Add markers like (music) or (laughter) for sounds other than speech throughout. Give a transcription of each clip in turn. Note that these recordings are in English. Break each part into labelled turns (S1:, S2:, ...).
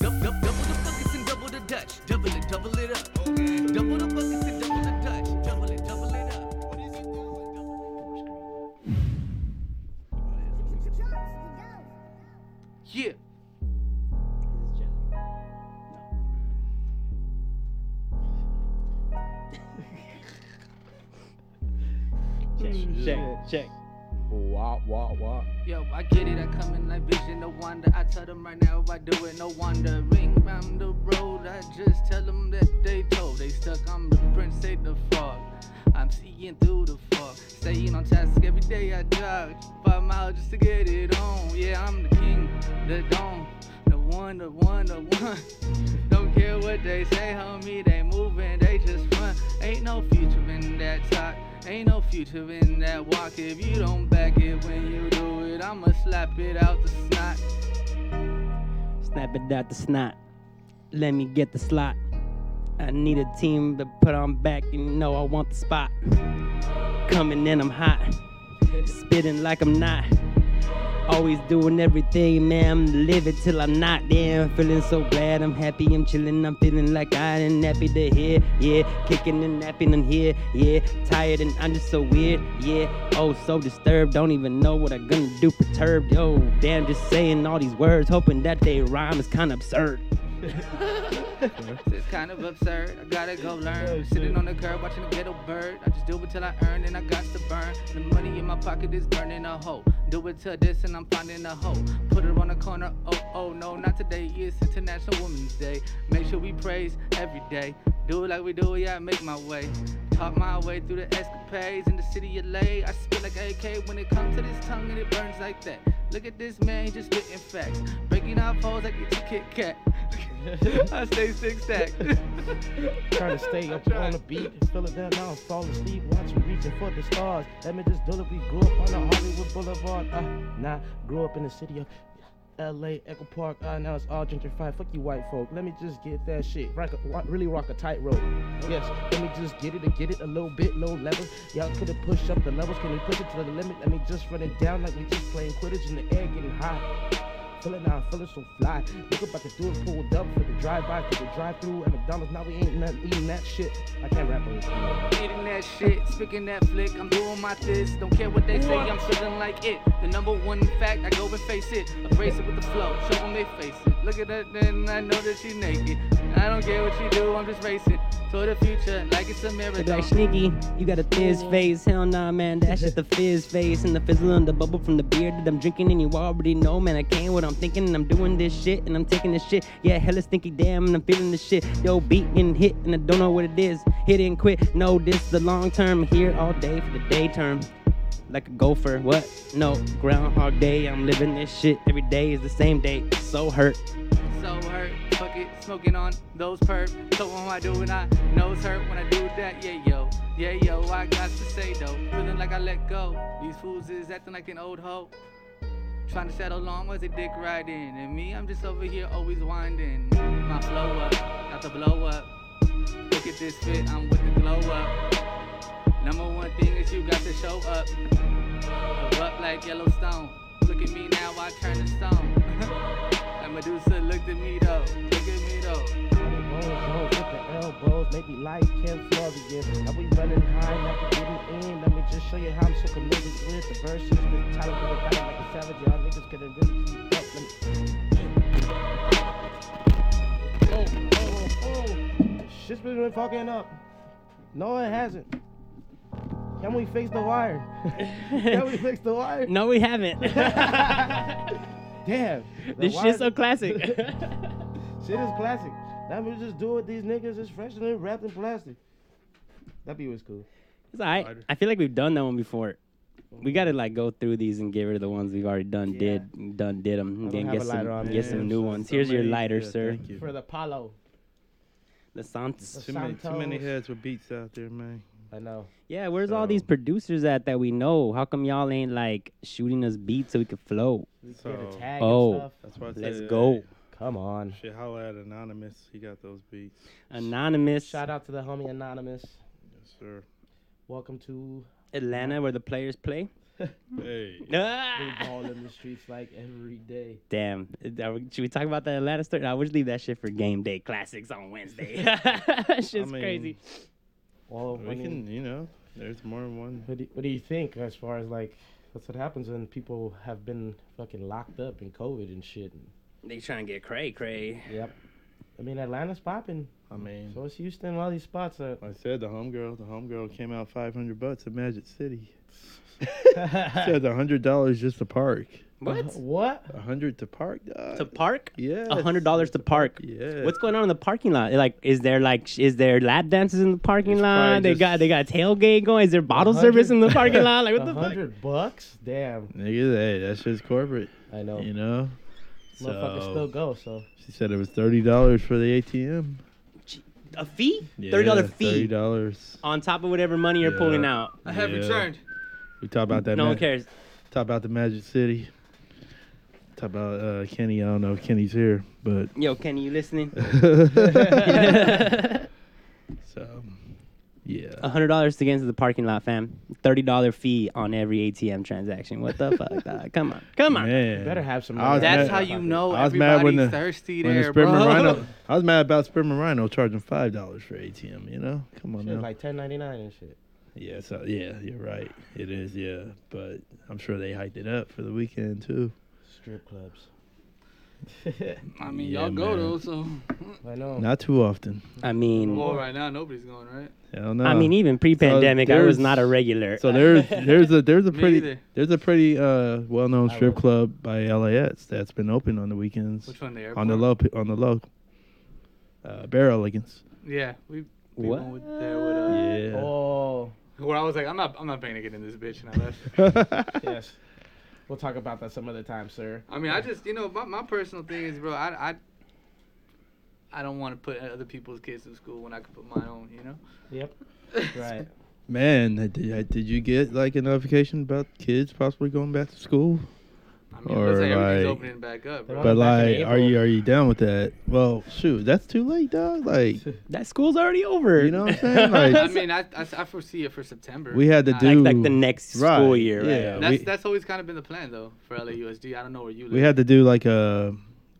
S1: Dub- Double the buckets and double the Dutch. Double it, double it up. Double the buckets and double the Dutch. Double it, double it up. Yeah.
S2: Mm.
S3: Check, check.
S4: Wah, wah, wah.
S1: Yo, I get it, I come in like vision, no wonder. I tell them right now if I do it, no wonder. Ring round the road, I just tell them that they told. They stuck, I'm the prince, they the fog. I'm seeing through the fog. Staying on task every day, I jog. Five miles just to get it on. Yeah, I'm the king, the dome, the one, the one, the one. (laughs) Don't care what they say, homie, they moving, they just run. Ain't no future in that talk. Ain't no future in that walk if you don't back it when you do it. I'ma slap it out the snot.
S3: Snap it out the snot. Let me get the slot. I need a team to put on back, and you know I want the spot. Coming in, I'm hot. Spitting like I'm not. Always doing everything, man. I'm living till I'm not. Yeah, I'm feeling so glad. I'm happy, I'm chilling. I'm feeling like I ain't happy to hear. Yeah, kicking and napping in here. Yeah, tired and I'm just so weird. Yeah, oh, so disturbed. Don't even know what I'm gonna do. Perturbed. Yo, damn, just saying all these words, hoping that they rhyme is kind of absurd.
S1: It's kind of absurd. I gotta go learn. Sitting on the curb watching the ghetto bird. I just do it till I earn and I got to burn. The money in my pocket is burning a hole. Do it till this and I'm finding a hole. Put it on the corner. Oh, oh, no, not today. It's International Women's Day. Make sure we praise every day. Do it like we do it, yeah, I make my way. Talk my way through the escapades in the city of LA. I spit like AK when it comes to this tongue and it burns like that. Look at this man, he just spitting facts. Breaking out foes like it's a Kit Kat. (laughs) I stay six stack.
S2: Trying to stay up on the beat and feel it down now. I'm falling asleep, watching, reaching for the stars. Let me just do it. We grew up on the Hollywood Boulevard. Uh, nah, grew up in the city of. LA, Echo Park, uh, now it's all gentrified. Fuck you, white folk. Let me just get that shit. Rock a, wa- really rock a tightrope. Yes, let me just get it and get it a little bit low level. Y'all couldn't push up the levels. Can we push it to the limit? Let me just run it down like we just playing Quidditch in the air getting high. Feeling how I'm feeling so fly. Look about to do it, pulled up for the drive-by, for the drive-through at McDonald's. Now we ain't nothing eating that shit. I can't rap on this. beat.
S1: Eating that shit, speaking that flick. I'm doing my this. Don't care what they say, I'm feeling like it. The number one fact, I go and face it. Embrace it with the flow, show them they face it. Look at that, then I know that she naked. I don't care what she do, I'm just racing. To the future, like it's a
S3: They be like,
S1: marathon.
S3: Sneaky, you got a fizz face. Hell nah, man, that's just the fizz face. And the fizzle and the bubble from the beer that I'm drinking. And you already know, man, I can't what I'm thinking. And I'm doing this shit, and I'm taking this shit. Yeah, hella stinky damn, and I'm feeling this shit. Yo, beat and hit, and I don't know what it is. Hit and quit. No, this the long term. Here all day for the day term. Like a gopher, what? No, Groundhog Day. I'm living this shit. Every day is the same day. So hurt.
S1: So hurt, fuck it, smoking on those perp. So when I do and I nose hurt when I do that, yeah yo, yeah yo, I got to say though, feeling like I let go. These fools is acting like an old hoe. Trying to settle long was a dick riding, and me, I'm just over here always winding. My flow up, got the blow up. Look at this fit, I'm with the glow up. Number one thing is you got to show up. Show up like Yellowstone. Look at me now, I turn to stone. (laughs) and Medusa looked at me though. Look at me though.
S2: Bones, bones, with the elbows, maybe life can flow again. Now we running high, now we getting in. Let me just show you how I'm so committed with the verses. The title for the guy like a savage, y'all niggas couldn't really keep up. Let me... Oh, oh, oh! Shit's been fucking up. No, it hasn't. Can we fix the wire? Can we fix the wire?
S3: (laughs)
S5: (laughs)
S3: No, we haven't.
S2: Damn. the
S3: this
S2: wire-
S3: shit's
S5: (laughs)
S3: so classic.
S2: Shit is classic. Now we just do it. These niggas is fresh and wrapped in plastic. That be what's cool.
S3: It's all right. I feel like we've done that one before. We gotta like go through these and get rid of the ones we've already done did done did them.
S2: don't
S3: And then
S2: have
S3: get
S2: a lighter on
S3: some
S2: me.
S3: get some new ones. Here's your lighter, sir.
S2: For the Palo.
S3: The Santos.
S2: The
S6: Too many, too many
S2: Santos.
S6: heads with beats out there, man.
S2: I know.
S3: Yeah, where's all these
S6: So-
S3: producers at that we know? How come y'all ain't like shooting us beats so we could flow?
S2: We
S6: So,
S2: get a tag
S3: oh.
S2: and stuff.
S6: That's why I
S3: Let's
S6: said,
S3: go.
S6: hey,
S2: Come on.
S6: shit, holla at Anonymous. He got those beats.
S3: Anonymous,
S2: Shout out to the homie Anonymous.
S6: Yes, sir.
S2: Welcome to
S3: Atlanta, where the players play.
S6: Hey.
S5: They
S3: Ah!
S5: ball in the streets like every day.
S3: Damn. Are we- Should we talk about the Atlanta story? I would leave that shit for game day classics on Wednesday. (laughs) Shit's
S6: mean,
S3: crazy.
S5: All
S6: We can, you know, there's more than one.
S5: What do, what do you think as far as like that's what happens when people have been fucking locked up in COVID and shit?
S3: They trying to get cray cray.
S5: Yep. I mean Atlanta's popping,
S6: I mean,
S5: so it's Houston. All these spots are.
S6: I said the homegirl, the homegirl came out 500 bucks at Magic City. (laughs)
S5: what?
S6: Said $100 just to park.
S3: What?
S5: (laughs) What?
S6: 100 to park? dog?
S3: To park?
S6: yeah.
S3: A hundred dollars to park.
S6: Yeah.
S3: What's going on in the parking lot? Like, is there like, sh- is there lap dances in the parking
S6: It's
S3: lot?
S6: probably
S3: They
S6: just-
S3: got they got tailgate going. Is there bottle
S5: 100?
S3: service in the parking
S6: (laughs)
S3: lot? Like, what the fuck?
S5: hundred bucks? Damn.
S6: Nigga, hey, that's just corporate,
S5: I
S3: Oh.
S5: know.
S6: you know?
S5: Motherfuckers
S6: So,
S5: still go. So
S6: she said it was $30 for the ATM.
S3: A fee?
S6: Yeah,
S3: Thirty dollar fee
S6: $30.
S3: on top of whatever money you're
S6: Yeah.
S3: pulling out.
S1: I have
S6: Yeah.
S1: returned.
S6: We talk about that.
S3: no one
S6: Mag-
S3: cares.
S6: Talk about the Magic City. Talk about uh, Kenny. I don't know if Kenny's here,
S3: (laughs)
S6: but (laughs)
S3: Yo, Kenny, you listening?
S6: so yeah.
S3: hundred dollars to get into the parking lot, fam. Thirty dollar fee on every ATM transaction. What the fuck? dog?
S6: (laughs)
S3: Come on, come on.
S6: Man.
S5: better have some.
S6: I
S5: money in
S6: was
S5: your
S6: mad-
S1: That's how you
S5: pocket.
S1: know
S6: I was mad
S1: everybody's
S6: when the-
S1: thirsty
S6: When the
S1: there,
S6: Sperm
S1: bro.
S6: and
S5: (laughs)
S6: Rhino, I was mad about Sperm and Rhino charging five dollars for ATM. You know, come on
S5: Shit,
S6: now.
S5: like ten ninety nine and shit.
S6: yeah, so yeah, you're right. It is, yeah. But I'm sure they hiked it up for the weekend too.
S5: Strip clubs.
S1: (laughs) I mean,
S6: Yeah,
S1: y'all go
S6: man.
S1: though, so.
S5: I know.
S6: Not too often.
S3: I mean,
S1: Well, right now nobody's going, right?
S6: Hell no.
S3: I mean, even pre-pandemic, I was
S6: there's-
S3: not a regular.
S6: so there's there's a there's a
S1: Me
S6: pretty
S1: either.
S6: there's a pretty uh well known
S5: I
S6: strip
S5: love it.
S6: club by LAX that's been open on the weekends.
S1: Which one? The airport?
S6: on the low on the low uh barreligans
S1: Yeah, we. we
S3: What?
S1: went With, there with,
S6: (laughs)
S3: (laughs)
S6: yeah
S5: Oh
S1: uh, where I was like, I'm not, I'm not paying to get in this bitch, and I left.
S5: yes. We'll talk about that some other time, sir.
S1: (laughs) I mean, I just, you know, my, my personal thing is, bro, I, I, I don't want to put other people's kids in school when I could put my own, you know.
S5: Yep.
S3: (laughs)
S5: Right.
S6: man did, did you get like a notification about kids possibly going back to school
S1: I mean,
S6: Or
S1: it looks like everything's
S6: like-
S1: opening back up, bro.
S6: but
S5: Going back in
S6: like are
S5: April.
S6: you are you down with that well shoot that's too late dog like
S3: that school's already over.
S6: you know what i'm saying
S1: (laughs)
S6: like
S1: I mean, I, I, I foresee it for September.
S6: we had to
S1: I-
S6: do
S3: like, like the next
S6: Right,
S3: school year, right?
S6: yeah.
S1: That's
S6: Uh, we-
S1: that's always kind of been the plan though for LAUSD. I don't know where you live.
S6: we had to do like a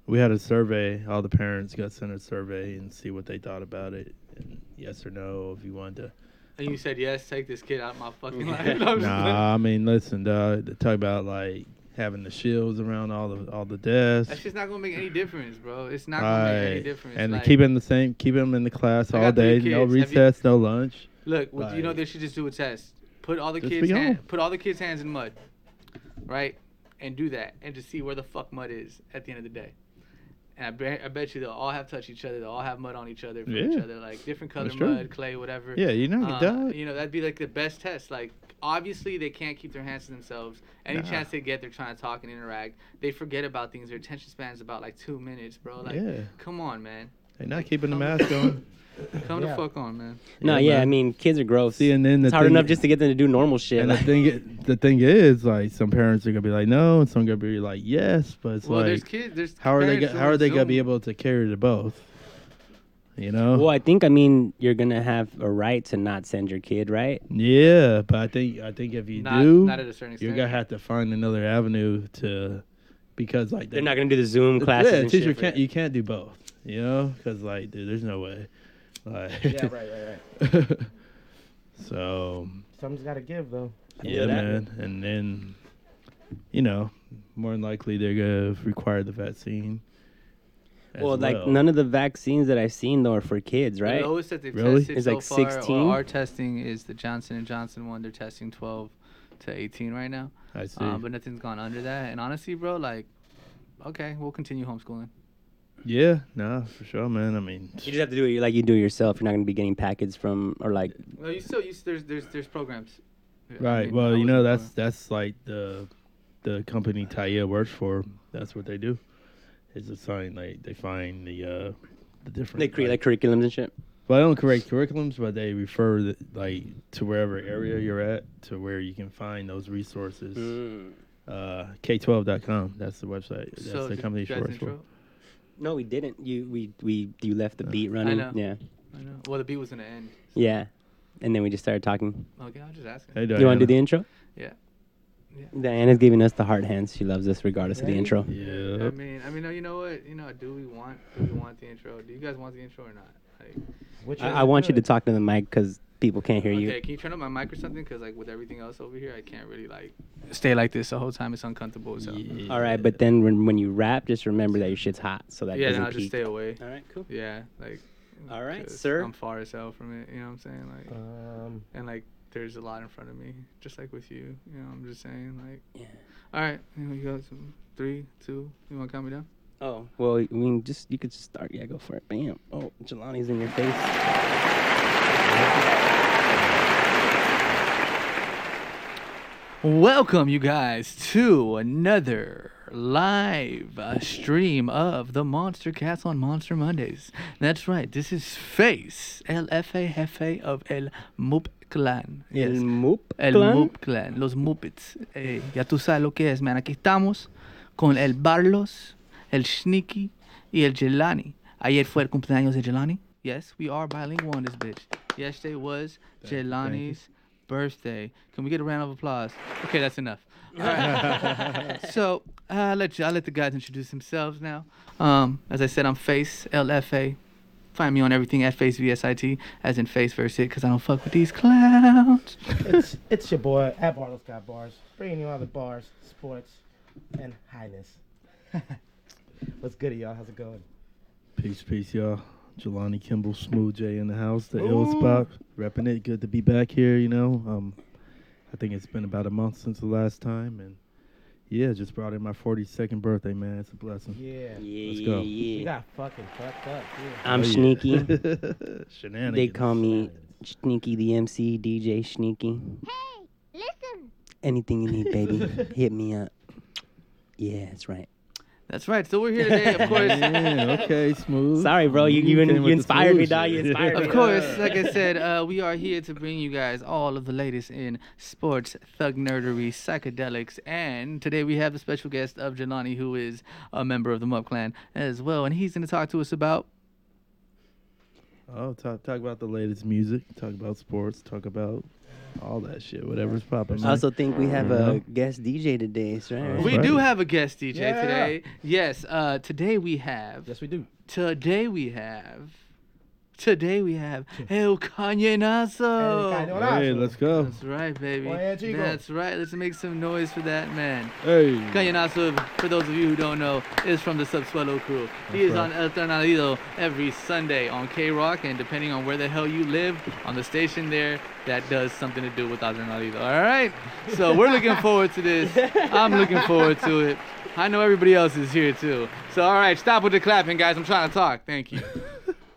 S6: we had a survey all the parents got sent a survey and see what they thought about it and yes or no if you
S1: (laughs)
S6: wanted to
S1: and you said yes, take this kid out of my fucking life. (laughs) I'm just like-
S6: Nah, I mean, listen, dog. They talk about like having the shields around all the all the
S1: That's
S6: desks,
S1: just not gonna make any difference, bro. It's not gonna make any
S6: right?
S1: difference.
S6: And
S1: like,
S6: keep them the same, keep them in the class
S1: I
S6: all
S1: got three
S6: day,
S1: kids.
S6: no
S1: Have you-
S6: recess, no lunch.
S1: Look, what- you know
S6: like-
S1: they should just do a test. Put all the
S6: Just
S1: kids,
S6: be
S1: hand,
S6: home.
S1: put all the kids' hands in mud, right? And do that, and just see where the fuck mud is at the end of the day. And I bet, I bet you they'll all have touched each other. They'll all have mud on each other, from each
S6: Yeah.
S1: other, like different color
S6: That's true.
S1: mud, clay, whatever.
S6: Yeah, you know,
S1: Uh,
S6: dog.
S1: you know that'd be like the best test. Like obviously they can't keep their hands to themselves. Any
S6: Nah.
S1: chance they get, they're trying to talk and interact. They forget about things. Their attention span's about like two minutes, bro. Like,
S6: Yeah.
S1: come on,
S6: (laughs)
S1: man.
S6: They're not keeping the mask
S1: (laughs)
S6: on.
S1: Come
S5: Yeah.
S1: the fuck on, man.
S3: No,
S6: Yeah,
S3: yeah, I
S6: man.
S3: mean, kids are gross.
S6: See, and then the
S3: it's hard
S6: thing-
S3: enough just to get them to do normal shit.
S6: And the
S3: like-
S6: thing, i- the thing is, like, some parents are gonna be like no, and some gonna be like yes, but it's
S1: well, there's
S6: like,
S1: kids. There's
S6: how are they,
S1: parents
S6: go- how
S1: doing
S6: are they gonna be
S1: Zoom.
S6: able to carry the both? You
S3: (laughs)
S6: know.
S3: well, I think I mean you're gonna have a right to not send your kid, right?
S6: Yeah, but I think I think if you
S1: Not-
S6: do,
S1: not at a certain extent.
S6: you're gonna have to find another avenue to because like
S3: They're
S6: the-
S3: not gonna do the Zoom classes.
S6: Yeah,
S3: and
S6: teacher
S3: shit for
S6: can't
S3: that.
S6: you can't do both, you know? Because like, dude, there's no way. Like,
S5: Yeah, right, right, right.
S6: (laughs) so
S5: Something's gotta give though.
S6: yeah, man, and then you know, more than likely they're gonna require the vaccine. e- as
S3: well, like none of the vaccines that I've seen though are for kids, right?
S1: The lowest that they've
S6: Really?
S1: tested
S3: It's
S1: so
S3: like
S1: far,
S3: 16?
S1: Or our testing is the Johnson and Johnson one. They're testing 12 to 18 right now,
S6: I see.
S1: uh, but nothing's gone under that. And honestly, bro, like, okay, we'll continue homeschooling.
S6: yeah, nah, for sure, man. I mean,
S3: You just have to do it like you do it yourself. You're not gonna be getting packets from or like
S1: Well, you still, you, s- there's, there's, there's programs. I
S6: right?
S1: mean,
S6: Well,
S1: I
S6: you know,
S1: wasn't
S6: that's that's like the the company Taya works for. That's what they do. It's a sign like they find the uh the different
S3: they create like curriculums and shit.
S6: Well, I don't create curriculums, but they refer the, like to wherever area you're at to where you can find those resources.
S3: Mm.
S6: Uh, K12.com. That's the website. That's
S1: So,
S6: the
S1: did
S6: company
S1: you
S6: she
S1: guys
S6: works for.
S1: intro?
S3: No, we didn't. You we we you left the beat running.
S1: know.
S3: Yeah,
S1: I know. Well, the beat was gonna end. Oh,
S3: yeah, and then we just started talking.
S1: Okay, I'll just ask.
S6: Hey,
S3: you want to do
S6: Diana.
S3: the intro? Diana's giving us the heart hands. She loves us regardless of the
S1: Right?
S3: intro.
S6: Yeah.
S1: I mean, I mean, no, you know what? You know, do we want? Do we want the intro? Do you guys want the intro or not? Like,
S5: Which
S3: I,
S5: is
S3: I want you to
S5: good.
S3: talk to the mic because people can't hear
S1: okay,
S3: you.
S1: can you turn up my mic or something? Cause like with everything else over here, I can't really like stay like this the whole time. It's uncomfortable. So yeah,
S6: Yeah.
S3: All right, but then when, when you rap, just remember that your shit's hot, so that
S1: then
S3: doesn't
S1: I'll just
S3: peak.
S1: stay away.
S3: All right, cool.
S1: Yeah, like.
S3: All right,
S1: 'cause
S3: sir.
S1: I'm far as hell from it. You know what I'm saying? Like,
S5: Um,
S1: and like, there's a lot in front of me, just like with you. You know, I'm just saying, like.
S3: Yeah.
S1: All right, here we go. So, Three, two. You want to count me down?
S3: Oh, well, I mean, just you could just start. Yeah, go for it. Bam. Oh, Jelani's in your face.
S1: Welcome, you guys, to another live uh, stream of the Monster Cast on Monster Mondays. That's right, this is Face, El F.A. Jefe of El Mup Clan. Yes,
S3: El Moop
S1: El
S3: Clan.
S1: Mup Clan, los Muppets. Eh, ya tú sabes lo que es, man. Aquí estamos con el Barlos, el Sneaky y el Jelani. Ayer fue el cumpleaños de Jelani. Yes, we are bilingual on this bitch. Yesterday was
S6: you, thank you.
S1: Jelani's birthday. Can we get a round of applause? Okay, that's
S6: (laughs)
S1: enough. All right. so uh, let you, I'll let the guys introduce themselves now. Um, as I said, I'm Face LFA. Find me on everything at Face VSIT, as in Face versus it, because I don't fuck with these clowns.
S5: it's it's your boy at Bartles Got Bars, bringing you all the bars, sports, and
S3: (laughs)
S5: highness. What's good, y'all? How's it going?
S6: Peace, peace, y'all. Jelani Kimball, Smooth J in the house, the ill spot, repping it. Good to be back here, you know. Um, I think it's been about a month since the last time, and yeah, just brought in my 42nd birthday, man. It's a blessing.
S5: Yeah,
S3: Yeah,
S6: Let's go.
S3: yeah,
S5: we
S3: yeah.
S5: got fucking fucked up. Yeah.
S3: I'm
S6: Oh, yeah. (laughs)
S3: Sneaky.
S6: Shenanigans.
S3: They call me Sneaky the MC, DJ Sneaky.
S7: Hey, listen.
S3: Anything you need, baby, hit me up. Yeah, that's right.
S1: That's right. So we're here today, of course.
S6: yeah, okay, Smooth.
S3: Sorry, bro. You you,
S6: Came with
S3: you
S6: the
S3: inspired me,
S6: smooth
S3: dog. You
S6: shit.
S3: inspired me.
S1: Of course, like I said, uh, we are here to bring you guys all of the latest in sports, thug nerdery, psychedelics, and today we have the special guest of Jelani, who is a member of the Mup Clan as well, and he's going to talk to us about.
S6: Oh, talk talk about the latest music. Talk about sports. Talk about all that shit. Whatever's popping.
S3: I
S6: man.
S3: also think we have
S6: Yeah.
S3: a guest DJ today, so right?
S6: That's
S1: We do
S6: right.
S1: have a guest DJ
S5: Yeah.
S1: today. Yes, uh, today we have.
S5: Yes, we do.
S1: Today we have. Today we have El Cañonazo.
S5: Cañonazo.
S6: Hey, let's go.
S1: That's right, baby.
S5: Oye, chico.
S1: That's right. Let's make some noise for that man.
S6: Hey.
S1: Cañonazo, for those of you who don't know, is from the Subsuelo crew. He is on El Tornado every Sunday on K Rock, and depending on where the hell you live, on the station there, that does something to do with El Tornado. All right? So we're looking forward to this. I'm looking forward to it. I know everybody else is here too. So, all right, stop with the clapping, guys. I'm trying to talk. Thank you.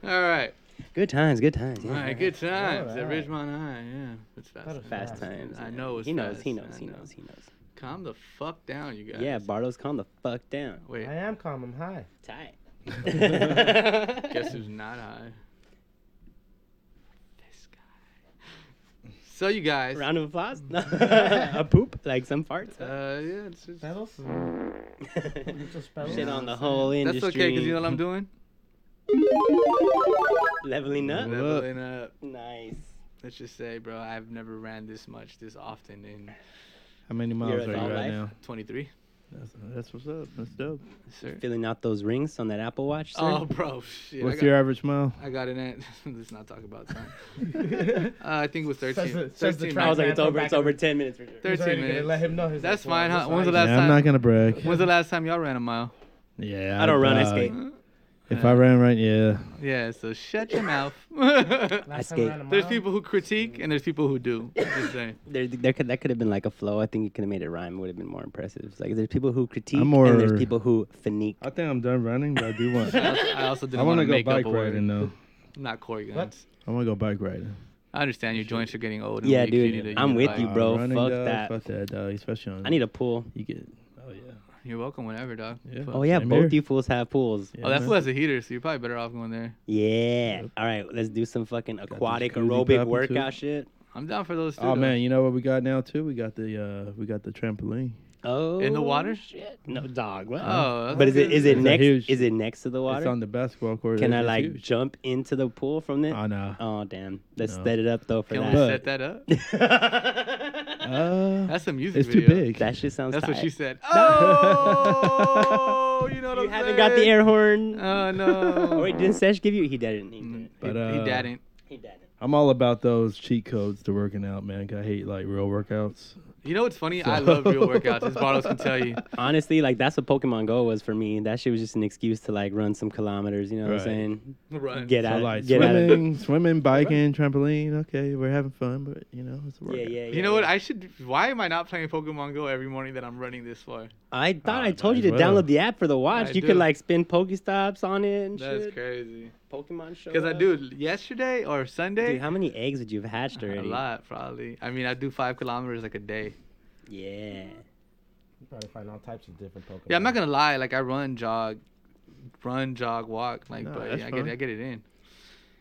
S1: All right.
S3: Good times, good times.
S1: All
S3: Yeah.
S1: right, good times at
S5: right.
S1: Ridgemont High. Yeah, it's fast.
S3: Fast times.
S1: I
S3: yeah.
S1: know it's
S3: He knows.
S1: fast.
S3: He knows.
S1: I
S3: He
S1: know.
S3: knows. He knows.
S1: Calm the fuck down, you guys.
S3: Yeah, Barlow's calm the
S1: (laughs)
S3: fuck down.
S1: Wait,
S5: I am calm. I'm high.
S3: Tight. (laughs)
S1: (laughs) Guess who's not high? This guy. So you guys. Uh,
S3: Round of
S1: (laughs)
S3: applause. (laughs) a poop, like some farts.
S1: yeah, it's just,
S5: Pedals? Just pedals?
S3: (laughs) Shit on
S5: (laughs)
S3: the whole industry.
S1: that's okay because you know what I'm doing.
S3: (laughs) leveling up.
S6: What?
S1: Leveling up.
S3: Nice.
S1: uh, Let's just say, bro, I've never ran this much, this often in
S6: How many miles
S3: an
S6: are you
S3: adult
S6: right
S3: life.
S6: now?
S1: 23.
S6: That's, that's what's up. That's dope.
S1: Sir.
S3: Filling out those rings on that Apple Watch. Sir?
S1: Oh, bro, shit. I
S6: What's
S1: got,
S6: your average mile?
S1: I got in at. (laughs) Let's not talk about time. uh, I think it was 13.
S5: the- says the
S1: 13
S5: track
S3: I
S1: minutes.
S3: was like,
S5: man,
S3: it's
S5: come
S3: over.
S5: back
S3: It's
S5: in
S3: over
S5: the-
S3: ten minutes. Richard.
S1: 13
S5: He's already gonna Let
S1: minutes.
S5: him know. He's
S1: That's
S5: like, well,
S1: fine, huh?
S5: that's
S1: When's the
S5: all
S1: last
S6: Yeah, I'm
S1: time-
S6: not gonna brag.
S1: When's the last time y'all ran a mile?
S6: Yeah,
S3: I don't run. I
S6: uh,
S3: skate.
S6: If I ran right, yeah,
S1: Yeah, so shut your mouth.
S5: right. (laughs) Last
S3: I
S5: time
S3: skate.
S5: around a
S1: (laughs) There's
S5: mile?
S1: people who critique and there's people who do. Just saying.
S3: There, there could that could have been like a flow. I think you could have made it rhyme. Would have been more impressive. It's like there's people who critique and
S6: more-
S3: there's people who finique.
S6: I think I'm done running, but I
S3: (laughs)
S6: do want.
S1: I also, I also
S6: I
S1: didn't
S6: want to go
S1: make
S6: bike
S1: up a word.
S6: riding though.
S1: Not Corey Guns.
S5: What?
S6: I want to go bike riding. Uh,
S1: I understand your joints are getting old. And
S3: Yeah,
S1: weak. You
S3: dude,
S1: need to-
S3: I'm
S1: need to
S3: with
S1: bike.
S3: you, bro.
S6: running,
S3: Fuck
S6: dog,
S3: that.
S6: Fuck that, dog. Especially on.
S3: I need a pool.
S6: You get. Oh yeah.
S1: You're welcome whenever, dog.
S6: Yeah.
S1: Fuck.
S3: Oh yeah,
S6: same
S3: both
S6: here.
S3: you fools have pools.
S6: Yeah,
S1: Oh, that
S6: man.
S1: fool has a heater, so you're probably better off going there.
S3: Yeah. All right, let's do some fucking
S6: the
S3: aquatic aerobic
S6: jacuzzi popping, too.
S3: workout shit.
S1: I'm down for those two.
S6: Oh
S1: though.
S6: man, you know what we got now too? We got the uh we got the trampoline.
S3: Oh.
S1: In the water?
S3: Shit. No dog. What?
S1: Oh, that's
S3: But is it
S1: good.
S3: is it
S6: It's a
S3: next
S6: huge-
S3: is it next to the
S6: It's
S3: water?
S6: on the basketball court.
S3: Can
S6: It's
S3: I like
S6: huge.
S3: jump into the pool from it?
S6: Oh no.
S3: Oh damn. Let's
S6: No.
S3: set it up though for
S1: Can we
S6: But-
S1: set that up?
S3: that.
S6: Uh,
S1: That's a music
S6: it's too
S1: video.
S6: big.
S3: (laughs) That shit sounds.
S1: That's what
S3: tight.
S1: she
S3: (laughs)
S1: said. Oh, you know what
S3: You
S1: I'm
S3: haven't
S1: saying?
S3: got the air horn.
S1: Oh no.
S3: (laughs) oh wait, didn't Sesh give you? He didn't. He didn't.
S1: He,
S6: But uh,
S1: he didn't.
S3: He didn't.
S6: I'm all about those cheat codes to working out, man. 'cause I hate like real workouts.
S1: You know what's funny? I love
S6: (laughs)
S1: real workouts, as Bartos can tell you.
S3: Honestly, like that's what Pokemon Go was for me. That shit was just an excuse to like run some kilometers. You know what I'm
S6: Right.
S3: saying?
S1: Run.
S3: (laughs) Get
S6: So,
S3: out.
S6: like
S3: get out. Of,
S6: swimming, swimming, biking, trampoline. Okay, we're having fun, but you know it's a
S3: (laughs) yeah,
S6: workout.
S3: yeah, yeah.
S1: You know what?
S3: yeah.
S1: I should. Why am I not playing Pokemon Go every morning that I'm running this far?
S3: I thought
S6: Ah,
S3: I told
S6: might
S3: you
S6: as
S3: to
S6: well.
S3: download the app for the watch.
S1: I
S3: you
S1: do.
S3: could like spin Pokestops on it and
S1: That's
S3: shit.
S1: crazy.
S3: Pokemon show.
S1: Because I
S3: up.
S1: do yesterday or Sunday.
S3: Dude, how many eggs would you have hatched
S1: a
S3: already?
S1: lot, probably. I mean, I do five kilometers like a day.
S3: Yeah.
S5: You probably find all types of different Pokemon.
S1: Yeah, I'm
S5: (laughs)
S1: not gonna lie. Like I run, jog, run, jog, walk. Like,
S6: No,
S1: but
S6: that's
S1: yeah, I get,
S6: fine.
S1: I get it in.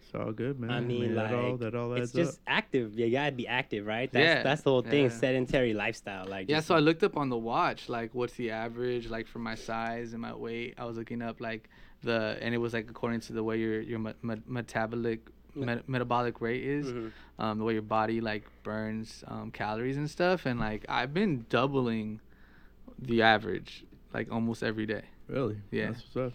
S6: It's all good, man.
S3: I mean, like,
S6: that all that all
S3: it's
S6: adds
S3: just
S6: up.
S3: active. You gotta be active, right? That's,
S1: Yeah,
S3: That's the whole thing.
S1: yeah.
S3: Sedentary lifestyle. Like.
S1: Yeah,
S3: just-
S1: so I looked up on the watch, like what's the average, like for my size and my weight. I was looking up like the, and it was like according to the way your your me- me- metabolic me- metabolic rate is,
S3: Mhm.
S1: um, the way your body like burns um, calories and stuff. And like I've been doubling the average, like almost every day.
S6: Really?
S1: Yeah.
S6: That's what's up.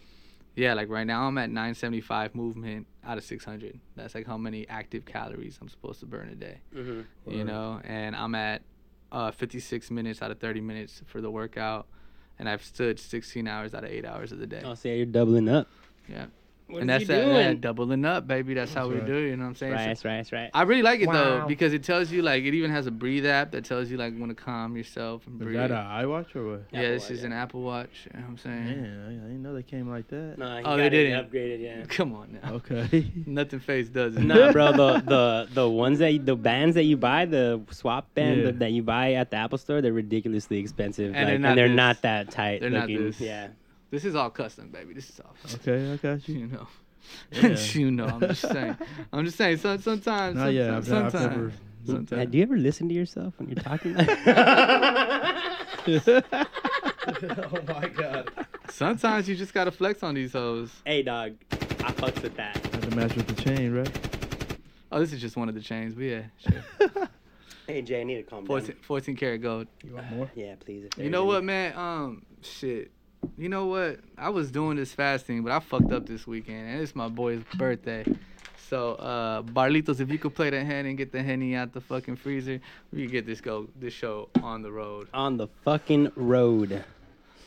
S1: Yeah, like right now I'm at 975 movement out of 600. That's like how many active calories I'm supposed to burn a day
S3: Mhm.
S1: you
S6: Word.
S1: know and i'm at uh, 56 minutes out of 30 minutes for the workout and i've stood 16 hours out of 8 hours of the day
S3: Oh, so you're doubling up.
S1: Yeah.
S3: What
S1: and
S3: is
S1: that's
S3: you
S1: that,
S3: doing?
S1: that doubling up baby that's how we
S6: right.
S1: do it, you know what i'm saying
S3: Right,
S1: So-
S3: that's right, that's right.
S1: i really like it though
S5: Wow.
S1: because it tells you like it even has a breathe app that tells you like when to calm yourself and
S6: Is
S1: breathe
S6: that an iWatch or what?
S1: yeah
S3: Apple
S1: this
S3: Watch,
S1: is
S3: yeah.
S1: an apple watch you know what i'm saying
S6: Man, I, I didn't know they came like that.
S3: No, he
S1: Oh,
S3: got
S1: they
S3: it
S1: didn't.
S3: Upgraded, yeah.
S1: (laughs) come on now
S6: Okay.
S3: (laughs)
S1: nothing face does it
S3: nah, bro, the, the the ones that you, the bands that you buy, the swap band
S6: Yeah.
S3: that, that you buy at the Apple Store, they're ridiculously expensive,
S1: And
S3: like,
S1: they're not
S3: and they're
S1: this.
S3: not that tight.
S1: They're not
S3: looking.
S1: this.
S3: Yeah,
S1: (laughs) this is all custom baby this is all
S6: okay, I got you.
S1: (laughs) you know
S6: Yeah.
S1: (laughs) you know i'm just saying i'm just saying so, sometimes
S6: Not yet. I've,
S1: sometimes,
S6: I've
S1: sometimes.
S6: never.
S1: Sometimes.
S3: Uh, do you ever listen to yourself when
S1: (laughs)
S3: you're talking? (laughs)
S6: oh my god.
S1: Sometimes you just gotta flex on these hoes.
S3: hey, dog, I fucks with that.
S6: Had to match with the chain, right?
S1: Oh, this is just one of the chains, but yeah, (laughs) sure.
S3: Hey, Jay, I need to calm
S1: 14,
S3: down.
S1: 14 karat gold.
S6: You want more?
S3: Yeah, please. if
S1: You
S3: there's
S1: know
S3: any-
S1: what, man? Um, shit. You know what? I was doing this fasting, but I fucked up this weekend, and it's my boy's birthday. So, uh, Barlitos, if you could play the hen and get the henny out the fucking freezer, we could get this go this show on the road.
S3: On the fucking road.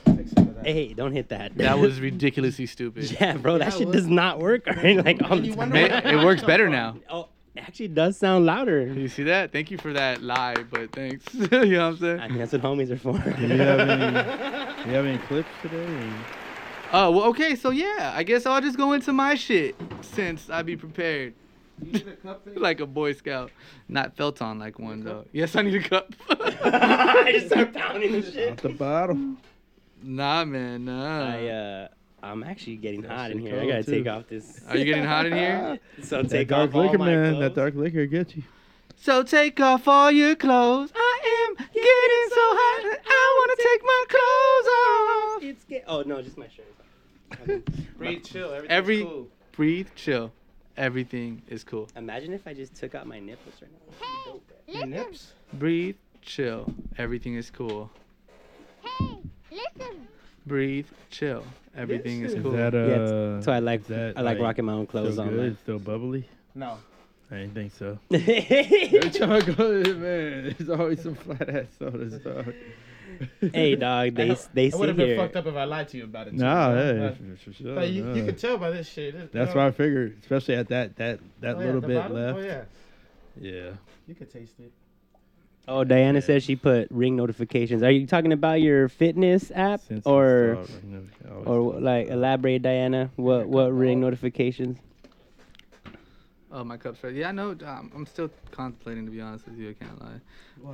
S5: Take some of that.
S3: Hey, don't hit that.
S1: That was ridiculously stupid.
S3: (laughs) yeah, bro. That shit does not work. (laughs) Right? Like on
S5: you
S3: the
S5: wonder
S1: (laughs) Man, it works better now.
S3: (laughs) Oh, it actually does sound louder.
S1: You see that? Thank you for that live, but thanks. (laughs) you know what I'm saying?
S3: I mean, that's what homies
S1: (laughs)
S3: are for.
S6: Do you have any? do you have any clips today?
S1: Oh, well, okay, so yeah, I guess I'll just go into my shit since I be prepared. (laughs) like a Boy Scout. Not felt on like one, though. Yes, I need a cup.
S3: (laughs)
S1: (laughs)
S3: I just start pounding the
S6: At the bottom.
S1: nah, man, nah.
S3: I, uh, I'm actually getting hot in
S6: shit
S3: here. I
S6: cold,
S3: gotta take
S6: too.
S3: off this.
S1: Are you getting hot in (laughs) here?
S3: (laughs) So
S6: Ah. That
S3: take
S6: dark
S3: off all
S6: liquor,
S3: my
S6: man. That
S3: clothes.
S6: dark liquor get you.
S1: So take off all your clothes. I am getting so hot that I want to take my clothes off.
S3: It's get. Oh no, just my shirt.
S2: Breathe, chill. Everything's
S1: Every-
S2: cool.
S1: Breathe, chill. Everything is cool.
S3: Imagine if I just took out my nipples right now.
S7: Hey,
S5: Your
S7: listen.
S5: nips?
S1: Breathe, chill. Everything is cool.
S7: Hey, listen.
S1: Breathe, chill. Everything is
S6: Is
S1: cool.
S6: that
S3: Yeah, that's-
S6: uh?
S3: That's why I like.
S6: that,
S3: I like,
S6: like,
S3: rocking my own clothes
S6: still
S3: on.
S6: good?
S3: like-
S6: Still bubbly?
S2: No.
S6: I didn't think so.
S3: (laughs)
S6: Every (laughs)
S3: hey,
S6: time I go to man, (laughs) there's always some flat ass sodas, dog.
S3: dog. They they
S2: I would
S3: sit
S2: have been
S3: here.
S2: fucked up if I lied to you about it. too,
S6: Nah,
S2: bro.
S6: hey,
S2: But-
S6: for sure.
S2: but you, you
S6: nah.
S2: could tell by this shit. it-
S6: That's
S2: you
S5: oh,
S6: why
S2: know-
S6: I figured, especially at that that that
S2: Oh, yeah,
S6: little
S2: the
S6: bit
S2: bottom?
S6: left.
S2: Oh, yeah.
S6: yeah.
S2: You could taste it.
S3: Oh, Diana says she put ring notifications. Are you talking about your fitness app
S6: Since it's
S3: or?
S6: dog, I know- I always
S3: Or
S6: do.
S3: like elaborate, Diana. What what ring notifications?
S1: Oh, my cup's ready. Yeah, I know. Um, I'm still contemplating, to be honest with you. I can't lie.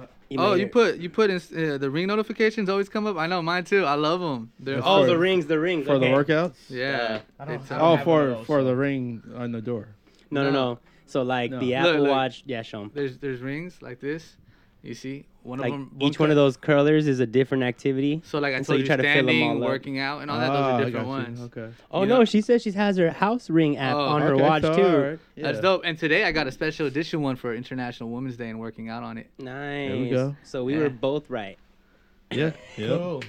S3: might
S1: oh, you
S3: hear-
S1: put you put in uh, the ring notifications always come up. I know mine too. I love them. They're
S6: That's
S1: all
S3: Oh, the
S6: for-
S3: rings, the rings.
S6: for the
S3: okay.
S6: workouts.
S1: yeah.
S2: I don't-
S1: it's,
S2: I
S1: uh,
S2: don't
S6: Oh,
S2: have one
S6: for
S2: of those,
S6: for
S2: so-
S6: the ring on the door.
S3: No, no,
S1: No.
S3: no. So like
S6: No.
S3: the
S6: Look,
S3: Apple
S1: look.
S3: Watch. Yeah, show 'em.
S1: there's there's rings like this, You see, one
S3: Like
S1: of them.
S3: each one of those curlers is a different activity.
S1: So like I
S3: and
S1: told
S3: so you
S1: you,
S3: try to fill 'em
S1: standing,
S3: all up.
S1: working out, and all that. Those
S6: Ah,
S1: are
S6: I
S1: different
S6: got you.
S1: ones.
S6: Okay.
S3: Oh
S1: You
S3: no,
S1: know-
S3: she says she has her house ring app
S1: Oh,
S3: on her
S6: Okay,
S3: watch
S6: so
S3: too.
S6: alright,
S1: That's
S6: yeah.
S1: dope. And today I got a special edition one for International Women's Day and working out on it.
S3: Nice.
S6: go.
S3: So we
S1: Yeah.
S3: were both right.
S6: Yeah. Yeah.
S2: Cool.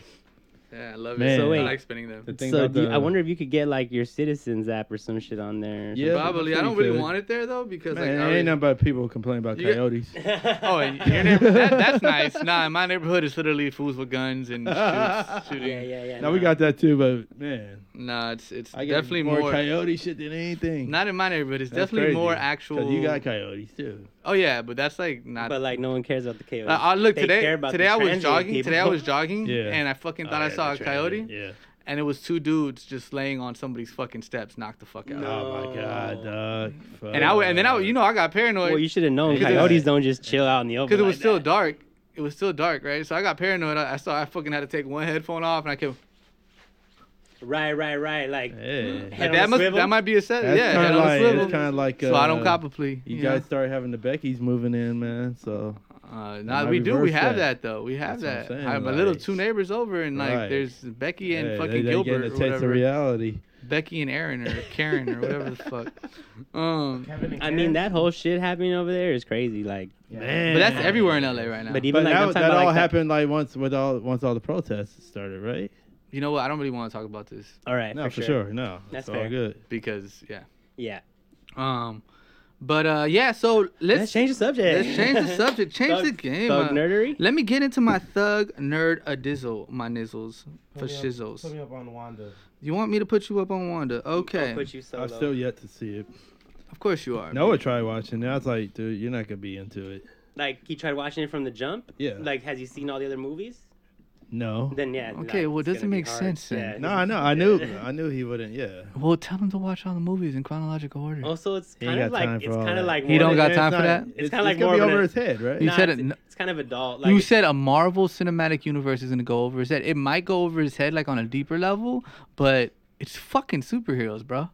S1: Yeah, I love
S6: Man.
S1: it.
S6: So
S1: I
S3: wait.
S1: like spinning them.
S6: The thing
S3: So
S6: about
S3: do you- I
S6: the-
S3: wonder if you could get like your citizens app or some shit on there. or
S6: Yeah.
S1: Probably. I
S6: that's
S1: don't
S6: pretty
S1: really
S6: good.
S1: want it there though because
S6: Man,
S1: like I
S6: ain't
S1: already-
S6: nothing but people complain about
S1: You got-
S6: coyotes.
S2: (laughs)
S3: (laughs)
S1: Oh, in your neighborhood, that, that's nice. Nah, in my neighborhood it's literally fools with guns and shoots, shooting.
S3: (laughs) Yeah, yeah, yeah.
S6: now we
S3: no.
S6: got that too, but man,
S1: Nah, it's it's
S6: I get
S1: definitely
S6: more,
S1: more.
S6: coyote shit than anything.
S1: not in my neighborhood. It's
S6: That's
S1: definitely
S6: crazy.
S1: more
S6: 'Cause
S1: actual.
S6: you got coyotes too.
S1: oh yeah, but that's like not.
S3: But like no one cares about the chaos.
S1: Like, I look
S3: They
S1: today.
S3: care about
S1: Today
S3: the
S1: I was
S3: transient
S1: jogging. Today I
S3: people. (laughs) Oh,
S1: was jogging,
S6: Yeah.
S1: and I fucking thought I
S6: Oh, yeah,
S1: saw a
S6: that's right.
S1: coyote,
S6: Yeah.
S1: and it was two dudes just laying on somebody's fucking steps, knocked the fuck out.
S6: Oh my
S3: No.
S6: god, dog.
S1: And I would, and then I, would- you know, I got
S3: Well, you
S1: paranoid
S3: should have known
S6: Because it was-
S3: coyotes don't just chill out in the open.
S1: because it was
S3: like
S1: still
S3: that.
S1: dark. It was still dark, right? So I got paranoid. I, I saw I fucking had to take one headphone off, and I kept.
S3: Right, right, right. Like
S6: Yeah.
S3: Head on a
S1: that must
S3: swivel?
S1: that might be a set.
S6: That's
S1: yeah,
S6: kind
S1: head
S6: of
S1: on a
S6: like,
S1: swivel.
S6: it's kind of like. Uh,
S1: so I don't cop a plea.
S6: You
S1: know?
S6: guys start having the Beckies moving in, man. So
S1: Uh, nah,
S6: might
S1: we do. We
S6: reverse
S1: have
S6: that.
S1: that though. We have
S6: That's
S1: that.
S6: what I'm
S1: I have my
S6: saying,
S1: little
S6: like-
S1: two neighbors over, and like
S6: Right.
S1: there's Becky and
S6: yeah,
S1: fucking
S6: they, they
S1: Gilbert
S6: getting a
S1: or
S6: taste of
S1: whatever.
S6: reality.
S1: Becky and Aaron
S6: (laughs)
S1: or Karen or whatever the fuck. Um,
S2: Kevin and
S3: I mean
S2: Karen?
S3: that whole shit happening over there is crazy. Like,
S6: Man,
S1: but that's everywhere in LA right now.
S3: but
S1: But
S3: even
S6: but
S3: like I'm
S6: that,
S3: talking
S6: that
S3: about,
S6: all
S3: like, the-
S6: happened like once with all once all the protests started, right?
S1: you know what? I don't really want to talk about this
S3: all right,
S6: no, for, sure. No,
S3: That's
S6: it's all
S3: fair.
S6: good.
S1: because yeah.
S3: Yeah,
S1: Um, but uh, yeah. So
S3: let's,
S1: let's
S3: change the subject.
S1: let's change the
S3: (laughs)
S1: subject. Change
S3: Thug-
S1: the game.
S3: Thug
S1: uh,
S3: nerdery.
S1: let me get into my thug nerd a dizzle, my nizzles for
S5: Put me up-
S1: shizzles.
S5: Put me up on Wanda.
S1: You want me to put you up on Wanda? Okay.
S3: I'll put you solo.
S6: I've still yet to see it.
S1: Of course you are.
S6: Noah tried watching it. I was like, dude, you're not gonna be into it.
S3: like he tried watching it from the jump.
S6: Yeah.
S3: Like, has he seen all the other movies?
S6: No.
S3: Then yeah.
S1: Okay, well,
S3: it's gonna
S1: doesn't
S3: be
S1: make
S3: hard.
S1: sense then.
S3: Yeah,
S6: No,
S3: it's-
S6: I know. I knew. I knew he wouldn't. Yeah.
S1: Well, tell him to watch all the movies in chronological order.
S3: (laughs)
S6: Oh,
S3: Also, it's
S6: He
S3: kind
S6: ain't
S3: of
S6: got time
S3: like
S6: for
S3: it's
S6: all
S3: kind of
S6: that.
S3: like
S1: He don't
S3: more
S1: got
S3: than-
S6: It's
S1: time for
S6: not-
S1: that?
S6: It's,
S3: It's kinda like
S6: gonna
S3: more
S6: be
S3: of
S6: over
S3: an-
S6: his head, right?
S1: You
S3: Nah,
S1: said
S3: it's,
S1: it-
S3: it's kind of adult. Like
S1: you
S3: it's-
S1: said a Marvel Cinematic Universe is gonna go over his head. It might go over his head like on a deeper level, but it's fucking superheroes, bro.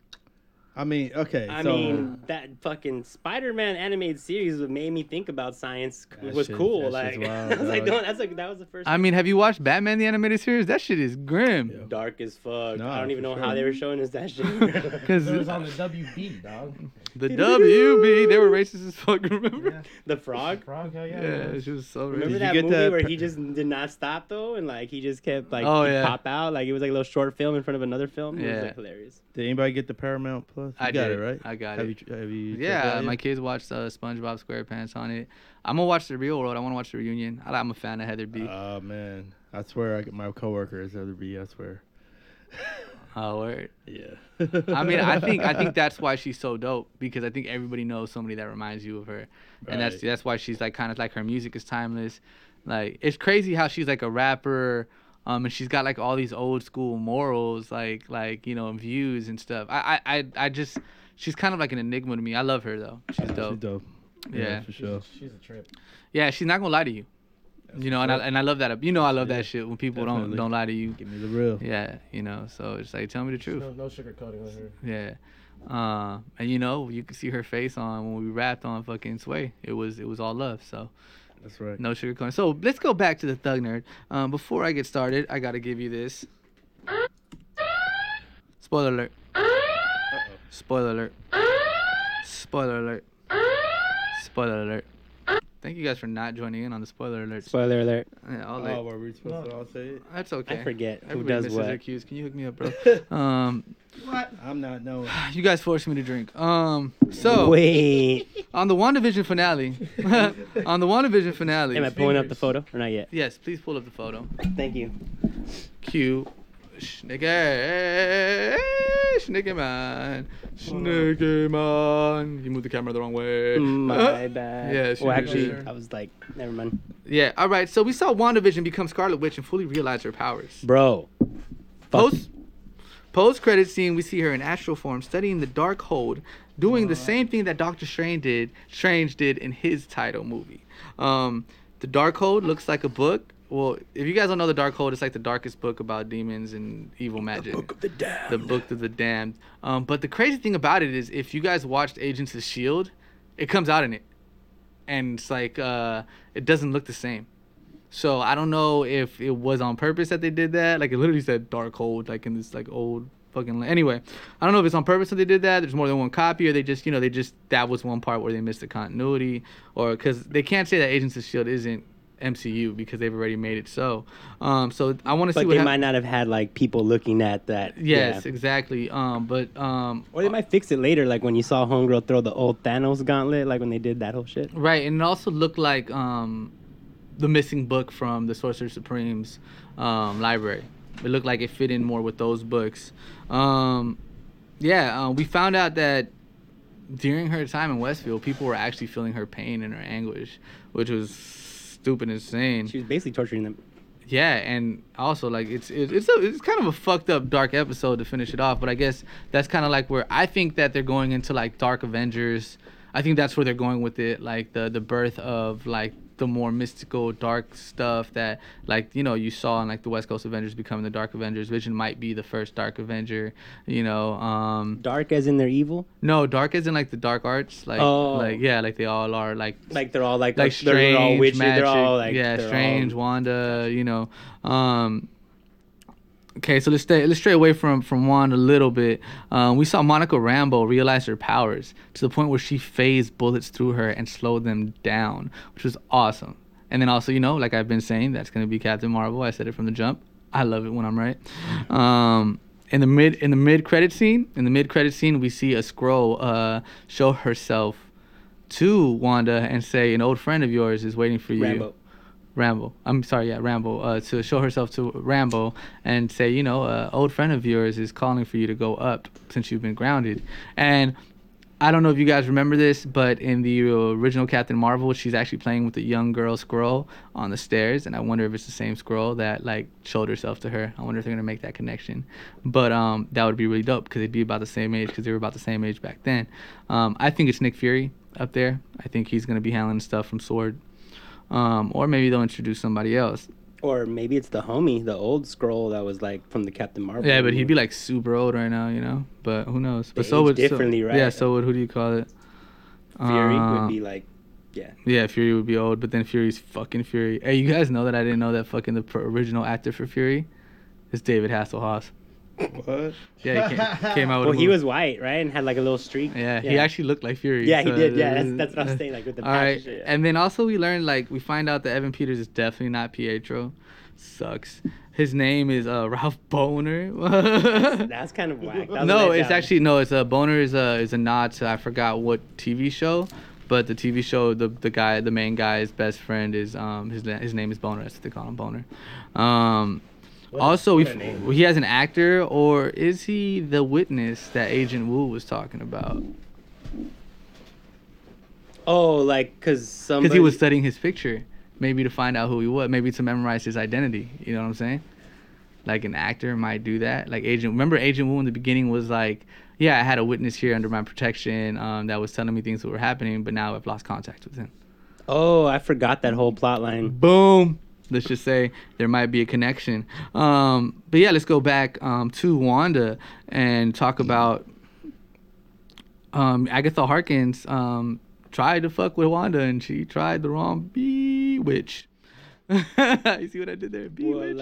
S6: I mean, okay.
S3: I
S6: so
S3: mean, that fucking Spider-Man animated series that made me think about science c-
S6: That
S3: was
S6: shit-
S3: cool.
S6: that
S3: Like,
S6: shit's
S3: (laughs)
S6: wild,
S3: I was like,
S6: dog.
S3: no, that's like that was the first.
S1: I mean, have you watched Batman the animated series? That shit is
S6: Yeah.
S1: grim.
S3: dark as fuck.
S6: Nah,
S3: I don't even
S6: for
S3: know
S6: sure.
S3: how they were showing us that
S5: (laughs)
S1: (laughs)
S3: shit.
S1: Cause
S2: It was on the WB, dog.
S1: the WB, they were racist as fuck. (laughs) Remember?
S3: the frog.
S2: Frog, hell yeah.
S1: Yeah, she was so
S3: Remember
S1: racist.
S6: you
S3: that
S6: get
S3: movie
S6: that
S3: where
S6: per-
S3: he just did not stop though, and like he just kept like
S1: Oh,
S3: he'd
S1: yeah.
S3: pop out. Like it was like a little short film in front of another film. It was
S1: Yeah.
S3: like, hilarious.
S6: did anybody get the Paramount Plus? You
S1: I
S6: got
S1: did.
S6: it, right?
S1: I got
S6: have
S1: it.
S6: You, have you? checked it
S1: Yeah,
S6: out
S1: my
S6: yet?
S1: kids watched uh, SpongeBob SquarePants on it. I'm gonna watch the Real World. I want to watch the reunion. I, I'm a fan of Heather B.
S6: Oh man, I swear, I got my coworker is other B. I swear.
S1: oh, word.
S6: (laughs) Yeah.
S1: I mean, I think I
S6: (laughs)
S1: think that's why she's so dope because I think everybody knows somebody that reminds you of her, and that's
S6: Right.
S1: that's why she's like kind of like her music is timeless. Like it's crazy how she's like a rapper, um, and she's got like all these old school morals, like like you know views and stuff. I I I, I just she's kind of like an enigma to me. I love her though. She's
S6: She's
S1: dope.
S6: dope.
S1: Yeah.
S6: for
S2: She's,
S6: sure.
S2: a, she's a trip.
S1: Yeah, she's not gonna lie to you. You know, and I, and I love that. You know, I love
S6: Yeah,
S1: that shit when people don't
S6: definitely.
S1: don't lie to you.
S6: Give me the real.
S1: Yeah, you know, so it's like tell me the truth.
S2: No, no sugarcoating with her.
S1: Yeah. Uh, and you know, you can see her face on when we rapped on fucking Sway. It was it was all love, so
S6: That's right.
S1: no sugar corn. So let's go back to the thug nerd. Um, before I get started, I gotta give you this. Spoiler alert. Spoiler alert. Spoiler alert. Spoiler alert. Thank you guys for not joining in on the spoiler alert.
S3: Spoiler alert.
S6: Oh, were we supposed to all say it?
S1: that's okay.
S3: I forget who
S1: Everybody
S3: does
S1: misses their
S3: what.
S1: cues. Can you hook me up, bro?
S3: (laughs)
S1: um,
S6: I'm not knowing.
S1: you guys forced me to drink. Um, so
S3: Wait,
S1: on the WandaVision finale, on the WandaVision finale.
S3: am I pulling up the photo or not yet?
S1: Yes, please pull up the photo.
S3: Thank you.
S1: Q. Snigger, snigger man, snigger man. You moved the camera the wrong way. (laughs)
S3: Mm, My bad.
S1: Yeah, she
S3: Well,
S1: did.
S3: actually, I was like, never mind.
S1: yeah. All right. So we saw WandaVision become Scarlet Witch and fully realize her powers.
S3: Bro. Fuck.
S1: Post post credit scene, we see her in astral form studying the dark hold, doing the same thing that Doctor Strange did Strange did in his title movie. Um, the dark hold looks like a book. Well, if you guys don't know the dark hold, it's like the darkest book about demons and evil magic. The book of the damned. The book of the damned. E Um, but the crazy thing about it is, if you guys watched Agents of Shield, it comes out in it. and it's like uh, it doesn't look the same. So I don't know if it was on purpose that they did that. Like it literally said dark hold, like in this like old fucking. Anyway, I don't know if it's on purpose that they did that. There's more than one copy, or they just you know they just that was one part where they missed the continuity, or because they can't say that Agents of Shield E isn't MCU because they've already made it so. Um, so I want to see
S3: But
S1: what
S3: they
S1: hap-
S3: might not have had like people looking at that.
S1: Yes,
S3: yeah.
S1: exactly. Um, but um,
S3: Or they might fix it later, like when you saw Homegirl throw the old Thanos gauntlet, like when they did that whole shit.
S1: Right, and it also looked like um, the missing book from the Sorcerer Supreme's um, library. It looked like it fit in more with those books. Um, yeah, uh, we found out that during her time in Westfield, people were actually feeling her pain and her anguish, which was stupid, insane.
S3: She was basically torturing them.
S1: Yeah, and also like it's it, it's a, it's kind of a fucked up dark episode to finish it off, but I guess that's kind of like where I think that they're going into like Dark Avengers. I think that's where they're going with it, like the the birth of like the more mystical dark stuff that like you know you saw in like the West Coast Avengers becoming the Dark Avengers. Vision might be the first Dark Avenger, you know. Um
S3: Dark as in they're evil.
S1: no, dark isn't like the dark arts, like
S3: Oh.
S1: like yeah, like they all are like
S3: Like they're all like,
S1: like
S3: they're,
S1: strange
S3: all witches.
S1: magic.
S3: They're all like
S1: yeah,
S3: they're all-
S1: strange Wanda. You know. Um, okay, so let's stay let's stray away from from Wanda a little bit. Um, we saw Monica Rambo realize her powers to the point where she phased bullets through her and slowed them down, which was awesome. And then also, you know, like I've been saying, that's gonna be Captain Marvel. I said it from the jump. I love it when I'm right. Um, in the mid in the mid credit scene, in the mid credit scene, we see a scroll uh, show herself to Wanda and say an old friend of yours is waiting for you.
S3: Rambo.
S1: Rambo. I'm sorry, yeah, Rambo. Uh, to show herself to Rambo and say, you know, uh, old friend of yours is calling for you to go up since you've been grounded. And I don't know if you guys remember this, but in the original Captain Marvel, she's actually playing with a young girl scroll on the stairs, and I wonder if it's the same scroll that like showed herself to her. I wonder if they're gonna make that connection. But um, that would be really dope because they'd be about the same age because they were about the same age back then. Um, I think it's Nick Fury up there. I think he's gonna be handling stuff from Sword um, or maybe they'll introduce somebody else.
S3: Or maybe it's the homie, the old scroll that was like from the Captain Marvel.
S1: Yeah, but he'd be like super old right now, you know. But who knows? But
S3: They
S1: so
S3: age
S1: would so-
S3: differently, right?
S1: Yeah, so would who do you call it?
S3: Fury
S1: Uh,
S3: would be like
S1: Yeah, Fury would be old, but then Fury's fucking Fury. Hey, you guys know that I didn't know that fucking the pr- original actor for Fury is David Hasselhoff.
S6: What?
S1: Yeah, he came, came out with.
S3: (laughs) Well,
S1: a
S3: he
S1: movie.
S3: was white, right, and had like a little streak.
S1: Yeah, he actually looked like Fury.
S3: Yeah, he
S1: so-
S3: did. Yeah, that's, that's what I
S1: (laughs)
S3: was saying. Like with the
S1: All
S3: patch
S1: right,
S3: and shit, yeah.
S1: and then also we learned like we find out that Evan Peters is definitely not Pietro. Sucks. His name is uh, (laughs) Ralph Boner.
S3: that's kind of whack. That was a
S1: no,
S3: letdown.
S1: it's actually no. It's a boner is a is a nod to I forgot what TV show, but the TV show the the guy the main guy's best friend is um his na- his name is Boner. That's what they call him Boner. Um, also we f- he has an actor or is he the witness that Agent Wu was talking about?
S3: Oh, like because somebody.
S1: Because he was studying his picture, maybe to find out who he was, maybe to memorize his identity. You know what I'm saying? Like an actor might do that. Like Agent, remember Agent Wu in the beginning was like, "Yeah, I had a witness here under my protection um, that was telling me things that were happening, but now I've lost contact with him."
S3: Oh, I forgot that whole plot line.
S1: Boom. Let's just say there might be a connection. Um, but yeah, let's go back um, to Wanda and talk about um, Agatha Harkins um, tried to fuck with Wanda and she tried the wrong bee witch. (laughs) you see what I did there? Bee (laughs) witch.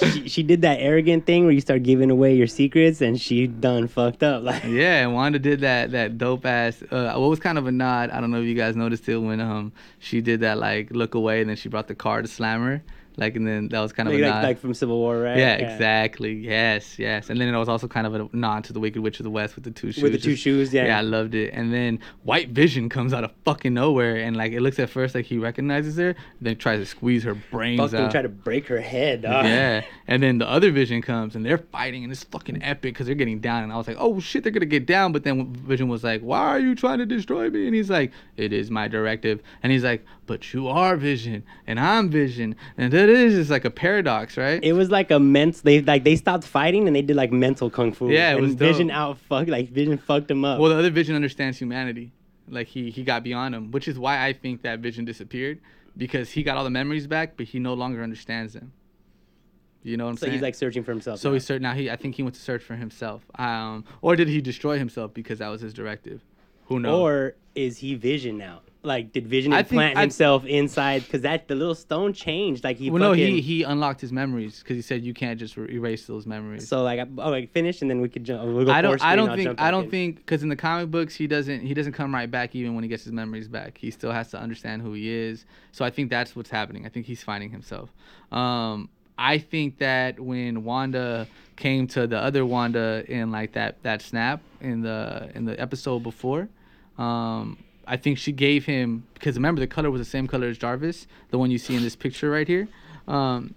S3: She, she did that arrogant thing where you start giving away your secrets, and she done fucked up. (laughs) Like
S1: Yeah, and Wanda did that that dope ass. Uh, what was kind of a nod. I don't know if you guys noticed it when um she did that like look away and then she brought the car to Slammer, like and then that was kind of
S3: like,
S1: a
S3: like,
S1: nod.
S3: like from Civil War, right?
S1: yeah, exactly. Yes, yes. And then it was also kind of a nod to the Wicked Witch of the West with the two shoes.
S3: With the two
S1: Just-
S3: shoes, yeah.
S1: Yeah, I loved it. And then White Vision comes out of fucking nowhere and like it looks at first like he recognizes her, then tries to squeeze her brains
S3: Fucking
S1: out.
S3: try to break her head. dog.
S1: uh, Yeah, and then the other vision comes and they're fighting and it's fucking epic because they're getting down and I was like, oh shit, they're gonna get down. But then Vision was like, why are you trying to destroy me? And he's like, it is my directive. And he's like, but you are Vision and I'm Vision and that is just like a paradox, right?
S3: It was like a mental. They like they stopped fighting and they did like mental kung fu.
S1: Yeah, it
S3: and
S1: was dope.
S3: Vision out fuck like Vision fucked him up.
S1: well, the other Vision understands humanity, like he he got beyond him, which is why I think that Vision disappeared because he got all the memories back, but he no longer understands them. You know what I'm
S3: so
S1: saying?
S3: he's like searching for himself.
S1: So
S3: now.
S1: he searched. Now he, I think he went to search for himself. Um, or did he destroy himself because that was his directive? Who knows?
S3: Or is he Vision now? Like, did Vision
S1: I think-
S3: implant
S1: I-
S3: himself inside? Because that the little stone changed. Like he
S1: well, no,
S3: fucking.
S1: he he unlocked his memories because he said you can't just re- erase those memories.
S3: so like, I, oh, like finish, and then we could jump. We'll go
S1: I
S3: forward
S1: don't. I
S3: screen,
S1: don't
S3: I'll
S1: think.
S3: jump
S1: I
S3: back
S1: don't
S3: in.
S1: think because in the comic books he doesn't. He doesn't come right back even when he gets his memories back. He still has to understand who he is. So I think that's what's happening. I think he's finding himself. Um, I think that when Wanda came to the other Wanda in like that that snap in the in the episode before, um, I think she gave him because remember the color was the same color as Jarvis, the one you see in this picture right here. Um,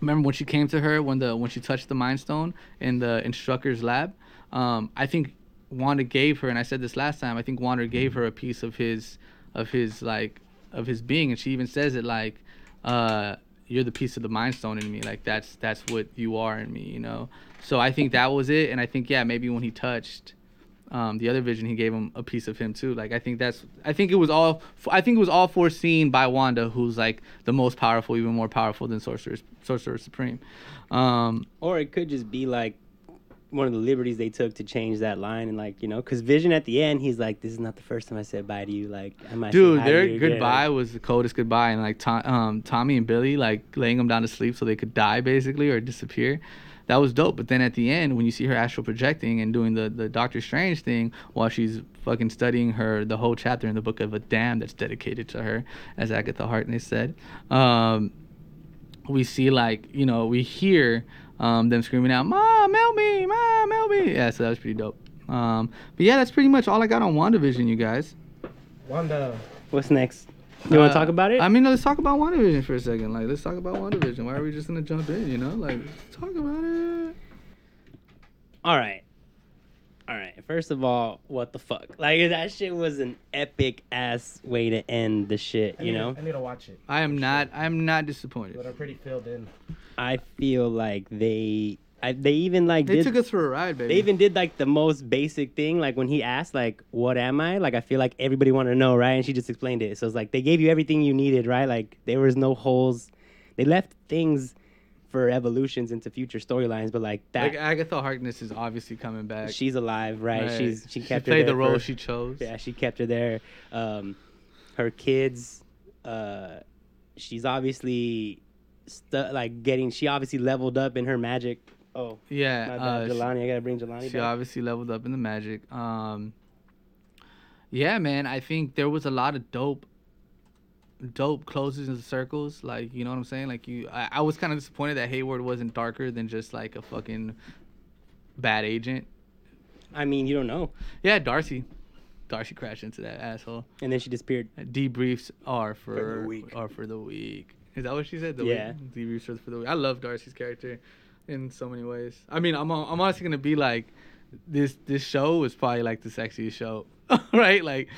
S1: remember when she came to her when the when she touched the mind stone in the instructor's lab um i think wanda gave her and i said this last time i think wanda gave her a piece of his of his like of his being and she even says it like uh you're the piece of the mind stone in me like that's that's what you are in me you know so i think that was it and i think yeah maybe when he touched um, the other vision he gave him a piece of him too like i think that's i think it was all i think it was all foreseen by wanda who's like the most powerful even more powerful than sorcerer sorcerer supreme um
S3: Or it could just be like one of the liberties they took to change that line and like you know, because Vision at the end, he's like, "This is not the first time I said bye to you." Like, I might say
S1: dude
S3: hi to
S1: their
S3: you again."
S1: goodbye was the coldest goodbye and like Tom, um, tommy and billy like laying him down to sleep so they could die basically or disappear that was dope but then at the end when you see her astral projecting and doing the, the doctor strange thing while she's fucking studying her the whole chapter in the book of a dam that's dedicated to her as agatha harkness said um, we see like you know we hear um, them screaming out mom help me mom help me yeah so that was pretty dope um, but yeah that's pretty much all i got on wandavision you guys
S5: Wanda.
S3: What's next? You want
S1: uh,
S3: to talk about it?
S1: I mean, let's talk about WandaVision for a second. Like, let's talk about WandaVision. Why are we just gonna jump in? You know, like, let's talk about it.
S3: All right. All right. First of all, what the fuck? Like that shit was an epic ass way to end the shit,
S5: I
S3: you
S5: need-
S3: know?
S5: I need to watch it,
S1: I am not. I am not
S5: but
S1: disappointed.
S5: I'm pretty filled in.
S3: I feel like they I, they even like
S1: They
S3: did
S1: took us for a ride, baby.
S3: they even did like the most basic thing like when he asked like what am I? Like I feel like everybody wanted to know, right? And she just explained it. So it's like they gave you everything you needed, right? Like there was no holes. They left things for evolutions into future storylines, but like that
S1: like Agatha Harkness is obviously coming back.
S3: she's alive, right?
S1: Right.
S3: She's she kept her
S1: played the
S3: there
S1: role
S3: for-
S1: she chose.
S3: Yeah, she kept her there. Um, her kids, uh, she's obviously stu- like getting. She obviously leveled up in her magic. Oh,
S1: Yeah,
S3: my bad,
S1: uh, she-
S3: Jelani. I gotta bring Jelani
S1: she
S3: back.
S1: obviously leveled up in the magic. Um, yeah, man, I think there was a lot of dope, dope closes and circles. Like, you know what I'm saying? Like, you, I, I was kind of disappointed that Hayward wasn't darker than just like a fucking bad agent.
S3: I mean, you don't know.
S1: Yeah, Darcy, Darcy crashed into that asshole.
S3: And then she disappeared.
S1: Debriefs are for,
S3: the week.
S1: Are for the week. Is that what she said? The
S3: Yeah.
S1: Week? Debriefs are for the week. I love Darcy's character in so many ways. I mean, I'm I'm honestly gonna be like, this this show was probably like the sexiest show, (laughs) right? Like,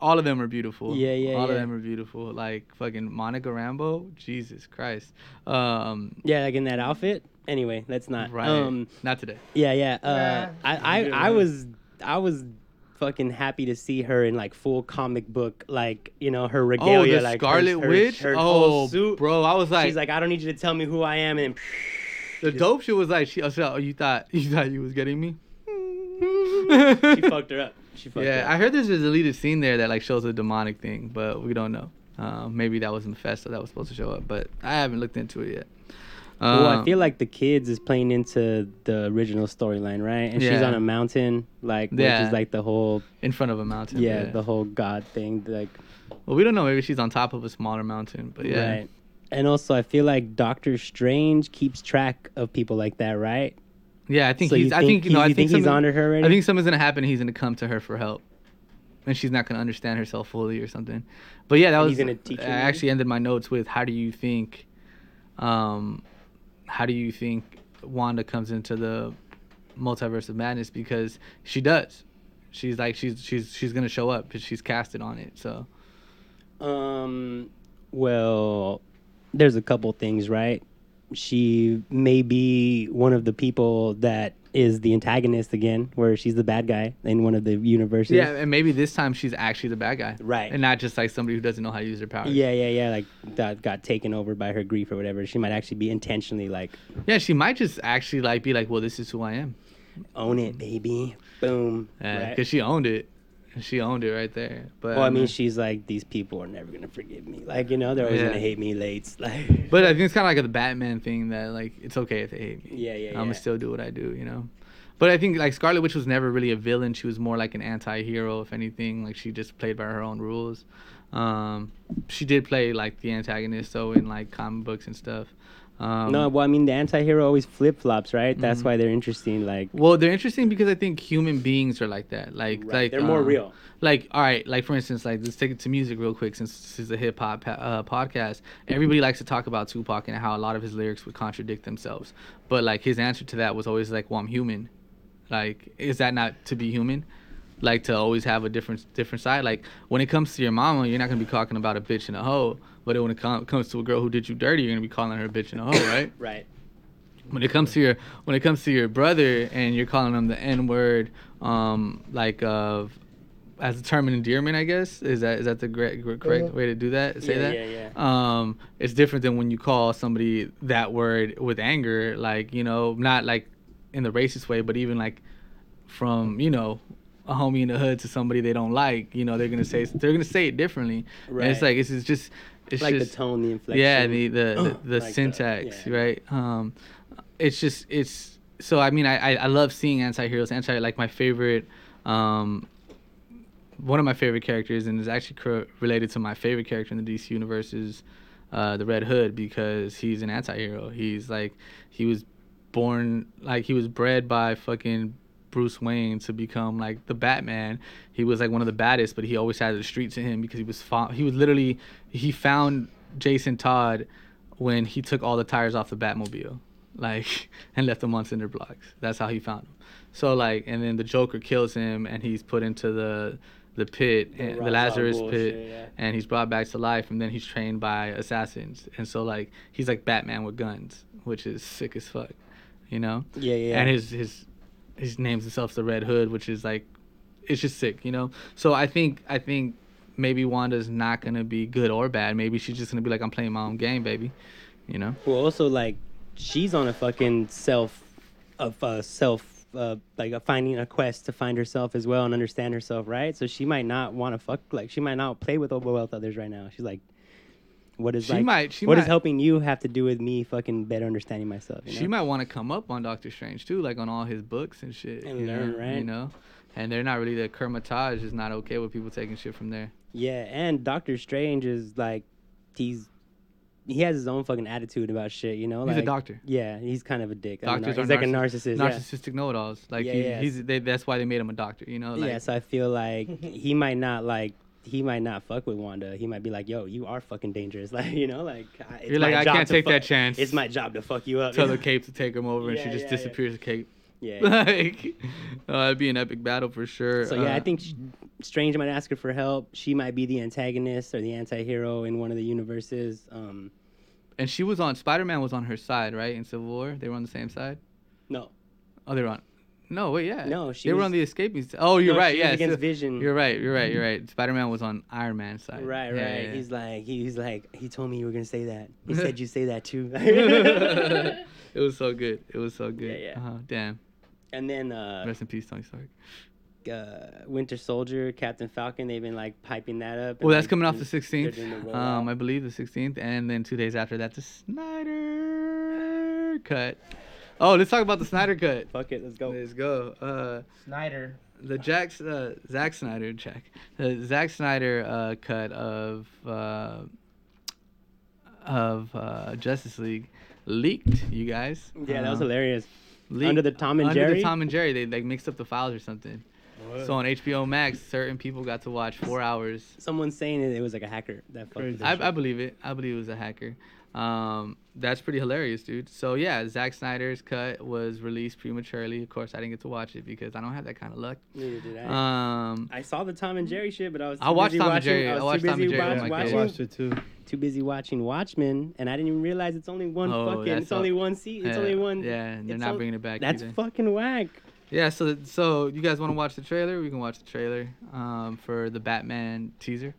S1: all of them are beautiful.
S3: Yeah, yeah,
S1: All of
S3: yeah.
S1: them are beautiful. Like fucking Monica Rambo. Jesus Christ. Um,
S3: Yeah, like in that outfit. Anyway, that's not.
S1: right.
S3: Um,
S1: Not today.
S3: yeah, yeah. Uh,
S5: Nah.
S3: I,
S5: Good
S3: I, I
S5: one.
S3: was, I was. Fucking happy to see her in like full comic book, like you know her
S1: Oh,
S3: regalia,
S1: the
S3: like her-
S1: Scarlet
S3: her-
S1: Witch.
S3: her whole
S1: oh,
S3: suit.
S1: bro, I was like,
S3: She's like, I don't need you to tell me who I am, and
S1: The dope shit was like she. oh, so you thought you thought you was getting me.
S3: (laughs) she fucked her up. She fucked
S1: yeah,
S3: her
S1: I
S3: up.
S1: heard there's a deleted scene there that like shows a demonic thing, but we don't know. Uh, maybe that was Mephisto that was supposed to show up, but I haven't looked into it yet.
S3: well, I
S1: Um,
S3: feel like the kids is playing into the original storyline, right? And she's
S1: Yeah.
S3: on a mountain, like which
S1: Yeah.
S3: is like the whole
S1: in front of a mountain.
S3: yeah, the whole god thing, like
S1: well, we don't know. Maybe she's on top of a smaller mountain, but yeah.
S3: right. And also, I feel like Doctor Strange keeps track of people like that, right?
S1: Yeah, I think
S3: So you
S1: he's. I think you know.
S3: you
S1: I
S3: think
S1: think
S3: he's
S1: something-
S3: onto her already?
S1: I think something's gonna happen. and He's gonna come to her for help, and she's not gonna understand herself fully or something. But yeah, that
S3: And
S1: was.
S3: he's gonna teach her
S1: I
S3: maybe?
S1: actually ended my notes with, "How do you think? Um, how do you think Wanda comes into the multiverse of madness? Because she does. She's like she's she's she's gonna show up because she's casted on it. So
S3: Um, well, there's a couple things, right? She may be one of the people that is the antagonist again, where she's the bad guy in one of the universes.
S1: yeah, and maybe this time she's actually the bad guy,
S3: Right.
S1: And not just like somebody who doesn't know how to use their powers.
S3: Yeah, yeah, yeah. Like that got taken over by her grief or whatever. She might actually be intentionally like
S1: yeah. She might just actually like be like, well, this is who I am.
S3: own it, baby. Boom.
S1: because
S3: right?
S1: she uh, owned it. She owned it right there. But um,
S3: Well, I mean, she's like, these people are never gonna forgive me. Like, you know, they're always
S1: Yeah.
S3: gonna hate me late. (laughs) Like,
S1: but I think it's kind of like the Batman thing that like it's okay if they hate me.
S3: yeah, yeah,
S1: I'm
S3: yeah.
S1: gonna still do what I do, you know. But I think like Scarlet Witch was never really a villain. She was more like an anti-hero, if anything. Like she just played by her own rules. Um, she did play like the antagonist though in like comic books and stuff. Um,
S3: no, well, I mean, the anti-hero always flip flops, right?
S1: Mm-hmm.
S3: That's why they're interesting. Like,
S1: Well, they're interesting because I think human beings are like that. Like,
S3: right,
S1: like
S3: they're more
S1: um,
S3: real.
S1: Like, all right, like for instance, like let's take it to music real quick since this is a hip hop pa- uh, podcast. Everybody likes to talk about Tupac and how a lot of his lyrics would contradict themselves. But like his answer to that was always like, "Well, I'm human." Like, is that not to be human? Like to always have a different different side. Like when it comes to your mama, you're not gonna be talking about a bitch and a hoe. But when it com- comes to a girl who did you dirty, you're gonna be calling her a bitch and a hoe, right?
S3: Right.
S1: when it comes to your when it comes to your brother and you're calling him the N word, um, like of as a term of endearment, I guess is that is that the correct, correct way to do that? Say
S3: Mm-hmm. Yeah,
S1: that.
S3: yeah, yeah.
S1: Um, it's different than when you call somebody that word with anger, like you know, not like in the racist way, but even like from you know a homie in the hood to somebody they don't like, you know, they're gonna say they're gonna say it differently. And it's
S3: Right.
S1: like it's, it's just it's
S3: like
S1: just,
S3: the tone, the inflection. Oh,
S1: yeah, the the, the, the
S3: Like the-
S1: syntax,
S3: yeah.
S1: right? Um, it's just it's so I mean I I, I love seeing anti-heroes. Anti like my favorite, um, one of my favorite characters, and is actually cor- related to my favorite character in the DC universe is uh, the Red Hood because he's an anti-hero. He's like he was born like he was bred by fucking Bruce Wayne to become like the Batman. He was like one of the baddest, but he always had the streets in him because he was fo- he was literally he found Jason Todd when he took all the tires off the Batmobile, like (laughs) and left them on cinder blocks. That's how he found him. So like and then the Joker kills him and he's put into the the pit, and- the,
S3: Ra's al
S1: Lazarus
S3: Ghul
S1: pit,
S3: shit, yeah.
S1: and he's brought back to life and then he's trained by assassins and so like he's like batman with guns which is sick as fuck you know
S3: Yeah, yeah.
S1: and his his his names himself the red hood which is like it's just sick you know so i think i think maybe wanda's not gonna be good or bad maybe she's just gonna be like i'm playing my own game baby you know
S3: Well, also like, she's on a fucking self, of uh, self, uh, like a finding a quest to find herself as well and understand herself, right? So she might not want to fuck. Like, she might not play with overwhelmed others right now. She's like. What is
S1: She
S3: like?
S1: might- she
S3: what is
S1: might-
S3: helping you have to do with me fucking better understanding myself? You know?
S1: She might want to come up on Doctor Strange too, like on all his books and shit.
S3: And
S1: you
S3: learn,
S1: know? You
S3: right?
S1: know, and they're not really the Kermitage is not okay with people taking shit from there.
S3: Yeah, and Doctor Strange is like, he's he has his own fucking attitude about shit. You know,
S1: He's a
S3: like,
S1: doctor.
S3: Yeah, he's kind of a dick. I'm a
S1: Doctors
S3: nar-
S1: are
S3: he's like a narcissist. yeah.
S1: narcissistic know-it-alls. Like
S3: Yeah,
S1: he,
S3: yeah.
S1: he's they, that's why they made him a doctor. You know, like
S3: yeah, so I feel like he might not like he might not fuck with Wanda. He might be like, "Yo, you are fucking dangerous." (laughs) Like, you know, like I- it's
S1: You're like,
S3: my
S1: "I
S3: job
S1: can't
S3: to
S1: take that
S3: fuck-
S1: chance."
S3: It's my job to fuck you up. (laughs)
S1: tell the cape to take him over, and she
S3: Yeah,
S1: just
S3: yeah, yeah.
S1: disappears. The cape, (laughs)
S3: yeah.
S1: like uh, it'd be an epic battle for sure.
S3: So yeah, I
S1: Uh,
S3: think sh Strange might ask her for help. She might be the antagonist or the anti-hero in one of the universes. Um,
S1: and she was on Spider-Man was on her side, right? In Civil War, they were on the same side.
S3: no,
S1: Oh, they were on. No, wait, yeah.
S3: No, she
S1: they were
S3: was-
S1: on the escaping. s- Oh, you're
S3: No,
S1: right.
S3: she was
S1: yeah,
S3: against
S1: so-
S3: Vision.
S1: You're right. You're right. You're right. Spider-Man was on Iron Man's side.
S3: Right,
S1: Yeah,
S3: right.
S1: yeah, (laughs) yeah.
S3: He's like, he, he's like, he told me you were gonna say that.
S1: (laughs)
S3: He said you say that too. (laughs) and
S1: it was so good. It was so good.
S3: yeah.
S1: Uh-huh. Damn.
S3: then uh,
S1: Rest in peace, Tony Stark.
S3: uh, Winter Soldier, Captain Falcon, they've been like piping that up. and,
S1: Well, that's
S3: like,
S1: coming off the
S3: doing-
S1: 16th.
S3: they're doing the
S1: um,
S3: rollout.
S1: I believe the 16th, and then two days after that, the Snyder cut. Oh, let's talk about the Snyder cut.
S3: Fuck it, let's go.
S1: Let's go. Uh,
S2: Snyder.
S1: the Jack, uh, Zack Snyder, Jack, the Zack Snyder uh, cut of uh, of uh, Justice League leaked. You guys.
S3: Yeah, that was
S1: Uh,
S3: hilarious.
S1: leaked-
S3: Under the Tom and
S1: under
S3: Jerry.
S1: the Tom and Jerry, they like mixed up the files or something. So on HBO Max, certain people got to watch four hours
S3: Someone's saying it, it was like a hacker that fucked
S6: Crazy.
S3: with that
S1: I, I
S3: shit.
S1: believe it. I believe it was a hacker. Um, that's pretty hilarious, dude. So yeah, Zack Snyder's cut was released prematurely. Of course, I didn't get to watch it because I don't have that kind of luck.
S3: Neither did I.
S1: Um,
S3: I saw the Tom and Jerry shit, but I was too
S1: I watched
S3: busy
S1: Tom and
S3: watching,
S1: Jerry.
S3: I
S1: I
S3: was
S1: watched
S3: too
S1: Tom and
S3: busy
S1: Jerry with
S3: watch-
S1: Oh my
S6: I
S1: kids.
S3: watching,
S6: watched it too.
S3: too busy watching Watchmen, and I didn't even realize it's only one
S1: Oh,
S3: fucking.
S1: that's
S3: It's only
S1: all-
S3: one seat. It's
S1: yeah,
S3: only one.
S1: Yeah, and they're
S3: it's
S1: not
S3: on-
S1: bringing it back.
S3: That's
S1: either.
S3: fucking whack.
S1: yeah. So so you guys want to watch the trailer? We can watch the trailer um, for the Batman teaser.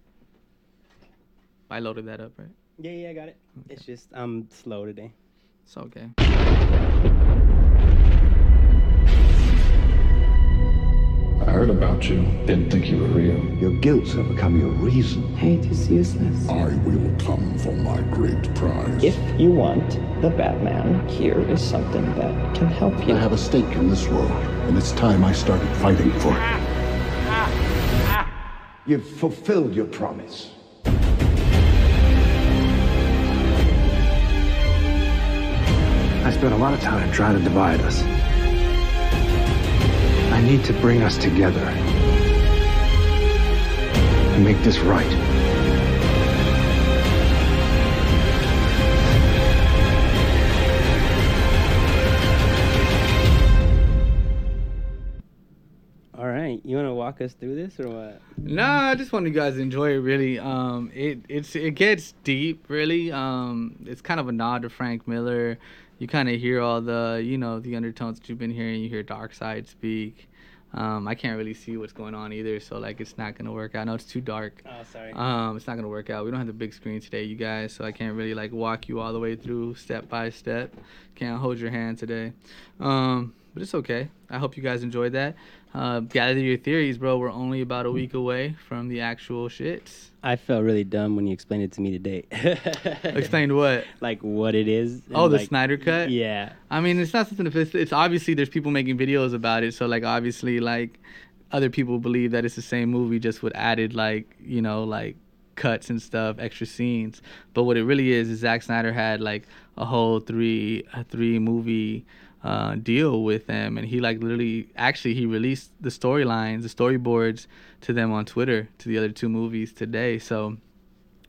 S1: I loaded that up, right?
S3: Yeah, yeah, I got it. It's just I'm slow today.
S1: It's okay.
S8: I heard about you. Didn't think you were real.
S9: Your guilts have become your reason.
S10: Hate is useless.
S11: I will come for my great prize.
S10: If you want the Batman, here is something that can help
S11: I
S10: you.
S11: have a stake in this world, and it's time I started fighting for it.
S9: You've fulfilled your promise.
S12: I spent a lot of time trying to divide us. I need to bring us together and make this right.
S3: All right, you want to walk us through this or what?
S1: Nah, I just want you guys to enjoy it. Really, um, it it's it gets deep. Really, um, it's kind of a nod to Frank Miller. You kind of hear all the you know the undertones that you've been hearing. You hear Dark Side speak. Um, I can't really see what's going on either, so like it's not gonna work out. No, it's too dark.
S3: Oh, sorry.
S1: Um, it's not gonna work out. We don't have the big screen today, you guys, so I can't really like walk you all the way through step by step. Can't hold your hand today. Um, but it's okay. I hope you guys enjoyed that. Uh, gather your theories, bro. We're only about a week away from the actual shits.
S3: I felt really dumb when you explained it to me today. (laughs)
S1: Explained what?
S3: like what it is. and,
S1: Oh, the
S3: like-
S1: Snyder cut.
S3: Yeah.
S1: I mean, it's not something. It's, it's obviously there's people making videos about it, so like obviously like other people believe that it's the same movie just with added like you know like cuts and stuff, extra scenes. But what it really is is Zack Snyder had like a whole three a three movie uh, deal with them, and he like literally actually he released the storylines, the storyboards to them on Twitter to the other two movies today. So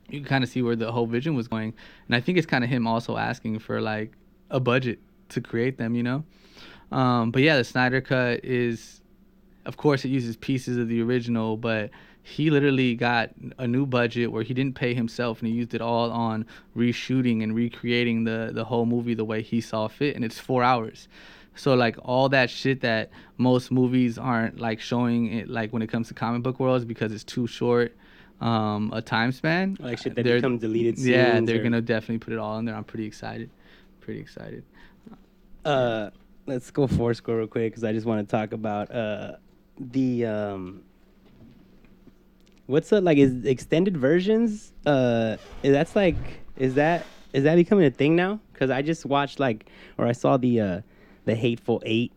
S1: you can kind of see where the whole vision was going. And I think it's kind of him also asking for like a budget to create them, you know? Um, but yeah, the Snyder Cut is, of course, it uses pieces of the original, but he literally got a new budget where he didn't pay himself and he used it all on reshooting and recreating the, the whole movie the way he saw fit. And it's four hours. So like all that shit that most movies aren't like showing it like when it comes to comic book worlds because it's too short um a time span.
S3: Like shit that
S1: They're-
S3: become deleted
S1: Yeah,
S3: scenes
S1: they're
S3: or-
S1: gonna definitely put it all in there. I'm pretty excited. Pretty excited.
S3: Uh, let's go Foursquare real quick because I just want to talk about uh the um. What's up? Like, is extended versions? Uh, is that's like, is that is that becoming a thing now? Because I just watched like, or I saw the uh, the Hateful Eight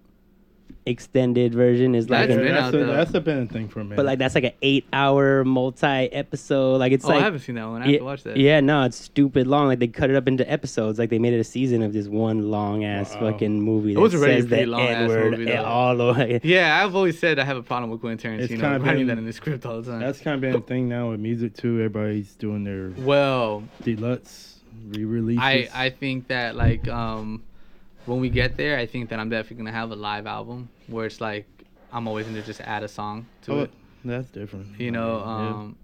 S3: extended version is like,
S1: That's
S3: an-
S1: been
S6: that's,
S1: out
S6: a,
S1: though.
S6: that's a bad thing for a minute.
S3: but like that's like an eight-hour multi-episode. Like, it's
S1: Oh,
S3: like
S1: I haven't seen that one. I have
S3: yeah,
S1: to watch that.
S3: yeah, no, it's stupid long. Like they cut it up into episodes. Like they made it a season of this one long ass
S6: Wow.
S3: fucking movie. That
S1: was already a
S3: says
S1: pretty
S3: the
S1: long-ass
S3: N-word
S1: movie, though.
S3: all over.
S1: Yeah, I've always said I have a problem with Quentin
S6: It's
S1: Tarantino
S6: kinda
S1: writing
S6: been-
S1: that in the script all the time.
S6: that's kind of been a thing now with music too. Everybody's doing their
S1: well,
S6: deluxe re-releases.
S1: I I think that like um when we get there, I think that I'm definitely gonna have a live album where it's like I'm always gonna just add a song to
S6: Oh,
S1: it.
S6: that's different.
S1: You know,
S6: Yeah.
S1: um,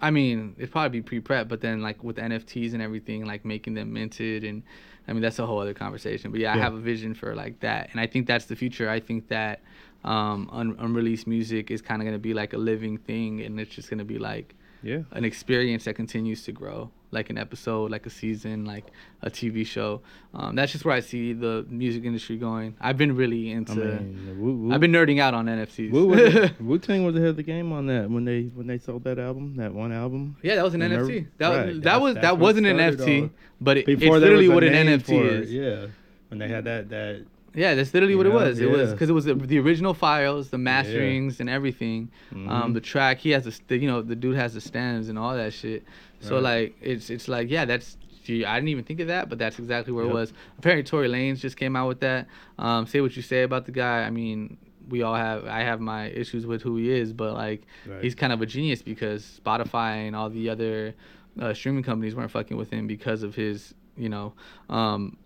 S1: I mean, it'd probably be pre-prep, but then like with NFTs and everything, like making them minted, and I mean that's a whole other conversation. But yeah, I
S6: Yeah.
S1: have a vision for like that, and I think that's the future. I think that um, un- unreleased music is kind of gonna be like a living thing, and it's just gonna be like
S6: yeah.
S1: an experience that continues to grow like an episode like a season like a tv show um, that's just where i see the music industry going i've been really into
S6: I mean, Wu- Wu-
S1: uh, i've been nerding out on nfts (laughs)
S6: Wu was Wu Tang was ahead of the game on that when they when they sold that album, that one album.
S1: yeah that was an
S6: And they're-
S1: nft that,
S6: right,
S1: that
S6: that's-
S1: was
S6: that's
S1: that
S6: what
S1: wasn't an
S6: started
S1: nft
S6: all-
S1: but it, it's
S6: there
S1: literally
S6: was a
S1: what an
S6: name
S1: nft
S6: for it,
S1: is yeah.
S6: Yeah, when they had that that
S1: that's literally
S6: You
S1: what
S6: know?
S1: it was it was
S6: Yeah.
S1: because it was the, the original files the masterings and everything
S6: Mm-hmm.
S1: um, the track he has the st- you know the dude has the stems and all that shit so
S6: Right.
S1: like it's it's like yeah that's gee, I didn't even think of that but that's exactly where it
S6: Yep.
S1: was apparently Tory Lanez just came out with that um, say what you say about the guy I mean we all have I have my issues with who he is but like
S6: Right.
S1: he's kind of a genius because Spotify and all the other uh, streaming companies weren't fucking with him because of his you know um,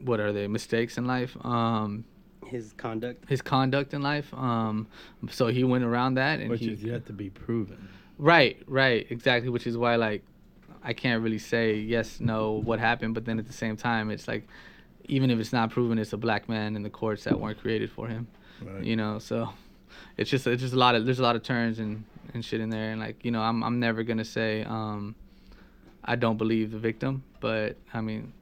S1: what are they mistakes in life um,
S3: His conduct.
S1: his conduct in life. Um, so he went around that, and
S6: which
S1: he,
S6: is yet to be proven.
S1: right, right, exactly, which is why like I can't really say yes, no, what happened, but then at the same time, it's like even if it's not proven, it's a black man in the courts that weren't created for him,
S6: Right.
S1: you know. So it's just it's just a lot of there's a lot of turns and and shit in there, and like you know, I'm I'm never gonna say um I don't believe the victim, but I mean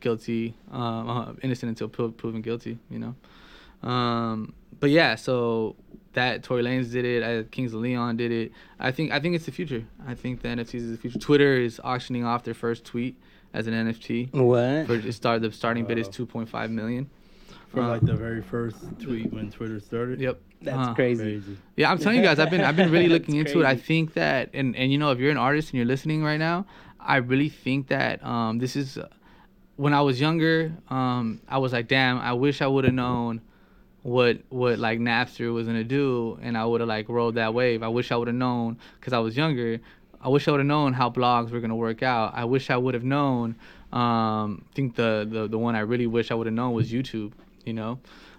S1: guilty, um, uh, innocent until pro- proven guilty, you know. Um, but yeah, so that Tory Lanez did it. I, Kings of Leon did it. I think I think it's the future. I think the NFTs is the future. Twitter is auctioning off their first tweet as an NFT.
S3: What?
S1: For, it start, the starting bid is 2.5 million.
S6: For
S1: Uh,
S6: like the very first tweet when Twitter started.
S1: Yep.
S3: That's
S1: Uh-huh.
S3: crazy.
S1: Yeah, I'm telling you guys, I've been I've been really looking
S3: (laughs) That's
S1: into it. I
S3: crazy.
S1: think that, and and you know, if you're an artist and you're listening right now, I really think that um, this is. When I was younger, um, I was like, damn, I wish I would have known what what like Napster was gonna do, and I would have like rolled that wave. I wish I would have known because I was younger. I wish I would have known how blogs were gonna work out. I wish I would have known. Um, I think the, the the one I really wish I would have known was YouTube. You know.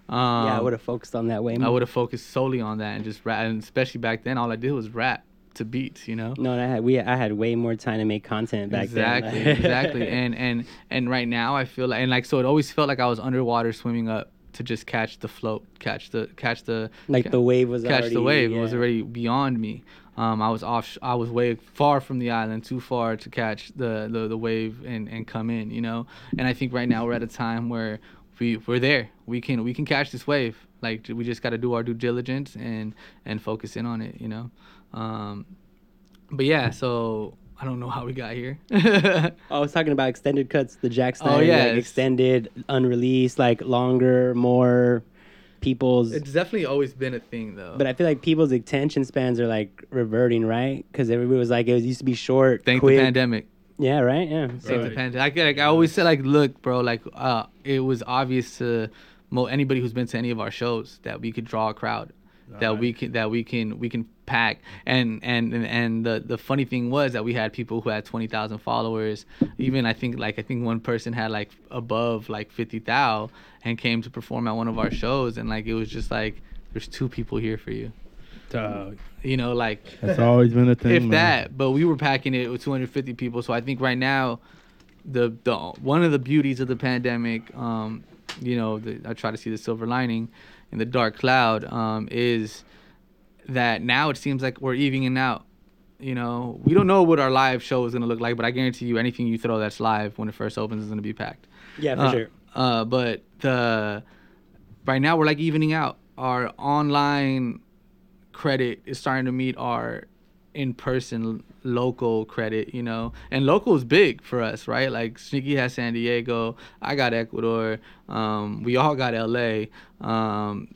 S1: Um,
S3: yeah, I would have focused on that way.
S1: I
S3: more.
S1: would have focused solely on that and just rap. And especially back then, all I did was rap to beats, you know.
S3: No, and I had we I had way more time to make content (laughs) back (laughs)
S1: exactly,
S3: then.
S1: exactly. And and and right now, I feel like and like so it always felt like I was underwater swimming up to just catch the float, catch the catch the
S3: like the wave was
S1: catch
S3: already,
S1: the wave. It was
S3: yeah.
S1: already beyond me. Um, I was off. I was way far from the island, too far to catch the, the, the wave and, and come in. You know. And I think right now we're at a time where we we're there. We can we can catch this wave. Like we just got to do our due diligence and and focus in on it. You know. Um, but yeah. So I don't know how we got here. (laughs)
S3: Oh, I was talking about extended cuts, the Jack
S1: Oh,
S3: Snyder, like,
S1: yes.
S3: extended, unreleased, like longer, more people's.
S1: it's definitely always been a thing though.
S3: but I feel like people's attention spans are like reverting, right? Because everybody was like, it was, used to be short,
S1: thank
S3: quick.
S1: the pandemic.
S3: Yeah, right. Yeah. So-
S1: Take the
S6: Right.
S1: pandemic. I, like, I always say, like, look, bro, like, uh, it was obvious to mo- anybody who's been to any of our shows that we could draw a crowd, that we can, that we can, we can pack. And and and, and the the funny thing was that we had people who had twenty thousand followers. Even I think like I think one person had like above like fifty thou and came to perform at one of our shows, and like it was just like there's two people here for you.
S6: Dog.
S1: You know, like
S6: That's always been a thing.
S1: if
S6: man.
S1: that, but we were packing it with 250 people. So I think right now, the the one of the beauties of the pandemic, um, you know, the, I try to see the silver lining in the dark cloud, um, is that now it seems like we're evening out. You know, we don't know what our live show is gonna look like, but I guarantee you, anything you throw that's live when it first opens is gonna be packed.
S3: yeah, for
S1: Uh,
S3: sure.
S1: Uh, but the right now we're like evening out. Our online credit is starting to meet our in-person local credit, you know. And local is big for us, right? Like Sneaky has San Diego, I got Ecuador, um, we all got LA. Um,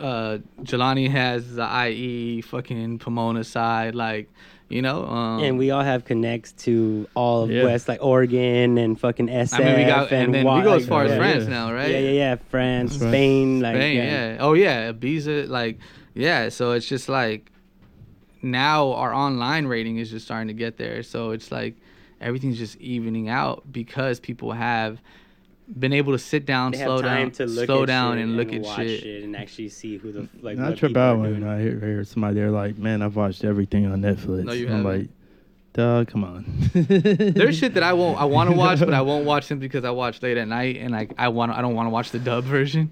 S1: uh, Jelani has the IE, fucking Pomona side, like, you know. Um,
S3: and we all have connects to all of
S6: Yeah.
S3: West, like Oregon and fucking SF.
S1: I mean, we got, and,
S3: and,
S1: then
S3: Wa-
S1: we go
S3: like,
S1: as far as
S3: yeah.
S1: France now, right?
S3: Yeah, yeah, yeah. France,
S6: That's right.
S3: Spain, like
S1: Spain,
S3: yeah.
S1: yeah. Oh yeah, Ibiza, like yeah. So it's just like now our online rating is just starting to get there. So it's like everything's just evening out because people have been able to sit down,
S3: They have
S1: slow
S3: time
S1: down,
S3: to look
S1: slow
S3: at
S1: down,
S3: shit
S1: and look at
S3: watch
S1: shit.
S3: and actually see who the f- like.
S6: And I
S3: what
S6: trip
S3: people are
S6: out when
S3: doing.
S6: I hear, hear somebody they're like, "Man, I've watched everything on Netflix."
S1: No, you
S6: I'm
S1: haven't.
S6: like, "Duh, come on."
S1: (laughs)
S6: There's
S1: There's shit that I won't, I
S3: (laughs)
S1: want to watch, but I won't watch simply because I watch late at night, and like I want, I don't want to watch the dub (laughs) version,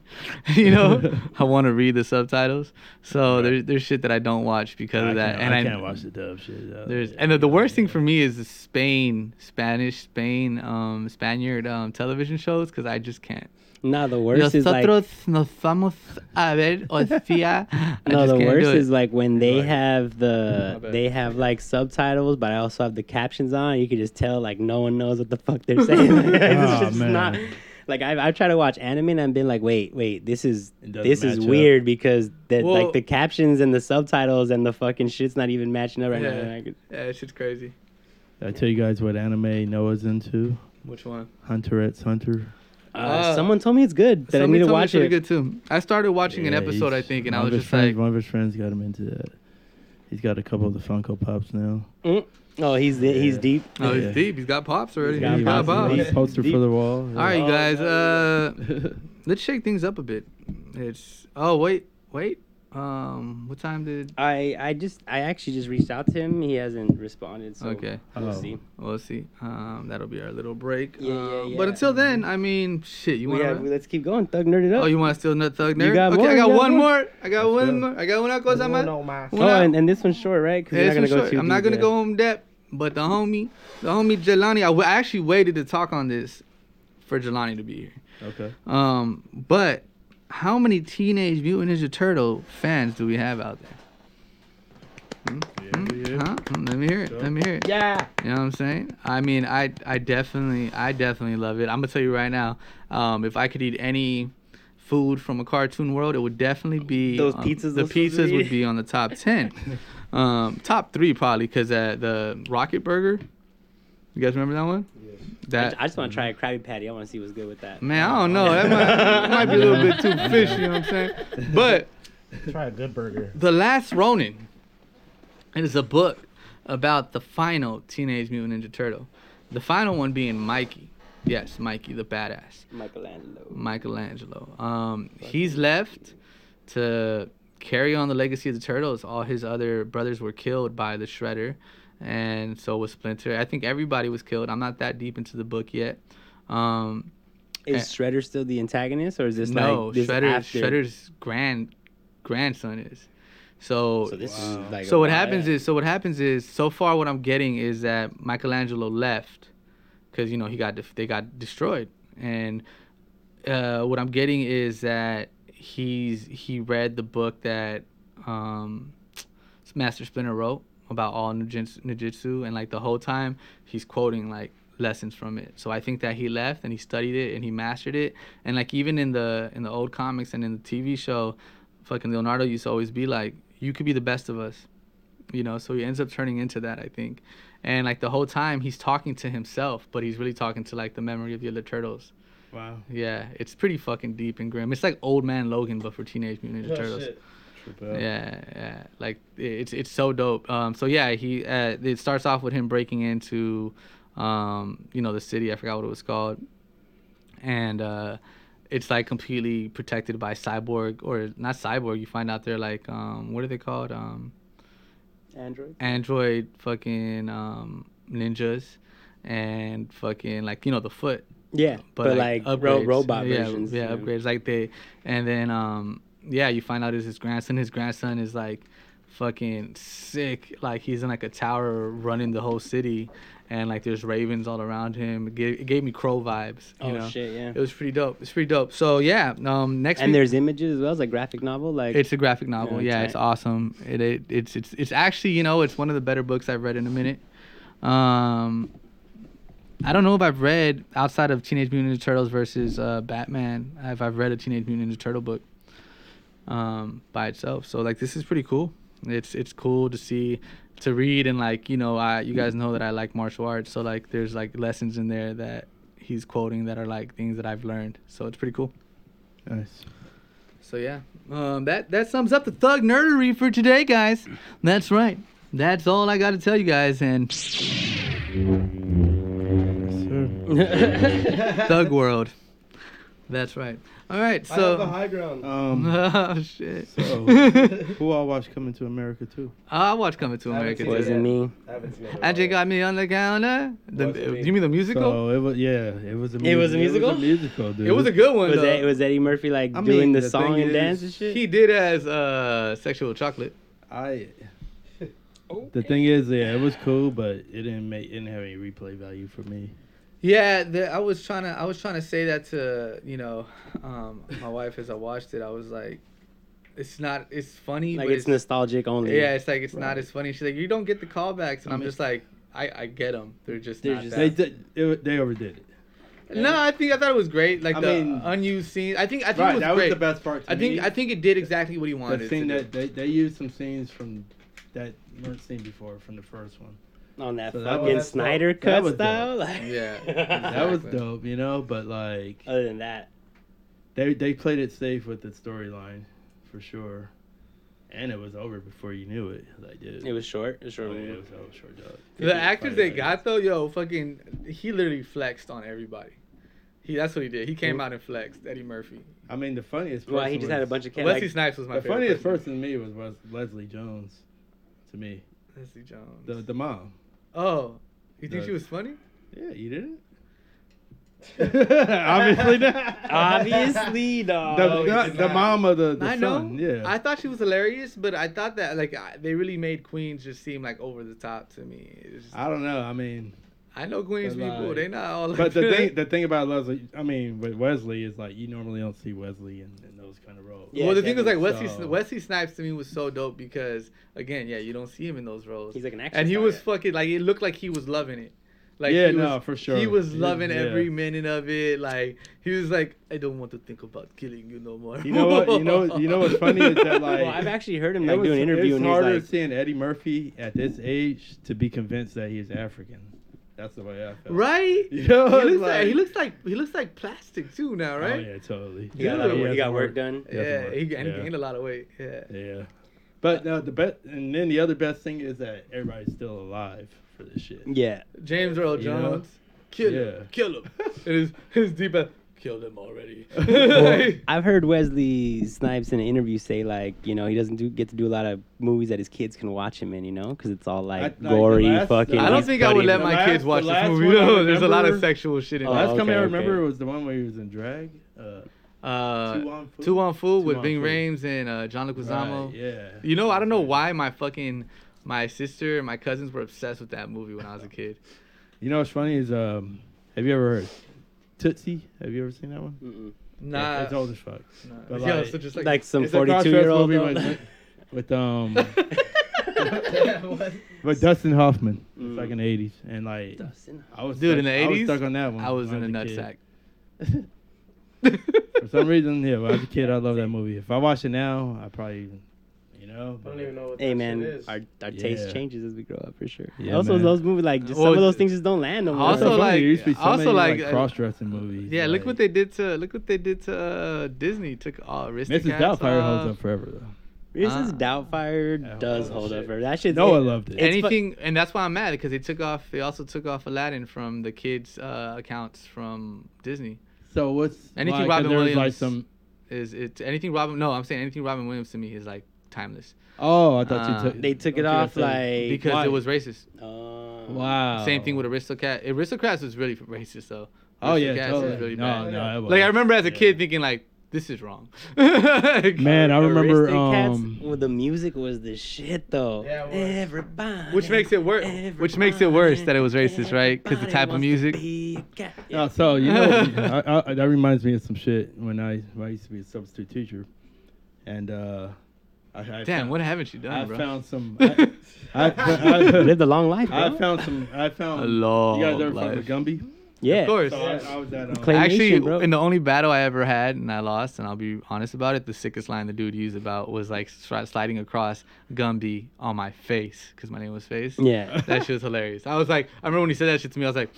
S1: you
S3: (laughs)
S1: know. I want to read the subtitles, so there's there's shit that I don't watch because
S6: I
S1: of that,
S6: can't,
S1: and
S6: I can't watch the dub shit. though.
S1: There's and the, the worst thing for me is the Spain, Spanish, Spain, um, Spaniard um, television shows because I just can't.
S3: Nah, the worst is like
S1: Nosotros nos vamos a ver hostia.
S3: (laughs)
S1: I
S3: no,
S1: just
S3: the
S1: can't
S3: worst
S1: do it.
S3: is like when they
S6: Right.
S3: have the
S1: bad.
S3: they have like subtitles, but I also have the captions on. You can just tell like no one knows what the fuck
S1: (laughs)
S3: they're saying.
S1: Oh,
S3: Like, (laughs)
S6: Aw,
S3: it's just
S6: man.
S3: not like I've I've tried to watch anime and I've been like, wait, wait, this is
S6: It doesn't
S3: this is
S6: match up.
S3: weird because that
S1: Well-
S3: like the captions and the subtitles and the fucking shit's not even matching up right now. And I
S1: yeah,
S3: could-
S1: yeah, that shit's crazy.
S6: I tell you guys what anime Noah's into.
S1: Which one?
S6: Hunter x Hunter.
S3: Uh,
S1: Uh,
S3: someone told me it's good that I
S1: Somebody
S3: need to
S1: told me
S3: watch
S1: it's pretty
S3: it.
S1: good too. I started watching an
S6: Yeah,
S1: episode, I
S6: he's-
S1: think, and I
S6: one of
S1: was
S6: his
S1: just
S6: friends-
S1: like,
S6: one of his friends got him into that. He's got a couple of the Funko Pops now.
S3: Mm. Oh, he's the, he's
S6: Yeah.
S3: deep.
S1: "Oh, he's
S6: Yeah.
S1: deep. He's got pops already.
S3: got
S1: He's got
S6: wants
S1: pops."
S6: to be
S3: pops.
S6: a poster
S3: Deep.
S6: for the wall.
S1: All right, you
S3: Oh,
S1: guys.
S3: no.
S1: Uh, let's shake things up a bit. It's oh wait, wait. Um, what time did?
S3: I I just I actually just reached out to him. He hasn't responded. So
S1: Okay.
S3: we'll
S6: Oh.
S3: see.
S1: We'll see. Um, that'll be our little break.
S3: Yeah, yeah,
S1: Um, But
S3: yeah.
S1: until then, I mean, shit. You
S3: We
S1: want?
S3: have, let's keep going. Thug nerded up.
S1: oh, you want to steal Nut Thug
S3: You
S1: Nerd?
S3: got
S1: okay,
S3: more,
S1: I
S3: you
S1: got
S3: got
S1: one
S3: more.
S1: more. I got one more. I got una cosa más.
S5: No, my.
S1: Una-
S3: Oh, and, and this one's short, right? Because
S1: Hey,
S3: we're not
S1: this one's
S3: gonna go
S1: short.
S3: too
S1: I'm not
S3: deep
S1: gonna
S3: yet.
S1: go home depth, but the homie, the homie Jelani. I wa- I actually waited to talk on this for Jelani to be here.
S6: Okay.
S1: Um, but how many Teenage Mutant Ninja Turtle fans do we have out there? Hmm? Hmm? Huh? Hmm, Let me hear it. Let me hear it.
S5: Yeah.
S1: You know what I'm saying? I mean, I I definitely I definitely love it. I'm gonna tell you right now. Um, if I could eat any food from a cartoon world, it would definitely be
S3: Those
S1: on-
S3: pizzas
S1: The
S3: those fools were
S1: pizzas would
S3: eating.
S1: be on the top
S3: (laughs)
S1: ten, um, top three probably because uh, the Rocket Burger. You guys remember that one?
S3: I,
S1: That
S3: I just want to try a Krabby Patty. I want to see what's good with that.
S1: man, I don't know. That might, that might be a little bit too fishy. You know what I'm saying? But
S2: Try a good burger.
S1: The Last Ronin. It is a book about the final Teenage Mutant Ninja Turtle. The final one being Mikey. Yes, Mikey, the badass.
S3: Michelangelo.
S1: Michelangelo. Um, he's left to carry on the legacy of the Turtles. All his other brothers were killed by the Shredder, and so was Splinter. I think everybody was killed. I'm not that deep into the book yet. Um,
S3: Is Shredder still the antagonist, or is this
S1: no,
S3: like this
S1: Shredder,
S3: after?
S1: Shredder's grand grandson is. So,
S13: So this is like.
S1: so what happens is so what happens is so far what I'm getting is that Michelangelo left because you know he got def- they got destroyed and uh, what I'm getting is that he's he read the book that um, Master Splinter wrote about all ninjutsu, ninjutsu and like the whole time he's quoting like lessons from it. So I think that he left and he studied it and he mastered it and like even in the in the old comics and in the TV show, fucking Leonardo used to always be like, "You could be the best of us," you know. So he ends up turning into that, I think. And like the whole time he's talking to himself, but he's really talking to like the memory of the other turtles.
S13: Wow.
S1: Yeah, it's pretty fucking deep and grim. It's like Old Man Logan, but for Teenage Mutant Ninja
S2: Oh,
S1: Turtles.
S2: shit.
S1: Yeah, yeah. Like i- it's it's so dope. Um, so yeah, he uh, it starts off with him breaking into, um, you know, the city. I forgot what it was called, and uh, it's like completely protected by cyborg or not cyborg. You find out they're like, um, what are they called? Um,
S3: Android.
S1: android fucking um, ninjas, and fucking like you know the foot
S3: Yeah, but, like, ro-
S1: upgrades.
S3: robot
S1: yeah,
S3: versions.
S1: Yeah,
S3: you know?
S1: upgrades like they, and then um, yeah, you find out it's his grandson. His grandson is like fucking sick. Like he's in like a tower running the whole city, and like there's ravens all around him. It gave, it gave me crow vibes. You
S3: Oh
S1: know?
S3: shit, yeah.
S1: It was pretty dope. It's pretty dope. So yeah, um, next
S3: and
S1: week-
S3: there's images as well. It's like graphic novel. Like
S1: it's a graphic novel.
S3: Yeah,
S1: Yeah,
S3: tight.
S1: it's awesome. It, it it's it's it's actually you know it's one of the better books I've read in a minute. Um, I don't know if I've read outside of Teenage Mutant Ninja Turtles versus uh, Batman. If I've read a Teenage Mutant Ninja Turtle book um, by itself. So like this is pretty cool. It's it's cool to see to read and like you know I you guys know that I like martial arts. So like there's like lessons in there that he's quoting that are like things that I've learned. So it's pretty cool.
S6: Nice.
S1: So yeah, um, that that sums up the thug nerdery for today, guys. That's right. That's all I got to tell you guys. (laughs) And (laughs) thug world. That's right. All right.
S2: I have the
S1: So.
S2: high
S1: (laughs)
S2: ground.
S6: Um,
S1: Oh shit!
S6: so, who I watch coming to America too?
S1: I watched Coming to
S2: I haven't
S1: America.
S2: seen it
S1: too.
S3: wasn't me.
S2: I haven't seen it.
S1: I just got me on the counter. The,
S2: Wasn't me.
S1: you mean the musical?
S6: So it was yeah, it was a
S3: It was a musical?
S6: It was a musical, dude.
S1: it was a good one.
S3: Was
S1: though.
S3: that was Eddie Murphy like
S6: I
S3: doing
S6: mean,
S3: the,
S6: the
S3: song
S6: thing
S3: and
S6: is,
S3: dance and shit?
S1: He did as uh, sexual chocolate.
S6: I. The thing is, yeah, it was cool, but it didn't make it didn't have any replay value for me.
S1: Yeah, the, I was trying to I was trying to say that to you know um, my wife as I watched it. I was like, it's not it's funny,
S3: like
S1: but
S3: it's nostalgic only.
S1: yeah, it's like it's not
S6: Right.
S1: as funny. She's like, you don't get the callbacks, and I'm just like, I I get them. They're just
S3: They're
S1: not
S3: just-
S1: that-
S6: They did, it, wa- they overdid it.
S1: no, I think I thought it was great. Like
S6: I
S1: the
S6: mean-
S1: unused scenes. I think I think
S6: Right,
S1: it was
S6: that was
S1: great.
S6: the best part. to
S1: I think
S6: me.
S1: I think it did exactly what he wanted.
S6: the
S1: it to
S6: scene
S1: do.
S6: that they, they used some scenes from that weren't seen before from the first one.
S3: on that
S6: So that was-
S3: fucking
S6: that's
S3: Snyder
S6: dope. That
S3: cut
S6: was dope.
S3: style. Like,
S1: Yeah,
S6: That was
S1: Exactly. Uh,
S6: dope, you know. But like
S3: (laughs) Other than that,
S6: they they played it safe with the storyline, for sure. And it was over before you knew it. Like dude,
S3: it was short. It was short.
S6: Oh, yeah,
S3: movie.
S6: it was over short. dog.
S1: The actors they got though, yo, fucking, he literally flexed on everybody. He that's what he did. He came out and flexed. Eddie Murphy.
S6: I mean, the funniest.
S3: Well, he
S6: person
S3: just had a
S6: was-
S3: bunch of
S1: Leslie
S3: like,
S1: Snipes was my
S6: The
S1: favorite.
S6: funniest person to me was Wes- Leslie Jones. To me,
S1: Leslie Jones.
S6: the the mom.
S1: Oh, you think
S6: The-
S1: she was funny?
S6: Yeah, you didn't. (laughs)
S5: (laughs)
S6: Obviously
S1: (laughs)
S6: not.
S3: obviously
S6: The,
S3: dog.
S1: No, he
S6: the,
S1: Oh, did
S6: the
S1: not.
S6: mom of the, the
S1: I
S6: son.
S1: know.
S6: Yeah.
S1: I thought she was hilarious, but I thought that like I, they really made Queens just seem like over the top to me. It's just- (laughs)
S6: I don't know. I mean,
S1: I know Queens
S6: But,
S1: people.
S6: like-
S1: They not all. (laughs)
S6: But the thing, the thing about Leslie, I mean, with Wesley is like you normally don't see Wesley in, in those kind of roles.
S1: well, the thing was like Wesley
S6: So-
S1: Wesley Snipes to me was so dope because again, yeah, you don't see him in those roles.
S3: He's like an action
S1: and he
S3: star,
S1: was
S3: yeah.
S1: fucking like it looked like he was loving it. Like
S6: Yeah,
S1: he was,
S6: no, for sure.
S1: He was
S6: He-
S1: loving
S6: yeah.
S1: every minute of it. Like he was like, I don't want to think about killing you no more.
S6: You know what? You know. You know what's funny is that like.
S3: well, I've actually heard him
S6: it
S3: like do
S6: was-
S3: an interview
S6: It's
S3: and
S6: harder
S3: he's like,
S6: seeing Eddie Murphy at this age to be convinced that he's African. That's the way I feel.
S1: (laughs) Right? (laughs)
S6: (laughs) You know,
S1: he, looks
S6: it's
S1: like, he
S6: like-
S1: looks like he looks like plastic too now, right?
S6: Oh yeah, totally.
S3: he got, a lot of,
S1: Dude.
S3: he
S6: hasn't
S3: got work
S6: worked-
S3: done.
S6: he hasn't
S1: yeah,
S6: worked.
S1: he, and he
S6: Yeah.
S1: gained a lot of weight. Yeah.
S6: Yeah. But uh, the best, and then the other best thing is that everybody's still alive for this shit.
S3: Yeah.
S1: James Earl
S6: You know?
S1: Jones, kill
S6: Yeah.
S1: him, kill
S6: (laughs)
S1: him. it is his deep breath, kill him already.
S3: Well, I've heard Wesley Snipes in an interview say like, you know, he doesn't do, get to do a lot of movies that his kids can watch him in, you know, because it's all like,
S6: like the
S3: gory,
S6: last-
S3: fucking.
S6: the-
S1: I don't
S3: he's
S1: think I would
S3: bloody-
S1: let
S6: The
S1: my
S6: last-
S1: kids
S6: the
S1: watch this
S6: last
S1: movie.
S6: one I
S1: though. (laughs) there's a lot of
S6: remember-
S1: sexual shit in
S3: Oh,
S1: it.
S6: Last time I
S3: okay,
S6: remember
S3: okay.
S6: was the one where he was in drag. Uh,
S1: Uh,
S6: Two on Fu?
S1: Two on Fool
S6: Two
S1: with
S6: on
S1: Bing
S6: Fu.
S1: Rames and uh, John Leguizamo.
S6: right, yeah.
S1: You know, I don't know why my fucking my sister and my cousins were obsessed with that movie when I was a kid.
S6: You know what's funny is um, have you ever heard Tootsie? Have you ever seen that one?
S1: Nah,
S6: it's old as fuck. But
S1: yeah,
S6: like-
S1: so just like,
S3: Like some
S6: It's a cross-dress
S3: 42 year old.
S6: movie with, with um
S1: (laughs)
S6: with Dustin Hoffman. It's like in the eighties, and like I was
S1: Dude,
S6: stuck,
S1: in the
S6: I was
S1: 80s,
S6: stuck on that one.
S1: I was in
S6: when
S1: a
S6: a kid.
S1: nutsack.
S6: For some reason, yeah, when I was a kid, I love that movie. If I watch it now, I probably, you know,
S5: I don't even know what
S3: Hey
S5: that shit
S3: man,
S5: is.
S3: our, our taste
S6: Yeah.
S3: changes as we grow up for sure.
S6: Yeah,
S3: also,
S6: man.
S3: those movies like just
S1: Well,
S3: some of those things just don't land no more.
S1: also, like- also, like, uh,
S6: cross dressing
S1: (laughs)
S6: movies.
S1: Yeah, look
S6: like-
S1: what they did to look what they did to uh, Disney. Took all Aristocats.
S6: Mrs. Doubtfire
S1: off.
S6: holds up forever though.
S3: (laughs) This is
S1: Ah.
S3: Doubtfire
S6: Yeah,
S3: does
S6: oh,
S3: hold
S6: shit.
S3: up for that shit.
S6: Noah loved it.
S3: It's fu-
S1: anything and that's why i'm mad because they took off they also took off aladdin from the kids uh, accounts from disney
S6: So what's
S1: Anything
S6: why- 'cause
S1: Robin
S6: there was, like
S1: Williams-
S6: some.
S1: is it anything robin no i'm saying anything robin williams to me is like timeless
S6: Oh, I thought
S1: Uh,
S6: you took.
S3: They took
S6: I
S3: it
S6: thought you
S3: off
S6: said-
S3: like
S1: because
S6: why?
S1: it was racist
S3: uh,
S6: Wow.
S1: same thing with aristocrat aristocrats was really racist though
S6: Oh yeah,
S1: Aristocats
S6: totally.
S1: is really
S6: no,
S1: bad.
S6: no, it was.
S1: like i remember as a
S6: Yeah.
S1: kid thinking like this is wrong (laughs) man
S6: Man, I remember.
S3: Aristocats,
S6: Um,
S3: well, the music was the shit though.
S5: Yeah, it was.
S3: everybody.
S1: which makes it worse which makes it worse that it was racist right because the
S3: everybody
S1: type of
S3: wants to
S1: music
S3: be a cat.
S6: oh, so you
S1: (laughs)
S6: know, I, I, that reminds me of some shit when I when I used to be a substitute teacher, and uh, I, I
S1: damn
S6: found,
S1: what haven't you
S6: I
S1: done bro
S6: found
S1: (laughs)
S6: some. I, I, I,
S3: Lived a long life, bro.
S6: I found some. I found.
S1: A
S6: you guys ever
S1: long
S6: fucked with Gumby?
S3: yeah.
S1: of course
S6: So I, I was at. Um,
S3: Clay- Claymation,
S1: Actually,
S3: bro.
S1: in the only battle I ever had and I lost, and I'll be honest about it, the sickest line the dude used about was like sli- sliding across Gumby on my face because my name was Face.
S3: Yeah.
S1: That shit was hilarious. I was like, I remember when he said that shit to me, I was like,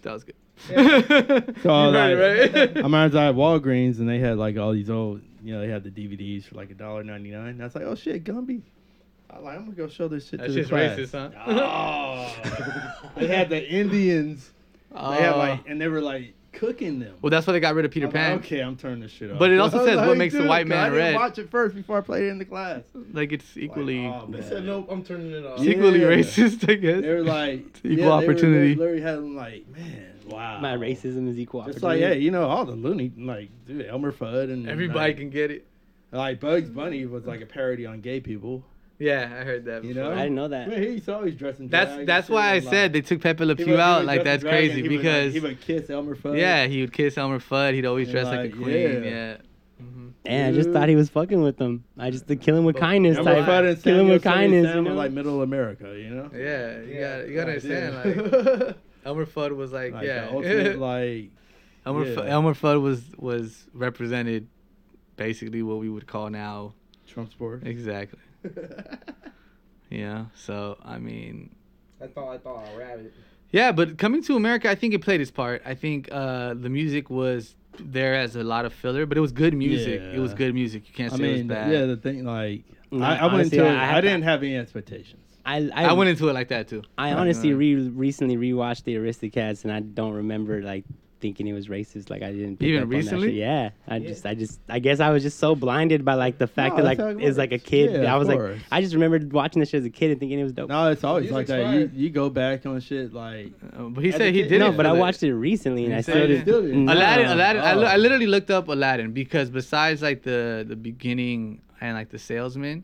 S1: that was good. (laughs)
S6: So
S1: you heard
S6: (laughs) like,
S1: (laughs) it, right?
S6: I remember I was at Walgreens and they had like all these old, you know, they had the DVDs for like a dollar ninety nine. And I was like, oh shit, Gumby. I like, I'm gonna go show this shit
S1: that
S6: to
S1: shit's
S6: the class.
S1: racist, huh?
S6: (laughs) Oh. they had the Indians.
S1: (laughs)
S6: They had
S1: Oh.
S6: like, and they were like cooking them.
S1: well, that's why they got rid of Peter
S6: I'm like,
S1: Pan.
S6: okay, I'm turning this shit off.
S1: But it also
S6: I was
S1: says what makes the
S6: dude,
S1: white man
S6: I didn't
S1: red.
S6: Watch it first before I played it in the class.
S1: Like, it's equally.
S6: Like, oh,
S5: They
S6: man.
S5: said nope. I'm turning it off.
S1: it's Equally
S6: Yeah.
S1: racist, I guess.
S6: They were like
S1: equal
S6: yeah, they were-
S1: opportunity.
S6: They literally had them like, man,
S3: (laughs)
S6: wow.
S3: My racism is equal.
S6: It's like, hey,
S3: opportunity.
S6: you know, all the loony like dude, Elmer Fudd and
S1: (laughs) Everybody
S6: like,
S1: can get it.
S6: Like Bugs Bunny was like a parody on gay people.
S1: Yeah, I heard that.
S6: You
S1: before.
S6: know,
S3: I didn't know that.
S6: Man, he used to always dress in drag
S1: That's
S6: and
S1: that's
S6: shit,
S1: why I
S6: and, like,
S1: said they took Pepe Le
S6: he
S1: Pew
S6: would- he
S1: out.
S6: would
S1: Like
S6: dress in
S1: that's
S6: drag and
S1: crazy
S6: he would, like-
S1: because
S6: he would kiss Elmer Fudd.
S1: Yeah, he would kiss Elmer Fudd. He'd always
S6: And
S1: dress like, a
S6: like,
S1: queen.
S6: yeah.
S1: Yeah.
S3: And I just
S6: dude.
S3: thought he was fucking with them. I just to kill him with kindness
S6: Elmer Fudd
S3: type.
S6: and
S3: Kill him
S6: Samuel
S3: with kindness.
S6: Sam
S3: You
S6: were
S3: know?
S6: like middle America, you know.
S1: yeah, You got you got to understand. Like
S6: understand.
S1: Elmer Fudd was like,
S6: (laughs) like,
S1: yeah. (laughs)
S6: the ultimate, like
S1: Elmer
S6: yeah.
S1: Fu- Elmer Fudd was was represented basically what we would call now
S6: Trump sport.
S5: (laughs)
S1: exactly. yeah. So I mean,
S5: I thought I thought I rabbit.
S1: Yeah, but coming to America, I think it played its part. I think uh, the music was there as a lot of filler, but it was good music. It was
S6: Yeah.
S1: good music. You can't
S6: I
S1: say it was
S6: mean,
S1: bad.
S6: yeah, the thing like
S3: No,
S6: I, I went
S3: Mm, honestly,
S6: into
S3: I-
S6: it,
S3: I
S6: I,
S3: have-
S6: didn't have any expectations.
S3: I,
S1: I went into it like that too.
S3: I
S1: Like,
S3: honestly
S1: uh,
S3: re- recently rewatched the Aristocats and I don't remember like thinking it was racist. Like I didn't pick
S1: Even
S3: up on that
S1: recently?
S3: shit. Yeah, I just, I just, I guess I was just so blinded by like the fact
S6: No,
S3: that
S6: that's how
S3: like
S6: it
S3: it's like a
S6: works.
S3: kid.
S6: Yeah,
S3: I
S6: of
S3: was like,
S6: course.
S3: I just remembered watching this shit as a kid and thinking it was dope. No,
S6: No, it's always
S5: Music's
S6: like that. You
S5: fire.
S6: you go back on shit like
S1: Uh, but he
S6: As
S1: said
S6: a
S1: he
S6: kid,
S1: did
S6: no,
S1: it
S3: but
S1: for
S3: I
S1: the-
S3: watched it recently and
S1: You
S3: I
S1: said
S3: still
S1: you
S3: didn't. Mm.
S6: still didn't.
S3: No.
S1: Aladdin. Aladdin. I, li-
S6: oh.
S1: I literally looked up Aladdin because besides like the the beginning and like the salesman,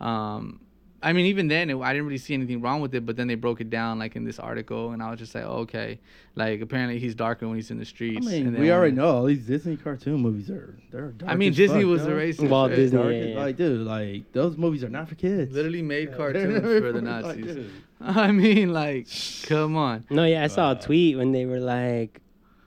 S1: um, I mean, even then, it, I didn't really see anything wrong with it. But then they broke it down, like in this article, and I was just like, oh, okay, like apparently he's darker when he's in the streets.
S6: I
S1: and
S6: mean,
S1: then
S6: we
S1: when-
S6: already know all these Disney cartoon movies are they're. Dark
S1: I mean,
S6: as
S1: Disney
S6: fuck,
S1: was
S6: dog.
S1: a racist.
S3: Walt
S1: right?
S3: Disney,
S6: Dark
S3: yeah,
S6: as-
S3: yeah.
S6: Like, dude, like those movies are not for kids. (laughs)
S1: Literally made
S6: They're
S1: cartoons
S6: not
S1: for the
S6: like,
S1: Nazis. (laughs)
S6: dude.
S1: I mean, like, come on.
S3: No, yeah, I saw a tweet when they were like,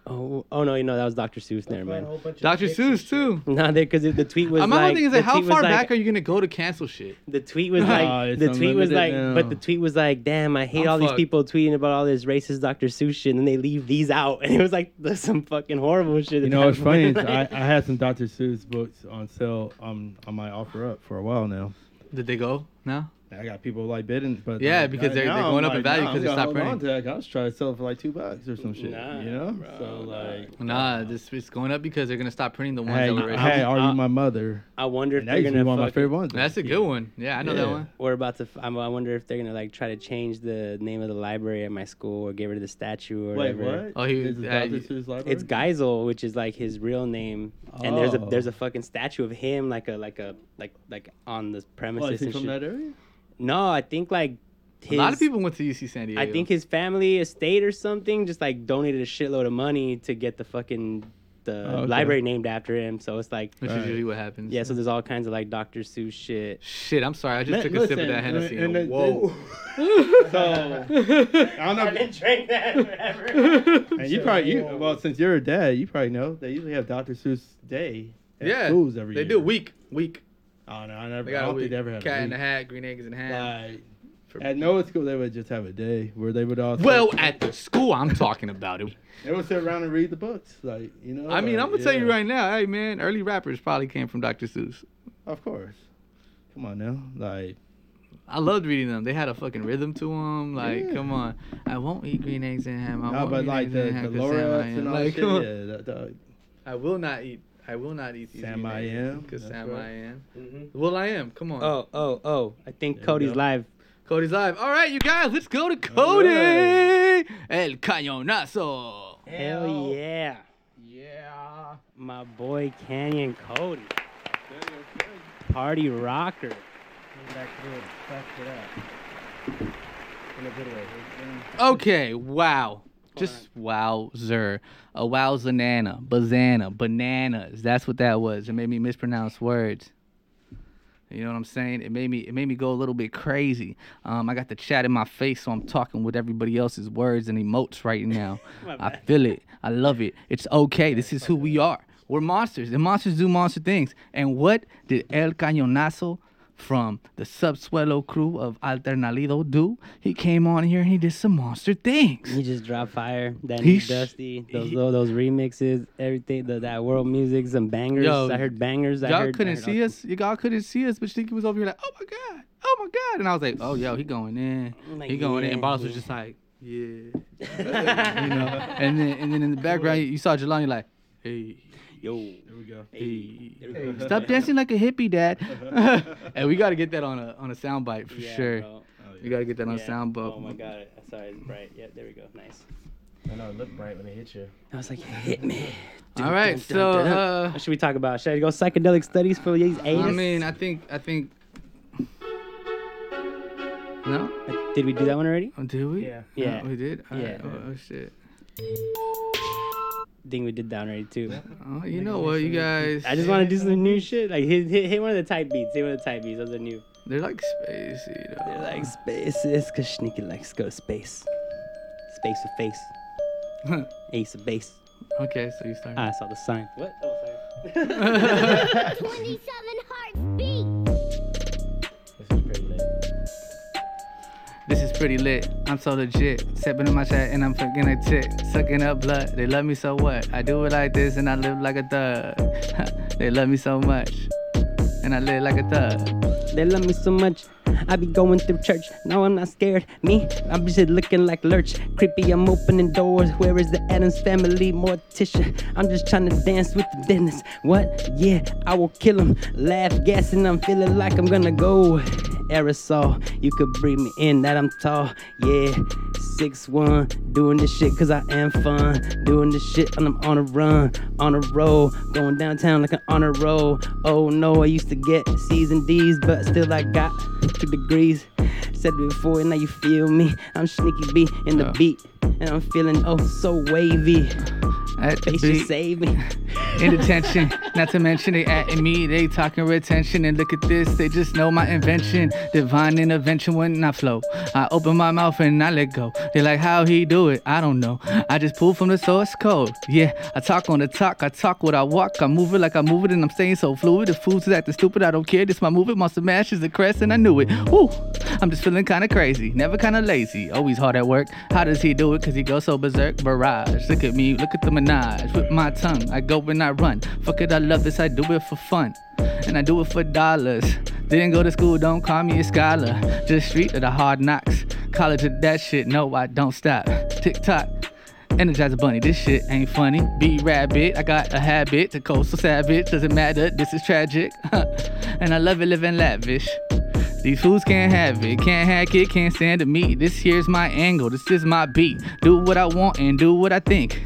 S3: "Oh, oh no, you know that was Dr. Seuss. Never mind." (laughs)
S1: Dr. Seuss too.
S3: No, because the tweet was
S1: I'm
S3: like,
S1: thinking is like,
S3: the
S1: how
S3: tweet was
S1: far
S3: like-
S1: back are you gonna go to cancel shit?
S3: The tweet was
S6: Nah,
S3: like,
S6: it's
S3: the tweet was
S6: unlimited
S3: like,
S6: now.
S3: but the tweet was like, damn, I hate
S1: I'm
S3: all
S1: fucked.
S3: these people tweeting about all this racist Dr. Seuss shit, and then they leave these out, (laughs) and it was like that's some fucking horrible shit.
S6: You
S3: at
S6: know,
S3: that
S6: what's funny.
S3: point.
S6: Is
S3: (laughs)
S6: I,
S3: Like,
S6: I had some Dr. Seuss books on sale on on my offer up for a while now.
S1: Did they go? No.
S6: I got people like bidding, but
S1: Yeah,
S6: like,
S1: because they're-
S6: now
S1: they're
S6: I'm
S1: going up in
S6: like,
S1: value
S6: nah,
S1: 'cause
S6: I'm
S1: they
S6: gonna
S1: stopped
S6: hold on to that. I was trying to sell it for like two bucks or some shit.
S3: Nah,
S6: you know,
S3: bro,
S6: so like
S1: Nah, this it's going up because they're gonna stop printing the
S6: I
S1: ones
S6: had,
S1: that were
S6: I
S1: racist.
S6: had argued
S3: Uh,
S6: my mother.
S3: I wonder if
S6: And that
S3: they're
S6: used to be
S3: gonna
S6: one of my
S3: fuck.
S6: favorite ones.
S1: That's a
S6: Yeah.
S1: good one. Yeah, I know that
S6: Yeah.
S1: one.
S3: We're about to. f- I'm- I wonder if they're gonna like try to change the name of the library at my school or get rid of the statue or
S6: Wait,
S3: whatever.
S6: what?
S1: Oh, he was-
S6: Is it
S1: uh,
S6: Dr. Seuss library?
S3: It's Geisel, which is like his real name, and there's a
S6: Oh.
S3: there's a fucking statue of him, like a like a like like on the
S6: Oh,
S3: premises
S6: is he
S3: and
S6: from
S3: shit.
S6: that area?
S3: No, I think like his,
S1: a lot of people went to UC San Diego.
S3: I think his family estate or something just like donated a shitload of money to get the fucking the
S6: Oh, okay.
S3: library named after him. So it's like
S1: which is
S6: Right.
S1: usually what happens.
S3: yeah, so there's all kinds of like Dr. Seuss shit.
S1: Shit, I'm sorry. I just
S6: Man,
S1: took a sip of
S6: listen,
S1: that Hennessy.
S6: and- and
S1: Whoa.
S6: (laughs)
S3: (laughs)
S6: I don't know.
S3: drank that
S6: (laughs)
S3: forever.
S6: And you probably you well since you're a dad, you probably know they usually have Dr. Seuss Day at
S1: yeah,
S6: schools every
S1: they
S6: year.
S1: do week, week.
S6: Oh no, I never.
S1: They
S6: I
S1: got a
S6: don't
S1: week.
S6: think they ever had
S1: Cat
S6: a
S1: in the
S6: week.
S1: Hat, Green Eggs in the Hat.
S6: Like,
S1: For-
S6: at Noah's school, they would just have a day where they would all.
S1: well, at the school I'm talking about it.
S6: they would sit around and read the books, like you know.
S1: I mean,
S6: like,
S1: I'm gonna tell you
S6: yeah.
S1: right now, hey man, early rappers probably came from Dr. Seuss.
S6: Of course. Come on now, like
S1: I loved reading them. They had a fucking rhythm to them. Like,
S6: Yeah.
S1: come on, I won't eat green eggs and ham. I
S6: no,
S1: won't
S6: but
S1: eat
S6: like
S1: eggs and
S6: the,
S1: ham
S6: the
S1: 'cause Sam
S6: lower
S1: I
S6: ups
S1: am.
S6: and all that
S1: Like,
S6: shit.
S1: come on.
S6: Yeah, that, that,
S1: I will not eat. I will not eat these
S6: Sam
S1: green
S6: I
S1: eggs
S6: am,
S1: because
S6: that's
S1: Sam
S6: right.
S1: I am. Well, I am. Come on.
S3: Oh, oh, oh. I think
S6: There we
S3: Cody's
S6: go.
S3: live.
S1: Cody's live. All right, you guys, let's go to
S6: All
S1: Cody.
S6: right.
S1: El Cañonazo.
S3: Hell yeah.
S5: Yeah.
S3: My boy Canyon Cody. Party rocker.
S5: Back to it. Back to that. In a good way.
S1: Okay, wow. Just wowzer. A wowzanana. Bazana. Bananas. That's what that was. It made me mispronounce words. You know what I'm saying? It made me it made me go a little bit crazy. Um, I got the chat in my face, so I'm talking with everybody else's words and emotes right now. I feel it. I love it. It's okay. This is who we are. We're monsters, and monsters do monster things. And what did El Cañonazo from the subsuelo crew of Alternalido do? He came on here and he did some monster things.
S3: He just dropped fire. That
S1: He
S3: new
S1: sh-
S3: Dusty. Those
S1: he-
S3: those remixes, everything. The, that world music, some bangers.
S1: Yo,
S3: I heard bangers. I
S1: y'all
S3: heard, I
S1: couldn't
S3: heard all-
S1: see us. Y'all couldn't see us, but Stinky was over here like, oh my god, oh my god, and I was like, oh yo, he going in,
S3: Like,
S1: he going in,
S3: yeah,
S1: and Boss was
S3: yeah.
S1: just
S3: (laughs)
S1: like, yeah, (laughs) you know, and then and then in the background you, you saw Jelani like, hey,
S3: Yo.
S6: there we go.
S1: hey, stop dancing like a hippie, Dad, (laughs) and we got to get that on a on a soundbite for
S3: Yeah,
S1: sure.
S3: bro.
S1: We got to get that on a
S3: Yeah.
S1: soundbite.
S3: Oh my god. Sorry, it's bright. Yeah, there we go. Nice.
S5: I know it looked bright when it hit you.
S3: I was like, hit me.
S1: (laughs) All right, so uh,
S3: What should we talk about? Should I go psychedelic studies for these A's?
S1: I mean, I think I think. No,
S3: did we do that one already?
S1: Oh, did we?
S5: Yeah.
S1: No,
S3: Yeah.
S1: we did. All right.
S3: Yeah.
S1: Oh, oh, shit.
S3: I think we did that one already too.
S1: Oh, you know what, you guys?
S3: I just want to do some new shit. Like hit, hit, hit one of the tight beats. Hit one of the tight beats. Those are new.
S1: They're like spacey. Though.
S3: They're like space. It's cause Sneaky likes to go to space. Space with face. Ace of base.
S1: okay, so you start.
S3: Ah, I saw the sign. What? Oh, sorry.
S7: 27 hearts beat.
S5: This is pretty lit.
S1: This is pretty lit. I'm so legit. Stepping in my chat and I'm fucking a tick. Sucking up blood. They love me so what? I do it like this and I live like a thug. (laughs) they love me so much. And I live like a thug.
S3: They love me so much. I be going through church. No, I'm not scared. Me, I'm just looking like Lurch. Creepy, I'm opening doors. Where is the Adams family? Morticia. I'm just trying to dance with the dentist. What? Yeah, I will kill him. Laugh, gas, and I'm feeling like I'm gonna go. Aerosol, you could breathe me in that I'm tall. Yeah, six one, doing this shit cause I am fun. Doing this shit and I'm on a run, on a roll, going downtown like an honor roll. Oh no, I used to get C's and D's, but still I got extra degrees. Said it before, and now you feel me. I'm Sneaky B in the
S1: Yeah.
S3: beat, and I'm feeling oh so wavy.
S1: At the
S3: They should
S1: beat.
S3: save me.
S1: in detention. Not to mention they at me, they talking retention. And look at this, they just know my invention. Divine intervention when I flow. I open my mouth and I let go. They like how he do it, I don't know. I just pull from the source code. Yeah, I talk on the talk, I talk what I walk. I move it like I move it and I'm staying so fluid. The fools is acting stupid, I don't care. This my movement, monster mash is the crest and I knew it. Woo, I'm just feeling kinda crazy, never kinda lazy. Always hard at work. How does he do it? Cause he goes so berserk. Barrage, look at me, look at the menage. With my tongue, I go and I run. Fuck it, I love this, I do it for fun. And I do it for dollars. Didn't go to school, don't call me a scholar. Just street of the hard knocks. College of that shit, no, I don't stop. Tick tock. Energizer bunny, this shit ain't funny. Be rabbit, I got a habit to coastal savage. Doesn't matter, this is tragic. (laughs) and I love it living lavish. These fools can't have it, can't hack it, can't stand to me. This here's my angle, this is my beat. Do what I want and do what I think.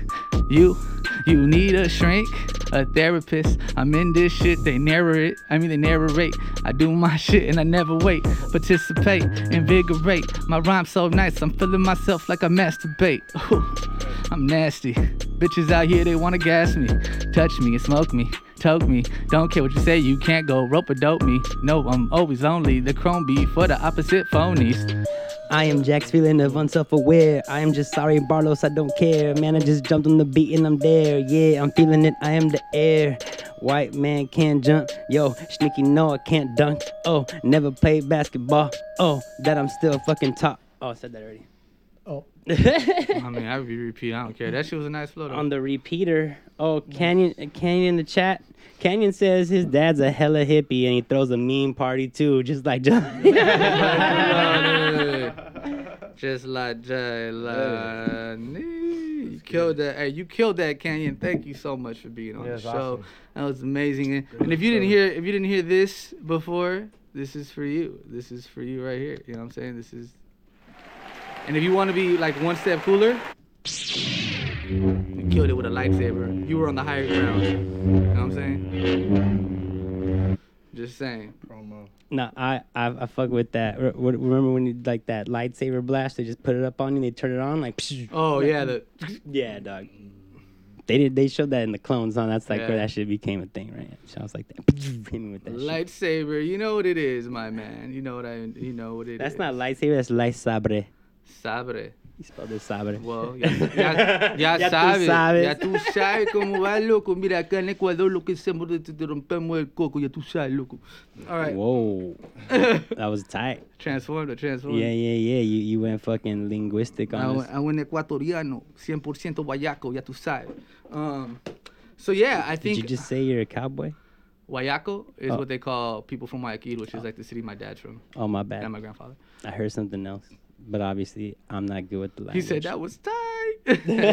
S1: You, you need a shrink, a therapist. I'm in this shit, they narrate. I mean, they narrate. I do my (laughs) shit and I never wait. Participate, invigorate. My rhyme's so nice, I'm feeling myself like I masturbate. Ooh, I'm nasty. Bitches out here, they wanna gas me, touch me, and smoke me toke me. Don't care what you say, you can't go rope a dope me. No, I'm always lonely. The chrome be for the opposite phonies.
S3: I am Jack's feeling of unself-aware. I am just sorry, Barlos, I don't care. Man, I just jumped on the beat and I'm there. Yeah, I'm feeling it. I am the air. White man can't jump. Yo, sneaky, no, I can't dunk. Oh, never played basketball. Oh, that I'm still fucking top. Oh, I said that already.
S2: Oh.
S1: I mean, I be repeat. I don't care. That shit was a nice flow.
S3: On the repeater. Oh, Canyon, Canyon in the chat. Canyon says his dad's a hella hippie and he throws a mean party too, just like (laughs) John.
S1: Just like Jelani. You killed that. Hey, you killed that, Canyon. Thank you so much for being on
S2: Yeah,
S1: the
S2: it's
S1: show.
S2: awesome.
S1: That was amazing. And, and if you didn't hear, if you didn't hear this before, this is for you. This is for you right here. You know what I'm saying? This is. And if you want to be like one step cooler, you killed it with a lightsaber. You were on the higher ground. You know what I'm saying? Just saying.
S3: No, I, I I fuck with that. Re- what- Remember when you like that lightsaber blast? They just put it up on you, and they turn it on like.
S1: Oh yeah, the
S3: yeah, dog. They did. They showed that in the clones. Huh? That's like
S1: Yeah.
S3: where that shit became a thing, right? So I was like, (laughs) hit me with that. shit.
S1: lightsaber. You know what it is, my man. You know what I. You know what it is.
S3: That's not lightsaber. That's lightsabre.
S1: Sabre.
S3: You spelled it sabre. (laughs)
S1: Well, ya, ya, ya
S3: Ya tú
S1: sabes,
S3: sabes.
S1: ya tú sabes cómo va, loco. Mira, acá en Ecuador lo que hacemos es te, te rompemos el coco, ya tú sabes, loco. All right,
S3: Whoa, that was
S1: (laughs)
S3: tight.
S1: transformed, it, transformed.
S3: Yeah, yeah, yeah. You you went fucking linguistic
S1: I
S3: on us.
S1: went- I went ecuatoriano, 100% guayaco, ya tú sabes. Um, so yeah, I
S3: Did
S1: think
S3: you just say you're a cowboy?
S1: guayaco is
S3: Oh.
S1: what they call people from Guayaquil, which is like the city my dad's from
S3: Oh my bad.
S1: and my grandfather.
S3: I heard something else, but obviously I'm not good with the
S1: He
S3: language.
S1: said that was (laughs)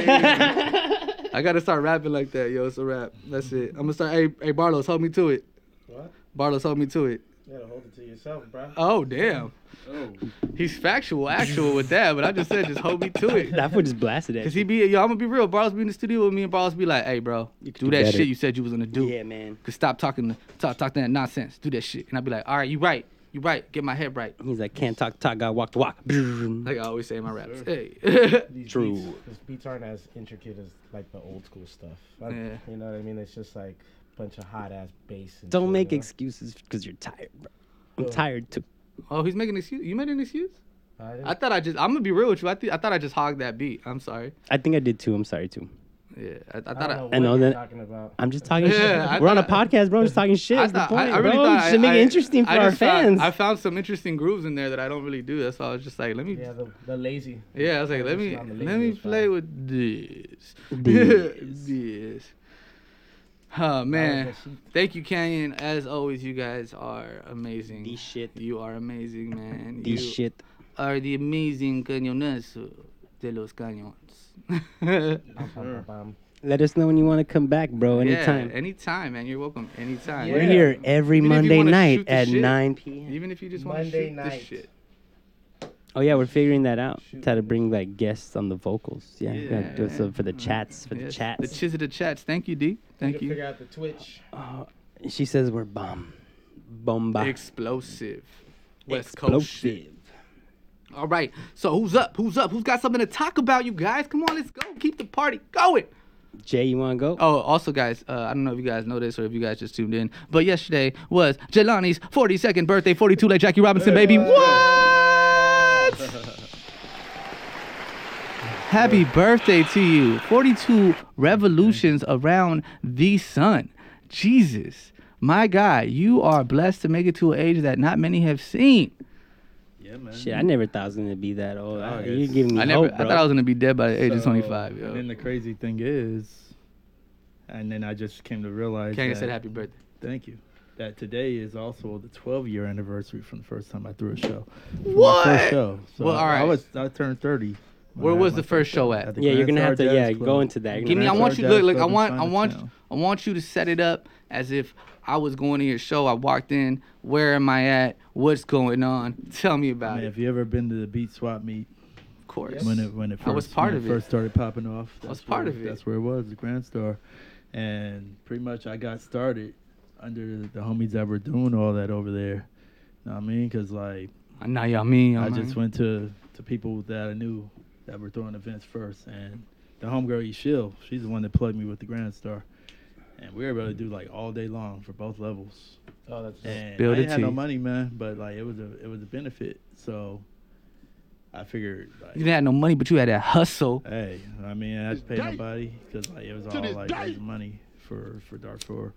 S1: tight. I gotta start rapping like that, yo. It's a rap. That's it. I'm gonna start. Hey, hey, Barlos, hold me to it.
S2: What?
S1: Barlos, hold me to it.
S2: You gotta hold it to yourself, bro.
S1: Oh damn. He's factual, actual with that, but I just said just hold me to it.
S3: (laughs) That fool just blasted it.
S1: (laughs) Cause he be yo, I'm gonna be real. Barlos be in the studio with me, and Barlos be like, "Hey, bro, do
S3: do
S1: that
S3: better."
S1: shit you said you was gonna do.
S3: Yeah, man.
S1: Cause stop talking, talk, talk that nonsense. Do that shit." And I be like, "All right, you right, you right. Get my head right."
S3: He's like, can't talk, talk, got walk to walk. Brrrr.
S1: Like I always say in my raps. Hey. (laughs)
S2: These
S3: True.
S2: Beats, these beats aren't as intricate as like the old school stuff. I-
S1: Yeah.
S2: You know what I mean? It's just like a bunch of hot ass bass. And
S3: Don't
S2: shit,
S3: make
S2: you know?
S3: excuses because you're tired, bro. I'm tired too.
S1: oh, he's making an excuse. You made an excuse?
S2: I didn't-
S1: I thought I just. I'm gonna be real with you. I, th- I thought I just hogged that beat. I'm sorry.
S3: I think I did too. I'm sorry too.
S1: Yeah, I, I
S2: I
S1: thought
S2: don't
S1: I.
S2: know
S1: I
S2: what
S3: know
S2: you're
S3: that-
S2: talking about.
S3: I'm just talking
S1: Yeah, I
S3: shit. We're on a
S1: thought-
S3: podcast, bro. I'm
S1: (laughs)
S3: just talking shit. It's the
S1: thought-
S3: point, bro. you should make it interesting for
S1: I
S3: our
S1: just thought-
S3: fans.
S1: I found some interesting grooves in there that I don't really do. That's why I was just like, let me.
S2: Yeah,
S1: Yeah,
S2: the, the lazy.
S1: I was like, let
S2: It's
S1: me
S2: not the
S1: let me
S2: laziest, bro.
S1: play with this. (laughs)
S3: This.
S1: this. Oh man, thank you, Canyon. As always, you guys are amazing.
S3: This shit.
S1: You are amazing, man.
S3: This
S1: You
S3: shit.
S1: Are the amazing cañonazo de los (laughs) cañons.
S2: Bum,
S3: Let us know when you want to come back, bro. Anytime.
S1: Yeah, anytime, man. You're welcome. Anytime.
S3: We're here every
S1: Even if you
S3: Monday
S1: wanna
S3: night
S1: shoot the
S3: at
S1: shit.
S3: 9 p.m.
S1: Even if you just want to
S2: Monday
S1: shoot
S2: night.
S1: this shit.
S3: Oh yeah, we're figuring that out. How to bring like guests on the vocals. Yeah, we gotta do
S1: Yeah.
S3: some for the chats. For the
S1: Yes,
S3: chats.
S1: The chiz of the chats. Thank you, D. Thank
S2: Figure
S1: you.
S2: out
S3: Oh,
S2: the Twitch.
S3: she says we're bomb, bomba.
S1: Explosive. West Coast shit. All right. So who's up? Who's up? Who's got something to talk about, you guys? Come on, let's go. Keep the party going.
S3: Jay, you wanna go?
S1: Oh, also, guys, uh, I don't know if you guys know this or if you guys just tuned in, but yesterday was Jelani's 42nd birthday, 42 like Jackie Robinson, baby. What?
S6: (laughs)
S1: Happy birthday to you. 42 revolutions around the sun. Jesus, my God, you are blessed to make it to an age that not many have seen.
S6: Yeah, man.
S3: Shit, I never thought I was gonna be that old.
S6: Oh,
S3: I-
S6: yes.
S3: you giving me
S1: I never,
S3: hope,
S1: I
S3: bro.
S1: thought I was gonna be dead by the age of
S6: So,
S1: 25. Yo.
S6: And then the crazy thing is, and then I just came to realize.
S1: Kanga
S6: that-
S1: said happy birthday.
S6: Thank you. That today is also the 12 year anniversary from the first time I threw a show. For my
S1: What?
S6: first show. So
S1: Well,
S6: I-
S1: all right.
S6: I was I turned 30. when
S1: Where
S6: I had
S1: was
S6: my
S1: the
S6: first
S1: first show
S6: show
S1: at?
S6: at the
S3: Yeah, you're
S6: Grand
S3: gonna have
S6: Star
S3: to- yeah,
S6: Jazz
S3: go
S6: Club.
S3: into that. You're
S1: Give me. I
S6: Grand
S1: want
S6: Star
S1: you. Look,
S6: Jazz
S1: look. I
S6: Club in
S1: want. I want.
S6: Chinatown.
S1: I want you to set it up as if I was going to your show. I walked in. Where am I at? What's going on? (laughs) Tell me about
S6: Man,
S1: it.
S6: if you ever been to the Beat Swap Meet,
S1: Of course.
S6: when it when it first,
S1: I was part
S6: when
S1: of it.
S6: first started popping off.
S1: I was
S6: that's
S1: part
S6: where-
S1: of it.
S6: That's where it was, the Grand Star, and pretty much I got started under the homies that were doing all that over there. Know what I mean? Cause like
S1: Now y'all mean.
S6: I just went to to people that I knew that were throwing events first, and the homegirl Yeshil, she's the one that plugged me with the Grand Star, and we were able to do like all day long for both levels.
S2: Oh, that's just,
S6: And
S1: Build
S6: I
S1: a
S6: didn't have no
S1: team.
S6: money, man, but like it was a it was a benefit. So I figured like
S1: You didn't have no money, but you had that hustle.
S6: Hey, I mean, I didn't pay
S8: day.
S6: nobody because like, it was all
S8: this
S6: like
S8: day.
S6: raising money for for Darfur,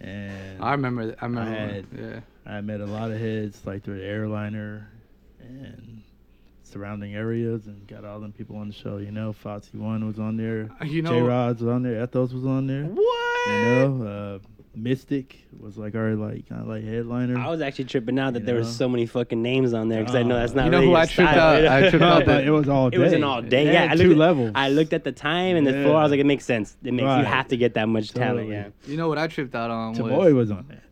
S6: and
S1: I remember. th- I remember.
S6: had-
S1: yeah.
S6: I met a lot of heads like through the airliner and surrounding areas, and got all them people on the show. You know, Foxy One was on there,
S1: Uh, you know-
S6: J Rods was on there, Ethos was on there.
S1: What?
S6: You know, uh, Mystic was like our like kind of like headliner.
S3: I was actually tripping out that
S6: You
S3: there were
S6: know?
S3: so many fucking names on there because I know that's not.
S1: You know
S3: really
S1: who
S3: your
S1: I tripped out?
S3: style.
S1: I tripped
S3: (laughs)
S6: No,
S1: out.
S6: but
S1: that-
S6: it was all day.
S3: It was an all day.
S6: They
S3: Yeah,
S6: had
S3: I
S6: two
S3: looked at,
S6: levels.
S3: I looked at the time and the floor. I was
S6: Yeah.
S3: like, it makes sense. It makes you
S6: Right.
S3: have to get that much talent.
S6: Totally.
S3: Yeah.
S1: You know what I tripped out on was.
S6: Taboy was on that.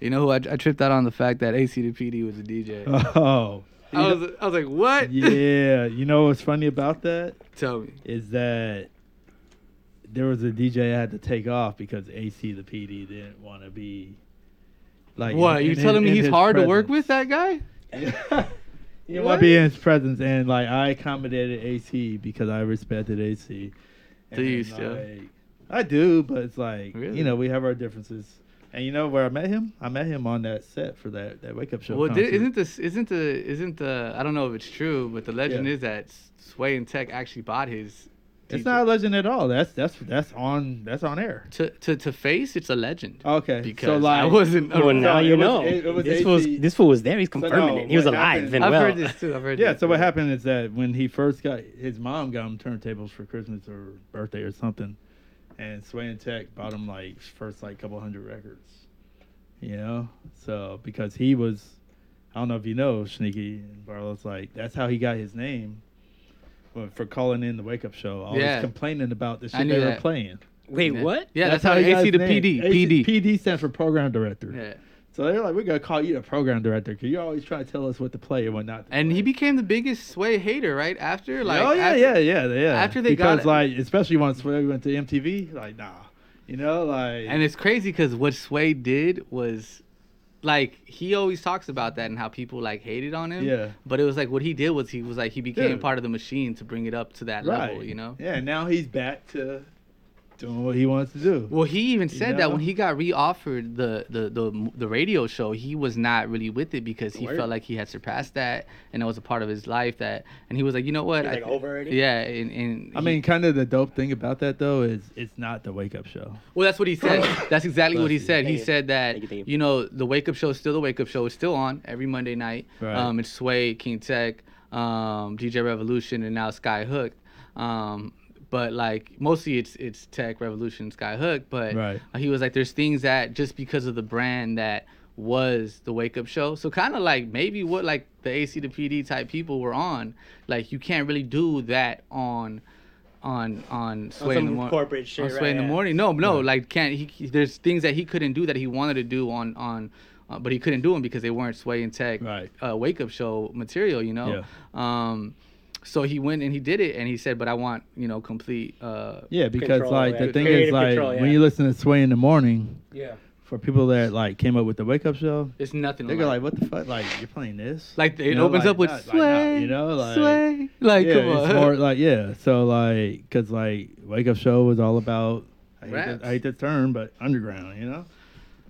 S1: You know who I, I tripped out on the fact that AC to PD was a DJ.
S6: (laughs) Oh,
S1: I was. I was like, what?
S6: yeah. You know what's funny about that?
S1: (laughs) Tell me.
S6: is that there was a DJ I had to take off because AC the PD didn't want to be like
S1: What?
S6: in-
S1: You
S6: in
S1: telling
S6: his-
S1: me
S6: in
S1: he's
S6: his
S1: hard to work
S6: presence.
S1: with? That guy?
S6: He didn't want to be in his presence, and like I accommodated AC because I respected AC. And,
S1: Do you still?
S6: like, I do, but it's like
S1: Really?
S6: you know we have our differences. And you know where I met him? I met him on that set for that, that wake up show.
S1: Well,
S6: concert.
S1: did, isn't this isn't the isn't the I don't know if it's true, but the legend
S6: Yeah.
S1: is that Sway and Tech actually bought his.
S6: it's
S1: DJ.
S6: not a legend at all. That's that's that's on that's on air.
S1: to to to face. It's a legend.
S6: Okay,
S1: Because
S6: so like
S1: I wasn't.
S3: Well, now
S6: it
S3: you
S6: was-
S3: know.
S6: it- it was
S3: this was
S6: 80
S3: this fool was there. He's confirming
S6: no,
S3: it. He was
S6: what
S3: alive
S6: happened-
S3: and
S1: I've
S3: well.
S1: heard this too. I've heard.
S6: Yeah,
S1: This.
S6: so what happened is that when he first got his mom got him turntables for Christmas or birthday or something, and Sway and Tech bought him like first like couple hundred records, you know. So because he was, I don't know if you know Sneaky and Barlow's like that's how he got his name, but for calling in the wake up show, always
S1: Yeah.
S6: complaining about the
S1: I
S6: shit
S1: knew
S6: they were
S1: that.
S6: playing.
S3: Wait, what?
S1: Yeah, that's, how,
S6: he got
S1: AC
S6: his
S1: to
S6: name.
S1: PD.
S6: AC
S1: PD.
S6: PD stands for program director.
S1: Yeah.
S6: So they're like, we're gonna call you the program director because you're always trying to tell us what to play and what not. To
S1: And
S6: play.
S1: he became the biggest Sway hater, right? After like.
S6: oh yeah,
S1: after-
S6: yeah, yeah, yeah.
S1: after they got
S6: because
S1: it-
S6: like especially once we went to MTV, like nah, you know, like
S1: And it's crazy because what Sway did was, like, he always talks about that and how people like hated on him.
S6: Yeah.
S1: But it was like what he did was he was like he became
S6: Dude.
S1: part of the machine to bring it up to that
S6: right,
S1: level, you know.
S6: Yeah, now he's back to doing what he wants to do.
S1: Well, he even said that when
S6: know?
S1: he got reoffered the the the the radio show, he was not really with it because he
S6: Word.
S1: felt like he had surpassed that and it was a part of his life that. And he was like, you know what?
S3: He's,
S1: I
S3: like, over it?
S1: Yeah, and, and
S6: I
S1: he-
S6: mean, kind of the dope thing about that though is it's not the wake up show.
S1: Well, that's what he
S3: (coughs)
S1: said. That's exactly what he
S6: Bless you.
S1: said. He
S3: Thank you.
S1: said that
S3: Thank you,
S1: you,
S3: thank you.
S1: know the wake up show is still the wake up show. It's still on every Monday night.
S6: Right.
S1: Um, it's Sway, King Tech, um, DJ Revolution, and now Sky Hook. Um, but like mostly it's it's Tech Revolution, Sky Hook. But uh,
S6: Right.
S1: he was like, there's things that just because of the brand that was the wake up show. So kind of like maybe what like the AC to PD type people were on. Like you can't really do that on. On on sway in
S3: some
S1: the morning,
S3: corporate shit,
S1: on sway
S3: right,
S1: in the
S3: yeah.
S1: morning morning. No, no, like can't he, he- There's things that he couldn't do that he wanted to do on on, uh, but he couldn't do them because they weren't Sway and Tech
S6: Right.
S1: uh, wake up show material. You know. Um, so he went and he did it, and he said, "But I want you know complete." Uh,
S6: Yeah, because
S3: Control,
S6: like
S3: yeah.
S6: the thing
S3: Creative
S6: is like
S3: control, yeah.
S6: when you listen to Sway in the morning,
S3: Yeah.
S6: for people that like came up with the wake up show,
S1: It's nothing
S6: they go
S1: alike.
S6: like, "What the fuck? Like you're playing this?
S1: Like, it
S6: You know,
S1: opens
S6: like,
S1: up with
S6: not- like, not,
S1: sway,
S6: you know, like
S1: sway. Like,
S6: yeah,
S1: come on.
S6: it's more like yeah. So like, cause like wake up show was all about. I hate,
S1: Raps.
S6: the, I hate the term, but underground, you know.
S1: (laughs)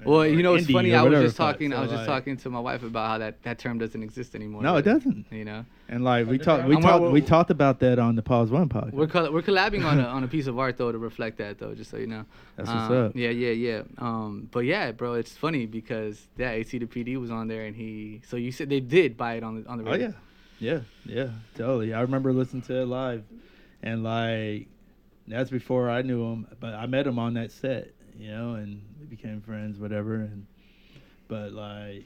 S1: Well, you know, it's
S6: indie
S1: funny.
S6: or
S1: I was
S6: whatever
S1: just
S6: the fuck,
S1: talking. I
S6: so,
S1: was just
S6: like-
S1: talking to my wife about how that, that term doesn't exist anymore.
S6: No, it
S1: but,
S6: doesn't.
S1: You know,
S6: And like we talked, we
S1: And we're-
S6: talked, we
S1: we're-
S6: talked about that on the Pause One podcast.
S1: we're coll- we're collabing on a on a piece of art though to reflect that though, just so you know.
S6: That's what's
S1: Um,
S6: up.
S1: Yeah, yeah, yeah. Um, but yeah, bro, it's funny because that AC to PD was on there, and he. So you said they did buy it on the on the.
S6: Oh yeah, yeah, yeah, totally. I remember listening to it live, and like that's before I knew him, but I met him on that set, you know, and we became friends, whatever. And but like,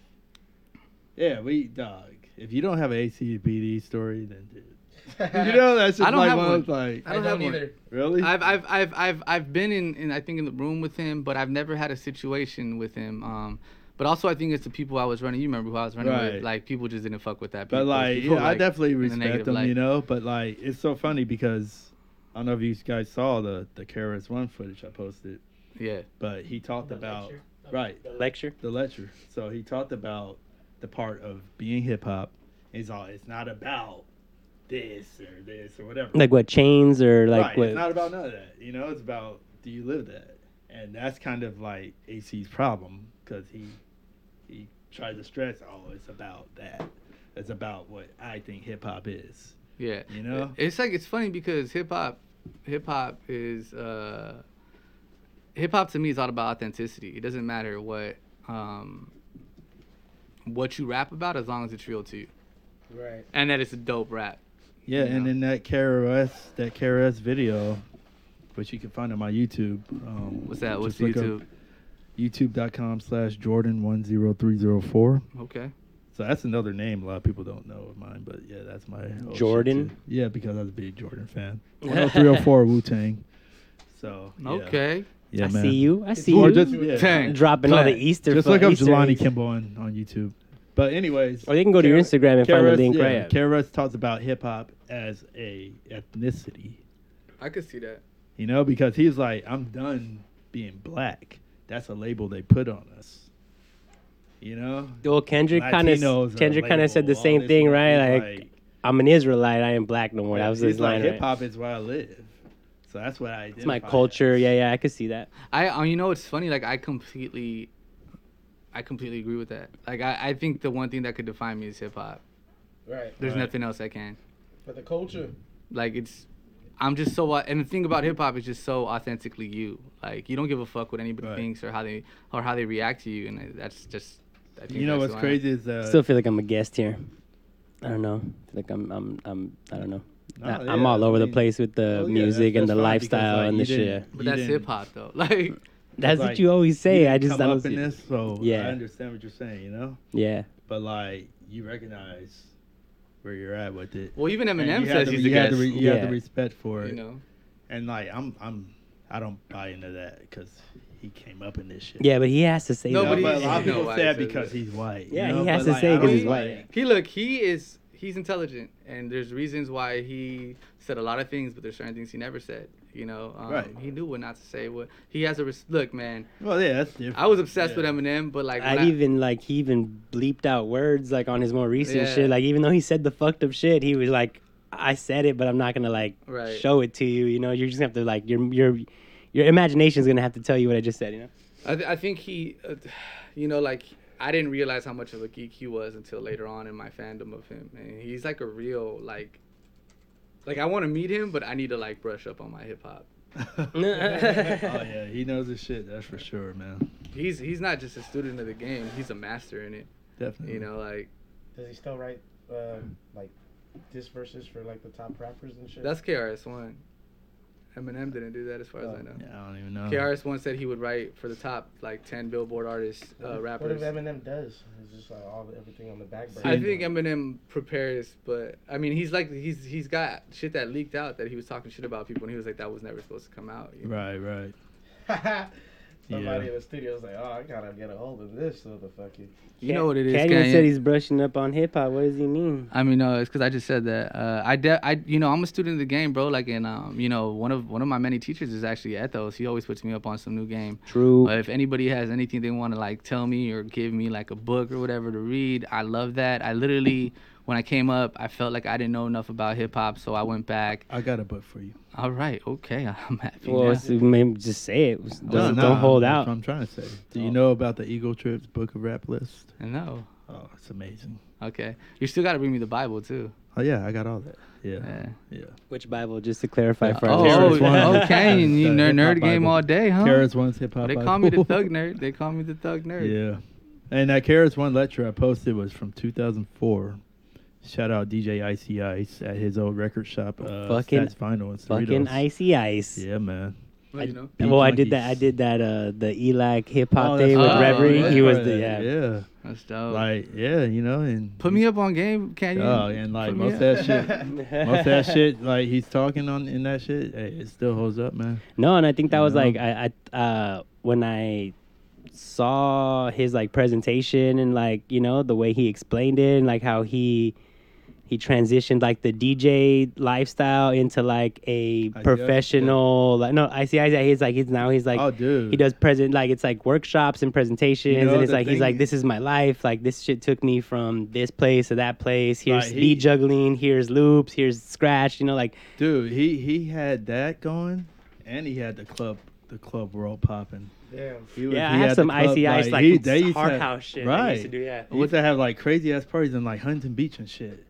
S6: yeah, we dog. If you don't have an ACPD story, then dude, you know that's
S1: (laughs)
S6: just
S1: I don't
S6: like
S1: have
S6: one.
S1: one.
S6: of those, like
S1: I don't have one.
S6: (laughs) Really?
S1: I've I've I've I've I've been in, in I think in the room with him, but I've never had a situation with him. Um, but also I think it's the people I was running. You remember who I was running
S6: Right.
S1: with? Like people just didn't fuck with that.
S6: But
S1: those
S6: like,
S1: people,
S6: yeah, I
S1: like,
S6: definitely
S1: in a
S6: respect
S1: negative
S6: them,
S1: light.
S6: you know. But like, it's so funny because I don't know if you guys saw the the KRS One footage I posted.
S1: Yeah.
S6: But he talked about right the
S3: lecture,
S6: the lecture. So he talked about the part of being hip hop. It's all it's not about this or this or whatever.
S3: Like what chains or like
S6: right.
S3: what?
S6: It's not about none of that. You know, it's about do you live that? And that's kind of like AC's problem because he he tries to stress, oh, it's about that. It's about what I think hip hop is.
S1: Yeah.
S6: You know?
S1: It's like it's funny because hip hop hip hop is uh hip hop to me is all about authenticity. It doesn't matter what um what you rap about as long as it's real to you.
S2: Right.
S1: And that it's a dope rap.
S6: Yeah, and in that KRS that KRS video, which you can find on my YouTube. Um,
S1: What's that? What's
S6: just look up
S1: YouTube?
S6: YouTube.com slash Jordan one zero three zero four.
S1: Okay.
S6: So that's another name a lot of people don't know of mine, but yeah, that's my old shit
S3: Jordan?
S6: too. Yeah, because I was a big
S1: (laughs)
S6: Jordan fan. One oh three oh four Wu Tang. So yeah.
S1: Okay.
S6: yeah,
S3: I
S6: man.
S3: see you. I see
S6: Or
S3: you.
S6: just yeah,
S1: Tang.
S3: dropping all the
S6: Tang.
S3: Easter.
S6: Just look up
S3: Easter
S6: Jelani
S3: eggs.
S6: Kimball on, on YouTube. But anyways,
S3: Or they can go to your
S6: Kara-
S3: Instagram and find the
S6: KRS
S3: link
S6: yeah,
S3: right up.
S6: KRS talks about hip hop as a ethnicity.
S1: I could see that.
S6: You know, because he's like, I'm done being black. That's a label they put on us. You know,
S3: Well, Kendrick kind
S6: Latinos
S3: of
S6: are
S3: Kendrick kind
S6: labeled,
S3: of said the
S6: all
S3: same
S6: this
S3: thing,
S6: stuff.
S3: right?
S6: He's
S3: Like, I'm an Israelite. I am black no more. That was
S6: he's
S3: his line.
S6: Like, hip
S3: right?
S6: hop is where I live, so that's what I.
S3: It's my culture. Yeah, yeah. I could see that.
S1: I uh, you know it's funny like I completely I completely agree with that. Like I, I think the one thing that could define me is hip hop.
S2: Right.
S1: There's
S6: Right.
S1: nothing else I can.
S2: But the culture.
S1: Like it's, I'm just so. au- And the thing about hip hop is just so authentically you. Like you don't give a fuck what anybody
S6: Right.
S1: thinks or how they or how they react to you, and I- that's just. I think
S6: You know
S1: that's
S6: what's
S1: who I am.
S6: crazy is uh,
S3: I still feel like I'm a guest here. I don't know. I feel like I'm I'm I'm I don't know.
S6: No,
S3: I,
S6: yeah,
S3: I'm all
S6: I
S3: over the
S6: mean-
S3: place with the
S6: well, Oh, yeah,
S3: music and
S6: that's-
S3: the
S6: that's fine because,
S3: lifestyle
S6: like,
S3: and
S6: you
S3: the shit.
S6: didn't-
S1: But
S6: you
S1: that's
S6: didn't-
S1: hip hop though. (laughs) Like
S3: That's
S6: like,
S3: what you always
S6: you
S3: say. I
S6: didn't
S3: just
S6: come
S3: don't
S6: up in
S3: see it.
S6: this, so
S3: Yeah.
S6: I understand what you're saying. You know,
S3: Yeah.
S6: but like you recognize where you're at with it.
S1: well, even
S6: And
S1: Eminem
S6: you have
S1: says
S6: to,
S1: he's
S6: you
S1: a
S6: have
S1: guest.
S6: to re- you have
S3: Yeah.
S6: to respect for it.
S1: you know.
S6: And like I'm I'm I don't buy into that because he came up in this shit.
S3: Yeah, but he has to say
S1: No,
S6: You know,
S3: that.
S1: but he-
S6: but a lot of
S1: you know
S6: people
S1: why
S6: say
S1: he
S6: that
S1: says
S6: because
S1: that.
S6: he's white.
S3: Yeah,
S6: you know?
S3: he has
S6: but,
S3: to
S6: like,
S3: say
S6: I
S3: it 'cause
S6: don't
S3: he's
S6: like-
S3: white.
S1: He look, he is he's intelligent, and there's reasons why he said a lot of things, but there's certain things he never said. You know, um,
S6: Right.
S1: He knew what not to say. What he has a res- look, man.
S6: Well, yeah, that's different.
S1: I was obsessed
S6: yeah.
S1: with Eminem, but like when
S3: I even like he even bleeped out words like on his more recent
S1: Yeah.
S3: shit. Like even though he said the fucked up shit, he was like, "I said it, but I'm not gonna like
S1: Right.
S3: show it to you." You know, you're just gonna have to like your your your imagination's gonna have to tell you what I just said. You know,
S1: I, th- I think he, uh, (sighs) you know, like I didn't realize how much of a geek he was until later on in my fandom of him, and he's like a real like, like I want to meet him, but I need to like brush up on my hip hop.
S3: (laughs)
S6: (laughs) oh yeah, he knows his shit. That's for sure, man.
S1: He's he's not just a student of the game; he's a master in it.
S6: Definitely.
S1: You know, like
S2: Does he still write uh, like diss verses for like the top rappers and shit?
S1: that's KRS One. Eminem didn't do that, as far as I know.
S6: Yeah, I don't even
S2: Uh-huh.
S6: know.
S1: KRS One said he would write for the top like ten Billboard artists,
S2: What
S1: uh,
S2: if-
S1: rappers.
S2: What if Eminem does? It's just like all everything on the back burner.
S1: I think Eminem prepares, but I mean, he's like he's he's got shit that leaked
S2: (laughs)
S1: out that he was talking shit about people, and he was like, that was never supposed to come out. you know?
S6: Right, right.
S2: Somebody in the studio was like, "Oh, I gotta get a hold of this motherfucker."
S1: (laughs) You know what it is,
S3: Canyon
S1: Kanye.
S3: said he's brushing up on hip hop. What does he mean?
S1: I mean, no, it's because I just said that. Uh, I, de- I, you know, I'm a student of the game, bro. Like, and um, you know, one of one of my many teachers is actually Ethos. He always puts me up on some new game.
S3: True.
S1: Uh, if anybody has anything they want to like tell me or give me like a book or whatever to read, I love that. I literally, when I came up, I felt like I didn't know enough about hip hop, so I went back.
S6: I got a book for you.
S1: All right, okay, (laughs) I'm happy.
S3: Well,
S1: now.
S3: it's, maybe just say it.
S1: Oh,
S3: Just
S6: No,
S3: Don't,
S6: no,
S3: don't hold
S6: that's
S3: out. Oh.
S6: what I'm trying to say. Do you know about the Eagle Trips Book of Rap list?
S1: I know.
S6: Oh, it's amazing.
S1: Okay, you still got to bring me the Bible too.
S6: Oh yeah, I got all that. Yeah,
S1: Yeah.
S6: yeah.
S3: Which Bible, just to clarify for
S1: Oh,
S3: our
S1: oh,
S6: One.
S1: okay, and
S6: (laughs)
S1: you
S6: The
S1: nerd,
S6: hip-hop
S1: nerd game
S6: Bible.
S1: all day, huh?
S6: Carrots One's hip hop.
S1: They call
S6: (laughs)
S1: me the
S6: Bible.
S1: thug nerd. They call me the thug nerd.
S6: Yeah. And that Carrots One lecture I posted was from 2004. Shout out DJ Icy Ice at his old record shop. Uh,
S3: Fucking-
S6: Stats Vinyl and
S3: fucking icy ice.
S6: Yeah, man.
S1: Well, you know.
S6: Beat
S3: well, I did that. I
S6: monkeys.
S3: did that. Uh, the Eli hip hop
S6: Oh, that's
S3: thing with
S1: right.
S3: Reverie.
S1: Oh,
S3: he was the yeah.
S6: yeah. Yeah.
S1: That's dope.
S6: Like yeah, you know, and
S1: Put me up on game, can you?
S6: Oh, and like
S1: Put me
S6: most of
S1: up.
S6: that shit,
S3: (laughs)
S6: most of that shit, like he's talking on in that shit, hey, it still holds up, man.
S3: No, and I think that was
S6: You know?
S3: like I, I uh, when I saw his like presentation and like you know the way he explained it and like how he he transitioned like the DJ lifestyle into like a
S6: yeah.
S3: profestional like no I see I he's like he's now he's like
S6: Oh, dude.
S3: he does present like it's like workshops and presentations
S6: You know,
S3: and it's
S6: the
S3: like he's like
S6: thing-
S3: this is my life like this shit took me from this place to that place here's
S6: Like, he-
S3: beat juggling here's loops here's scratch you know like
S6: Dude, he he had that going, and he had the club the club world popping.
S2: Damn.
S6: He was-
S3: Yeah, I
S6: he
S3: have
S6: had
S3: some
S6: the club,
S3: icy ice, like,
S6: he-
S3: it's
S6: they used to
S3: hard
S6: have-
S3: house shit
S6: Right.
S3: they used to do, yeah.
S6: He used to have like crazy ass parties in like Huntington Beach and shit.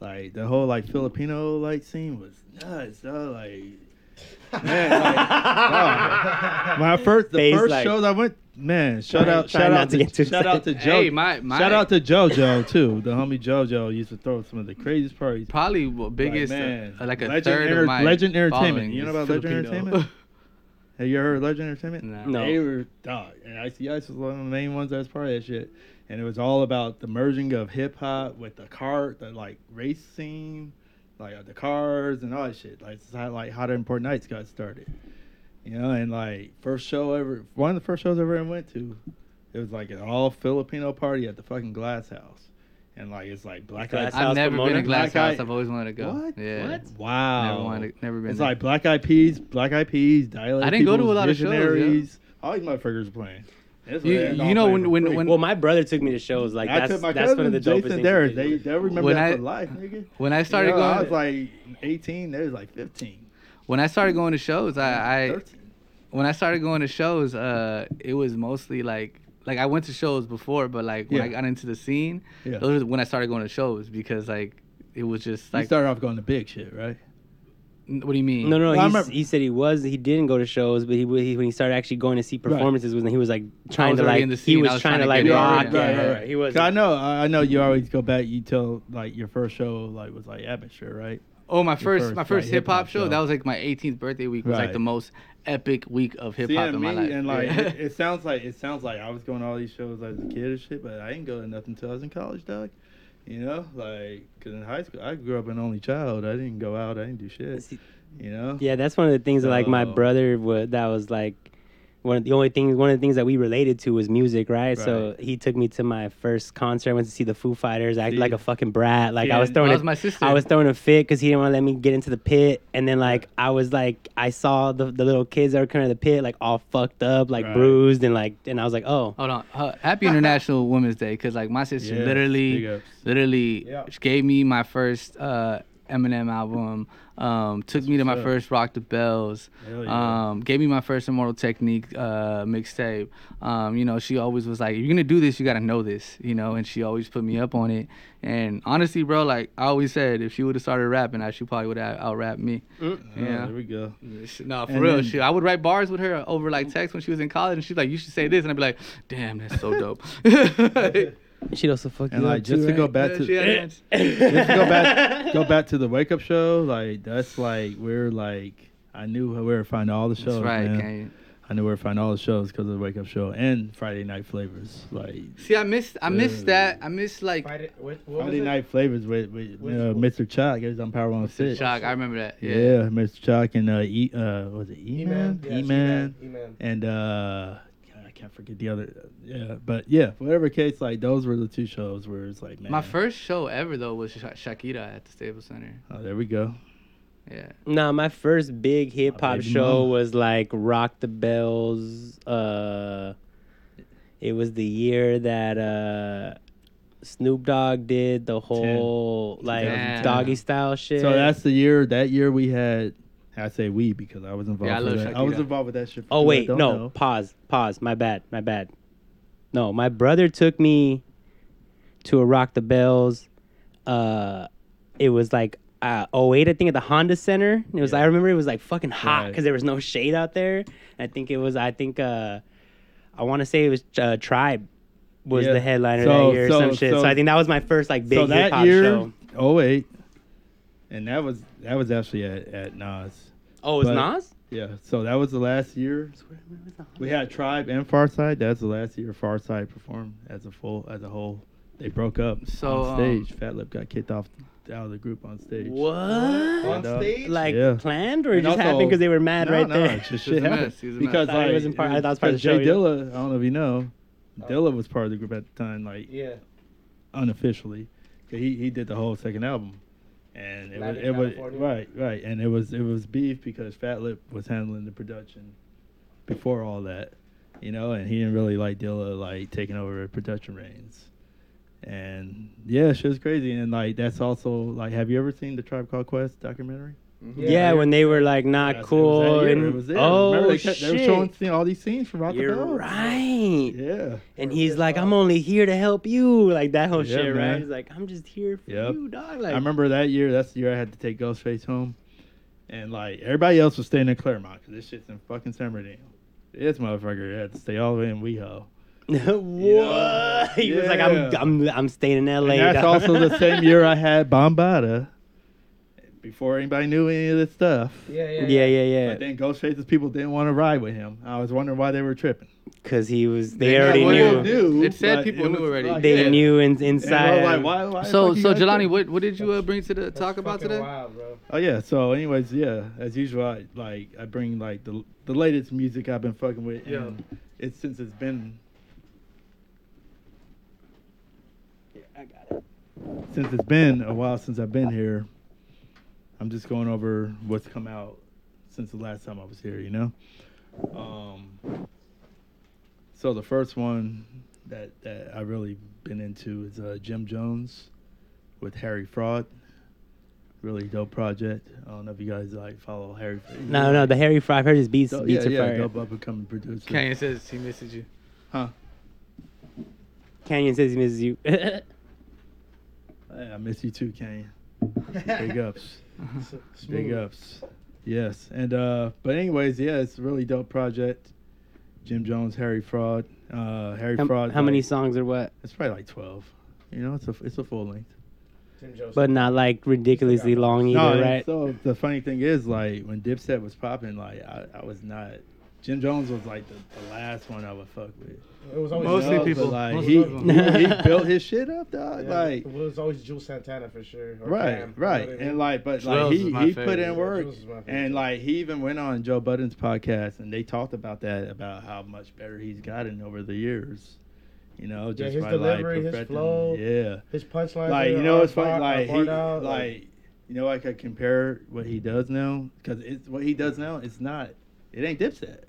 S6: Like the whole like Filipino like scene was nuts, though. Like man,
S3: (laughs)
S6: like, dog. my first the
S3: Face,
S6: first
S3: like-
S6: shows I went, man. Shout
S3: Try-
S6: out,
S3: try
S6: shout
S3: not
S6: out
S3: to
S6: to,
S3: get too
S6: shout out to Joe.
S1: Hey, my- my-
S6: shout out to JoJo too. The homie JoJo used to throw some of the craziest parties.
S1: Probably w- biggest,
S6: Like,
S1: uh,
S6: man,
S1: uh, like a
S6: Legend
S1: third
S6: Enter-
S1: of my
S6: Legend Entertainment.
S1: following
S6: You know
S1: is
S6: about Legend
S1: Filipino.
S6: Entertainment? Have you ever heard of Legend Entertainment?
S1: Nah.
S3: No.
S6: They were dog, and Icy Ice was one of the main ones that was part of that shit. And it was all about the merging of hip hop with the car, the like race scene, like uh, the cars and all that shit. Like it's how like how the important nights got started. You know, and like first show ever, one of the first shows I ever went to, it was like an all Filipino party at the fucking Glass House, and like it's like black
S3: Glass
S1: (laughs)
S6: eyed
S1: I've
S3: House
S1: never
S3: Pomona?
S1: been to Glass
S6: Black
S1: House.
S6: Eye-
S1: I've always wanted to go.
S6: What?
S1: Yeah.
S6: What? Wow.
S1: Never wanted. Never been.
S6: It's
S1: there.
S6: like Black Eyed Peas, Black Eyed Peas, Dialect.
S1: I didn't go to a lot of shows, yeah.
S6: visionaries. All these motherfuckers were playing. That's
S1: You-
S6: what they
S1: you
S6: all
S1: know
S6: played
S1: when-
S6: for
S1: when-
S6: free.
S1: when-
S3: well my brother took me to shows like
S6: I
S3: that's
S6: took my
S3: that's one of
S6: cousin
S3: the dopest
S6: Jason
S3: things
S6: there.
S3: we did.
S6: They they remember
S1: When
S6: that
S1: I-
S6: for life, nigga.
S1: when I started
S6: You know,
S1: going,
S6: I was like 18. They was like 15.
S1: when I started going to shows, I, I
S6: 13.
S1: when I started going to shows, uh, it was mostly like like I went to shows before, but like when I
S6: Yeah.
S1: got into the scene,
S6: Yeah.
S1: those are when I started going to shows because like it was just
S6: you
S1: like
S6: started off going to big shit, right?
S1: n- what do you mean?
S3: No, no,
S6: Well, I
S3: he's,
S6: remember-
S3: he said he was. He didn't go to shows, but he, wa- he when he started actually going to see performances, was when he was like trying
S1: was
S3: to
S1: already
S3: like
S1: in the
S3: he
S1: scene.
S3: was,
S1: I was
S3: trying to
S1: trying
S3: like
S1: to get in.
S3: rock.
S1: Right,
S3: yeah,
S1: right,
S3: yeah, He was.
S6: 'Cause I know, I I know. You always go back. You tell like your first show, like was like atmosphere, right?
S1: Oh, my first,
S6: first,
S1: my
S6: like,
S1: first hip hop
S6: hip-hop
S1: show.
S6: show.
S1: That was like my 18th birthday week. Was like
S6: Right.
S1: the most epic week of hip
S6: See,
S1: hop
S6: and
S1: in
S6: me,
S1: my life. (laughs)
S6: And like,
S1: Yeah.
S6: it, it sounds like it sounds like I was going to all these shows as a kid and shit, but I didn't go to nothing till I was in college, dog. You know, like, cause in high school I grew up an only child. I didn't go out. I didn't do shit.
S3: See-
S6: You know.
S3: Yeah, that's one of the things that like my
S6: So-
S3: brother would that was like one of the only things one of the things that we related to was music, right? So
S6: Right.
S3: he took me to my first concert. I went to see the Foo Fighters. I acted
S6: See?
S3: like a fucking brat. Like
S6: See,
S3: I was
S6: and
S3: throwing
S1: that
S3: a-
S1: was my sister.
S3: I was throwing a fit because he didn't want to let me get into the pit. And then like I was like I saw the, the little kids that were coming to the pit like all fucked up, like
S6: Right.
S3: bruised and like and I was like, oh,
S1: Hold on. Uh, happy International (laughs) Women's Day, cause like my sister
S6: Yes, big
S1: literally,
S6: ups.
S1: literally
S2: Yeah.
S1: she gave me my first uh, Eminem album. Um, took me to my
S6: what's up.
S1: first Rock the Bells.
S6: Hell yeah.
S1: Um, gave me my first Immortal Technique uh, mixtape. Um, you know, she always was like, "If you're gonna do this, you gotta know this," you know, and she always put me up on it. And honestly, bro, like I always said, if she would have started rapping, I she probably would have out rap me.
S6: Oh,
S1: Yeah.
S6: There we go.
S1: She- No, for
S6: And
S1: real.
S6: then-
S1: she, I would write bars with her over like text when she was in college, and she's like, "You should say this," and I'd be like, "Damn, that's so dope." (laughs)
S3: she'd also fuck
S6: And
S3: you
S6: like,
S3: up
S6: just
S3: too,
S6: to go
S3: right?
S6: back to
S1: She had-
S6: just to go back
S1: (laughs)
S6: go back to the wake up show. Like that's like we're like I knew where to find all the shows.
S1: That's right,
S6: man.
S1: Kanye.
S6: I knew where to find all the shows because of the wake up show and Friday night flavors. Like
S1: See, I missed, I missed
S6: Dude.
S1: that. I missed like
S2: Fight it. What, what was
S6: Friday
S2: it?
S6: night flavors with, with
S2: Which-
S6: uh, Mr. Chuck. It was on Power One oh
S1: Mr.
S6: Six.
S1: Shock. I remember that.
S6: Yeah,
S1: Yeah.
S6: Mr. Chuck and uh, e, uh, was it E Man?
S2: Yes,
S6: E Man
S2: E-Man. E-Man.
S6: and uh, can't forget the other. Yeah, but yeah, whatever case, like those were the two shows where it's like, man.
S1: My first show ever though was Sha- Shakira at the Staples Center.
S6: oh, there we go.
S1: Yeah.
S3: Nah, my first big hip hop
S6: Oh, baby
S3: show
S6: mama.
S3: was like Rock the Bells. Uh, it was the year that uh, Snoop Dogg did the whole like
S1: Damn.
S3: doggy style shit.
S6: So that's the year. That year we had. I say we because I was involved.
S1: Yeah, I
S6: with
S1: love
S6: that. I was
S1: Shakira.
S6: involved with that shit. for
S3: Oh
S6: people that
S3: wait, no.
S6: don't know.
S3: Pause. Pause. My bad. My bad. No, my brother took me to a Rock the Bells. Uh, it was like uh 08, I think, at the Honda Center. It was. I remember it was like fucking hot
S6: Right.
S3: because there was no shade out there. I think it was. I think. Uh, I want to say it was uh, Tribe was
S6: Yeah.
S3: the headliner
S6: So-
S3: that year or
S6: so-
S3: some shit. So,
S6: so-
S3: I think that was my first like big
S6: so
S3: hip
S6: that
S3: hop
S6: year,
S3: show.
S6: oh eight, and that was that was actually at, at Nas.
S3: Oh, it was
S6: but-
S3: Nas.
S6: Yeah, so that was the last year we had Tribe and Farside. That's the last year Farside performed as a full as a whole. They broke up
S1: So,
S6: on
S1: um,
S6: stage. Fat Lip got kicked off out of the group on stage.
S3: What?
S6: And, uh,
S3: Like
S6: Yeah.
S3: planned or it
S6: And
S3: just
S6: also-
S3: happened because they were mad
S6: no,
S3: right
S6: no,
S3: there?
S6: it's just
S1: It was
S6: shit
S1: a
S6: happened.
S1: mess. It was a mess.
S6: Because
S3: I thought it
S6: like,
S3: wasn't part- I thought it was part of
S6: because
S3: the show,
S6: Jay
S3: yeah.
S6: Dilla, I don't know if you know, Dilla was part of the group at the time, like
S2: Yeah.
S6: unofficially. 'Cause He he did the whole second album, and it
S2: Live
S6: was
S2: in
S6: it was
S2: California.
S6: right right, and it was it was beef because Fat Lip was handling the production before all that, you know, and he didn't really like Dilla like taking over production reins. And yeah, shit was crazy. And like that's also like, have you ever seen the Tribe Called Quest documentary?
S2: Mm-hmm.
S3: Yeah, when they were like not
S6: That's- it was that
S3: cool.
S6: year,
S3: and,
S6: it was it.
S3: Oh
S6: Remember they,
S3: shit!
S6: kept- they were showing seeing all these scenes from Rock the
S3: You're
S6: Bells.
S3: right.
S6: Yeah.
S3: And he's like, "I'm only here to help you," like that whole
S6: Yeah,
S3: shit, right?
S6: man.
S3: He's like, "I'm just here for
S6: Yep.
S3: you, dog." Like,
S6: I
S3: (laughs)
S6: remember that year. That's the year I had to take Ghostface home, and like everybody else was staying in Claremont because this shit's in fucking San Bernardino. This motherfucker had to stay all the way in WeHo.
S3: what? He was like, "I'm,
S6: Yeah.
S3: I'm, I'm staying in L.A."
S6: And that's
S3: dog." (laughs)
S6: also the same year I had Bombada. Before anybody knew any of this stuff.
S2: Yeah, yeah.
S3: yeah, yeah, yeah.
S6: But then Ghostface's people didn't want to ride with him. I was wondering why they were tripping.
S3: Because he was, they,
S1: Yeah,
S3: already
S1: well,
S3: knew.
S1: it knew. It said
S6: but
S1: people knew
S6: was
S1: already.
S6: like-
S3: They
S6: yeah.
S3: knew in,
S6: And I
S3: inside.
S6: was like, why, why the
S1: So
S6: fuck you
S1: so
S6: guys
S1: Jelani,
S6: tripping?
S1: what what did you uh, bring to the talk about
S2: fucking
S1: today?
S2: Wild, bro.
S6: Oh yeah. So, anyways, yeah. As usual, I, like I bring like the the latest music I've been fucking with.
S1: Yeah.
S6: And it's since it's been. Since it's been a while since I've been here, I'm just going over what's come out since the last time I was here. You know. Um. So the first one that that I really been into is uh, Jim Jones with Harry Fraud. Really dope project. I don't know if you guys like follow Harry.
S3: no, no, the Harry Fry, I've heard his beats,
S6: Dope-
S3: beats
S6: yeah,
S3: are
S6: yeah,
S3: fire.
S6: dope up and coming producer.
S1: Kanye says he misses you.
S3: Canyon says he misses you. (laughs)
S6: Hey, I miss you too, Kanye.
S1: (laughs)
S6: Big ups.
S2: (laughs) S-
S6: Big
S2: smooth.
S6: ups. Yes. And uh but anyways, yeah, it's a really dope project. Jim Jones, Harry Fraud. Uh Harry
S3: how,
S6: Fraud.
S3: how many
S6: like-
S3: songs or what?
S6: It's probably like twelve. You know, it's a it's a full length.
S2: Tim Joseph.
S3: But not like ridiculously long either,
S6: and
S3: right?
S6: So the funny thing is, like when Dipset was popping, like I, I was not. Jim Jones was like the, the last one I would fuck with.
S2: it was always
S1: Mostly
S6: But,
S2: Jules-
S1: people-
S6: like
S1: most
S6: he,
S1: of
S6: he, he
S3: (laughs)
S6: built his shit up, dog.
S2: Yeah,
S6: Like
S2: it was always Jules Santana for sure. or
S6: right,
S2: Cam, you know
S6: right,
S2: what I mean?
S6: and like, but
S1: Drells
S6: like
S1: is
S6: he,
S1: my
S6: he
S1: favorite.
S6: put in work,
S2: Drells is my favorite.
S6: and like he even went on Joe Budden's podcast, and they talked about that about how much better he's gotten over the years. You know, just
S2: his
S6: by
S2: delivery,
S6: like
S2: his
S6: perfecting-
S2: flow.
S6: yeah
S2: his uh, punchlines,
S6: like
S2: are
S6: you know, it's
S2: hard-
S6: funny. Like
S2: hard
S6: he,
S2: out,
S6: like you know, I could compare what he does now because it's what he does now. It's not. It ain't Dipset,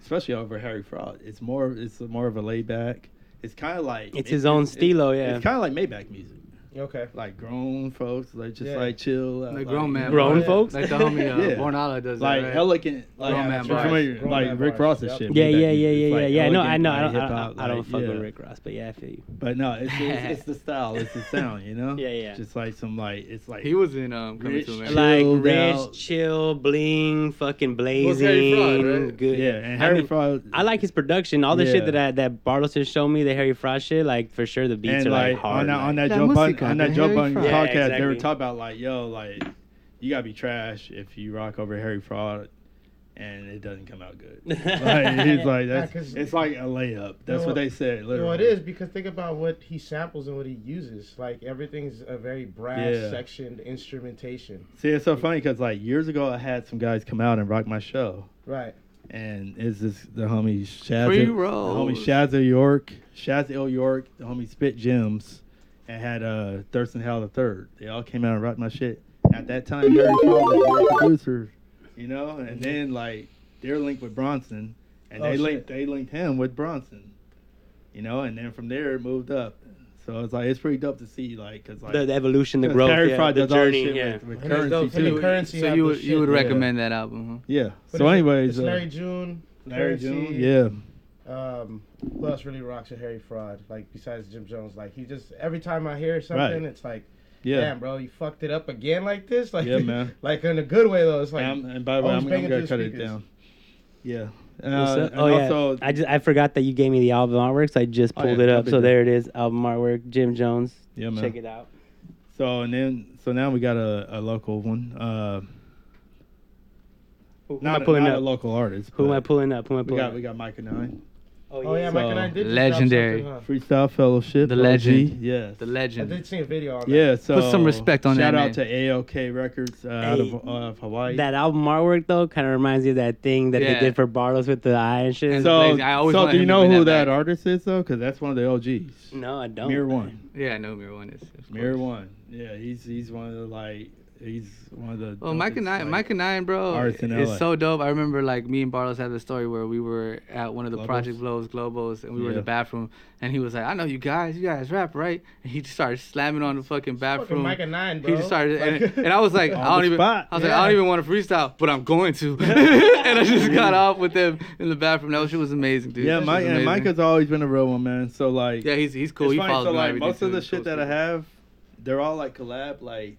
S6: especially over Harry Fraud. It's more. It's more of a laid back. It's kind of like
S3: It's his own stilo, yeah.
S6: it's kind of like Maybach music,
S2: okay,
S6: like grown folks, like just
S2: Yeah.
S6: like chill, out,
S1: Like grown man.
S3: Grown
S1: bars.
S3: folks?
S1: Like the homie uh,
S6: (laughs) Yeah.
S1: Bornala does that.
S6: like
S1: right?
S6: elegant, like
S1: Grown man
S6: if you're
S1: bars.
S6: familiar-
S2: Grown
S6: like
S2: man
S6: Rick
S2: bars,
S6: Ross's
S2: yep.
S6: shit.
S3: Yeah, yeah,
S6: Maybach music,
S3: yeah,
S6: it's
S3: yeah, yeah,
S6: like
S3: yeah. No, I
S6: elegant,
S3: know, I
S6: like
S3: don't, I
S6: hip-hop,
S3: don't, I don't
S6: like,
S3: fuck with
S6: yeah.
S3: Rick Ross, but yeah, I feel you.
S6: But no, it's, it's
S3: (laughs)
S6: it's the style, it's the sound, you know.
S3: Yeah, yeah.
S6: Just like some like it's like
S1: He was in um coming
S6: Rich
S1: to America.
S6: Chill
S3: like rich,
S6: out.
S3: chill, bling, fucking
S1: it's
S3: blazing,
S1: Harry Fraud, right?
S3: good.
S6: yeah, and
S3: I
S6: Harry
S3: mean,
S6: Fraud.
S3: I like his production. All the shit
S6: Yeah.
S3: that I, that Bartles has shown me, the Harry Fraud shit, like for sure the beats
S6: and
S3: are
S6: like,
S3: like hard.
S6: on that on
S3: like-
S6: that
S1: La
S6: Joe Budden
S1: música
S6: on
S1: de
S6: that Joe
S1: Harry
S6: Budden
S1: Fraud.
S3: Yeah,
S6: podcast, they were
S3: exactly.
S6: talking about like, yo, like you gotta be trash if you rock over Harry Fraud, and it doesn't come out
S3: (laughs)
S6: good. like, he's like, that's
S2: 'cause-
S6: it's like a layup. That's
S2: No,
S6: what they said.
S2: You
S6: Literally,
S2: know, it is because think about what he samples and what he uses. Like everything's a very brass
S6: Yeah.
S2: sectioned instrumentation,
S6: See, it's so funny because like years ago, I had some guys come out and rock my show,
S2: right?
S6: and it's just the homie Shaz,
S1: Free
S6: the homie
S1: rolls.
S6: Shazza York, Shaz L York, the homie Spit Gems, and had uh Thurston Howell the third. They all came out and rocked my shit. At that time, Barry Paul was the producer, you know, and then like they're linked with Bronson, and
S2: Oh,
S6: they
S2: shit.
S6: linked they linked him with Bronson, you know, and then from there it moved up. So it's like it's pretty dope to see, like, cause like
S3: The- the evolution, the
S6: 'cause
S3: growth,
S6: Barry
S3: yeah,
S6: Fry
S3: the
S6: does all this
S3: journey,
S6: shit
S3: yeah.
S6: with, uh, with
S2: And it's dope
S6: currency
S2: to
S6: too.
S2: me. Currency
S1: So
S2: have
S1: you
S2: the
S1: would you
S2: shit,
S1: would
S2: yeah.
S1: recommend that album? Huh?
S6: Yeah.
S2: What
S6: so,
S2: is it?
S6: anyways,
S2: It's
S6: uh,
S2: Larry June.
S6: Larry
S2: Currency,
S6: June, yeah.
S2: Um, who else really rocks a Harry Fraud? Like besides Jim Jones, like he just every time I hear something,
S6: Right.
S2: it's like,
S6: Yeah.
S2: damn, bro, you fucked it up again like this. (laughs) Like,
S6: Yeah, man.
S2: like in a good way though. It's like,
S6: Um, and by the way,
S2: always
S6: I'm, I'm
S2: banging
S6: gonna
S2: to the
S6: cut it
S2: speakers.
S6: down. Yeah.
S3: What's
S6: Uh,
S3: up?
S6: and
S3: oh yeah,
S6: also,
S3: I just I forgot that you gave me the album artwork, so I just
S6: Oh,
S3: pulled
S6: yeah,
S3: it
S6: I
S3: up.
S6: did
S3: So
S6: that.
S3: there it is, album artwork, Jim Jones.
S6: Yeah, man.
S3: Check it out.
S6: so and then so now we got a, a local one. Uh,
S3: Who, who am
S6: not,
S3: I pulling
S6: not
S3: up?
S6: a local artist.
S3: Who am
S6: but
S3: I pulling up? Who am I
S6: We
S3: pulling
S6: got
S3: up?
S6: we got Micah Nine.
S2: oh yeah, Mike and I
S6: So-
S2: did just drop
S1: Legendary.
S2: something, huh?
S6: Freestyle Fellowship.
S1: The
S6: OG,
S1: legend.
S6: Yes.
S1: The
S2: I
S1: legend.
S2: did see a video on that.
S6: yeah. So
S1: Put some respect on
S6: shout
S1: that,
S6: out
S1: man.
S6: to AOK Records uh, out
S3: Hey,
S6: of, uh, of Hawaii.
S3: That album artwork though kind of reminds you of that thing that
S1: Yeah.
S3: they did for Bartos with the eye and shit.
S1: And-
S6: so
S1: Amazing. I always
S6: so
S1: wanted
S6: do
S1: him
S6: you
S1: to
S6: know
S1: bring
S6: who
S1: that
S6: that
S1: back.
S6: artist is though? Because that's one of the OGs.
S3: no, I don't.
S6: Mirror One.
S1: Yeah, I know Mirror One is. of
S6: Mirror
S1: course.
S6: One. Yeah. He's he's one of the like he's one of the.
S1: Well, Oh, Mike and
S6: dopest,
S1: I,
S6: like-
S1: Mike and I, bro,
S6: artists in
S1: it's
S6: LA.
S1: so dope. I remember like me and Barlos had the story where we were at one of the
S6: Globos?
S1: Project Blows Globos, and we were in
S6: Yeah.
S1: the bathroom, and he was like, "I know you guys, you guys rap, right?" And he just started slamming on the fucking
S2: Fucking
S1: bathroom.
S2: Mike and Nine, bro.
S1: he just started,
S2: Like-
S1: and, and I was like,
S6: (laughs) On
S1: I don't
S6: the
S1: even.
S6: spot.
S1: I was like, I don't
S2: Yeah.
S1: even want to freestyle, but I'm going
S6: (laughs)
S1: to. (laughs) and I just got off with them in the bathroom. That shit was amazing, dude. That
S6: Yeah,
S1: shit
S6: Mike
S1: was
S6: and
S1: amazing.
S6: Mike has always been a real one, man. So like,
S1: Yeah, he's he's cool.
S6: It's
S1: he
S6: funny,
S1: follows
S6: so
S1: me on
S6: like
S1: everything,
S6: most of
S1: too.
S6: the
S1: He's cool
S6: shit
S1: as
S6: that I
S1: people.
S6: have, they're all like collab like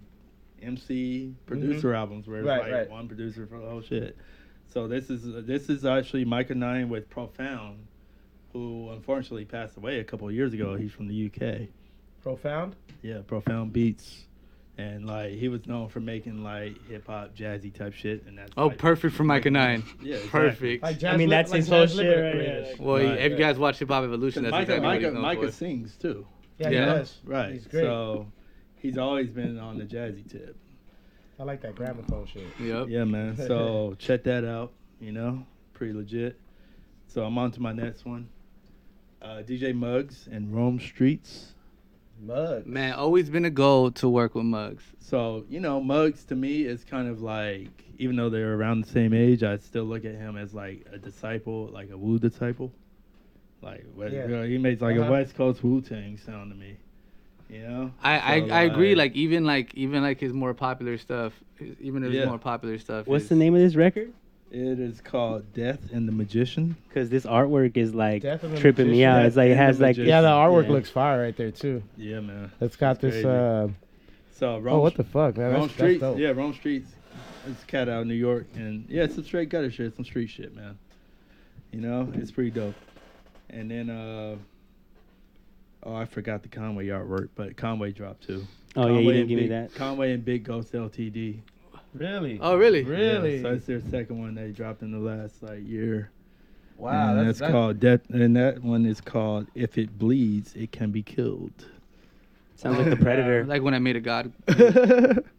S6: MC producer
S1: Mm-hmm.
S6: albums where it's
S2: Right,
S6: like
S2: right.
S6: one producer for the whole shit. So this is this is actually Micah Nine with Profound, who unfortunately passed away a couple of years ago. He's from the UK.
S2: (laughs) Profound.
S6: Yeah, Profound Beats. And like he was known for making like hip hop, jazzy type shit, and that's
S1: Oh,
S6: like-
S1: perfect for Mike and Nine.
S6: Yeah, exactly.
S1: Perfect.
S2: Like
S3: I
S2: Jazz
S3: mean,
S2: Lib-
S3: that's
S2: like
S3: his whole
S2: Jazz
S3: shit
S2: Lib-
S3: right there.
S2: Lib-
S3: Like,
S1: Well, he-
S6: Right,
S1: if you
S6: right.
S1: guys watch Hip Hop
S6: 'Cause
S1: Evolution, that's
S6: Micah,
S1: exactly what he's
S6: Micah,
S1: known
S6: Micah
S1: for.
S6: sings too.
S2: Yeah, he
S1: Yeah.
S2: does.
S6: Right.
S2: He's great.
S6: So he's always been on the jazzy tip.
S2: I like that gramophone shit.
S1: Yep.
S6: Yeah,
S2: (laughs)
S6: man. So check that out. You know, pretty legit. So I'm on to my next one. Uh, DJ Muggs and Rome Streets.
S2: Mug.
S1: Man, always been a goal to work with Muggs.
S6: So you know, Muggs to me is kind of like, even though they're around the same age, I still look at him as like a disciple, like a Wu disciple. Like what-
S2: Yeah.
S6: you know, he makes like
S2: Uh-huh.
S6: a West Coast Wu Tang sound to me. You know.
S1: I,
S6: So,
S1: I, I agree. Like even like even like his more popular stuff, his- even his
S6: Yeah.
S1: more popular stuff.
S3: What's
S1: is-
S3: the name of this record?
S6: it is called Death and the Magician.
S3: Because this artwork is like
S2: Death of a
S3: tripping me
S2: Magician.
S3: out. It's like it
S6: Death
S3: has
S6: and a
S3: like
S6: Magician.
S2: Yeah,
S3: yeah,
S6: Yeah,
S2: the artwork
S3: Yeah.
S2: looks fire right there too.
S6: Yeah, man.
S2: It's got
S6: That's
S2: this.
S6: crazy.
S2: uh
S6: So Rome
S2: Oh, what the fuck, man?
S6: Rome
S2: That's, that's
S6: Streets,
S2: dope.
S6: yeah, Rome Streets. It's a cat out of New York, and yeah, it's some straight gutter shit, some street shit, man. You know, it's pretty dope. And then, uh, oh, I forgot the Conway artwork, but Conway dropped too.
S3: oh yeah,
S6: Conway
S3: you didn't
S6: and
S3: give me
S6: Big-
S3: that.
S6: Conway and Big Ghost Ltd.
S2: Really?
S1: Oh really?
S6: Yeah,
S2: Really?
S6: so that's their second one they dropped in the last like year.
S2: wow,
S6: and
S2: Mm, that's,
S6: that's,
S2: that's
S6: called Death, and that one is called If It Bleeds, It Can Be Killed.
S3: Sounds like the Predator.
S1: Like when I made a god.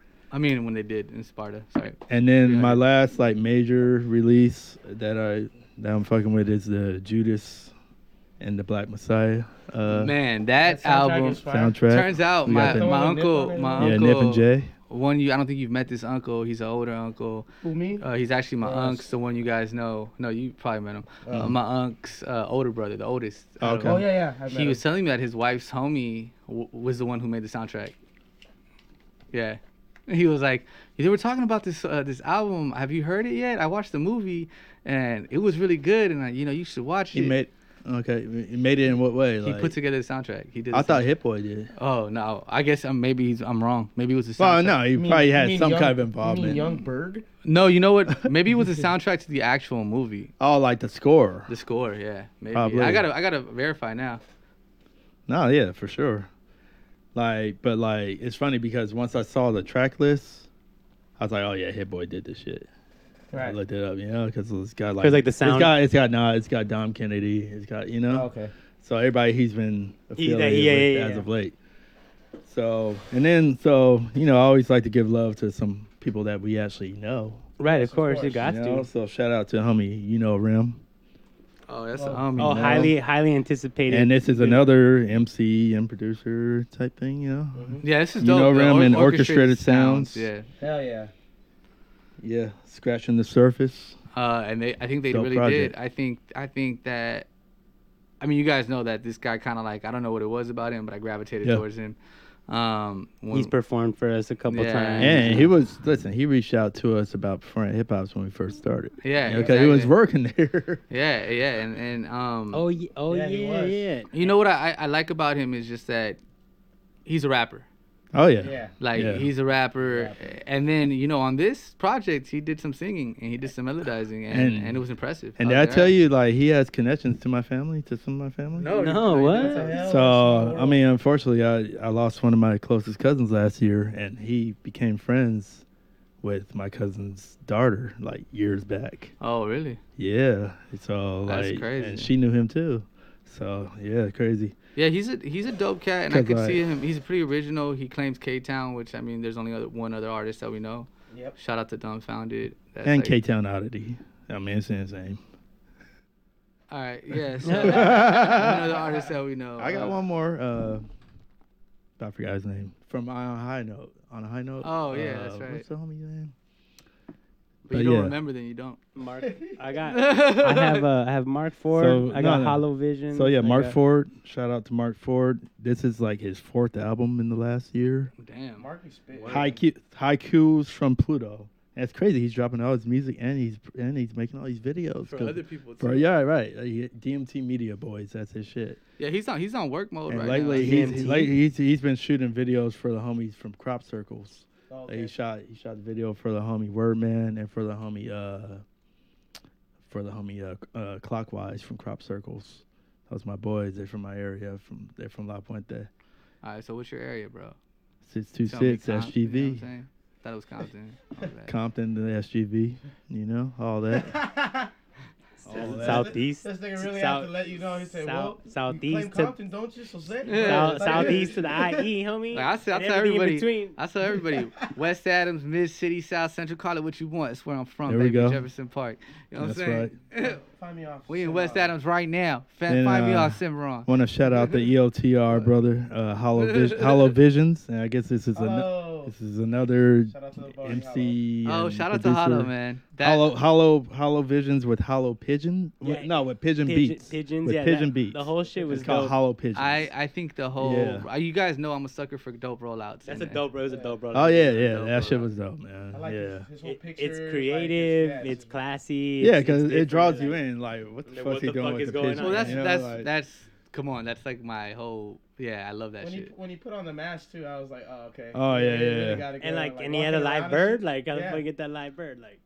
S6: (laughs)
S1: I mean when they did in Sparta. Sorry.
S6: And then
S1: Yeah.
S6: my last like major release that I that I'm fucking with is the Judas and the Black Messiah uh,
S1: Man, that,
S2: soundtrack
S1: album.
S2: is fire.
S6: soundtrack.
S1: Turns out
S6: We
S1: my,
S6: got
S2: the-
S1: my
S2: Throwing Nip on
S1: uncle
S2: it?
S1: my
S6: yeah,
S1: uncle
S6: Nip and Jay.
S1: one you I don't think you've met this uncle. He's an older uncle.
S2: Who me?
S1: Uh, he's actually my
S2: Yes.
S1: unc's, the one you guys know. No, you probably met him. Uh, my unc's uh, older brother, the oldest. out of
S6: Uh-huh. Okay.
S1: them.
S2: Oh yeah, yeah. I
S1: He was telling me that his wife's homie w- was the one who made the soundtrack. Yeah, he was like, they were talking about this uh, this album. Have you heard it yet? I watched the movie, and it was really good. And I, you know, you should watch
S6: He
S1: it.
S6: made okay. He made it in what way?
S1: he
S6: Like,
S1: put together the soundtrack. He did.
S6: I
S1: the
S6: thought
S1: soundtrack.
S6: Hip Boy did.
S1: Oh no, I guess I'm, maybe he's, I'm wrong. Maybe it was the soundtrack.
S6: Well, no, he probably had some kind of
S2: You mean
S6: involvement.
S2: Young Bird?
S1: No, you know what? Maybe it was the
S6: (laughs)
S1: soundtrack to the actual movie.
S6: Oh, like the score.
S1: The score, yeah. Maybe.
S6: Probably.
S1: I gotta I gotta verify now.
S6: No, yeah, for sure. Like, but like, it's funny because once I saw the track list, I was like, oh yeah, Hit Boy did this shit. I
S2: Right.
S6: looked it up, you know, because it's got like
S3: 'Cause, like, the sound-
S6: It's got it's got nah, it's got Dom Kennedy. It's got you know.
S2: Oh, okay.
S6: So everybody he's been
S3: He- that-
S6: affiliated
S3: yeah,
S6: with
S3: yeah,
S6: as
S3: yeah.
S6: of late. So and then so you know I always like to give love to some people that we actually know.
S3: Right, of course, you got
S6: you
S3: to.
S6: know? So shout out to homie, you know Rim.
S1: Oh, that's
S3: oh,
S1: a homie. man.
S3: highly, highly anticipated.
S6: And this is another MC and producer type thing, you know.
S3: Mm-hmm.
S1: Yeah, this is
S6: You
S1: dope.
S6: know
S1: the
S6: Rim
S1: or-
S6: and orchestrated sounds.
S1: Yeah.
S2: Hell yeah.
S6: Yeah, scratching the surface.
S1: Uh, and they, I think they
S6: Dope
S1: really
S6: project.
S1: did. I think, I think that, I mean, you guys know that this guy kind of like, I don't know what it was about him, but I gravitated
S6: Yeah.
S1: towards him. Um, when-
S3: He's performed for us a couple
S1: Yeah.
S3: times.
S6: And he was listen. He reached out to us about front hip hops when we first started.
S1: Yeah,
S6: because he was
S1: exactly.
S6: working there. (laughs)
S1: yeah, yeah, and and um,
S3: oh, yeah, oh yeah,
S2: Yeah, he
S3: yeah,
S2: was.
S1: you know what I, I I like about him is just that he's a rapper.
S6: Oh yeah.
S2: Yeah.
S1: Like
S6: Yeah.
S1: he's a rapper, and then you know on this project he did some singing and he did some melodizing, and, and,
S6: And-
S1: it was impressive.
S6: And
S1: was
S6: did I
S1: like,
S6: tell
S1: "Alright."
S6: you, like, he has connections to my family, to some of my family.
S1: No,
S3: No,
S1: you-
S3: what?
S1: you know,
S2: Yeah,
S6: So
S2: that's
S6: I mean, unfortunately, I I lost one of my closest cousins last year, and he became friends with my cousin's daughter like years back.
S1: Oh, really?
S6: Yeah. So like,
S1: That's crazy.
S6: and she knew him too. So yeah, crazy.
S1: Yeah, he's a he's a dope cat, and I
S6: 'Cause,
S1: could
S6: like-
S1: see him. He's pretty original. He claims K Town, which I mean, there's only other, one other artist that we know.
S2: Yep.
S1: Shout out to Dumbfounded. That's
S6: and
S1: like-
S6: K Town oddity. I mean, it's
S1: (laughs)
S6: insane.
S1: All right, (laughs) yeah. So another artist that we know.
S6: I
S1: uh,
S6: got one more. Uh, I forgot his name. From on a high note. On a high note.
S1: Oh, yeah, that's
S6: uh,
S1: right.
S6: What's the homie's name?
S1: But you
S6: but
S1: don't
S6: yeah.
S1: remember, then you
S6: (laughs)
S1: don't.
S3: Mark, I got,
S1: (laughs)
S3: I have, uh, I have Mark Ford.
S6: So,
S3: I got
S6: no, no.
S3: Hollow Vision. uh,
S6: So yeah,
S3: I
S6: Mark
S3: got-
S6: Ford. Shout out to Mark Ford. This is like his fourth album in the last year.
S1: Damn.
S2: Marky spit.
S6: Haiku, haikus from Pluto. That's crazy. He's dropping all his music and he's and he's making all these videos
S1: For
S6: 'cause-
S1: other people too.
S6: For, yeah, right. Uh, he- DMT Media Boys. That's his shit.
S1: Yeah, he's on he's on work mode
S6: And
S1: right
S6: lately,
S1: now.
S6: he's,
S3: DMT?
S6: like, he's he's been shooting videos for the homies from Crop Circles.
S2: Oh,
S6: Like, he
S2: okay.
S6: shot he shot the video for the homie Wordman and for the homie uh for the homie uh, uh Clockwise from Crop Circles. Those my boys. They're from my area. From they're from La Puente.
S1: All right, so what's your area, bro?
S6: Six two
S1: Tell me
S6: six
S1: Comp- you know what I'm
S6: SGV.
S1: saying? Thought it was
S6: (laughs)
S1: Compton. My bad.
S6: Compton to SGV. You know
S1: (laughs)
S6: all that.
S3: Southeast.
S2: Oh, This nigga really
S3: South-
S2: have to let you know. He said,
S3: South-
S2: "Well, you claim
S3: Southeast to-
S2: Compton, don't you?" So say it.
S3: South,
S2: Like,
S3: southeast to the E. IE, homie.
S1: Like I said,
S3: And
S1: I tell
S3: everything
S1: everybody.
S3: In between.
S1: I tell
S6: (laughs)
S1: everybody. West Adams, Mid City, South Central. Call it what you want. It's where I'm from,
S6: There we
S1: baby.
S6: go.
S1: Jefferson Park. You know
S6: That's
S1: what I'm saying?
S2: (laughs) Find me off.
S1: (laughs) We in
S2: Send
S1: West
S2: off.
S1: Adams right now. Fa-
S6: Then,
S1: find me
S6: uh,
S1: off Cimarron.
S6: Want to shout out the E EOTR brother, uh, Hollow,
S1: (laughs)
S6: Vis- Hollow Visions, and I guess this is an-
S2: Oh.
S6: this is another
S2: Shout out to the boy,
S6: MC.
S1: Oh,
S6: and
S1: shout out to Hollow,
S6: producer.
S1: man. That,
S6: Hollow, hollow, hollow visions with hollow pigeon. With-
S3: Yeah.
S6: no, with pigeon,
S3: Pigeon-
S6: beats.
S3: pigeons,
S6: with
S3: yeah,
S6: pigeon
S3: that-
S6: beats.
S3: the whole shit was
S6: it's called
S3: dope.
S6: hollow pigeons.
S1: I, I think the whole
S6: Yeah.
S1: uh, you guys know I'm a sucker for dope rollouts.
S3: That's a
S1: and-
S3: dope, bro. It's a dope, bro.
S6: oh yeah,
S1: That's
S6: yeah,
S1: dope,
S6: that
S1: bro.
S6: shit was dope, man.
S2: I like
S6: yeah,
S2: his, his whole
S3: It-
S2: picture.
S3: it's
S2: like,
S3: creative.
S2: that,
S3: it's
S2: so-
S3: classy.
S6: yeah,
S3: it's-
S6: because
S3: it's
S6: it
S3: different,
S6: draws
S3: like-
S6: you in. Like, what the
S3: Like,
S6: fuck
S3: what
S6: he
S3: the
S6: doing
S3: fuck
S6: with
S3: is
S6: the
S3: going
S6: pigeon?
S3: on?
S1: Well, that's
S6: you know,
S1: that's
S6: like-
S1: that's come on. That's like my whole yeah. I love that
S2: When he,
S1: shit.
S2: when he put on the mask too, I was like, "Oh, okay."
S6: Oh, yeah,
S2: He really
S6: yeah.
S2: got it going,
S3: And like, and he had a
S2: walking
S3: live
S2: around and
S3: bird.
S2: shit.
S3: Like, how the
S2: Yeah.
S3: fuck you get that live bird? Like,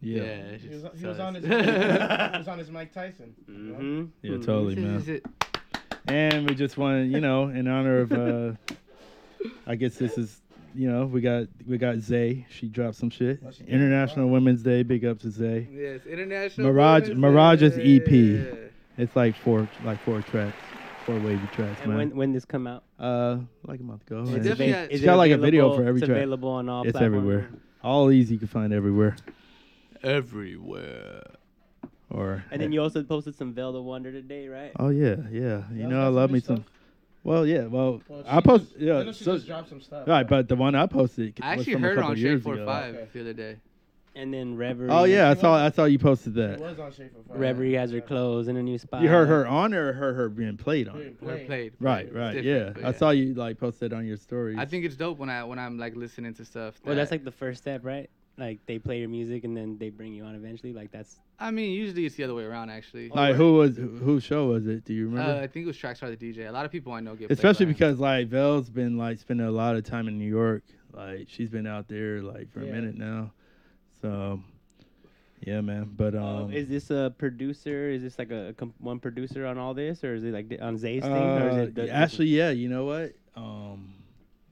S6: yeah,
S1: Yeah,
S2: He was,
S1: it's
S2: he was
S1: just
S2: on
S1: (laughs)
S2: his.
S1: sus.
S2: he
S3: (laughs)
S2: was on his Mike Tyson. you know?
S3: mm-hmm.
S6: yeah, totally, man.
S3: (laughs)
S1: Is it-
S6: And we just want, you know, in honor of, uh I guess this is, you know, we got we got Zay. She dropped some shit.
S2: Well, she did.
S6: International Women's Day. Big up to Zay.
S1: Yes, international.
S6: Mirage-
S1: Women's
S6: Mirage's E
S1: Day.
S6: EP. It's like four, like four tracks, four wavy tracks,
S3: And
S6: man.
S3: when when this come out?
S6: uh, like a month ago.
S1: It's
S6: and
S1: definitely
S6: it's-
S1: got-
S3: avai-
S1: it's
S3: it
S6: got like a video
S3: available-
S6: for every
S3: It's
S6: track.
S3: available on all.
S6: it's
S3: platforms.
S6: everywhere. All these you can find everywhere.
S1: Everywhere.
S6: Or
S3: And then you also posted some Velda Wonder today, right?
S6: oh yeah, yeah. You
S2: Y'all
S6: know
S2: got
S6: I
S2: some
S6: love
S2: new
S6: me
S2: stuff?
S6: some. Well, yeah. Well,
S2: Well,
S6: I
S2: she
S6: post.
S2: just- I
S6: Yeah.
S2: know she
S6: So,
S2: just dropped some stuff.
S6: right, but the one I posted.
S1: I
S6: was
S1: actually
S6: from a
S1: heard her
S6: couple
S1: on Shade
S6: years
S1: Four
S6: ago.
S1: Five
S2: Okay.
S1: the other day.
S3: And then Reverie.
S6: Oh yeah, I
S2: She
S6: saw.
S2: was-
S6: I saw you posted
S2: He
S6: that.
S2: was on Shape for Fire.
S3: Reverie has her clothes in a new spot.
S6: You heard her on or heard her being played on.
S2: Dude,
S1: Her
S2: play.
S1: played.
S6: Right,
S1: It's
S6: right, yeah.
S1: different, but
S6: I saw you like posted on your story.
S1: I think it's dope when I when I'm like listening to stuff.
S3: Well, that's
S1: that-
S3: like the first step, right? Like they play your music and then they bring you on eventually. Like that's
S1: I mean, usually it's the other way around actually.
S6: Like who was who- whose show was it? Do you Oh, remember?
S1: Uh, I think it was Trackstar the DJ. A lot of people I know get. played
S6: Especially
S1: by him.
S6: because like Vel's been like spending a lot of time in New York. Like she's been out there like for a
S2: Yeah.
S6: minute now. So yeah, man. But
S3: Uh,
S6: um
S3: is this a producer? Is this like a, com- one producer on all this, or is it like di- on Zay's thing? Or is
S6: uh,
S3: it the-
S6: actually yeah, you know what? Um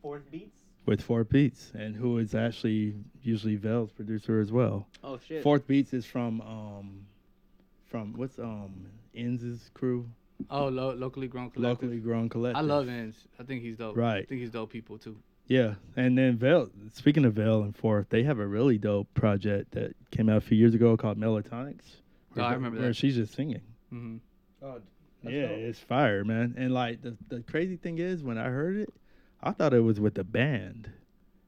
S3: fourth beats?
S6: with Fourth Beats and who is actually usually Vel's producer as well.
S3: Oh shit!
S6: Fourth Beats is from um from what's um Enz's crew?
S1: oh, lo- locally grown collective.
S6: Locally grown collective.
S1: I love Enz. I think he's dope. I
S6: Right.
S1: think he's dope people too.
S6: Yeah, and then Veil. Speaking of Veil and Forth, they have a really dope project that came out a few years ago called Melotonics.
S1: Oh, I
S6: where-
S1: remember
S6: Where
S1: that.
S6: she's just singing.
S1: Mm-hmm.
S2: Oh, that's
S6: yeah,
S2: dope.
S6: it's fire, man. And like the the crazy thing is, when I heard it, I thought it was with the band.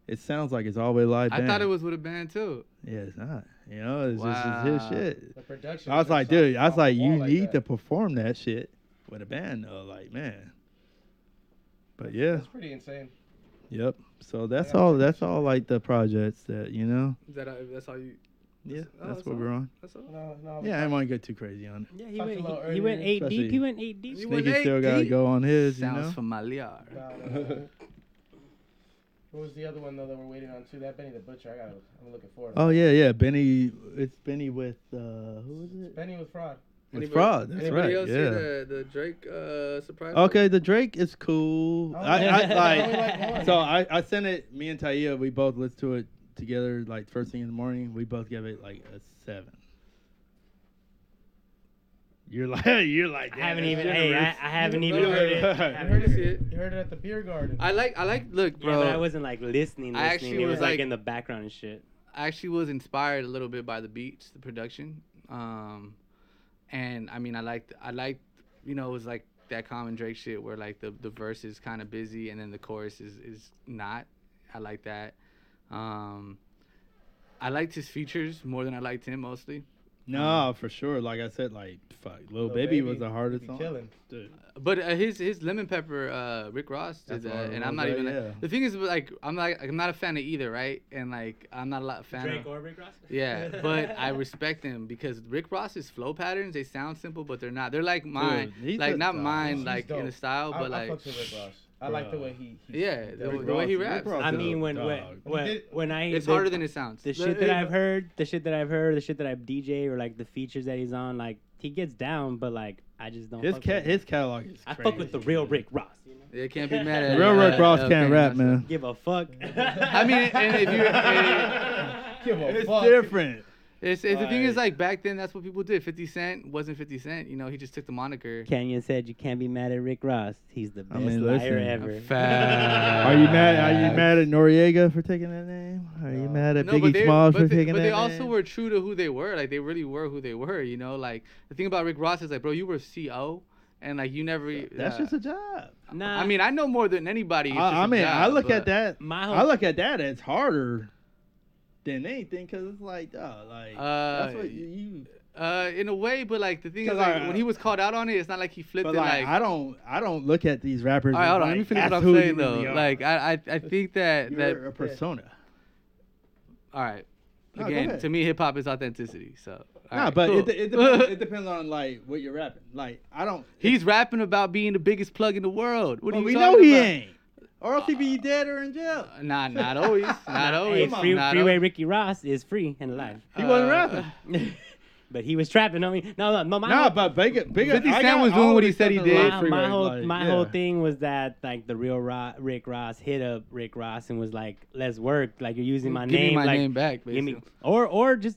S6: It sounds like it's always live.
S1: I
S6: Band.
S1: thought it was with a band too.
S6: Yeah, it's not. You know, it's just
S1: Wow.
S6: it's his shit.
S2: The production
S6: I was
S2: is
S6: like,
S2: just off-
S6: dude, I was
S2: off the
S6: like,
S2: wall
S6: you
S2: like
S6: need
S2: that.
S6: to perform that shit with a band, though. Like, man. But yeah,
S2: That's pretty insane.
S6: yep. So that's
S2: gotta
S6: all.
S2: check
S6: That's all. Like the projects that you know.
S1: Is that uh, that's all you?
S6: Yeah,
S1: oh,
S6: that's what we're
S1: all.
S6: on.
S1: That's all.
S2: No, no.
S6: Yeah, I didn't want to get too crazy on it.
S3: Yeah, he
S2: Talked a
S3: went,
S2: little
S3: he, he went
S2: earlier.
S3: eight deep.
S6: Especially-
S3: He went eight deep.
S1: You went
S6: Sneaky still
S1: eight
S6: gotta
S1: deep.
S6: go on his. You
S1: Sounds
S6: know.
S1: familiar.
S2: No, no, no. What was the other one though that we're waiting on too? That Benny the Butcher. I got. to I'm looking forward. to
S6: Oh yeah, yeah. Benny, it's Benny with uh, who is
S2: it.
S6: it?
S2: Benny with fraud.
S6: With fraud. That's
S1: Anybody
S6: right.
S1: else
S6: yeah.
S1: hear the, the Drake uh, surprise?
S6: Okay, the Drake is
S1: Oh,
S6: cool.
S2: I
S6: I,
S2: only
S6: I
S1: (laughs)
S2: like- I only like
S6: like
S2: one.
S6: so I, I sent it. Me and Taia, we both listened to it together. Like first thing in the morning, we both gave it like a seven. You're like (laughs) you're like.
S3: I
S6: "Damn,
S3: haven't
S6: that's
S3: even. Hey, I, I
S6: generous."
S3: haven't even
S1: Right,
S6: (laughs)
S3: heard it.
S6: right,
S3: I
S6: right.
S2: You
S3: haven't
S2: heard
S3: heard it.
S2: it. You heard it at the beer garden.
S1: I like I like look,
S3: Yeah,
S1: bro.
S3: but I wasn't like listening. listening.
S1: I actually
S3: it was
S1: was,
S3: like,
S1: like-
S3: in the background and shit.
S1: I actually was inspired a little bit by the beats, the production, um, and I mean, I liked, I liked, you know, it was like that common Drake shit where like the the verse is kind of busy and then the chorus is is not. I like that. Um, I liked his features more than I liked him mostly,
S6: No, for sure. Like I said, like fuck, Lil,
S2: Lil
S6: Baby, was
S2: Baby,
S6: the hardest
S2: he
S6: song.
S2: killing.
S6: Dude,
S1: but uh, his his lemon pepper, uh, Rick Ross did
S6: That's what I
S1: that, and I'm not
S6: remember,
S1: even.
S6: yeah.
S1: The thing is, like, I'm like, I'm not a fan of either, right? And like, I'm not a lot fan of.
S3: or Rick Ross?
S2: (laughs)
S3: (laughs)
S1: Yeah, but
S6: (laughs)
S1: I respect them because Rick Ross's flow patterns, they sound simple, but they're not. They're like mine.
S6: he's
S1: like,
S6: a
S1: not
S6: dog.
S1: mine,
S2: He's
S1: like in
S2: dope.
S1: a style,
S2: I,
S1: but
S2: I
S1: like.
S2: fucks with Rick Ross. I like the way he. he
S1: Yeah, the,
S2: Rick
S1: the way he
S6: Ross- Rick
S1: raps.
S6: Ross
S3: I
S6: is a
S3: mean, when when,
S6: dog.
S3: when when I
S1: It's
S3: the-
S1: harder than it sounds.
S3: the shit that I've heard, the shit that I've heard, the shit that I've DJ or like the features that he's on, like he gets down, but like I just don't.
S6: his
S3: fuck
S6: cat,
S3: with him.
S6: his catalog is.
S3: I
S6: Crazy.
S3: fuck with the real Rick Ross. You know?
S1: They can't be mad at
S6: Real Rick
S1: uh,
S6: Ross
S1: uh,
S6: can't
S1: Kanye
S6: rap,
S1: West.
S6: man.
S3: Give a fuck.
S1: I mean,
S3: (laughs)
S1: and if you. and-
S2: (laughs) Give a
S6: It's
S2: fuck.
S6: different.
S1: It's, it's the thing is,
S6: Right.
S1: like, back then, that's what people did. 50 Cent wasn't 50 Cent. You know, he just took the moniker.
S3: Kenyon said you can't be mad at Rick Ross. He's the
S6: I
S3: best
S6: mean,
S3: liar
S6: listen.
S3: ever.
S6: Are you mad? Are you mad at Noriega for taking that name? Are you mad at Biggie
S1: they,
S6: Smalls for
S1: but they,
S6: taking
S1: but
S6: that
S1: they also
S6: name?
S1: were true to who they were. Like they really were who they were. You know, like the thing about Rick Ross is like, bro, you were CO, and like you never.
S6: That's
S1: uh,
S6: just a job.
S3: Nah,
S1: I mean, I know more than anybody. It's just
S6: I, I
S1: a
S6: mean, I
S1: job,
S6: look
S1: but-
S6: at that.
S3: my
S6: I
S3: whole
S6: look at that. It's harder than anything because it's like, duh, like
S1: Uh,
S6: that's what you- you.
S1: Uh, in a way, but like the thing is,
S6: 'Cause
S1: like
S6: I- uh,
S1: when he was called out on it, it's not like he flipped
S6: But
S1: it.
S6: like,
S1: Like,
S6: I don't, I don't look at these rappers.
S1: all right, hold on.
S6: as,
S1: Let me
S6: like,
S1: finish what
S6: that's
S1: I'm
S6: who
S1: saying
S6: you
S1: though.
S6: really are.
S1: Like, I, I, I think that
S6: you're
S1: that.
S6: a persona.
S1: All right.
S6: No, go
S1: Again,
S6: ahead.
S1: to me, hip hop is authenticity. So. all
S6: nah,
S1: right,
S6: but
S1: cool.
S6: it, de- it, depends,
S1: (laughs)
S6: (laughs) it depends on like what you're rapping. Like, I don't.
S1: He's rapping about being the biggest plug in the world. What
S6: Well,
S1: do you
S6: we
S1: talking
S6: know he
S1: about?
S6: ain't, or else he'd be dead or in jail.
S1: Nah, not always. Not
S3: hey,
S1: always.
S3: free,
S1: not
S3: freeway
S1: always.
S3: Ricky Ross is free and alive.
S6: He wasn't
S1: Uh,
S6: rapping.
S1: (laughs)
S3: (laughs) but he was trapping on me. No, no, no. My
S6: Nah,
S3: whole,
S6: but bigger, bigger.
S1: 50 Cent was doing what he said he did.
S3: my, my whole my whole thing was that like the real Ro- Rick Ross hit up Rick Ross and was like, "Let's work. Like you're using my
S1: Give
S3: name.
S1: me my
S3: like,
S1: name back,
S3: Give me
S1: basically.
S3: or or just."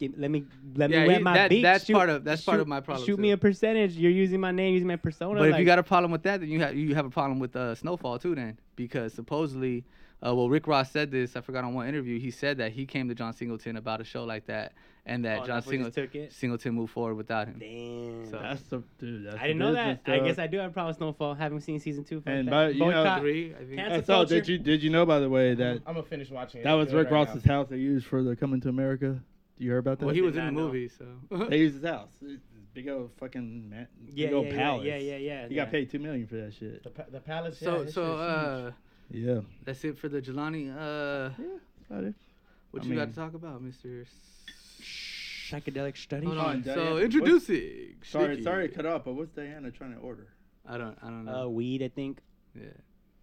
S3: give- Let me let
S1: Yeah,
S3: me wet
S1: he-
S3: my
S1: that-
S3: beak.
S1: that's
S3: shoot,
S1: part of- that's part of
S3: shoot-
S1: my problem,
S3: Shoot
S1: too.
S3: me a percentage. You're using my name, using my persona.
S1: But if you
S3: like-
S1: got a problem with that, then you have you have a problem with uh, Snowfall too, then because supposedly, uh, well, Rick Ross said this. I forgot on one interview. He said that he came to John Singleton about a show like that, and that
S3: Oh,
S1: John
S3: that's what he
S1: Singleton
S3: took it?
S1: Singleton moved forward without him.
S3: damn,
S1: So-
S6: That's the dude. That's
S3: I didn't
S6: the
S3: know that.
S6: business,
S3: I guess
S6: dog.
S3: I do have a problem with Snowfall. Haven't seen season two.
S6: And
S3: by,
S6: but, you know-
S1: Three, I think.
S3: Cancel-
S6: And so, did
S3: culture.
S6: you did you know by the way that
S2: I'm gonna finish watching it.
S6: That was
S2: Do it
S6: Rick
S2: right now.
S6: Ross's house they used for the Coming to America. You heard about that?
S1: Well, he
S3: did
S1: was in the
S3: not know.
S1: movie, so (laughs)
S6: They used his house. It's this Big old fucking man.
S3: Yeah,
S6: big old
S3: yeah, yeah,
S6: palace.
S3: yeah, yeah, yeah,
S6: He
S3: yeah.
S6: got paid two million for that shit.
S2: The, pa- the palace. yeah,
S1: so
S2: that
S1: so
S2: shit's huge.
S1: uh,
S6: Yeah.
S1: that's it for the Jelani. Uh,
S6: About it.
S1: what
S6: I
S1: you got
S6: mean-
S1: to talk about, Mister?
S3: psychedelic studies.
S1: Hold
S6: on,
S1: on.
S6: Diane.
S1: So
S6: What's-
S1: introducing.
S6: Sorry,
S1: Shiki.
S6: sorry to cut off, but what's Diana trying to order?
S1: I don't. I don't
S3: Uh,
S1: know.
S3: weed, I think,
S1: yeah.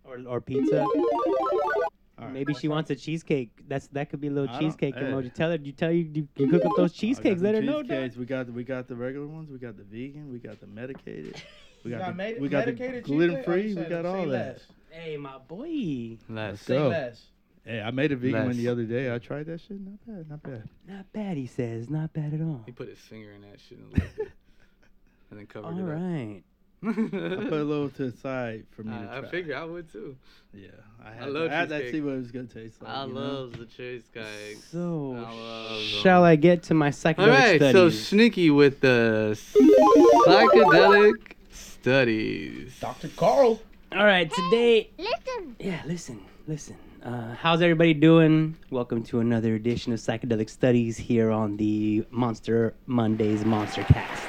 S3: or or pizza.
S6: All right.
S3: Maybe she wants a cheesecake. That's that could be a
S6: I
S3: little
S6: don't-
S3: cheesecake
S6: hey.
S3: emoji. Tell her you tell you you, you cook up those
S6: I got
S3: cheesecakes.
S6: the
S3: Let her know. dog.
S6: cheesecakes. We got the, we got the regular ones. We got the vegan. We got the medicated. We
S2: You
S6: got, the,
S2: med-
S6: we got the
S2: medicated cheesecake?
S6: gluten
S2: Oh,
S6: free.
S2: you
S6: We
S2: said
S6: got
S2: say
S6: all that.
S2: less.
S3: Hey, my boy.
S1: Last.
S2: Say
S6: Go.
S2: less.
S6: Hey, I made a vegan one
S1: Less.
S6: the other day. I tried that shit. Not bad. Not bad.
S3: Not bad, he says. Not bad at all.
S1: He put his finger in that shit (laughs) and licked it, and then covered (laughs)
S3: All
S1: it up.
S3: right.
S6: I put
S1: (laughs)
S6: a little to the side for me to
S1: I, I
S6: try.
S1: figure I would too.
S6: Yeah, I
S1: I
S6: had,
S1: love
S6: I had to
S1: cheesecake.
S6: see what it was gonna taste like.
S1: I
S6: you know?
S1: love the cheesecake.
S3: So,
S1: I
S6: uh,
S1: love
S3: Shall I get to my psychedelic
S1: All right, so
S3: studies?
S1: Sneaky with the psychedelic studies.
S2: Dr. Carl.
S3: All right, today.
S7: Listen.
S3: Yeah, listen, listen. Uh, how's everybody doing? Welcome to another edition of Psychedelic Studies here on the Monster Mondays Monster Cast.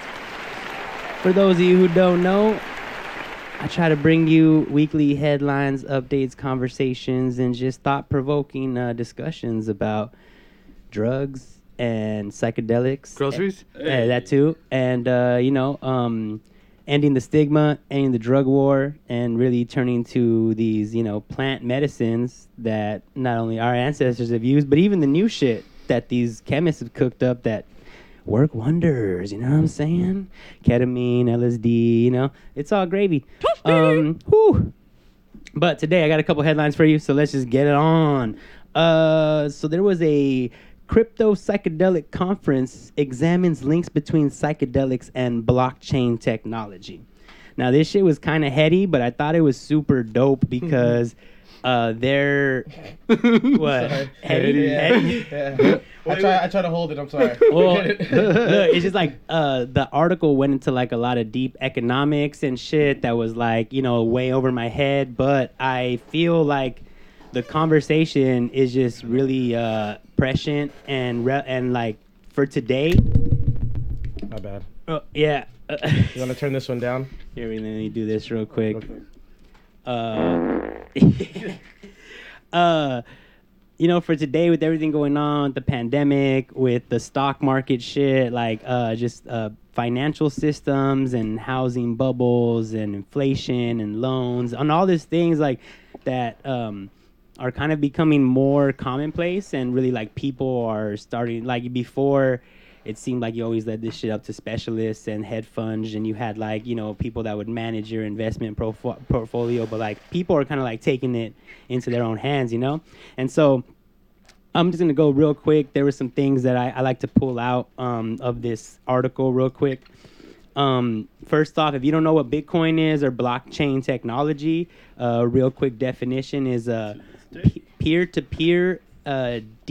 S3: For those of you who don't know, I try to bring you weekly headlines, updates, conversations, and just thought provoking uh, discussions about drugs and psychedelics.
S1: Groceries?
S3: Eh, eh, that too. And, uh, you know, um, ending the stigma, ending the drug war, and really turning to these, you know, plant medicines that not only our ancestors have used, but even the new shit that these chemists have cooked up that work wonders. You know what I'm saying? Ketamine, LSD, you know, it's all gravy. Um, whew. But today I got a couple headlines for you, so let's just get it on. Uh, so there was a crypto psychedelic conference examines links between psychedelics and blockchain technology. Now this shit was kind of heady, but I thought it was super
S2: (laughs)
S3: dope because uh, they're what
S2: Sorry.
S3: heady,
S2: (laughs) Yeah.
S3: heady?
S6: (laughs)
S2: Yeah. I try. I try to hold it. I'm sorry.
S3: well, (laughs) look,
S6: (laughs)
S3: it's
S2: (laughs)
S3: just like uh, the article went into like a lot of deep economics and shit that was like you know way over my head. But I feel like the conversation is just really uh, prescient and re- and like for today.
S2: My bad.
S3: Uh, yeah,
S2: You
S3: (laughs)
S2: want to turn this one down?
S3: Here, we let me do this real quick.
S2: Okay.
S3: Uh, uh, (laughs) you know, for today, with everything going on, with the pandemic, with the stock market shit, like uh, just uh, financial systems and housing bubbles and inflation and loans and all these things like that um, are kind of becoming more commonplace and really like people are starting like before it seemed like you always led this shit up to specialists and head funds and you had like you know people that would manage your investment profo- portfolio but like people are kind of like taking it into their own hands you know and so i'm just gonna go real quick there were some things that i, I like to pull out um, of this article real quick um, first off, if you don't know what Bitcoin is or blockchain technology, uh, real quick definition is a peer to peer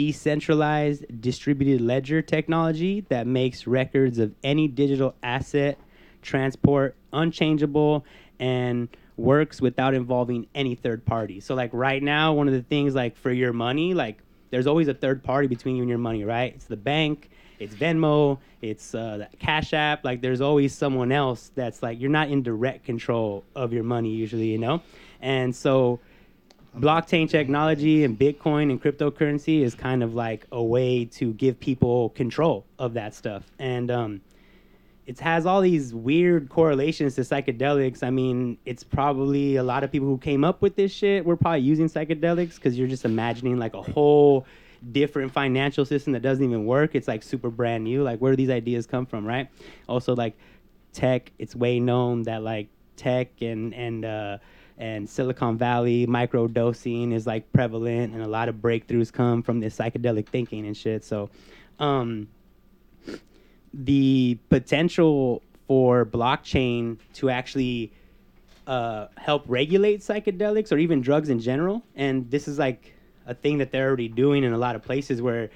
S3: decentralized distributed ledger technology that makes records of any digital asset transport unchangeable and works without involving any third party. So like right now, one of the things like for your money, like there's always a third party between you and your money, right? It's the bank, it's Venmo, it's uh, the Cash App. Like there's always someone else that's like you're not in direct control of your money usually, you know. And so blockchain technology and Bitcoin and cryptocurrency is kind of like a way to give people control of that stuff. And um, it has all these weird correlations to psychedelics. I mean, it's probably a lot of people who came up with this shit were probably using psychedelics because you're just imagining like a whole different financial system that doesn't even work. It's like super brand new. Like, where do these ideas come from, right? Also, like tech, it's way known that like tech and and uh, and Silicon Valley micro dosing is like prevalent, and a lot of breakthroughs come from this psychedelic thinking and shit. So, um, the potential for blockchain to actually uh, help regulate psychedelics or even drugs in general. And this is like a thing that they're already doing in a lot of places where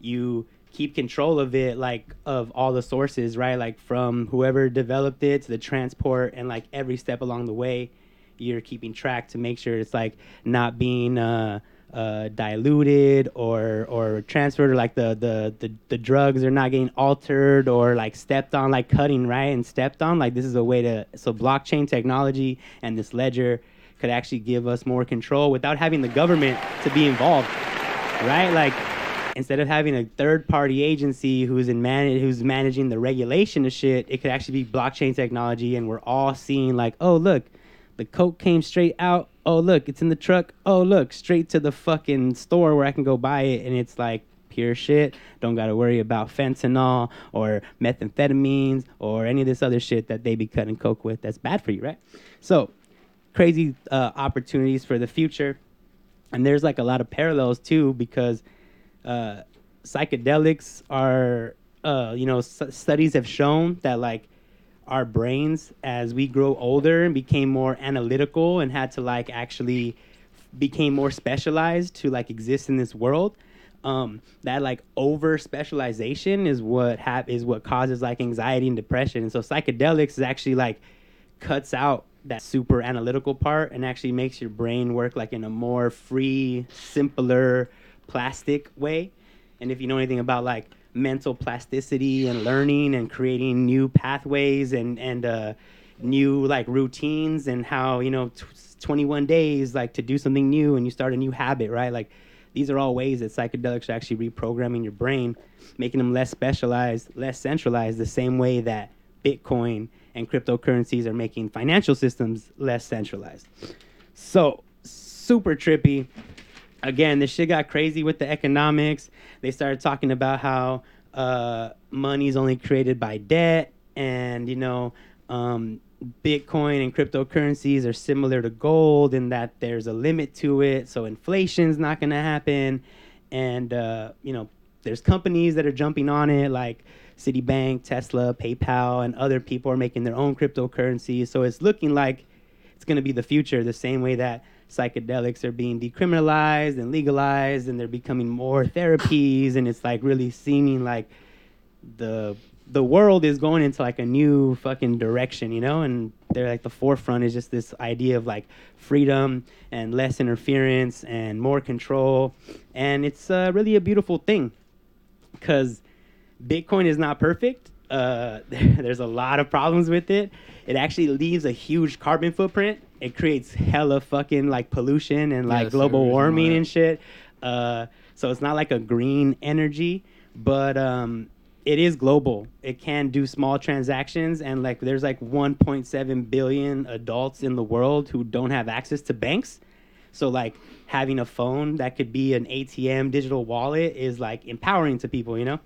S3: you keep control of it, like of all the sources, right? Like from whoever developed it to the transport and like every step along the way, you're keeping track to make sure it's like not being. Uh, uh, diluted or or transferred or like the, the the the drugs are not getting altered or like stepped on like cutting right and stepped on like this is a way to so blockchain technology and this ledger could actually give us more control without having the government to be involved right like instead of having a third party agency who's in man who's managing the regulation of shit it could actually be blockchain technology and we're all seeing like oh look the coke came straight out. Oh look, it's in the truck. Oh look, straight to the fucking store where I can go buy it, and it's like pure shit. Don't gotta worry about fentanyl or methamphetamines or any of this other shit that they be cutting coke with. That's bad for you, right? So, crazy uh, opportunities for the future, and there's like a lot of parallels too because uh, psychedelics are, uh, you know, s- studies have shown that like our brains as we grow older and became more analytical and had to like actually became more specialized to like exist in this world um that like over specialization is what hap- is what causes like anxiety and depression and so psychedelics is actually like cuts out that super analytical part and actually makes your brain work like in a more free simpler plastic way and if you know anything about like mental plasticity and learning and creating new pathways and and uh, new like routines and how you know t- 21 days like to do something new and you start a new habit right like these are all ways that psychedelics are actually reprogramming your brain making them less specialized less centralized the same way that bitcoin and cryptocurrencies are making financial systems less centralized so super trippy again, this shit got crazy with the economics. They started talking about how uh, money's only created by debt, and you know, um, Bitcoin and cryptocurrencies are similar to gold in that there's a limit to it, so inflation's not gonna happen, and uh, you know, there's companies that are jumping on it like. Citibank, Tesla, PayPal, and other people are making their own cryptocurrencies. So it's looking like it's going to be the future, the same way that psychedelics are being decriminalized and legalized and they're becoming more therapies and it's like really seeming like the the world is going into like a new fucking direction you know and they're like the forefront is just this idea of like freedom and less interference and more control and it's uh, really a beautiful thing because bitcoin is not perfect uh, (laughs) there's a lot of problems with it. It actually leaves a huge carbon footprint. It creates hella fucking like pollution and like
S13: that's the
S3: global
S13: reason
S3: warming
S13: why.
S3: and shit. Uh, so it's not like a green energy, but um, it is global. It can do small transactions and like there's like 1.7 billion adults in the world who don't have access to banks. So like having a phone that could be an ATM digital wallet is like empowering to people, you know?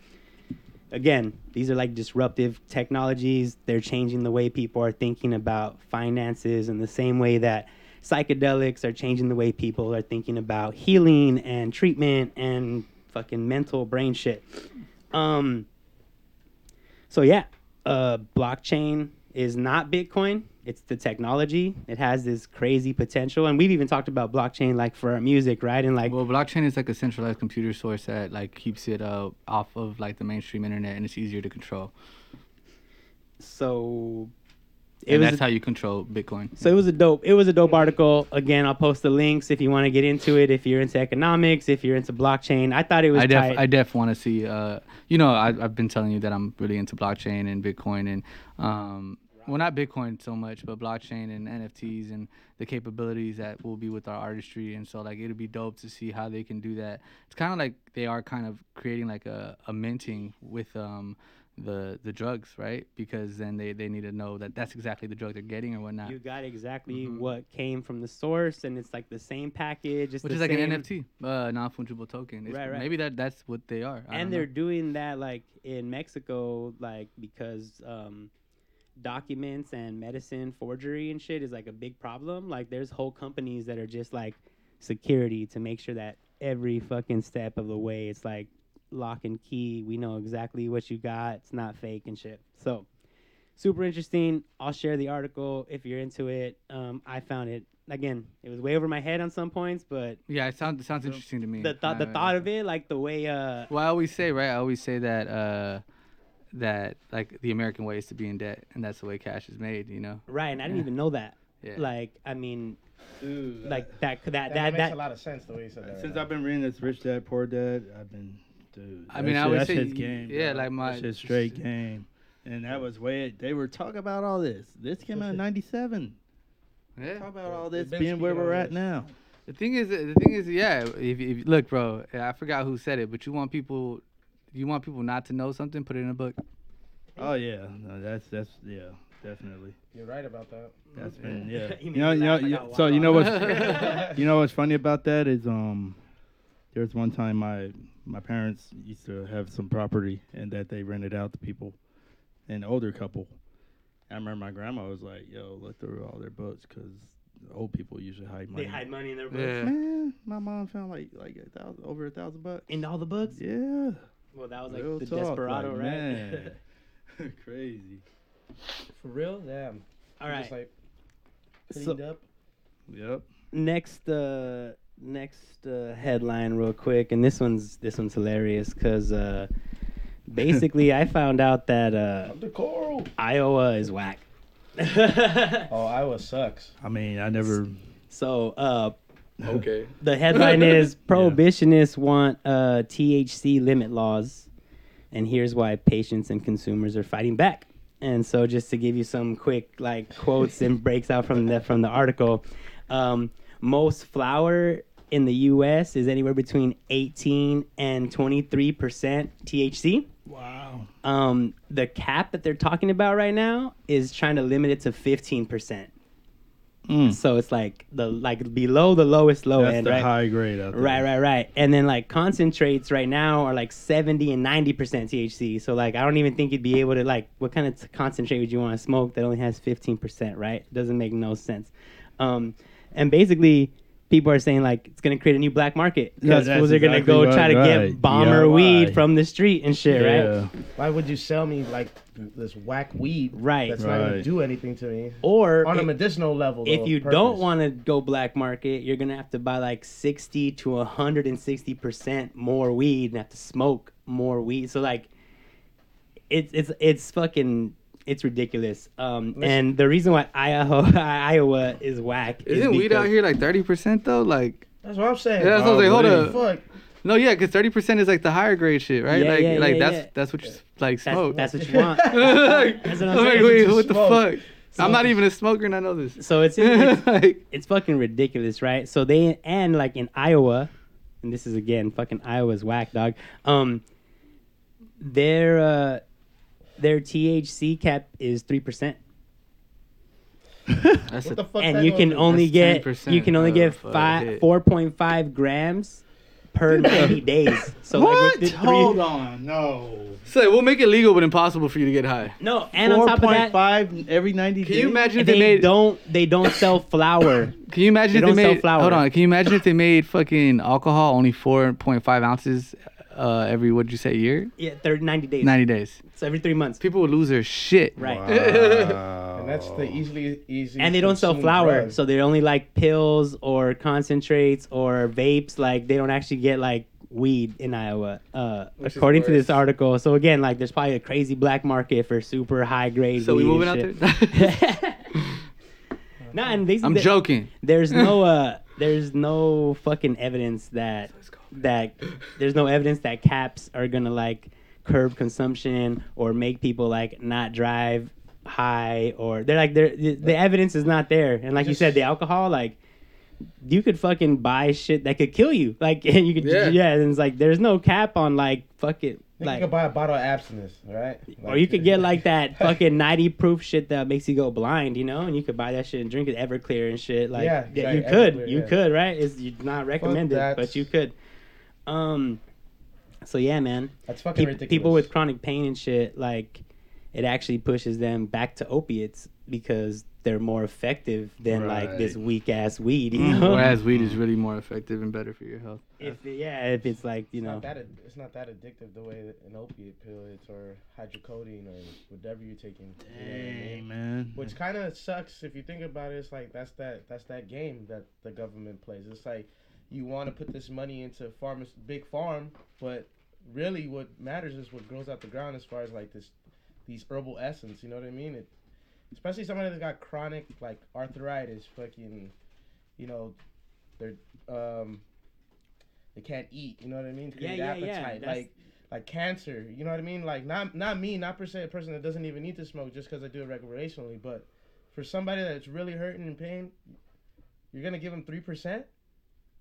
S3: again, these are like disruptive technologies. They're changing the way people are thinking about finances in the same way that psychedelics are changing the way people are thinking about healing and treatment and fucking mental brain shit. Um so yeah, uh blockchain is not Bitcoin. It's the technology. It has this crazy potential. And we've even talked about blockchain like for our music, right? And like
S1: Well, blockchain is like a centralized computer source that like keeps it uh, off of like the mainstream internet, and it's easier to control.
S3: so
S1: and that's how you control Bitcoin.
S3: So it was a dope. It was a dope article. Again, I'll post the links if you want to get into it. If you're into economics, if you're into blockchain, I thought it was
S1: I def
S3: tight.
S1: I def want to see. Uh, you know, I, I've been telling you that I'm really into blockchain and Bitcoin and um, well, not Bitcoin so much, but blockchain and NFTs and the capabilities that will be with our artistry. And so like it'll be dope to see how they can do that. It's kind of like they are kind of creating like a, a minting with um the the drugs, right? Because then they they need to know that that's exactly the drug they're getting or whatnot.
S3: you got exactly
S1: Mm-hmm.
S3: what came from the source, and it's like the same package. It's
S1: which
S3: the
S1: is like
S3: same-
S1: an NFT, uh, non-fungible token. It's-
S3: Right, right.
S1: Maybe that that's what they are. I don't
S3: and
S1: know.
S3: they're doing that like in Mexico, like because um, documents and medicine forgery and shit is like a big problem. Like there's whole companies that are just like security to make sure that every fucking step of the way it's like lock and key. We know exactly what you got. It's not fake and shit. So super interesting. I'll share the article if you're into it. Um, I found it again. It was way over my head on some points, but
S1: yeah, it sounds it sounds interesting to me.
S3: the thought the
S1: Uh,
S3: thought of it, like the way uh.
S1: Well, I always say, right? I always say that uh, that like the American way is to be in debt, and that's the way cash is made. You know?
S3: Right, and I didn't
S1: Yeah.
S3: even know that.
S1: Yeah.
S3: Like, I mean,
S6: Ooh,
S3: like that, that, that,
S2: that
S3: that,
S2: makes a lot of sense the way you said that.
S6: Uh, Since I've been reading this rich dad poor dad, I've been dude.
S1: I
S6: that
S1: mean, I
S6: shit-
S1: would
S6: that
S1: say
S6: shit's
S1: y-
S6: game.
S1: yeah,
S6: bro.
S1: like my-
S6: that
S1: (laughs)
S6: shit's straight game. And that was way they were talking about all this. This came out in '97.
S1: Yeah.
S6: Talk about all this
S1: been
S6: being where
S1: speaking
S6: we're
S1: on
S6: at
S1: this.
S6: now.
S1: The thing is, the thing is, yeah. If, if look, bro, I forgot who said it, but you want people, you want people not to know something, put it in a
S3: (laughs)
S1: book. (laughs)
S6: Oh yeah, no, that's that's yeah, definitely.
S2: You're right about that.
S6: (laughs) That's been yeah.
S3: (laughs)
S2: You
S6: you
S2: made
S6: know,
S2: me
S6: you know,
S2: laugh, I
S6: you-
S2: got
S6: so you know
S2: wild.
S6: what's you know what's funny about that is um, there's one time my my parents used to have some property and that they rented out to people, an older couple. I remember my grandma was like, "Yo, look through all their books because old people usually hide money."
S3: they hide money in their books.
S6: Yeah. Man, my mom found like like a thousand, over a thousand bucks
S3: in all the books.
S6: Yeah.
S3: Well, that was like
S6: Real
S3: the
S6: talk,
S3: desperado,
S6: like,
S3: right?
S6: man. (laughs) Crazy.
S2: For real? Damn.
S3: (laughs) All
S2: You Just
S3: right.
S2: like cleaned
S3: So-
S2: up.
S6: Yep.
S3: next uh next uh, headline real quick and this one's this one's hilarious because uh basically i found out that uh
S2: The coral.
S3: iowa is whack (laughs)
S2: Oh, Iowa sucks.
S6: I mean, I never.
S3: so uh
S13: Okay.
S3: the headline is prohibitionists want uh thc limit laws and here's why patients and consumers are fighting back and so just to give you some quick like quotes and breaks out from the from the article um, most flour in the us is anywhere between 18 and 23 percent thc
S6: Wow.
S3: um, the cap that they're talking about right now is trying to limit it to 15 percent so it's like the like below the lowest low
S6: Hmm. That's
S3: end
S6: the
S3: Oh, right
S6: high grade out there.
S3: Right, right, right. And then like concentrates right now are like 70 and 90% THC. So like I don't even think you'd be able to like what kind of t- concentrate would you want to smoke that only has 15%, right? Doesn't make no sense. Um and basically people are saying like it's going to create a new black market
S6: Yeah,
S3: cuz
S6: that's
S3: fools are going to
S6: exactly
S3: go
S6: what-
S3: try to
S6: right.
S3: get bomber
S6: Yeah.
S3: weed
S6: Why?
S3: from the street and shit,
S6: Yeah.
S3: right?
S2: Why would you sell me like this whack weed?
S3: Right.
S2: That's not gonna
S6: Right.
S2: do anything to me.
S3: Or
S2: on a
S3: if-
S2: medicinal level.
S3: if
S2: though,
S3: you
S2: purpose.
S3: don't want to go black market, you're gonna have to buy like sixty to hundred and sixty percent more weed and have to smoke more weed. So like, it's it's it's fucking it's ridiculous. Um, and the reason why Idaho Iowa (laughs) is whack is
S1: Isn't weed out
S3: because-
S1: here like 30% though? Like,
S2: That's what I'm saying.
S1: Yeah, that's what I'm saying. Hold
S2: Probably.
S1: up.
S2: Fuck.
S1: no, yeah, because 30% is like the higher grade shit, right?
S3: Yeah,
S1: like,
S3: yeah,
S1: like
S3: yeah,
S1: that's
S3: yeah.
S1: that's what you s- like
S3: That's,
S1: smoke. (laughs)
S3: that's what
S2: (laughs)
S3: you want.
S1: like,
S3: That's what I'm
S1: like,
S3: saying.
S1: wait,
S2: you
S1: what the
S2: smoke.
S1: fuck? I'm not even a smoker and I know this.
S3: So it's,
S1: (laughs)
S3: it's
S1: like,
S3: it's fucking ridiculous, right? So they and like in Iowa, and this is again fucking Iowa's whack dog. Um, their uh, their THC cap is three percent,
S1: that's
S2: What
S1: a
S2: the fuck? that
S3: and you
S2: gonna
S3: can
S2: do?
S3: only
S1: That's
S3: get
S1: 10%,
S3: you can only
S1: uh,
S3: get
S1: for a
S3: five
S1: hit.
S3: four point five grams per ninety days. So like with the three,
S6: on. No.
S1: So we'll make it legal but impossible for you to get high.
S3: no, and on top of that,
S6: 4.5 every 90
S1: Can
S6: days.
S1: you imagine if
S3: they
S1: they made
S3: don't they don't sell flour. (coughs)
S1: Can you imagine
S3: They
S1: if
S3: don't
S1: they
S3: sell
S1: made
S3: flour.
S1: Hold on, can you imagine if they made fucking alcohol only 4.5 ounces uh, every what'd you say year?
S3: yeah, they're ninety days.
S1: 90 days.
S3: So every three months,
S1: People would lose their shit.
S3: right?
S2: And that's the easily easy.
S3: Oh. and they don't sell flour, so they're only like pills or concentrates or vapes. Like they don't actually get like weed in Iowa, uh,
S1: Which is
S3: according to this
S1: worse.
S3: article. So again, like there's probably a crazy black market for super high grade.
S1: (laughs) So we
S3: weed
S1: moving out
S3: and (laughs)
S1: there? (laughs)
S3: shit. Nah, and these,
S1: I'm
S3: the-
S1: joking.
S3: There's
S1: (laughs)
S3: no uh, there's no fucking evidence that that there's no evidence that caps are gonna like curb consumption or make people like not drive high or they're like they're, the, the evidence is not there and like you said the alcohol like you could fucking buy shit that could kill you like (laughs) and you could yeah,
S1: Yeah.
S3: and it's like there's no cap on like fuck it
S2: Like, you
S3: like
S2: could buy a bottle of abstinence, right?
S3: or you could get
S2: (laughs)
S3: like that fucking 90 proof shit that makes you go blind, you know, and you could buy that shit and drink it Everclear and shit. Like,
S2: Yeah,
S3: yeah, you
S2: exactly,
S3: could,
S2: Everclear,
S3: you
S2: yeah.
S3: could, right? It's you not recommended,
S2: that.
S3: but you could. Um, so yeah, man,
S2: That's fucking
S3: Peop-
S2: ridiculous.
S3: people with chronic pain and shit, like, it actually pushes them back to opiates because they're more effective than like this
S6: Right.
S3: weak ass weed, you know.
S1: Mm, Whereas weed is really more effective and better for your health.
S3: (laughs) If yeah, if it's like you
S2: It's
S3: know,
S2: not, that, ad- it's not that addictive the way that an opiate pill is or hydrocodone or whatever you're taking. You know what I mean?
S6: Hey, man.
S2: Which kind of sucks if you think about it. It's like that's that that's that game that the government plays. It's like you want to put this money into farmers big farm, but really what matters is what grows out the ground as far as like this these herbal essence. You know what I mean? It, especially somebody that's got chronic like arthritis, fucking, you know, they're um they can't eat. You know what I mean? Create
S3: yeah, yeah,
S2: appetite.
S3: that's-
S2: Like like cancer. You know what I mean? Like not not me, not per se a person that doesn't even need to smoke just because I do it recreationally, but for somebody that's really hurting and pain, you're gonna give them three percent.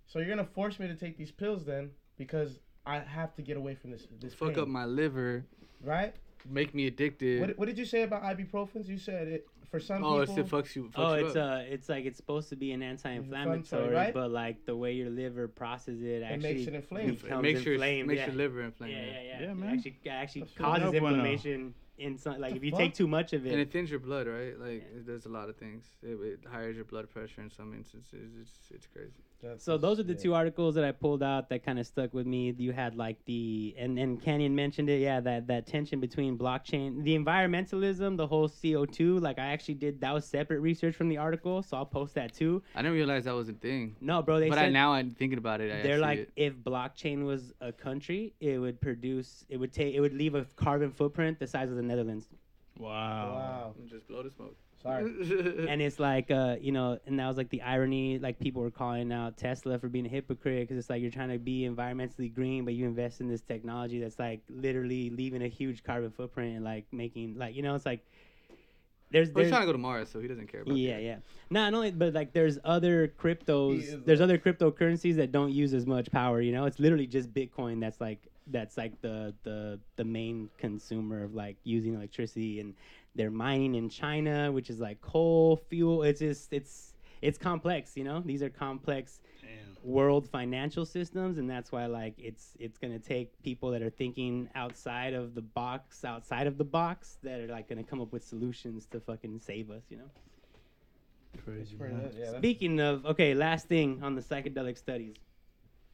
S2: So you're gonna force me to take these pills then because I have to get away from this this
S1: Fuck
S2: pain,
S1: up my liver,
S2: right.
S1: make me addicted.
S2: What, what did you say about ibuprofen? You said it for some
S1: oh, it's,
S2: people.
S1: it fucks you. Fucks
S3: Oh,
S1: you
S3: it's
S1: up.
S3: uh, it's like it's supposed to be an anti-inflammatory,
S2: Inflammatory, right?
S3: but like the way your liver processes it actually
S2: makes it inflamed. It
S1: it
S3: becomes
S1: makes your
S3: inflamed.
S1: makes
S3: yeah.
S1: your liver inflamed.
S3: yeah,
S1: yeah.
S3: yeah, yeah.
S6: Yeah,
S3: It
S6: man.
S3: actually it actually
S6: That's
S3: causes
S6: no bueno.
S3: inflammation in some. Like
S2: the
S3: if you
S2: fuck?
S3: take too much of
S1: And
S3: it,
S1: it thins your blood, right? Like it does a lot of things. It, it higher your blood pressure in some instances. It's it's crazy.
S3: so those are the two articles that I pulled out that kind of stuck with me. You had like the and and Canyon mentioned it, yeah, that that tension between blockchain, the environmentalism, the whole CO two. Like I actually did that was separate research from the article, so I'll post that too.
S1: I didn't realize that was a thing.
S3: No, bro, they
S1: but I,
S3: said-
S1: now I'm thinking about it. I
S3: They're
S1: see
S3: like,
S1: it.
S3: if blockchain was a country, it would produce, it would take, it would leave a carbon footprint the size of the Netherlands.
S2: Wow.
S1: Just blow the
S3: (laughs)
S1: smoke. (laughs)
S2: Sorry.
S3: and it's like uh, you know, and that was like the irony. Like people were calling out Tesla for being a hypocrite because it's like you're trying to be environmentally green, but you invest in this technology that's like literally leaving a huge carbon footprint and like making like you know, it's like there's.
S1: Well, he's
S3: there's
S1: trying to go to Mars, so he doesn't care about
S3: yeah, yeah. Not only, but like there's other
S2: He is
S3: cryptos. There's other cryptocurrencies that don't use as much power. You know, it's literally just Bitcoin that's like that's like the the the main consumer of like using electricity, and they're mining in China, which is like coal fuel. It's just it's it's complex. You know, these are complex world financial systems and that's why like it's it's going to take people that are thinking outside of the box outside of the box that are like going to come up with solutions to fucking save us you know
S6: Crazy.
S2: Pretty
S6: man.
S2: lit, yeah, that's-
S3: Speaking of, okay, last thing on the psychedelic studies.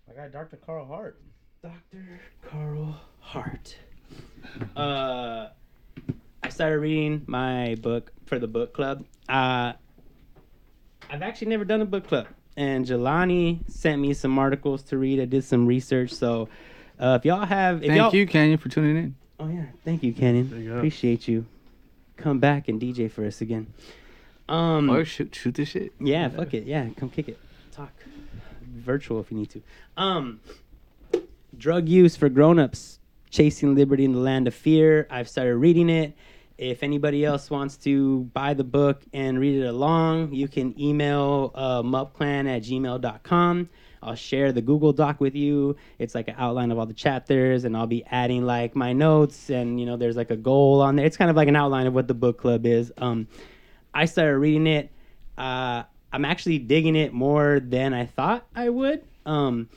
S2: I got Dr. Carl Hart.
S3: Dr. Carl Hart. Uh, I started reading my book for the book club. Uh, I've actually never done a book club. And Jelani sent me some articles to read. I did some research. So uh, if y'all have.
S1: it.
S3: If
S1: Thank
S3: y'all,
S1: you, Canyon, for tuning in.
S3: Oh, yeah. Thank you, Canyon.
S6: There you go.
S3: Appreciate you. Come back and DJ for us again. Um,
S1: Or shoot, shoot this shit.
S3: yeah, fuck it. Yeah, come kick it. Talk. Virtual if you need to. Um Drug use for grown-ups. Chasing Liberty in the Land of Fear. I've started reading it. If anybody else wants to buy the book and read it along, you can email uh, mupclan at gmail.com. I'll share the Google Doc with you. It's like an outline of all the chapters, and I'll be adding like my notes, and you know, there's like a goal on there. It's kind of like an outline of what the book club is. Um, I started reading it. Uh, I'm actually digging it more than I thought I would. Um,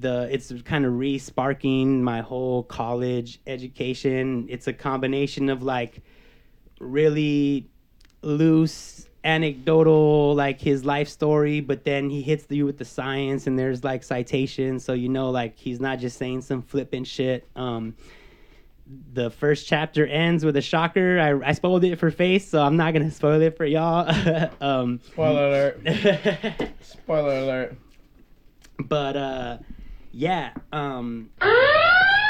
S3: the it's kind of re-sparking my whole college education. It's a combination of like really loose anecdotal like his life story but then he hits you with the science and there's like citations so you know like he's not just saying some flippant shit um the first chapter ends with a shocker i, I spoiled it for face so i'm not gonna (laughs) spoil it for y'all (laughs) um
S2: Spoiler alert. Spoiler alert.
S3: but uh yeah um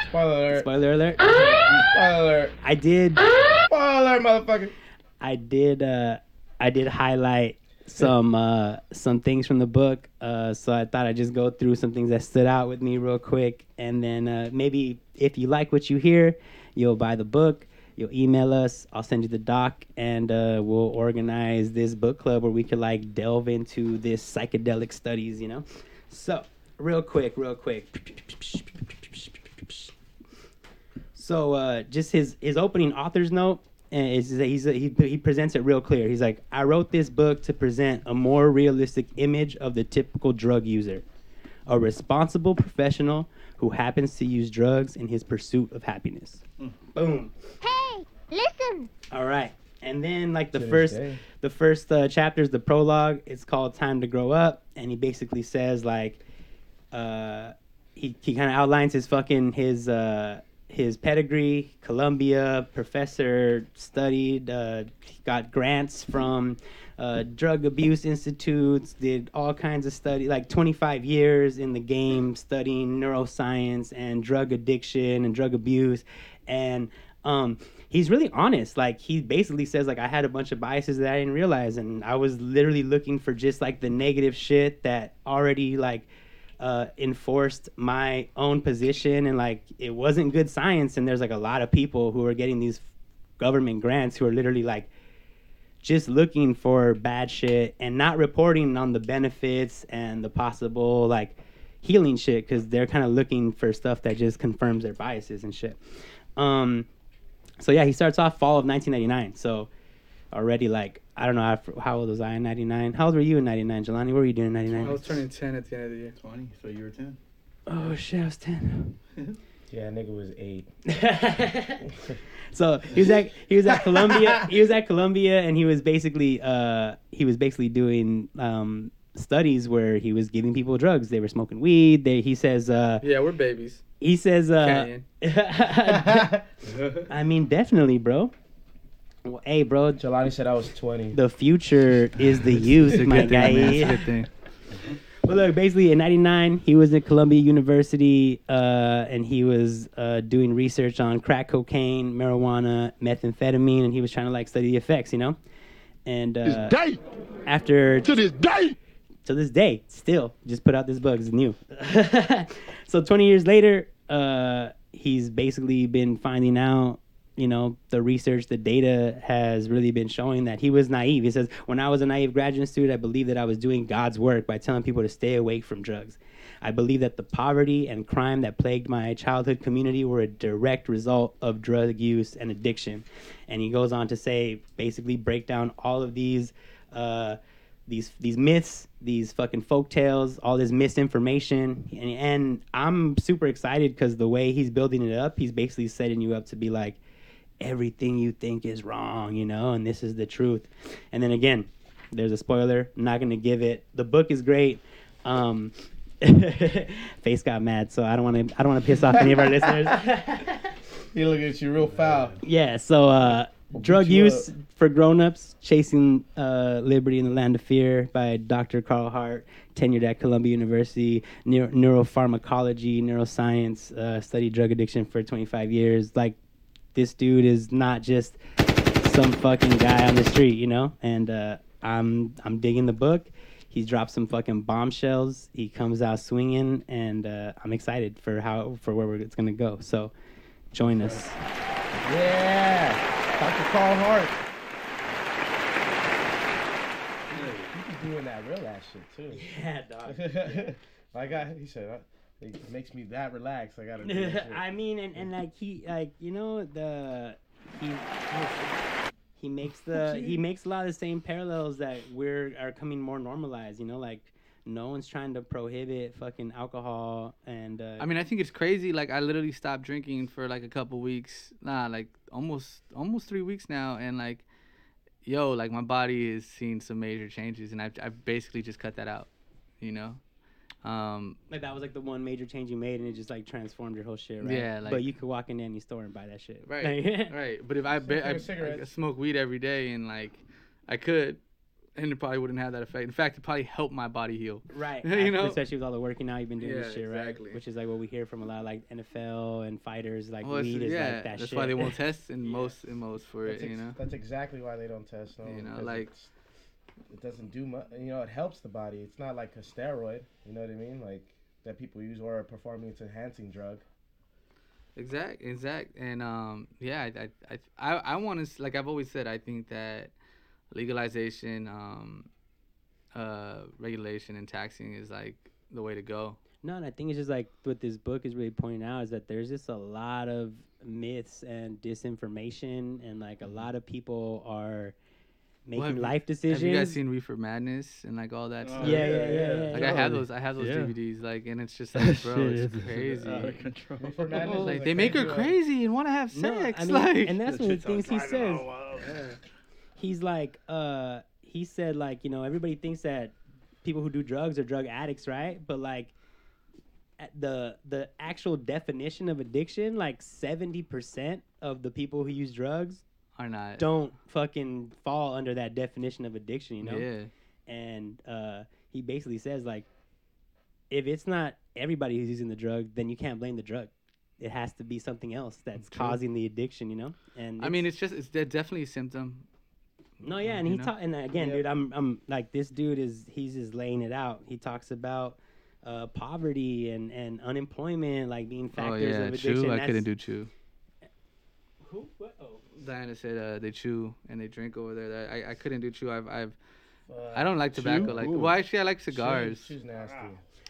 S2: Spoiler alert.
S3: spoiler alert
S2: Spoiler alert.
S3: i did
S2: Spoiler alert, motherfucker.
S3: I did uh I did highlight some uh some things from the book. Uh so I thought I'd just go through some things that stood out with me real quick and then uh maybe if you like what you hear, you'll buy the book, you'll email us, I'll send you the doc and uh we'll organize this book club where we could like delve into this psychedelic studies, you know. So, real quick, real quick. So uh, just his his opening author's note and is that he's he he presents it real clear. He's like, I wrote this book to present a more realistic image of the typical drug user, a responsible professional who happens to use drugs in his pursuit of happiness. Boom.
S7: Hey, listen.
S3: All right. And then like the
S2: To this
S3: first
S2: day.
S3: the first uh, chapter is the prologue. It's called Time to Grow Up and he basically says like uh he, he kind of outlines his fucking his uh his pedigree, Columbia professor, studied, uh, he got grants from uh, drug abuse institutes, did all kinds of study, like 25 years in the game studying neuroscience and drug addiction and drug abuse, and um, he's really honest. Like he basically says, like I had a bunch of biases that I didn't realize, and I was literally looking for just like the negative shit that already like uh, enforced my own position and like it wasn't good science and there's like a lot of people who are getting these government grants who are literally like just looking for bad shit and not reporting on the benefits and the possible like healing shit because they're kind of looking for stuff that just confirms their biases and shit um so yeah he starts off fall of 1999 so already like i don't know how, how old was i in 99 how old were you in 99 jelani what were you doing in 99
S1: turning 10 at the end of the year.
S6: 20, so you
S3: (laughs)
S6: were 10.
S3: oh shit i was 10
S2: Yeah, nigga was eight.
S3: (laughs) so he was at he was at Columbia he was at Columbia and he was basically uh he was basically doing um studies where he was giving people drugs. They were smoking weed. They he says uh,
S13: Yeah, we're babies.
S3: he says uh,
S13: Canyon.
S3: (laughs) I mean definitely, bro. Well, hey, bro.
S2: Jelani said I was 20.
S3: The future
S2: (laughs)
S3: is the youth,
S2: Good
S3: my
S2: thing, man.
S3: guy.
S2: (laughs) It's a good thing.
S3: But look, basically in '99, he was at Columbia University uh, and he was uh, doing research on crack cocaine, marijuana, methamphetamine, and he was trying to like study the effects, you know. And uh,
S14: day.
S3: after
S14: To this day,
S3: to this day, still just put out this book. It's new. (laughs) so 20 years later, uh, he's basically been finding out. You know, the research, the data has really been showing that he was naive. He says, When I was a naive graduate student, I believed that I was doing God's work by telling people to stay away from drugs. I believed that the poverty and crime that plagued my childhood community were a direct result of drug use and addiction. And he goes on to say, basically, break down all of these. Uh, these these myths, these fucking folk tales, all this misinformation, and, and I'm super excited because the way he's building it up, he's basically setting you up to be like, everything you think is wrong, you know, and this is the truth. And then again, there's a spoiler. I'm not gonna give it. The book is great. Um, (laughs) Face got mad, so I don't want to. I don't want to piss off any of our listeners.
S2: He looking at you real foul.
S3: Yeah, so uh, drug
S2: beat you
S3: use for grown-ups, chasing uh, liberty in the land of fear by Dr. Carl Hart, tenured at Columbia University, neuro- neuropharmacology, neuroscience, uh, studied drug addiction for 25 years. Like, this dude is not just some fucking guy on the street, you know. And uh, I'm I'm digging the book. He's dropped some fucking bombshells. He comes out swinging, and uh, I'm excited for how for where we're, it's gonna go. So, join us.
S2: Yeah. Dr. Carl Hart. Yeah, he be doing that real ass shit too.
S3: Yeah, dog.
S2: (laughs) like I, he said, I, it makes me that relaxed. I
S1: (laughs)
S2: gotta do that
S3: (laughs)
S2: shit.
S3: I mean, and, and like he, like you know the he he makes the
S1: (laughs)
S3: he makes a lot of the same parallels that we're are coming more normalized. You know, like no one's trying to prohibit fucking alcohol and. Uh,
S1: I mean, I think it's crazy. Like, I literally stopped drinking for like a couple weeks. Nah, like almost almost three weeks now, and like, yo, like my body is seeing some major changes, and I've I've basically just cut that out, you know. Um,
S3: like that was like the one major change you made, and it just like transformed your whole shit, right?
S1: Yeah,
S3: but
S1: like-
S3: you could walk into any store and buy that shit, (laughs)
S1: Right, right. But if I,
S3: Same
S1: ba-
S3: thing
S1: I,
S3: with cigarettes.
S1: I smoke weed every day and like I could, and it probably wouldn't have that effect. In fact, it probably helped my body heal. (laughs)
S3: Right.
S1: you know.
S3: especially with all the working out you've been doing this
S1: Yeah,
S3: shit, right? Which is like what we hear from a lot of like NFL and fighters, like
S1: Well, it's-
S3: weed is
S1: yeah,
S3: like that
S1: that's
S3: shit.
S1: why they won't test in most in most for
S2: That's,
S1: it. You
S2: ex-
S1: know.
S2: that's exactly why they don't test. No,
S1: You know,
S2: because
S1: like-
S2: it's- it doesn't do much. You know, it helps the body. It's not like a steroid. You know what I mean? Like that people use or a performance enhancing drug.
S1: Exact, exact, and um, yeah, I, I, I, I want to like I've always said, I think that legalization, um, uh, regulation, and taxing is like the way to go.
S3: No, and I think it's just like what this book is really pointing out is that there's just a lot of myths and disinformation, and like a lot of people are making
S1: Well, Mm-hmm. have you-
S3: life decisions.
S1: Have you guys seen Reefer Madness and like all that
S3: Oh,
S1: stuff?
S3: yeah, yeah, yeah, yeah, yeah.
S1: Like I have
S3: Totally.
S1: those, I have those
S3: Yeah.
S1: DVDs. Like, and it's
S6: (laughs)
S1: just like, bro,
S6: Shit
S1: it's
S6: is (laughs) Oh,
S1: crazy.
S6: out of control.
S1: Like,
S2: (laughs)
S6: Reefer Madness is
S1: they
S6: a
S1: make her
S6: crazy one.
S1: crazy and want to have
S3: No,
S1: sex.
S3: I
S1: (laughs)
S3: mean,
S1: like,
S3: and that's one of the things he says. He's like, uh, he said like, you know, everybody thinks that people who do drugs are drug addicts, right? But like, at the the actual definition of addiction, like seventy percent of the people who use drugs
S1: are not
S3: don't fucking fall under that definition of addiction, you know?
S1: Yeah.
S3: And uh, he basically says like, if it's not everybody who's using the drug, then you can't blame the drug. It has to be something else that's
S1: True.
S3: causing the addiction, you know? And
S1: I mean, it's just it's de- definitely a symptom.
S3: no, yeah, and
S1: you
S3: he
S1: know?
S3: taught, and again, dude, I'm, I'm like, this dude is, he's just laying it out. He talks about uh, poverty and, and unemployment, like being
S1: Oh
S3: factors
S1: yeah,
S3: of addiction.
S1: chew. I
S3: That's-
S1: couldn't do chew.
S3: Who? What? Oh.
S1: Diana said uh, they chew and they drink over there. That- I, I couldn't do chew. I've I've I don't like tobacco.
S2: chew?
S1: Like,
S2: Ooh.
S1: well, actually, I like
S2: Chew-
S1: cigars.
S2: chew's nasty.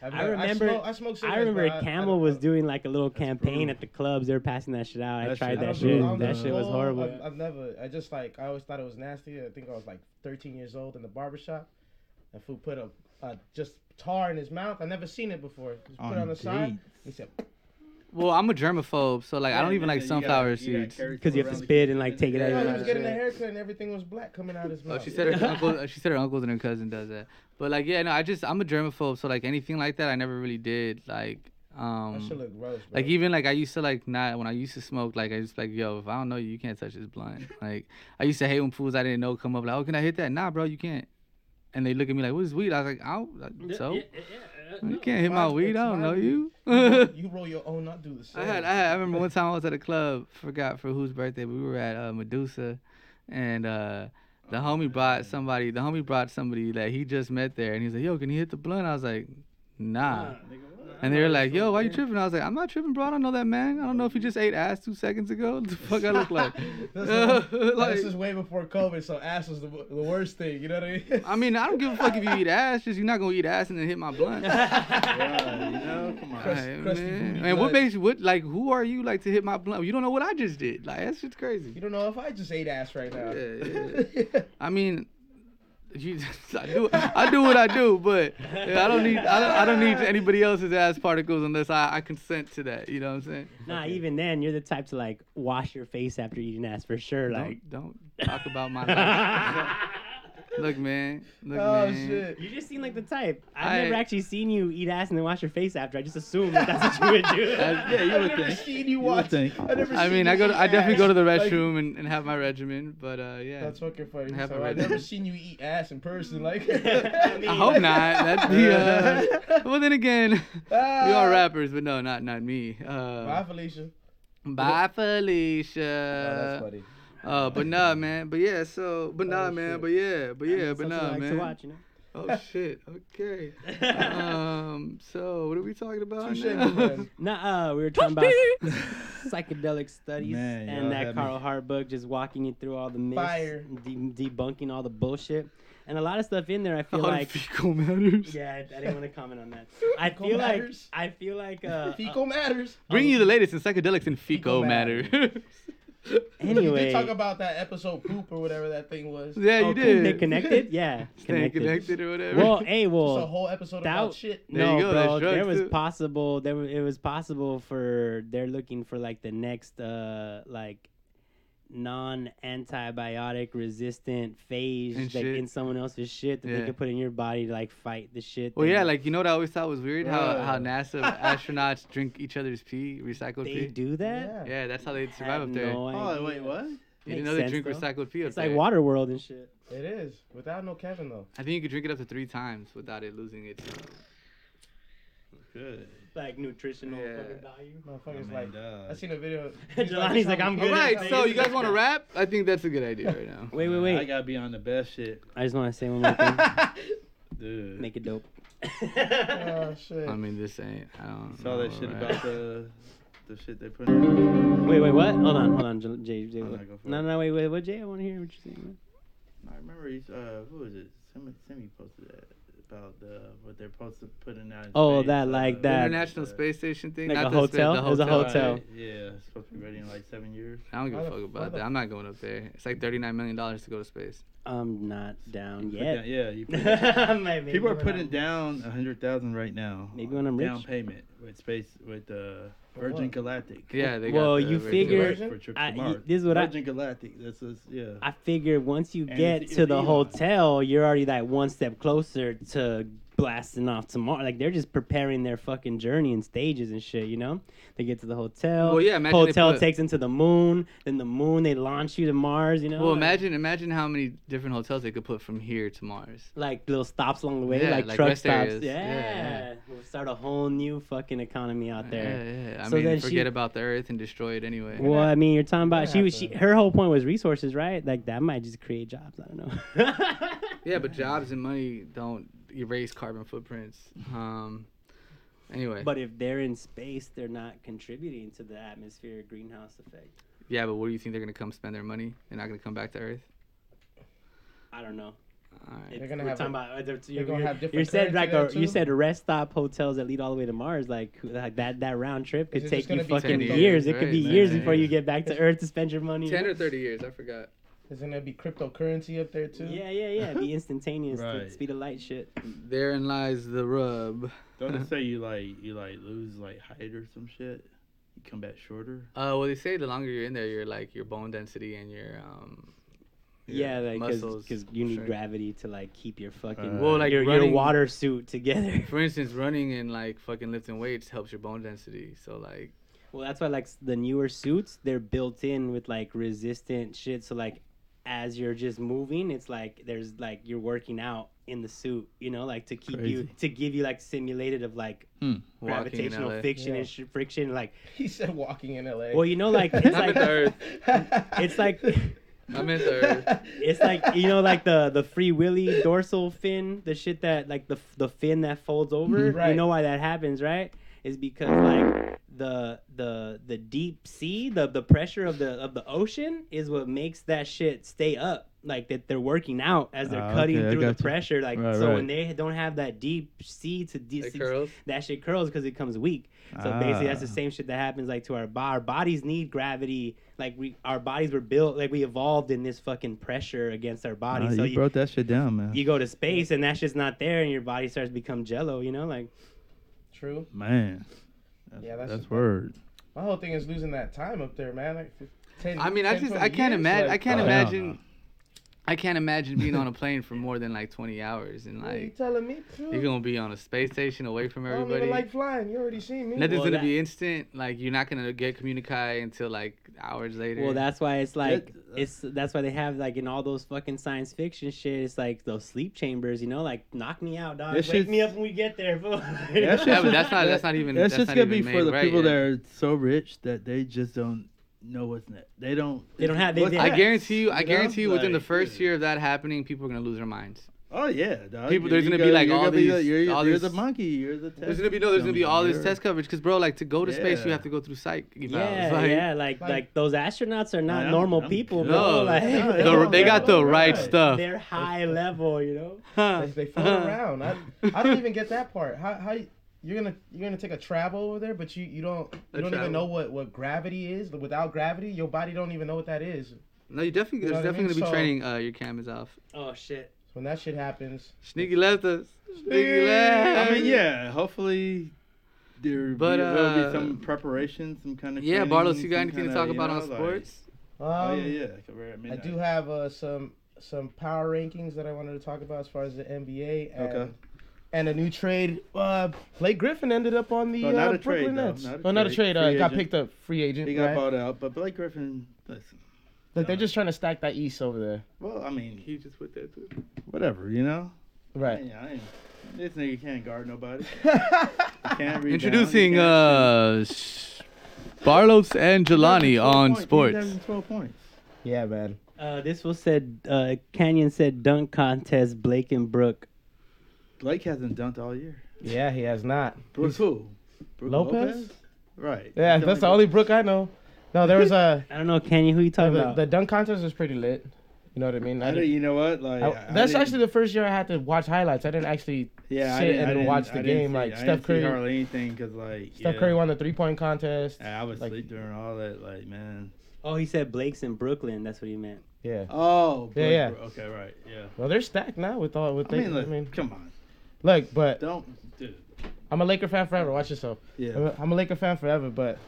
S2: I've
S3: Ah. I
S2: never-
S3: remember.
S2: I smoke, I smoke cigarettes,
S3: remember
S2: but I- I
S3: Camel was doing like a little campaign at the clubs. They were passing that shit out. I
S6: That
S3: tried
S6: shit
S3: that
S6: was
S3: shit.
S6: brutal.
S3: That shit was
S2: Oh,
S3: horrible.
S2: I've, I've never. I just like. I always thought it was nasty. I think I was like 13 years old in the barber shop, and fool put a, a just tar in his mouth. I never seen it before. Just put it on the
S6: On
S2: side. He said,
S1: Well, I'm a germaphobe, so like I don't
S2: Yeah,
S1: even like
S2: you gotta-
S1: sunflower
S2: you gotta
S1: seeds.
S2: carry
S3: Because you have to spit and like take it out.
S2: Yeah,
S3: of
S2: he
S3: your
S2: was
S3: mouth.
S2: getting a haircut and everything was black coming out his
S1: Oh,
S2: mouth.
S1: she said
S2: (laughs)
S1: her uncle. She said her uncles and her cousin does that. But like, yeah, no, I just I'm a germaphobe, so like anything like that, I never really did. Like, um,
S2: shit look gross,
S1: like
S2: bro.
S1: even like I used to like not when I used to smoke, like I just like yo, if I don't know you, you can't touch this blunt. like I used to hate when fools I didn't know come up like, oh, can I hit that? Nah, bro, you can't. And they look at me like, what's weed? I was like, I don't, uh, so you can't hit my
S2: Mine's-
S1: weed.
S2: it's
S1: I don't know
S2: mine.
S1: you. (laughs)
S2: roll- you roll your own, not do the same.
S1: I had, I had, I remember one time I was at a club, forgot for whose birthday, but we were at uh, Medusa, and uh, the
S2: Oh,
S1: homie brought somebody, the homie brought somebody that he just met there, and he's like, yo, can you hit the blunt? I was like, nah. And they were like, yo, why you tripping? I was like, I'm not tripping, bro. I don't know that man. I don't know if he just ate ass two seconds ago. (laughs) What the fuck I look like?
S2: (laughs)
S1: (laughs)
S2: That's
S1: Uh, like-
S2: this is way before COVID, so ass was the, the worst thing. You know what I mean?
S1: I mean, I don't give a fuck if you eat ass, just you're not going to eat ass and then hit my
S2: (laughs)
S1: blunt.
S2: Crust-
S1: Right,
S2: (laughs) crusty
S1: man.
S2: booty
S1: And what
S2: blunt.
S1: makes you what like who are you like to hit my blunt? You don't know what I just did. Like that's just crazy.
S2: You don't know if I just ate ass right now. (laughs)
S1: I mean, you, (laughs) I do I do what I do, but I don't need I don't, I don't need anybody else's ass particles unless I, I consent to that. You know what I'm saying?
S3: Nah, even then, you're the type to like wash your face after eating ass for sure.
S1: (laughs)
S3: Like,
S1: don't talk about my
S3: (laughs)
S1: life. look, man. Look,
S3: Oh,
S1: man.
S3: shit. You just seem like the type. I've
S1: I-
S3: never actually seen you eat ass and then wash your face after. I just assumed that that's what
S1: (laughs)
S3: you would do.
S1: That's- yeah, you would I've never think.
S2: seen you You would watch- think. I've never
S1: I
S2: seen
S1: mean,
S2: you
S1: I go. To,
S2: eat
S1: I definitely go to the
S2: ass. Like-
S1: restroom and, and have my regimen, but uh, yeah.
S2: (laughs) That's fucking funny.
S1: Have
S2: So
S1: my
S2: I've
S1: regimen. (laughs)
S2: never seen you eat ass in person. Like,
S1: I hope
S2: (laughs)
S1: not. That'd be, uh, well, then again, we are rappers, but no, not not me. Uh,
S2: Ah. Bye, Felicia.
S1: Bye, Felicia.
S2: Oh, that's funny.
S1: Uh, but nah, man. But yeah, so but nah, man. But yeah, but
S3: (laughs)
S1: yeah, but
S3: Oh, something I
S1: nah,
S3: like to
S1: man.
S3: watch, you know?
S1: Oh shit.
S3: (laughs)
S1: Okay. um. So what are we talking about
S3: Touche,
S1: now? (laughs)
S3: my man. Nah, uh, we were talking
S2: (laughs)
S3: about psychedelic studies
S1: Man, y'all
S3: and
S1: had
S3: that
S1: me.
S3: Carl Hart book, just walking you through all the myths,
S1: Fire.
S3: and de- debunking all the bullshit, and a lot of stuff in there. I feel
S2: Oh,
S1: All the
S2: (laughs)
S3: like
S1: fecal matters.
S3: Yeah, I, I didn't want to comment on that. I
S1: Fecal
S3: feel like
S1: matters.
S3: I feel like uh,
S2: Fecal matters.
S1: Bring
S3: Um,
S1: you the latest in psychedelics and fecal matter.
S2: we did talk about that episode poop or whatever that thing was.
S1: Yeah, you Oh, cool. did.
S3: They
S2: (laughs)
S3: connected, yeah.
S1: (laughs) Staying connected or whatever.
S3: Well, hey, well,
S2: Just a whole episode
S3: that-
S2: about shit.
S1: There you
S3: no,
S1: go, that's
S3: bro,
S1: drugs,
S3: there was
S1: too.
S3: possible. There wa- it was possible for they're looking for like the next uh like non-antibiotic resistant phage
S1: And
S3: that
S1: shit.
S3: in someone else's shit that
S1: Yeah.
S3: they could put in your body to like fight the shit.
S1: Well,
S3: that-
S1: yeah, like you know what I always thought was weird how
S3: Bruh.
S1: how NASA astronauts drink each other's pee, recycled
S3: They
S1: pee.
S3: do that?
S1: Yeah, that's how they survive
S3: Have
S1: up there.
S3: no
S6: Oh, wait, what?
S1: You didn't
S3: Makes
S1: know they
S3: sense,
S1: drink
S3: though.
S1: recycled pee up
S3: It's like
S1: there.
S3: Waterworld and shit.
S2: It is without no Kevin though.
S1: I think you could drink it up to three times without it losing its.
S6: Good.
S3: Like nutritional fucking
S2: Motherfuckers like I seen a
S3: (laughs)
S2: video.
S3: Jelani's like, I'm good
S1: All
S3: at
S1: right,
S3: this.
S1: so you guys want
S3: (laughs)
S1: to rap? I think that's a good idea right now.
S3: Wait, wait, wait.
S6: I gotta be on the best shit.
S3: I just want to say one more thing. Make it dope.
S2: oh shit.
S1: I mean, this ain't. I don't.
S6: Saw that
S1: know,
S6: shit
S1: right?
S6: about the the shit they put in.
S3: Wait, wait, what? Hold on, hold on, J- Jay. Jay
S6: Oh, no,
S3: what?
S6: go for
S3: no,
S6: it.
S3: no, wait, wait, what, Jay? I want to hear what you're saying. man.
S6: I remember he's uh who was it? Somebody Simi posted that about the what they're supposed to put in that.
S3: Oh, that, like,
S6: uh,
S3: that-
S1: International Space Station thing.
S3: Like
S1: not
S3: a
S1: the spa-
S3: hotel?
S1: the
S3: It was a hotel.
S6: Right, Yeah, it's supposed to be ready in like seven years.
S1: I don't give a
S6: Why
S1: fuck
S6: the- why
S1: about
S6: the
S1: that. I'm not going up there. It's like $39 million to go to space.
S3: I'm not down
S6: Put
S3: yet.
S6: down-
S3: (laughs)
S6: yeah, you put
S3: Might-
S6: down-
S3: maybe
S6: people are
S3: when
S6: putting
S3: I'm-
S6: down a hundred thousand right now.
S3: Maybe when I'm
S6: down
S3: rich.
S6: payment with space with uh, Virgin
S3: what?
S6: Galactic.
S1: Yeah, they
S3: well, you figure
S6: for trips
S3: I-
S6: to
S3: y-
S6: Mars.
S3: this is what I
S6: Virgin Galactic. That's us. Yeah.
S3: I figure. Once you
S6: And
S3: get
S6: it's-
S3: to
S6: it's
S3: the
S6: Elon.
S3: hotel, you're already like one step closer to blasting off tomorrow. Like they're just preparing their fucking journey in stages and shit. You know, they get to the hotel.
S1: Well, yeah, imagine they
S3: hotel
S1: put-
S3: takes them to the moon. Then the moon, they launch you to Mars. You know,
S1: well,
S3: like-
S1: imagine imagine how many different hotels they could put from here to Mars.
S3: like little stops along the way,
S1: Yeah,
S3: like,
S1: like
S3: truck
S1: rest
S3: stops.
S1: areas.
S3: Yeah.
S1: Yeah,
S3: We'll start a whole new fucking economy out there.
S1: Yeah, yeah. I
S3: So
S1: mean,
S3: then
S1: forget
S3: she-
S1: about the Earth and destroy it anyway.
S3: Well, I mean, you're talking about
S1: That
S3: she was she her whole point was resources, right? Like that might just create jobs. I don't know.
S2: (laughs)
S1: yeah, but jobs and money don't erase carbon footprints. Um, anyway.
S3: (laughs) but if they're in space, they're not contributing to the atmospheric greenhouse effect.
S1: yeah, but where do you think they're gonna come spend their money? They're not gonna come back to Earth.
S3: I don't know.
S1: All right.
S3: It-
S2: They're gonna
S3: we're
S2: have
S3: talking
S2: a-
S3: about, uh, they're-
S2: they're
S3: you're-
S2: gonna
S3: you're-
S2: have
S3: you
S2: different
S3: said like
S2: currency
S3: a,
S2: there,
S3: you
S2: too?
S3: said rest stop hotels that lead all the way to Mars like, who- like that that round trip
S2: Is
S3: could
S2: it
S3: take
S2: just gonna
S3: you
S2: be
S3: fucking
S2: 10
S3: years.
S2: years,
S3: It could
S2: right?
S3: be
S2: Man,
S3: years
S2: yeah,
S3: before
S2: yeah.
S3: you get back
S2: (laughs)
S3: to Earth to spend your money. you
S1: Ten
S3: know?
S1: or thirty years, I forgot.
S2: Is gonna be cryptocurrency up there too?
S3: Yeah, yeah, yeah. Be instantaneous.
S6: Right.
S3: to Speed of light shit.
S1: Therein lies the rub.
S6: Don't it say you like you like lose like height or some shit? You come back shorter.
S1: Uh, well, they say the longer you're in there, your like your bone density and your um.
S3: Yeah,
S1: your
S3: like because
S1: muscles
S3: you need
S1: shrink.
S3: gravity to like keep your fucking
S1: Uh, Well, like
S3: your, your
S1: running-
S3: water suit together.
S1: For instance, running and like fucking lifting weights helps your bone density. So like,
S3: Well, that's why like s- the newer suits, they're built in with like resistant shit. So like, as you're just moving, it's like there's like you're working out in the suit, you know, like to keep you
S6: Crazy.
S3: to give you like simulated of like
S1: Walking in
S3: gravitational
S1: LA.
S3: fiction
S2: Yeah.
S3: and sh- friction. Like,
S2: (laughs) He said walking in LA.
S3: well, you know,
S1: (laughs)
S3: like it's
S1: I'm
S3: like
S1: in the
S2: (laughs)
S1: earth.
S3: (laughs) it's like
S1: (laughs) I'm in the earth.
S3: it's like you know, like the the free willy dorsal fin, the shit that like the f- the fin that folds over. You
S6: Mm-hmm.
S2: Right.
S3: know why that happens, right? Is because like the the the deep sea, the the pressure of the of the ocean is what makes that shit stay up. Like that they're working out as they're
S6: Ah,
S3: cutting
S6: okay, I
S3: through the
S6: gotcha.
S3: pressure. Like
S6: Right,
S3: so when
S6: right.
S3: they don't have that deep sea
S2: (laughs)
S3: to deep
S1: It curls.
S3: that shit curls because it comes weak. So basically, that's the
S6: Ah.
S3: same shit that happens like to our bo- our bodies need gravity. Like we, our bodies were built like we evolved in this fucking pressure against our body.
S6: Nah,
S3: so
S6: you,
S3: you,
S6: broke that shit down, man.
S3: you go to space and that shit's not there, and your body starts to become jello. You know, like
S2: True.
S6: man. That's,
S2: Yeah, that's-
S1: (laughs)
S6: that's, word.
S2: My whole thing is losing that time up there, man. Like, fif- 10,
S1: I mean, I
S2: 10,
S1: just
S2: 20
S1: I can't
S2: years,
S1: imagine.
S2: like,
S1: I can't
S6: Oh, hell no.
S1: imagine. I can't imagine being on a plane for more than like 20 hours and
S2: what are you
S1: like
S2: telling me? True.
S1: you're gonna be on a space station away from
S2: I don't even
S1: everybody.
S2: like flying. You already seen me.
S1: Nothing's
S3: Well,
S1: gonna
S3: that-
S1: be instant. Like you're not gonna get communique until like hours later.
S3: well, that's why it's like
S6: That-
S3: it's that's why they have like in all those fucking science fiction shit. It's like those sleep chambers. You know, like knock me out, dog.
S6: That
S3: Wake
S6: shit's-
S3: me up when we get there. (laughs) fool.
S6: That shit's
S1: Yeah, but
S6: just-
S1: that's not-
S6: that-
S1: that's not even-
S6: That's,
S1: that's
S6: just
S1: not
S6: gonna
S1: even
S6: be
S1: made
S6: for the
S1: right
S6: people
S1: yet.
S6: that are so rich that they just don't know what's next. They don't.
S3: They don't have- they-
S6: what's
S3: they-
S1: I
S6: next,
S1: guarantee you. I
S6: know?
S1: guarantee you. Within the
S6: Like,
S1: first year of that happening, people are gonna lose their minds.
S6: Oh yeah, dog.
S1: People-
S6: You-
S1: there's
S6: you
S1: gonna be, like,
S6: you're
S1: all
S6: gonna be the-
S1: these-
S6: You're,
S1: all
S6: you're
S1: these-
S6: the monkey. You're the. Test.
S1: There's gonna be no. There's gonna be all this
S6: dummy, (laughs)
S1: test coverage because bro, like to go to space, you
S6: Yeah.
S1: have to go through psych. evals.
S3: Yeah,
S1: like,
S3: yeah, like, like
S2: like-
S3: those astronauts are not
S6: I'm-
S3: normal
S6: I'm
S3: people,
S6: good.
S3: bro.
S1: No,
S3: like,
S6: no,
S1: the-
S3: (laughs)
S6: no,
S1: they got the
S6: no,
S1: right
S6: right.
S1: stuff.
S3: they're high level, you know.
S1: Huh.
S2: Like, they (laughs) float around. I, I don't even get that part. How how you- you're gonna you're gonna take a travel over there, but you you don't
S1: A
S2: you don't
S1: travel.
S2: even know what what gravity is. Without gravity, your body don't even know what that is.
S1: (laughs) No, you definitely.
S2: You know
S1: There's
S2: what I mean?
S1: definitely gonna be
S2: So-
S1: training. Uh, your cameras off.
S3: Oh shit.
S2: When that shit happens,
S1: Sneaky left us. Sneaky left.
S6: I mean, yeah. Hopefully, there
S1: But,
S6: be, will
S1: uh,
S6: be some preparation, some kind of.
S1: Yeah,
S6: training,
S1: Barlos, you got
S6: some
S1: anything to
S6: kinda,
S1: talk
S6: you
S1: about
S6: know,
S1: on
S6: like-
S1: sports?
S2: um,
S6: oh yeah, yeah. like, we're at
S2: I
S6: midnight.
S2: do have uh, some some power rankings that I wanted to talk about as far as the NBA and
S6: Okay.
S2: and a new trade. Uh, Blake Griffin ended up on the
S6: No, Oh, not
S2: uh,
S6: a trade,
S2: Brooklyn
S6: though.
S2: Nets.
S6: Not a
S2: oh, not a
S6: trade.
S2: trade. Uh,
S6: Free
S2: got
S6: agent.
S2: picked up free agent.
S6: He got
S2: right?
S6: bought out, but Blake Griffin. Listen,
S2: Like they're just trying to stack that East over there.
S6: well, I mean,
S1: He just went there too.
S6: whatever, you know.
S2: Right.
S6: Yeah, I ain't, this nigga can't
S2: (laughs)
S6: guard nobody.
S2: That's
S6: Can't rebound,
S1: Introducing
S6: he can't
S1: uh, Sh- Barlos and
S6: shoot.
S1: Jelani
S6: 12
S1: on
S6: points,
S1: sports.
S6: 12 points.
S2: yeah, man.
S3: Uh, this was said. Uh, Canyon said dunk contest. Blake and Brooke.
S6: Blake hasn't dunked all year.
S2: Yeah, he has not.
S6: Brooke who? Brooke
S2: Lopez?
S6: Right.
S2: Yeah,
S6: You tell
S2: that's
S6: me
S2: the only Brook I know. No, there was
S6: (laughs)
S2: a
S3: I don't know, Canyon. Who you talking
S2: the,
S3: about?
S2: the dunk contest was pretty lit. You know what I mean? I
S6: I don't,
S2: didn't-
S6: you know what? Like
S2: I-
S6: I
S2: that's
S6: didn't-
S2: actually the first year I had to watch highlights. I didn't actually
S6: yeah, I
S2: sit
S6: didn't- I
S2: and
S6: didn't-
S2: watch
S6: I
S2: the
S6: didn't
S2: game.
S6: see-
S2: like
S6: I
S2: Steph
S6: didn't see
S2: Curry,
S6: hardly anything because like
S2: Steph
S6: yeah,
S2: Curry won the three point contest.
S6: I was
S2: like-
S6: asleep during all that. Like man.
S3: oh, he said Blake's in Brooklyn. That's what he meant.
S2: Yeah.
S6: Oh. Blake,
S2: yeah.
S6: Bro- Okay. Right. Yeah.
S2: Well, they're stacked now with all with.
S6: I
S2: they,
S6: mean,
S2: I
S6: look,
S2: mean,
S6: come on.
S2: look, but
S6: Don't, dude.
S2: I'm a Laker fan forever. Watch yourself.
S6: Yeah.
S2: I'm a, I'm a Laker fan forever, but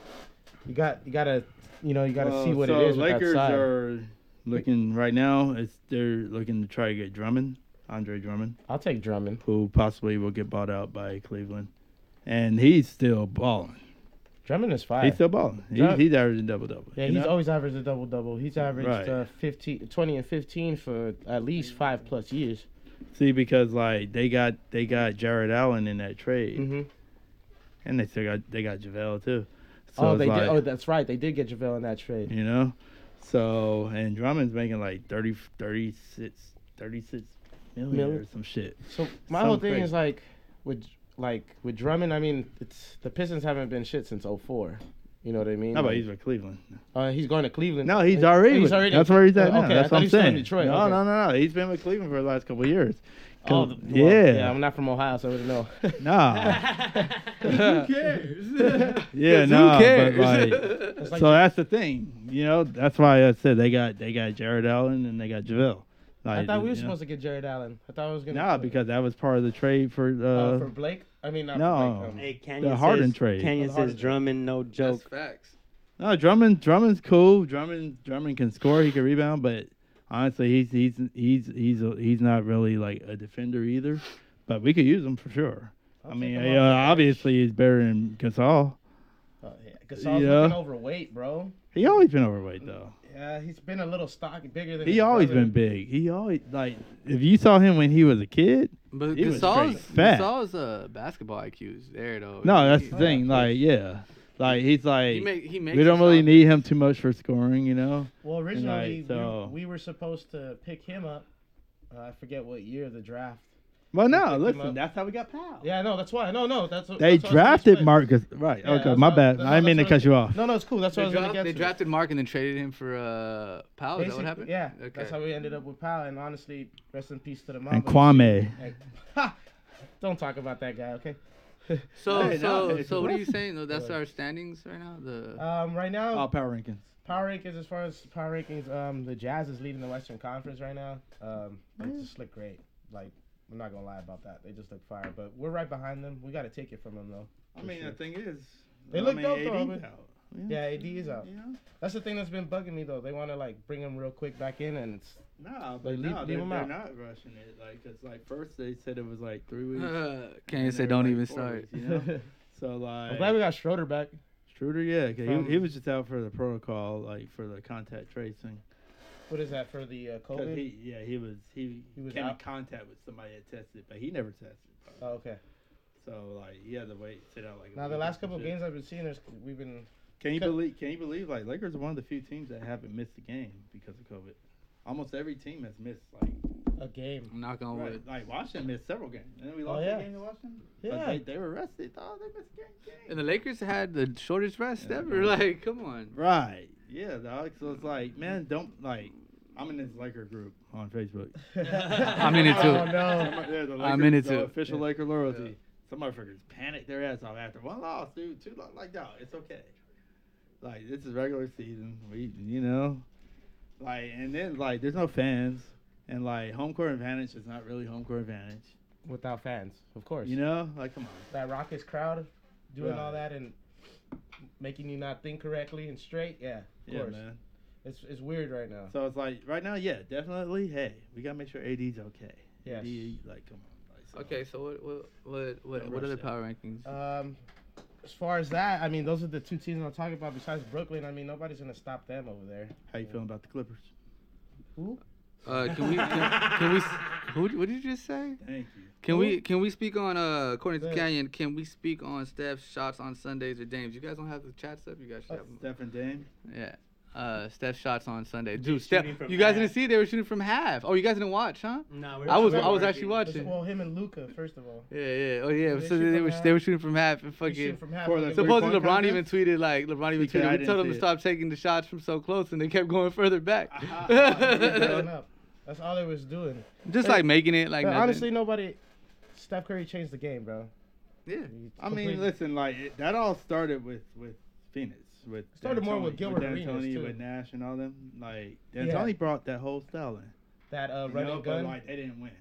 S2: you got you gotta you know you gotta
S6: Well,
S2: see what
S6: so
S2: it is. with that
S6: Lakers
S2: side.
S6: are looking right now. It's they're looking to try to get Drummond, Andre Drummond,
S2: I'll take Drummond.
S6: who possibly will get bought out by Cleveland, and he's still balling.
S2: Drummond is fire.
S6: He's still balling. He's,
S2: Drum-
S6: he's averaging double double.
S2: Yeah, he's always averaged a double double. He's averaged
S6: Right.
S2: uh, 15, 20 and 15 for at least five plus years.
S6: see because like they got they got Jared Allen in that trade,
S2: Mm-hmm. Oh,
S6: and they still got they got Javale too. So
S2: oh,
S6: it's
S2: they
S6: like,
S2: did. Oh, that's right. They did get JaVale in that trade.
S6: you know, so and Drummond's making like 30, 36, 36 million
S2: Million?
S6: or some shit.
S2: So my
S6: So
S2: whole thing
S6: crazy.
S2: is like with like with Drummond. I mean, it's the Pistons haven't been shit since 04. You know what I mean?
S6: How about
S2: Like,
S6: he's with Cleveland?
S2: uh, he's going to Cleveland.
S6: No, he's already.
S2: He's
S6: with-
S2: already.
S6: That's where he's at
S2: Oh,
S6: now.
S2: okay, I
S6: that's
S2: thought
S6: what
S2: he
S6: I'm
S2: was still in
S6: saying.
S2: Detroit.
S6: No,
S2: Okay.
S6: no, no, no. He's been with Cleveland for the last couple of years.
S2: Oh,
S6: Cause-
S2: well,
S6: yeah.
S2: I'm not from Ohio, so I wouldn't know. (laughs)
S6: (laughs) Nah.
S1: Who cares?
S6: yeah,
S1: Who
S6: no.
S1: cares?
S6: (laughs) so that's the thing. You know, that's why I said they got they got Jared Allen and they got JaVale.
S2: I,
S6: Like,
S2: thought we
S6: you
S2: were
S6: know.
S2: supposed to get Jared Allen. I thought I was gonna.
S6: Nah, because that was part of the trade for uh,
S2: uh, for Blake. I mean, not
S6: no.
S2: For Blake, um,
S3: Hey, Kenyon
S6: the Harden
S3: says,
S6: trade.
S3: Kenyon
S2: Oh, the
S3: says
S2: Harden trade.
S3: Drummond, no
S1: That's
S3: joke.
S1: facts.
S6: No, Drummond. Drummond's cool. Drummond. Drummond can score. He can rebound. But honestly, he's he's he's he's a, he's not really like a defender either. But we could use him for sure. i
S2: I'll
S6: mean,
S2: take him off
S6: uh,
S2: the bench.
S6: obviously he's better than Gasol.
S2: Uh, yeah, Gasol's
S6: Yeah.
S2: looking overweight, bro.
S6: He always been overweight though.
S2: Yeah, he's been a little stocky, bigger than.
S6: He
S2: his
S6: always
S2: brother.
S6: been big. He always like if you saw him when he was a kid.
S1: But
S6: He was straight
S1: Gasol's
S6: fat.
S1: Gasol's uh, basketball IQ is there though.
S6: No, that's
S1: He-
S6: the thing. Like yeah, like he's like
S1: He make, he makes
S6: we don't
S1: his
S6: really
S1: shot. (laughs)
S6: need him too much for scoring. You know.
S2: Well, originally
S6: Right, so-
S2: we, we were supposed to pick him up. Uh, I forget what year of the draft.
S6: Well, no,
S2: picked him
S6: listen,
S2: up.
S6: that's how we got Powell.
S2: Yeah, no, that's why. No, no, that's what-
S6: They
S2: that's what I was gonna
S6: drafted
S2: explain.
S6: Marcus. Right.
S2: Yeah,
S6: okay.
S2: that's
S6: My
S2: what-
S6: bad.
S2: that's
S6: I didn't mean to
S2: what I was
S6: cut you off.
S2: No, no, it's cool. That's what
S1: They,
S2: I was
S1: dropped,
S2: gonna
S1: they
S2: get to.
S1: drafted Mark and then traded him for uh, Powell. Is that
S2: Basically,
S1: what happened?
S2: Yeah,
S1: Okay.
S2: that's how we ended up with Powell. And honestly, rest in peace to the Mamba.
S6: And Kwame.
S2: And- Ha! (laughs) Don't talk about that guy, okay?
S1: so so
S6: Hey, no, it's
S1: so what are you
S6: impressive.
S1: saying though? That's our standings right now. (laughs) The
S2: Um, right now,
S6: Oh, power rankings.
S2: power rankings as far as power rankings, um, the Jazz is leading the Western Conference right now. Um, they just look great. Like I'm not gonna lie about that. They just look fire. But we're right behind them. We gotta take it from them though.
S6: I mean, the thing is,
S2: They look dope, though, but- Yeah, AD is out.
S6: Yeah.
S2: That's the thing that's been bugging me though. They want to like bring him real quick back in, and it's
S6: Nah,
S2: Like,
S6: but
S2: leave-
S6: no,
S2: leave
S6: they're,
S2: him
S6: they're
S2: out.
S6: not rushing it. Like, cause like first they said it was like
S2: (laughs)
S6: three weeks.
S1: uh,
S6: and
S1: Canyon
S6: they're,
S1: said, "Don't
S6: like,
S1: even
S6: four
S1: start."
S6: weeks, you (laughs) know? so
S2: I'm glad
S6: like,
S2: we got Schroeder back.
S6: Schroeder, yeah, 'cause
S2: From-
S6: he, he was just out for the protocol, like for the contact tracing.
S2: What is that for the uh,
S6: 'Cause
S2: COVID?
S6: he, yeah, he was he,
S2: He was
S6: came in
S2: out.
S6: contact with somebody that tested, but he never tested.
S2: oh, okay.
S6: So like, he had to wait, sit out like. a
S2: Now the
S6: week
S2: last
S6: and
S2: couple
S6: shit.
S2: games I've been seeing, is we've been
S6: Can you
S2: Cut-
S6: believe? Can you believe? Like Lakers are one of the few teams that haven't missed a game because of COVID. Almost every team has missed. Like,
S2: a game.
S1: I'm not gonna.
S6: right, like Washington missed several games, and then we
S2: Oh,
S6: lost
S2: yeah.
S6: that game to Washington.
S2: Yeah. (laughs)
S6: but they, they were rested. Oh, they missed a game. game.
S1: And the Lakers had the shortest rest
S6: Yeah,
S1: ever.
S6: bro.
S1: (laughs) Like, come on.
S6: Right. Yeah, dog. So it's like, man, don't like. I'm in this Laker group on Facebook.
S1: I'm in it
S2: (laughs)
S1: too.
S2: Oh, no.
S6: Somebody- yeah, the
S1: I'm in it
S6: the
S1: too.
S6: Official Laker loyalty. Some motherfuckers panic their ass off after one loss, dude. Two loss, like, dog, it's okay. Like this is regular season. We, you know, like, and then like, there's no fans, and like, home court advantage is not really home court advantage.
S2: Without fans, of course.
S6: You know, like, come on.
S2: that Rockets crowd doing
S6: Right.
S2: all that and making you not think correctly and straight. Yeah, of
S6: Yeah,
S2: course.
S6: man.
S2: It's it's weird right now.
S6: So it's like right now, yeah, definitely. Hey, we gotta make sure AD's okay.
S2: Yes.
S6: AD, like, come on. Like, so-
S1: Okay, so what what what what,
S6: Don't
S1: what
S6: rush
S1: other
S6: that.
S1: power rankings?
S2: Um, as far as that, I mean, those are the two teams I'm talking about. Besides Brooklyn, I mean, nobody's gonna stop them over there.
S6: How you feeling about the Clippers?
S1: Uh, can we can, can we? s- Who, what did you just say?
S6: Thank you.
S1: Can
S2: Mm-hmm.
S1: we can we speak on uh according to
S2: Yeah.
S1: Canyon? Can we speak on Steph's shots on Sundays or Dames? You guys don't have the chats up. You guys
S2: Uh,
S1: should have 'em.
S6: Steph and Dame.
S1: Yeah. Uh, Steph shots on Sunday. Dude, Steph,
S3: shooting from
S1: you guys
S3: half.
S1: didn't see they were shooting from half. Oh, you guys didn't watch, huh?
S3: Nah, we
S1: I
S3: were
S1: was
S3: trying
S1: I
S3: to
S1: was
S3: work
S1: actually
S3: it.
S1: watching.
S2: Well, him and Luca, first of all.
S1: Yeah, yeah. Oh yeah.
S2: They
S1: so
S2: shoot
S1: they,
S2: from
S1: were
S2: half.
S1: they were shooting from half and
S2: They shoot
S1: fucking.
S2: from half.
S6: For
S2: of
S6: the
S2: the
S6: third
S2: Clippers.
S1: Supposedly LeBron
S6: Three-point
S1: even tweeted like LeBron even
S6: He said,
S1: tweeted.
S6: "I
S1: We
S6: didn't
S1: told them
S6: see
S1: to
S6: it."
S1: stop taking the shots from so close, and they kept going further back.
S2: (laughs)
S1: (laughs)
S2: They're going up. That's all they was doing.
S1: Just like making it like
S2: But
S1: nothing.
S2: honestly, nobody. Steph Curry changed the game, bro.
S1: yeah.
S2: He
S6: I
S2: completely-
S6: mean, listen, like it, that all started with with Phoenix, with
S2: Started more
S6: D'Antoni-
S2: with Gilbert
S6: Dan
S2: Arenas,
S6: Tony,
S2: too.
S6: with Nash and all them. Like Dan
S2: Yeah.
S6: Tony brought that whole style in,
S2: that uh,
S6: you
S2: running
S6: know, but
S2: gun.
S6: like they didn't win.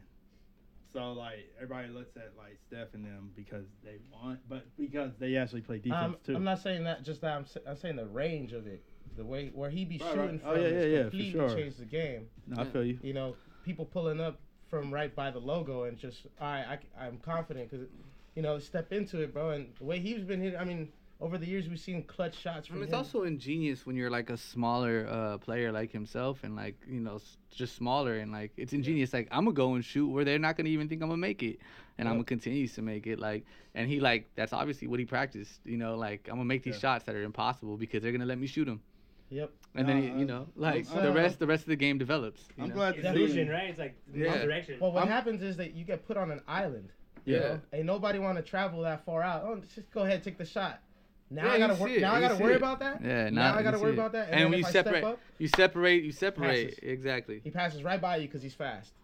S6: So like everybody looks at like Steph and them because they won, but because they actually play defense
S2: I'm,
S6: too.
S2: Um, I'm not saying that just that. I'm, sa- I'm saying the range of it, the way where he be
S6: Right,
S2: shooting
S6: right.
S2: from
S6: Oh, yeah,
S2: is
S6: yeah, yeah, for
S2: completely
S6: sure.
S2: changed the game.
S6: no, I feel you.
S2: You know, people pulling up from right by the logo and just I, I am confident because, you know, step into it, bro. And the way he's been hitting, I mean, over the years we've seen clutch
S1: I
S2: shots from
S1: mean, it's
S2: him.
S1: also ingenious when you're like a smaller uh, player like himself, and like you know, s- just smaller, and like it's ingenious. Like I'm gonna go and shoot where they're not gonna even think I'm gonna make it, and I'm gonna continue to make it. Like, and he like that's obviously what he practiced. You know, like I'm gonna make these
S6: Yeah.
S1: shots that are impossible because they're gonna let me shoot them,
S2: Yep.
S1: and
S6: No,
S1: then you-
S6: I-
S1: you know, like
S6: I'm-
S1: the
S6: I'm-
S1: rest, the rest of the game develops. you
S6: I'm
S1: know?
S6: glad
S3: It's
S6: to see.
S3: illusion, right? It's like
S1: Yeah.
S3: one direction.
S2: Well, what
S1: I'm-
S2: happens is that you get put on an island.
S6: Yeah.
S1: Yeah.
S2: Ain't nobody want to travel that far out. Oh, just go ahead, take the shot. Now
S1: Yeah,
S2: I
S1: you
S2: gotta
S1: see
S2: work.
S1: it,
S2: Now I
S1: you
S2: gotta
S1: see
S2: worry
S1: it.
S2: about that.
S1: Yeah,
S2: Now I
S1: you
S2: gotta
S1: see
S2: worry
S1: it.
S2: about that. And,
S1: And,
S2: then
S1: when you
S2: if I
S1: separate,
S2: step up,
S1: you separate, you separate.
S2: Passes.
S1: Exactly.
S2: he passes right by you because he's fast.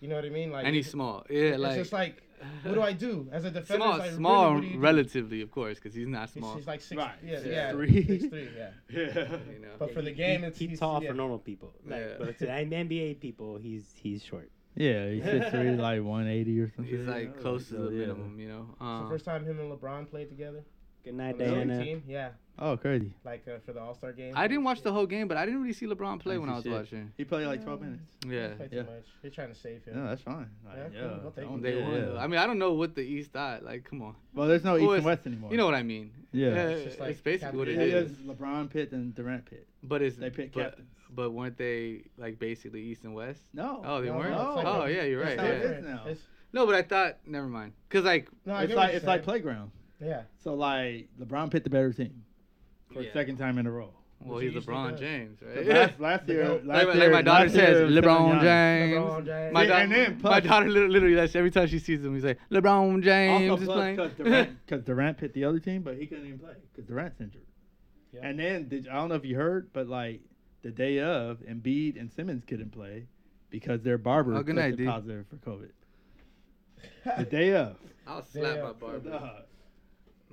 S2: You know what I mean? Like
S1: And he's small. Yeah,
S2: it's
S1: like-
S2: just like, what do I do as a defender?
S1: small,
S2: it's like,
S1: small,
S2: really, what do you do?
S1: relatively, of course, because he's not
S2: He's,
S1: small.
S2: he's like six. Yeah,
S13: Six
S2: yeah,
S13: three.
S2: six three.
S1: (laughs)
S2: Yeah. (laughs)
S13: Yeah.
S1: You know.
S2: But for
S13: He-
S2: the
S13: he-
S2: game, it's
S13: he's
S2: he's-
S13: tall
S2: yeah.
S13: for normal people. Like,
S1: Yeah.
S13: But to the NBA people, he's he's short.
S6: Yeah, he's six three, like one eighty or something.
S1: He's like
S6: Yeah,
S1: close to
S6: so,
S1: the
S6: yeah.
S1: minimum, you know.
S2: It's the
S1: Um,
S2: first time him and LeBron played together.
S3: Good night,
S2: on the same
S3: Diana.
S2: Team. Yeah,
S6: Oh, crazy.
S2: like uh, for the All Star game.
S1: I didn't watch the whole game, but I didn't really see LeBron play
S6: Piece
S1: when
S6: of
S1: I was
S6: shit.
S1: watching.
S6: He played like twelve minutes.
S1: Yeah.
S2: Play too
S6: Yeah.
S2: much. They're trying to save him.
S6: No, that's fine. Like,
S2: Yeah, cool.
S6: yeah,
S2: We'll take
S6: don't
S1: They
S6: do
S1: won.
S6: it.
S1: though. I mean, I don't know what the East thought. Like, come on.
S6: Well, there's no
S1: Who
S6: East
S1: is-
S6: and West anymore.
S1: You know what I mean?
S6: Yeah.
S1: It's,
S6: It's
S2: just like
S1: basically what it
S6: Yeah,
S1: is.
S6: there's LeBron Pitt and Durant Pitt.
S1: But it's
S6: They pick
S1: but,
S6: captains.
S1: But weren't they like basically East and West?
S6: No.
S1: Oh, they
S2: No,
S1: weren't.
S2: no, it's like
S1: oh,
S2: a-
S1: yeah, you're right.
S2: It's
S6: That's how it
S1: Yeah.
S6: is now.
S2: It's,
S1: No, but I thought. Never mind. Cause like.
S2: no, I
S6: It's
S2: get what
S6: like
S2: you're
S6: it's like
S2: saying.
S6: playground.
S2: Yeah.
S6: So like LeBron Pitt the better team for
S1: Yeah.
S6: a second time in a row.
S1: Well,
S2: Which
S1: he's
S2: he usually
S1: LeBron
S2: does.
S1: James, right?
S6: But Last, last year,
S2: Like-
S1: (laughs)
S6: last
S1: like,
S6: year,
S1: like my daughter
S6: last year it
S1: says,
S6: was Kevin
S1: LeBron
S6: Giannis.
S1: James.
S2: LeBron James.
S1: My,
S6: See,
S1: da-
S6: and then
S1: my
S6: plus-
S1: daughter literally, literally that's every time she sees him, he's like LeBron James
S6: Also,
S1: is
S6: plus
S1: playing.
S6: because
S1: (laughs)
S6: Durant, 'cause Durant picked the other team, but he couldn't even play because Durant's injured.
S2: Yeah.
S6: And then did, I don't know if you heard, but like the day of, Embiid and Simmons couldn't play because their barber
S1: Oh, good
S6: tested
S1: night, D.
S6: positive for COVID. the day of.
S1: I'll slap
S2: Damn.
S1: my barber.
S6: Dog.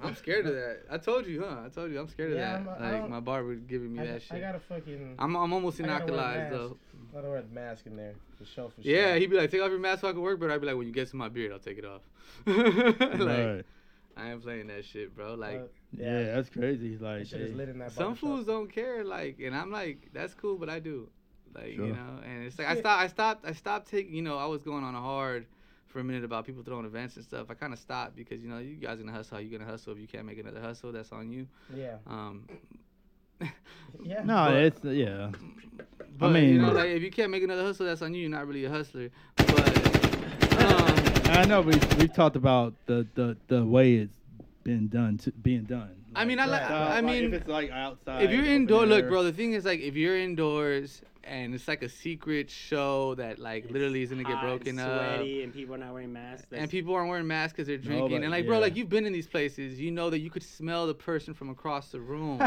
S1: I'm scared of that. I told you, huh? I told you, I'm scared of
S2: Yeah, I'm
S1: that.
S2: a- I
S1: like
S2: don't-
S1: my barber giving me
S2: I,
S1: that
S2: got- I
S1: shit.
S2: gotta fucking.
S1: I'm I'm almost
S2: I gotta wear a
S1: inoculized
S2: mask.
S1: though.
S2: I gotta wear a mask in there. The show for sure.
S1: Yeah, he'd be like, take off your mask so I can work, but I'd be like, when you get to my beard, I'll take it off. (laughs) (laughs) like,
S6: Right.
S1: I ain't playing that shit, bro.
S2: Uh,
S1: Like,
S6: yeah. that's crazy.
S2: that
S6: Like
S2: shit is
S6: they-
S2: lit in that
S1: some
S2: barber shop.
S1: fools don't care like and i'm like that's cool but i do like you
S6: Sure.
S1: know and it's like i stopped i stopped i stopped taking you know i was going on a hard for a minute about people throwing events and stuff i kind of stopped because you know you guys gonna hustle how you gonna hustle if you can't make another hustle that's on you
S2: Yeah.
S1: um
S2: Yeah.
S6: no,
S1: But-
S6: it's uh, yeah.
S1: but you
S6: mean-
S1: know like if you can't make another hustle that's on you you're not really a hustler but um,
S6: I know we we talked about the the, the way it's been done to being done.
S1: i mean i like
S6: Like, uh,
S1: i
S6: like,
S1: mean
S6: if it's like outside,
S1: if you're
S6: open
S1: indoor, look,
S6: air,
S1: bro. The thing is, like, if you're indoors and it's like a secret show that, like,
S3: It's
S1: literally is gonna get
S3: hot and
S1: broken up,
S3: sweaty and people are not wearing masks.
S1: and
S3: that's-
S1: people aren't wearing masks because they're drinking.
S6: but-
S1: and like, bro, like
S6: yeah.
S1: you've been in these places, you know that you could smell the person from across the
S6: (laughs)
S1: room.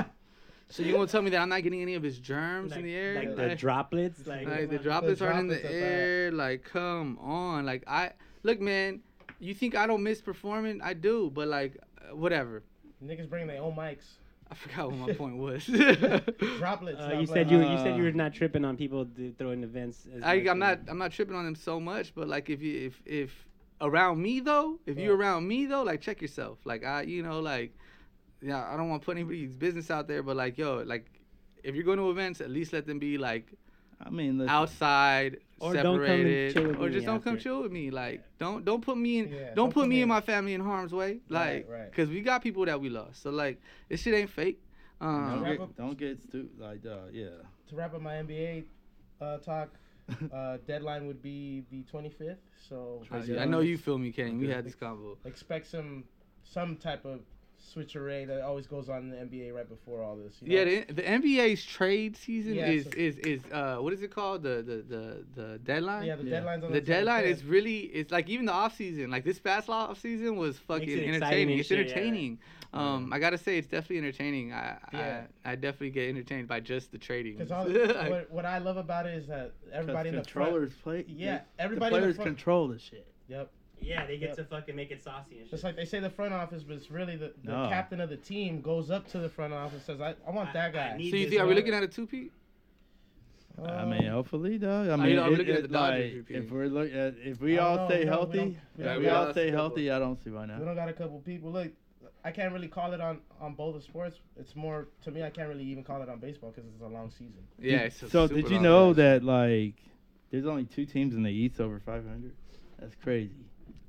S1: so you won't tell me that I'm not getting any of his germs in
S3: like-
S1: the air?
S3: Like the
S1: Like-
S3: droplets. Like,
S1: like, the droplets aren't in the
S2: droplets are bad.
S1: air. Like, come on. Like, I look, man. You think I don't miss performing? I do, but like, uh, whatever.
S2: Niggas bring their own mics.
S1: I forgot what my point was. (laughs)
S2: Droplets.
S3: Uh,
S2: not
S3: you
S2: blood.
S3: said you were- you said you
S6: Uh,
S3: were not tripping on people d- throwing events. As
S1: I,
S3: much
S1: I'm not
S3: as-
S1: I'm not tripping on them so much, but like if you if if around me though, if you
S2: Yeah.
S1: around me though, like check yourself. Like I you know like yeah I don't want to put anybody's business out there, but like yo like if you're going to events, at least let them be like
S6: I mean, listen,
S1: outside,
S3: Or don't come and
S1: separated,
S3: chill with
S1: or
S3: me
S1: just don't come
S3: after.
S1: chill with me. Like don't don't put me in
S2: Yeah,
S1: don't,
S2: don't
S1: put
S2: put
S1: me and
S2: me in-
S1: my family in harm's way. Like
S2: Right, right.
S1: cause we got people that we lost. So like this shit ain't fake. Um,
S6: don't,
S2: wrap
S6: get,
S2: up-
S6: don't get stupid. Like, uh, yeah.
S2: to wrap up my NBA
S1: (laughs)
S2: uh, talk. Uh, deadline would be the 25th. So uh,
S1: I, I know you feel me, Kane. We had this combo.
S2: expect some some type of switcheroo that always goes on in the NBA right before all this. You know?
S1: Yeah, the, the NBA's trade season
S2: Yeah,
S1: is,
S2: so-
S1: is is uh what is it called the the the, the deadline.
S2: yeah. The
S6: Yeah.
S2: deadline's on
S1: the
S2: the
S1: deadline
S2: 25th.
S1: is really it's like even the off season like this past off season was fucking
S3: it exciting
S1: entertaining.
S3: and
S1: It's
S3: shit, yeah.
S1: entertaining. Um, I gotta say it's definitely entertaining. I,
S2: Yeah.
S1: I I definitely get entertained by just the trading. (laughs)
S2: Because all
S1: Like,
S2: what, what I love about it is that everybody in the front,
S6: controllers play.
S2: Yeah,
S6: the-
S2: everybody
S6: The
S2: in the
S6: players
S2: front-
S6: control the shit.
S2: Yep.
S3: Yeah, they get
S2: Yep.
S3: to fucking make it saucy and shit.
S2: Just like they say the front office, but it's really the, the
S6: No.
S2: captain of the team goes up to the front office and says, I, I want that
S3: I- I
S2: guy.
S1: so
S3: need-
S1: you think are we looking at a two peat?
S6: I
S2: Uh,
S6: mean, hopefully, dog. I
S1: you
S6: mean,
S1: know, I'm
S6: it-
S1: looking at
S6: it
S1: the Dodgers
S6: like,
S1: repeating.
S6: if we're look at, if we
S2: I
S6: all
S2: don't know, we
S6: stay
S2: don't-
S6: healthy,
S2: we
S6: if
S2: don't
S6: we
S1: got
S6: all
S1: us
S6: stay
S1: couple.
S6: healthy, I don't see why
S2: We
S6: not.
S2: don't got a couple people. Look, I can't really call it on on both the sports. It's more to me. I can't really even call it on baseball because it's a long season.
S1: Yeah.
S6: Did-
S1: it's a
S6: so
S1: super
S6: did you
S1: long
S6: know
S1: match.
S6: that like there's only two teams in the East over 500? That's crazy.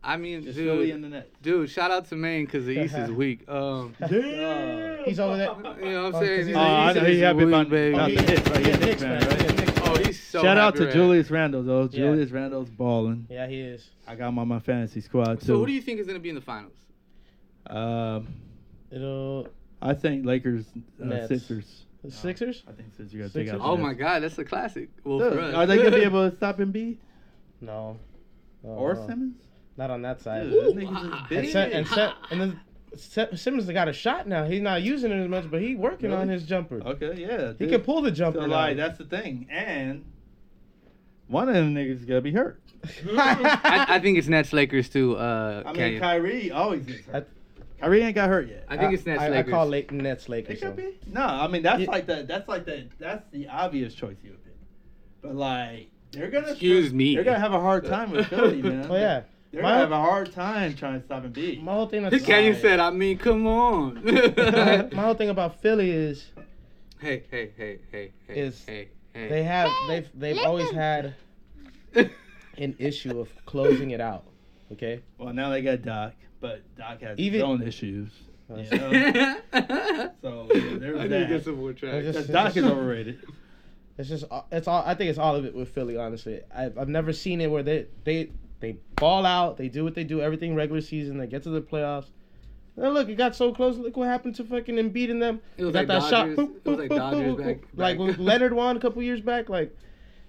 S1: I mean,
S6: Just
S1: dude,
S6: Philly and the
S2: (laughs)
S6: Nets.
S1: dude, shout out to Maine because the East is weak. Um, you
S6: Uh,
S2: He's over there.
S1: know what
S2: Oh,
S1: I'm
S2: 'cause
S1: saying?
S2: he's
S1: The
S6: oh, I
S1: East
S6: know he
S1: is
S6: happy
S1: weak,
S6: about,
S1: baby.
S6: about the Knicks, right?
S2: He's
S6: Oh, He's
S2: a
S6: a Knicks
S2: Knicks
S6: fan,
S2: fan,
S6: right?
S2: he's a Knicks
S1: Oh,
S2: fan.
S1: he's so
S6: Shout out
S1: happy
S6: to
S1: right now.
S6: Julius Randle, though.
S2: Yeah.
S6: Julius Randle's balling.
S2: Yeah, he is.
S6: I got him on my fantasy squad too.
S1: So who do you think is gonna be in the finals?
S6: Um,
S2: It'll
S6: I think Lakers, uh,
S2: Nets.
S6: Sixers.
S2: the Sixers.
S6: I think Sixers are gonna take
S2: Sixers?
S6: out. the
S1: Oh
S6: Nets.
S1: my God, that's a classic. Well,
S6: Dude,
S1: for us.
S6: are
S1: (laughs)
S6: they gonna be able to stop Embiid
S2: No. No,
S6: or
S2: no.
S6: Simmons?
S2: Uh, Not on that side.
S6: Dude, those niggas is
S2: And,
S6: big.
S2: Sim- and, Sim- and then Sim- Simmons got a shot now. He's not using it as much, but he working
S6: Really? Oh,
S2: on his jumper.
S6: (laughs) Okay, yeah.
S2: He
S6: dude.
S2: can pull the jumper.
S6: So
S2: now.
S6: like that's the thing, and One of them niggas gotta be hurt.
S1: (laughs) I, I think it's Nets Lakers too. Uh,
S6: I
S1: Kanye.
S6: mean, Kyrie always gets hurt. Kyrie ain't got hurt yet.
S1: I think it's Nets
S2: (laughs) I, I
S1: Lakers.
S2: call Lake Nets Lakers.
S6: It could
S2: though.
S6: be. No, I mean that's like the that's like the that's the obvious choice you would pick. But like they're gonna
S1: Excuse me.
S6: They're gonna have a hard time with
S1: (laughs)
S6: Philly, man.
S2: Oh yeah.
S6: They're
S2: My-
S6: gonna have a hard time trying to stop and beat.
S2: My whole thing that's
S1: Kanye said, I mean, come on. hey,
S2: (laughs) my whole thing about Philly is
S1: (laughs) hey, hey, hey, hey,
S2: It's-
S1: hey, hey. (laughs)
S2: they have they've they've always had an issue of closing it out. Okay.
S6: Well, now they got Doc, but Doc has
S2: Even-
S6: his own issues. You
S2: That's-
S6: know?
S1: (laughs)
S6: so
S1: I
S6: there's
S1: need to get
S6: that.
S1: some more tracks.
S2: It's
S6: 'Cause
S2: just-
S6: Doc is overrated.
S2: It's just it's all I think it's all of it with Philly. Honestly, I've I've never seen it where they they they ball out. They do what they do everything regular season. They get to the playoffs. Now look, it got so close. Look what happened to fucking Embiid and them.
S1: It was
S2: Got
S1: like Dodgers- it was like Dodgers back-
S2: Like
S1: back.
S2: when Leonard won a couple years back. Like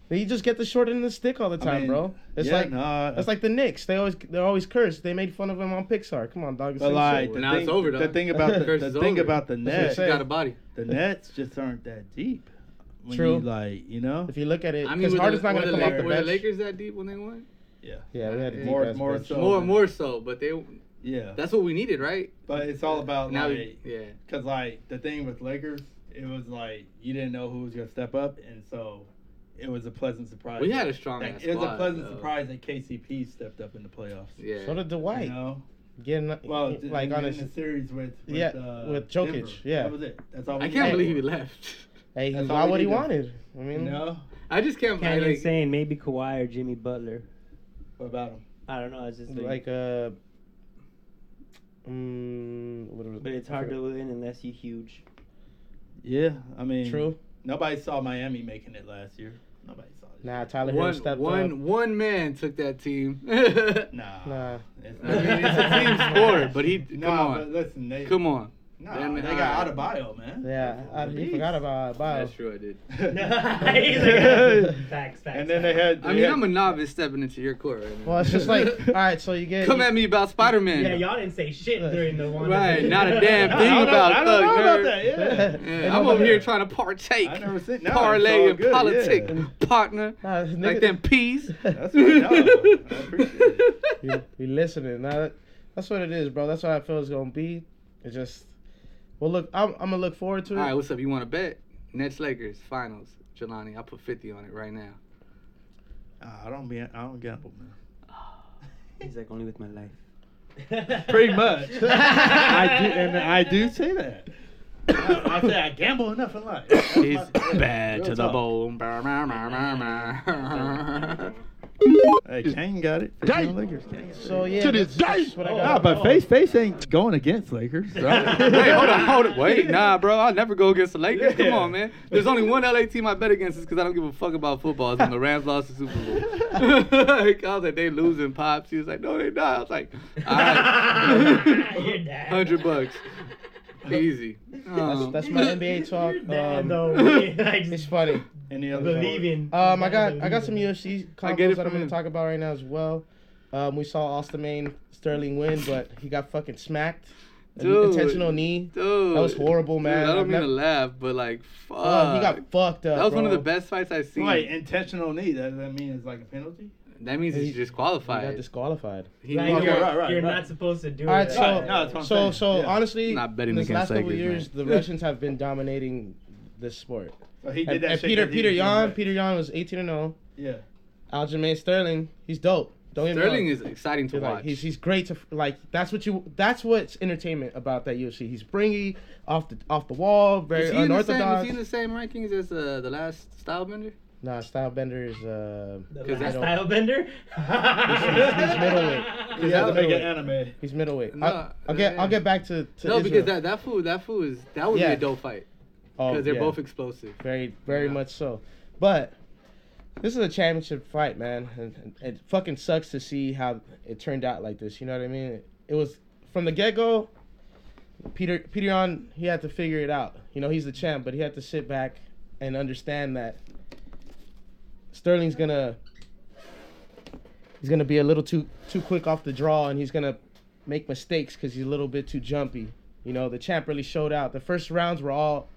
S2: they just get the short end of the stick all the time,
S6: mean,
S2: bro. It's
S6: yeah,
S2: like
S6: nah,
S2: it's like the Knicks. They always they're always cursed. They made fun of them on Pixar. Come on, dog. It's the
S6: But
S2: same
S6: like
S2: shit.
S6: the
S1: Now
S6: thing,
S1: it's over,
S6: The
S1: dog.
S6: thing (laughs) about
S1: Curse
S6: the,
S1: is
S6: the thing
S1: over.
S6: about the
S2: That's what I'm
S6: Nets,
S1: She got
S2: saying.
S1: a body.
S6: the Nets just aren't that deep. When
S2: True.
S6: You like you know,
S2: if you look at it,
S1: I mean,
S2: because
S1: were
S2: Harden's
S1: the,
S2: not
S1: were
S2: gonna
S1: the
S2: come
S1: La-
S2: off the
S1: were the
S2: bench.
S1: Lakers that deep when they won?
S6: yeah,
S2: yeah, we had a
S6: More-
S2: deep-ass
S6: more
S2: bench.
S6: so.
S1: More,
S6: man.
S1: more so, but they
S6: yeah.
S1: that's what we needed, right?
S6: But it's all about
S1: Now,
S6: like
S1: we, yeah.
S6: Because, like, the thing with Lakers, it was like you didn't know who was going to step up, and so it was a pleasant surprise.
S1: We had a strong
S6: Like,
S1: ass
S6: It was a
S1: squad,
S6: pleasant
S1: though.
S6: surprise that KCP stepped up in the playoffs.
S1: Yeah.
S2: So did
S6: You
S2: Dwight.
S6: know?
S2: Getting
S6: Well,
S2: like
S6: in,
S2: on
S6: in
S2: his
S6: the series with, with
S2: Yeah,
S6: uh,
S2: with Jokic,
S6: Denver.
S2: yeah.
S6: That was it. That's all we
S1: I can't
S6: had.
S1: believe he left. (laughs)
S2: Hey, he
S6: That's
S2: got
S6: all
S2: what
S6: we
S2: he
S6: need to-
S2: wanted. I
S6: You
S2: mean,
S6: know?
S1: I just can't believe
S13: Canyon
S1: like,
S13: saying maybe Kawhi or Jimmy Butler.
S6: What about him?
S13: I don't know. It's just like,
S2: like uh, mm, what was
S13: but it's hard to win unless you huge.
S6: Yeah, I mean,
S2: True.
S6: Nobody saw Miami making it last year. Nobody saw it.
S2: Nah, Tyler Hill
S1: one,
S2: stepped up.
S1: one, one man took that team. I
S6: Nah.
S2: Nah,
S1: (laughs)
S6: It's,
S1: mean, it's a team sport, but he
S6: (laughs) Nah,
S1: come on,
S6: but listen, they,
S1: come on.
S6: Nah,
S1: Damn it,
S6: they got
S1: alright.
S6: Adebayo, man.
S2: yeah, I,
S6: Beast.
S2: he forgot about Bio.
S1: That's true, I did.
S3: (laughs)
S13: Facts, facts.
S6: (laughs) and then they had. They
S1: I mean,
S6: had,
S1: I'm a novice stepping into your court right now.
S2: Well, it's just like, all right, so you get
S1: Come
S2: you-
S1: at me about Spider Man.
S13: Yeah, y'all didn't say shit during the one.
S1: Right, not a
S3: (laughs)
S1: damn thing about
S6: I
S1: Thug
S6: don't know about
S1: Nerd.
S6: that. Yeah.
S1: Yeah, I'm over here trying to (laughs) partake,
S6: I never seen. No,
S1: parlay in
S6: it's all good,
S1: politic,
S6: Yeah.
S1: partner,
S2: Nah, this
S1: like
S2: nigga-
S1: them peas.
S6: That's what, no, I appreciate
S1: (laughs)
S6: it.
S2: you, you listening. Now, that- that's what it is, bro. That's what I feel it's gonna be. It's just, well, look, I'm, I'm gonna look forward to
S1: All
S2: it.
S1: right, what's up? You want to bet? Nets Lakers finals. Jelani, I put 50 on it right now.
S6: Nah, I don't be. I don't gamble, man.
S13: He's like only with my life.
S6: Pretty much. (laughs) I do, and I do say that. I, I say I gamble enough in life. That's my-
S1: It's bad
S6: Real
S1: to the
S6: talk.
S1: bone. Bah, bah, bah, bah, bah.
S6: Hey, Kane got it. Kane Lakers. Kane. got it.
S2: So yeah, to this day. What I got.
S6: Nah,
S2: Um,
S6: but face face ain't going against Lakers. Right?
S1: (laughs) Hey, hold on, hold on. Wait, nah, bro. I'll never go against the Lakers. Come
S6: Yeah.
S1: on, man. There's only one LA team I bet against is because I don't give a fuck about football. It's when the Rams lost the Super Bowl. (laughs) Like, I was like, they losing pops. He was like, no, they not. I was like, all
S2: (laughs)
S1: right. 100 bucks. Easy.
S2: that's,
S1: Um,
S2: that's
S1: (laughs)
S2: my (laughs) NBA talk.
S13: Nah,
S2: Um,
S13: no way. I
S2: It's
S13: just
S2: funny.
S6: Any other
S13: believe in.
S2: Um, I got I got some UFC
S1: I get it
S2: combos that I'm
S1: from
S2: gonna
S1: him.
S2: talk about right now as well. Um, we saw Ostermain Sterling win, but he got fucking smacked. An
S1: Dude.
S2: Intentional knee.
S1: Dude,
S2: That was horrible,
S1: Dude,
S2: man.
S1: I don't
S2: I've
S1: mean
S2: never-
S1: to laugh, but like, fuck.
S2: Oh, he got fucked up.
S1: that was one of
S2: bro.
S1: the best fights I've seen.
S6: Wait, intentional knee. Does that mean it's like a penalty?
S1: that means
S2: He-
S1: he's
S2: He got
S1: disqualified.
S2: disqualified.
S1: He
S13: Like,
S1: knew
S6: Okay,
S1: he
S13: you're,
S1: was-
S6: right, right,
S13: you're
S6: right.
S13: not supposed to do
S2: All right,
S13: it.
S2: so
S6: Right, no, that's what I'm
S2: so
S6: saying.
S2: so
S6: Yeah.
S2: honestly,
S1: Not betting
S2: this last
S1: against
S2: couple
S1: Lakers,
S2: years, the Russians have been dominating this sport.
S6: So he did
S2: And,
S6: that
S2: and
S6: shit
S2: Peter
S6: 'cause he
S2: Peter
S6: was
S2: Yan
S6: doing
S2: Peter Yan was 18 and 0.
S6: that. Yeah.
S2: Aljamain Sterling, he's dope. Don't get me
S1: Sterling
S2: wrong.
S1: is exciting to
S2: He's
S1: watch.
S2: Like, he's he's great to like. That's what you. That's what's entertainment about that UFC. He's bringy, off the off the wall, very
S1: Is he, in the same, is
S2: unorthodox.
S1: he in the same rankings as uh, the last Stylebender?
S2: Nah, Stylebender is uh,
S13: The
S1: 'Cause
S13: last
S1: I
S2: don't-
S13: style bender.
S2: (laughs)
S6: (laughs)
S2: he's middleweight. He's
S6: Yeah,
S2: middleweight.
S6: make an anime.
S2: He's middleweight.
S1: No,
S2: I, I'll get I'll get back to, to
S1: No, because
S2: Israel.
S1: that, that fool that fool is that would be
S2: Yeah.
S1: a dope fight
S2: Oh,
S1: because they're
S2: yeah.
S1: both explosive.
S2: very very
S1: Yeah.
S2: much so. But this is a championship fight, man, and, and it fucking sucks to see how it turned out like this. You know what I mean? It was from the get go. Peter Peter on he had to figure it out. You know he's the champ, but he had to sit back and understand that Sterling's gonna he's gonna be a little too too quick off the draw, and he's gonna make mistakes because he's a little bit too jumpy. You know the champ really showed out. The first rounds were all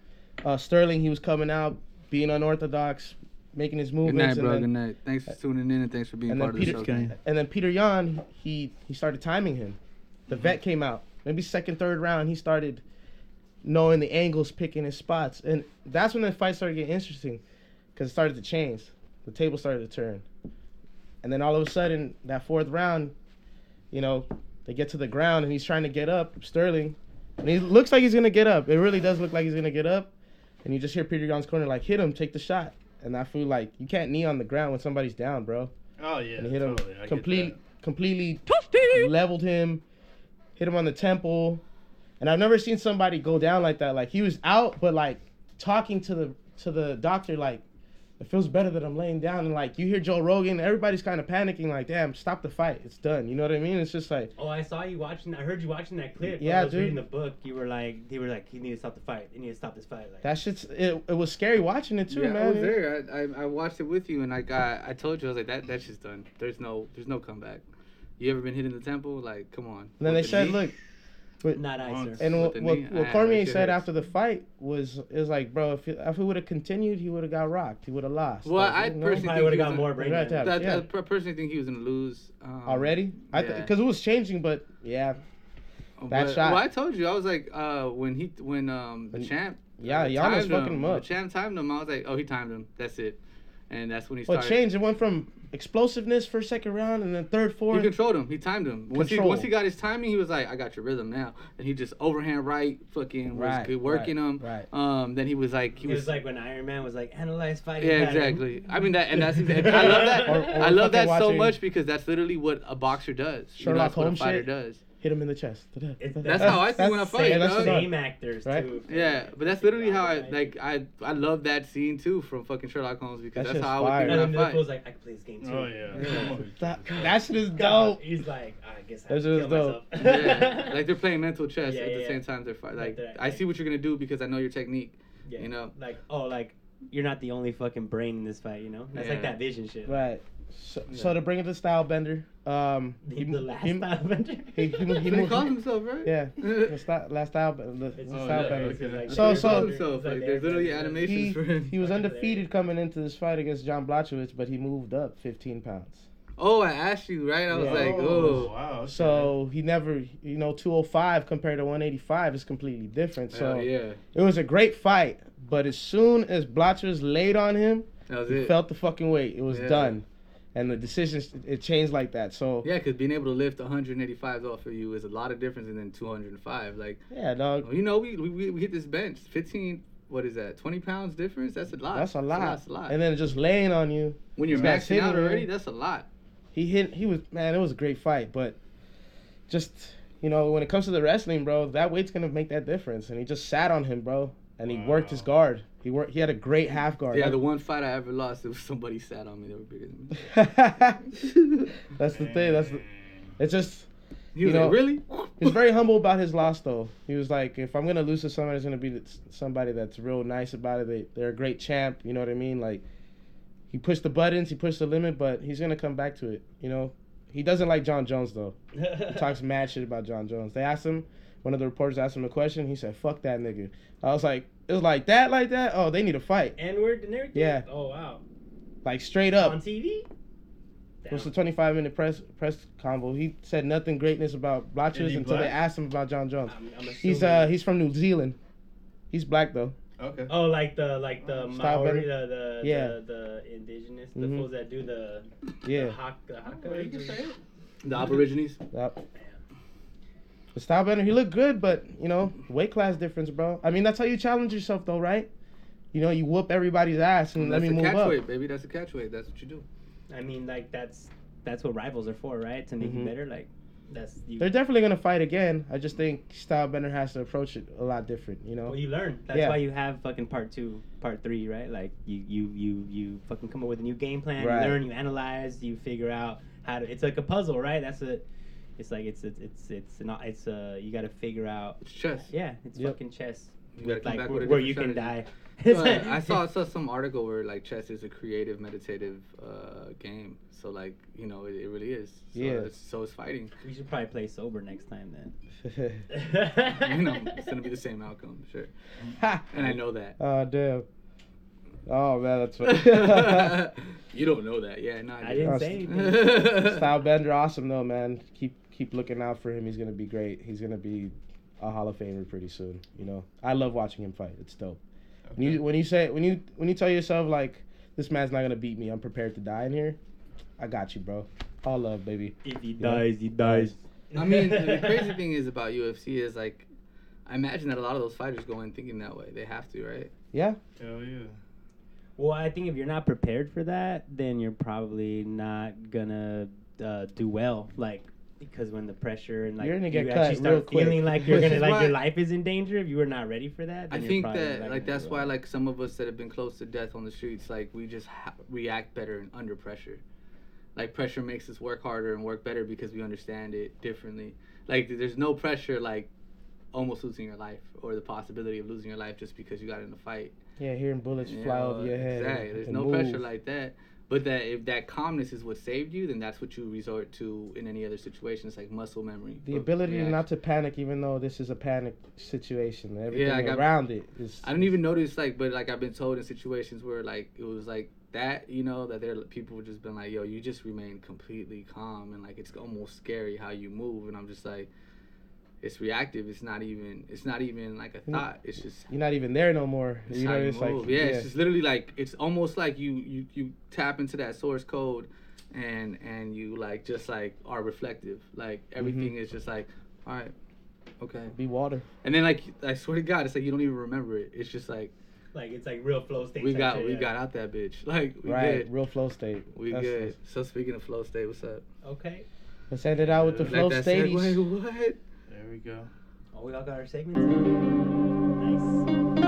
S2: uh, Sterling. He was coming out being unorthodox, making his
S1: Good
S2: movements.
S1: night, bro.
S2: and
S1: Good
S2: then,
S1: night. Thanks for tuning in and thanks for being
S2: and then
S1: part of the
S2: Peter
S1: show.
S2: and then Peter Yan he he started timing him. The vet came out maybe second third round. He started knowing the angles, picking his spots, and that's when the fight started getting interesting because it started to change. The table started to turn, and then all of a sudden that fourth round, you know, they get to the ground and he's trying to get up Sterling, and he looks like he's gonna get up. It really does look like he's gonna get up, and you just hear Peter Yan's corner like hit him, take the shot. And I feel like you can't knee on the ground when somebody's down, bro
S6: Oh yeah,
S2: and hit him
S6: totally. I get
S2: complete, completely leveled him, hit him on the temple, and I've never seen somebody go down like that. Like he was out, but like talking to the to the doctor, like it feels better that I'm laying down. And like you hear Joe Rogan, everybody's kind of panicking, like damn, stop the fight, it's done. You know what I mean? It's just like
S3: Oh, I saw you watching. I heard you watching that clip. when
S2: Yeah,
S3: I was
S2: dude.
S3: reading the book. You were like, they were like, you need to stop the fight. You need to stop this fight. Like,
S2: that shit's it. It was scary watching it too,
S1: yeah,
S2: man.
S1: I was oh, there. I, I, I watched it with you, and I got. I told you, I was like, that that shit's done. There's no there's no comeback. You ever been hit in the temple? Like, come on.
S2: And then they
S1: With the
S2: said,
S1: knee?
S2: look. But,
S3: not I, sir.
S2: And
S1: With
S2: what,
S1: the
S2: what,
S1: knee, Ah, I-
S2: what
S1: I
S2: Cormier
S1: shit
S2: said
S1: hurts.
S2: after the fight was it was like, bro, if it, if it would have continued, he would have got rocked. He would have lost.
S1: Well,
S2: Like,
S1: I
S2: you
S1: personally
S2: know?
S3: Probably
S1: think
S3: would've
S1: he was
S3: got
S1: in-
S3: more brain
S2: Right
S3: damage.
S1: that-
S2: yeah.
S1: I per- personally think he was gonna lose um,
S2: already. I because
S1: yeah.
S2: it was changing, but yeah,
S1: Oh,
S2: That
S1: but-
S2: shot.
S1: Well, I told you, I was like, uh, when he when um the
S2: When-
S1: champ.
S2: yeah,
S1: uh,
S2: Giannis
S1: timed
S2: fucking him
S1: when
S2: up.
S1: The champ timed him. I was like, oh, he timed him. That's it. And that's when he
S2: well, it
S1: started.
S2: changed. It went from explosiveness first, second round, and then third,
S1: He
S2: fourth.
S1: controlled him. He timed him. Once he
S2: Control.
S1: once he got his timing, he was like, "I got your rhythm now." And he just overhand right, fucking was
S2: Right,
S1: good working
S2: right,
S1: him.
S2: right.
S1: Um. Then he was like, he
S3: it was
S1: was
S3: like when Iron Man was like, analyze fighting.
S1: Yeah,
S3: pattern."
S1: exactly. I mean that, and
S2: (laughs)
S1: that's exactly. I love that.
S2: Or- or
S1: I love that
S2: fucking
S1: so
S2: watching-
S1: much because that's literally what a boxer does. You know,
S2: Sherlock
S1: that's what a
S2: Holmes
S1: fighter
S2: shit?
S1: does.
S2: Hit him in the chest.
S3: It's-
S1: That's how I see when I
S2: that's-
S1: fight.
S2: yeah, that's
S1: dog.
S2: what I-
S3: Same actors
S2: Right?
S3: too.
S1: Yeah, but that's literally how I like. I I love that scene too from fucking Sherlock Holmes because
S2: That
S1: that's
S2: shit's
S1: how I
S2: fire.
S1: would
S3: And
S1: think
S3: then
S1: when I
S3: Liverpool's
S1: fight.
S3: like, I can play this game too.
S6: Oh yeah.
S1: Yeah.
S2: That, that shit is
S3: God,
S2: dope.
S3: (laughs) He's like, I guess I
S2: That's
S3: have to
S2: just
S3: kill
S2: dope.
S3: (laughs) myself.
S1: yeah,
S3: (laughs)
S1: like they're playing mental chess
S3: Yeah,
S1: at the
S3: yeah.
S1: same time they're fighting.
S3: Like
S1: Like,
S3: that,
S1: I
S3: like-
S1: see what you're gonna do because I know your technique.
S3: Yeah.
S1: You know?
S3: like oh, like you're not the only fucking brain in this fight. You know, that's like
S1: Yeah.
S3: that vision shit.
S2: Right. So, so to bring it to style bender, um,
S3: (laughs) The,
S2: he-
S3: the last
S2: he-
S3: style (laughs) Avenger.
S2: he- he- he-
S1: That's what
S3: (laughs)
S1: he calls himself, right? (laughs)
S2: yeah, the style, last style, the,
S3: It's
S1: Oh,
S2: the
S3: just
S2: style
S6: yeah,
S2: bender.
S3: it's just like
S2: oh, So-
S3: the
S1: He calls
S2: so-
S3: Avenger.
S1: himself.
S3: It's like
S1: Like
S3: the
S1: there's literally
S3: Avenger.
S1: animations
S2: he,
S1: for him.
S2: he was
S3: Fucking
S2: undefeated coming into this fight against John Blachowicz, but he moved up 15 pounds.
S1: Oh, I asked you, right? I was
S2: Yeah.
S1: like, oh.
S6: wow. okay.
S2: So he never, you know, 205 compared to 185 is completely different. So
S1: Hell yeah.
S2: it was a great fight, but as soon as Blachowicz laid on him,
S1: That was
S2: he
S1: it.
S2: felt the fucking weight. It was
S1: Yeah.
S2: done. And the decisions, it changed like that. So, yeah,
S1: Yeah, because being able to lift 185 off of you is a lot of difference than 205. Like,
S2: dog.
S1: you know, we, we- we, we hit this bench. 15, what is that? 20 pounds difference? That's a lot.
S2: That's a lot.
S1: That's a lot.
S2: And then just laying on you.
S1: when you're
S2: he's got
S1: maxing out
S2: Sidney,
S1: already,
S2: man.
S1: that's a lot.
S2: He hit, he was, man, it was a great fight. But just, you know, when it comes to the wrestling, bro, that weight's going to make that difference. And he just sat on him, bro. And he worked his guard. He worked, he had a great half guard.
S1: Yeah, the one fight I ever lost, it was somebody sat on me. They were bigger than me.
S2: (laughs) that's the thing. That's the, it's just
S1: He was
S2: You know-
S1: like,
S2: (laughs)
S1: really?
S2: he's very humble about his loss though. He was like, if I'm gonna lose to somebody, it's gonna be to somebody that's real nice about it. They they're a great champ. You know what I mean? Like he pushed the buttons, he pushed the limit, but he's gonna come back to it. You know, he doesn't like John Jones though. He talks mad shit about John Jones. They asked him. One of the reporters asked him a question. He said, "Fuck that nigga." I was like, "It was like that, like that." Oh, they need a fight,
S3: N word (laughs) and everything.
S2: Yeah.
S3: Oh wow.
S2: like straight up.
S3: On TV.
S2: It was a 25 minute press press convo. He said nothing greatness about
S6: Is
S2: Blotches
S6: he
S2: until they
S6: black?
S2: asked him about John Jones.
S3: I'm, I'm
S2: He's uh he's from New Zealand. He's black though.
S6: Okay.
S3: Oh, like the like the
S2: Style
S3: Maori,
S2: better?
S3: the the,
S2: Yeah.
S3: the the indigenous, the
S2: Mhm.
S3: fools that do the
S2: Yeah.
S3: the haka. The haka
S1: The Aborigines.
S2: Yep. But style better. He looked good, but you know weight class difference, bro. I mean that's how you challenge yourself though, right? You know you whoop everybody's ass and
S1: That's a
S2: let me move
S1: catch
S2: up.
S1: weight, baby. That's a catch weight. That's what you do.
S3: I mean, like that's that's what rivals are for, right? To make
S2: Mhm.
S3: you better. Like that's you.
S2: They're definitely gonna fight again. I just think style better has to approach it a lot different. You know.
S3: Well, you learn. That's
S2: Yeah.
S3: why you have fucking part two, part three, right? Like you, you, you, you fucking come up with a new game plan.
S2: Right.
S3: You learn. You analyze. You figure out how to. It's like a puzzle, right? That's a. It's like it's it's it's it's not it's uh you got to figure out.
S1: It's chess.
S3: Yeah, it's
S2: Yep.
S3: fucking chess.
S1: You gotta come
S3: like
S1: back
S3: where,
S1: with a
S3: where
S1: different
S3: you can
S1: strategy.
S3: die.
S2: (laughs)
S1: So,
S3: (laughs)
S1: I I saw I saw some article where like chess is a creative, meditative uh, game. So like you know it, it really is. So
S2: Yeah.
S1: It's, so is fighting. (laughs)
S3: We should probably play sober next time then.
S2: (laughs) (laughs)
S3: (laughs)
S1: You know it's gonna be the same outcome, sure. And I know that. (laughs)
S2: oh damn. Oh man,
S1: (laughs)
S2: that's funny.
S1: you don't know that, yeah? No,
S13: I
S1: (laughs)
S13: didn't say
S1: anything.
S2: Style Bender, awesome though, man. Keep keep looking out for him. He's gonna be great. He's gonna be a Hall of Famer pretty soon. You know, I love watching him fight. It's dope. When you when you say when you when you tell yourself like this man's not gonna beat me, I'm prepared to die in here. I got you, bro. All love, baby.
S13: If he
S2: You know?
S13: dies, he dies.
S1: I mean,
S2: (laughs)
S1: the crazy thing is about UFC is like, I imagine that a lot of those fighters go in thinking that way. They have to, right?
S2: Yeah.
S6: Hell yeah.
S13: Well, I think if you're not prepared for that, then you're probably not gonna uh, do well. Like because when the pressure and like
S2: You're gonna get
S13: you
S2: cut
S13: actually
S2: real
S13: start
S2: quick.
S13: feeling like you're
S1: Which
S13: gonna
S1: is
S13: like your
S1: why-
S13: life is in danger, if you were not ready for that,
S1: I
S13: then you're
S1: think
S13: probably
S1: that
S13: not
S1: like
S13: gonna
S1: that's
S13: do
S1: why
S13: well.
S1: like some of us that have been close to death on the streets, like we just ha- react better and under pressure. Like pressure makes us work harder and work better because we understand it differently. Like there's no pressure like almost losing your life or the possibility of losing your life just because you got in a fight.
S2: Yeah, hearing bullets
S1: You
S2: fly
S1: know,
S2: over your head. and-
S1: Exactly. There's
S2: and
S1: no
S2: move.
S1: pressure like that. But that if that calmness is what saved you, then that's what you resort to in any other situation. It's like muscle memory.
S2: The
S1: of
S2: ability
S1: reaction.
S2: not to panic, even though this is a panic situation. Everything
S1: like, I've-
S2: around it is.
S1: I don't even notice like, but like I've been told in situations where like it was like that, you know, that there people have just been like, yo, you just remain completely calm and like it's almost scary how you move, and I'm just like, it's reactive. It's not even. It's not even like a
S2: know-
S1: thought. It's just.
S2: You're not even there no more.
S1: It's
S2: you know,
S1: how you
S2: it's like
S1: move. yeah, it's just literally like it's almost like you you you tap into that source code, and and you like just like are reflective. Like
S2: Mm-hmm.
S1: everything is just like, all right, okay.
S2: be water.
S1: And then like I swear to God, it's like you don't even remember it. It's just like
S13: like it's like real flow state.
S1: we
S13: type
S1: got
S13: shit,
S1: we
S13: yeah.
S1: got out that bitch. Like we
S2: right,
S1: good.
S2: real flow state.
S1: We
S2: That's-
S1: good. So speaking of flow state, what's up?
S13: okay.
S2: Let's end it out with the
S1: Like
S2: flow
S1: that
S2: state.
S1: segue, (laughs) what?
S6: There we go.
S13: Oh, we all got our segments. Nice.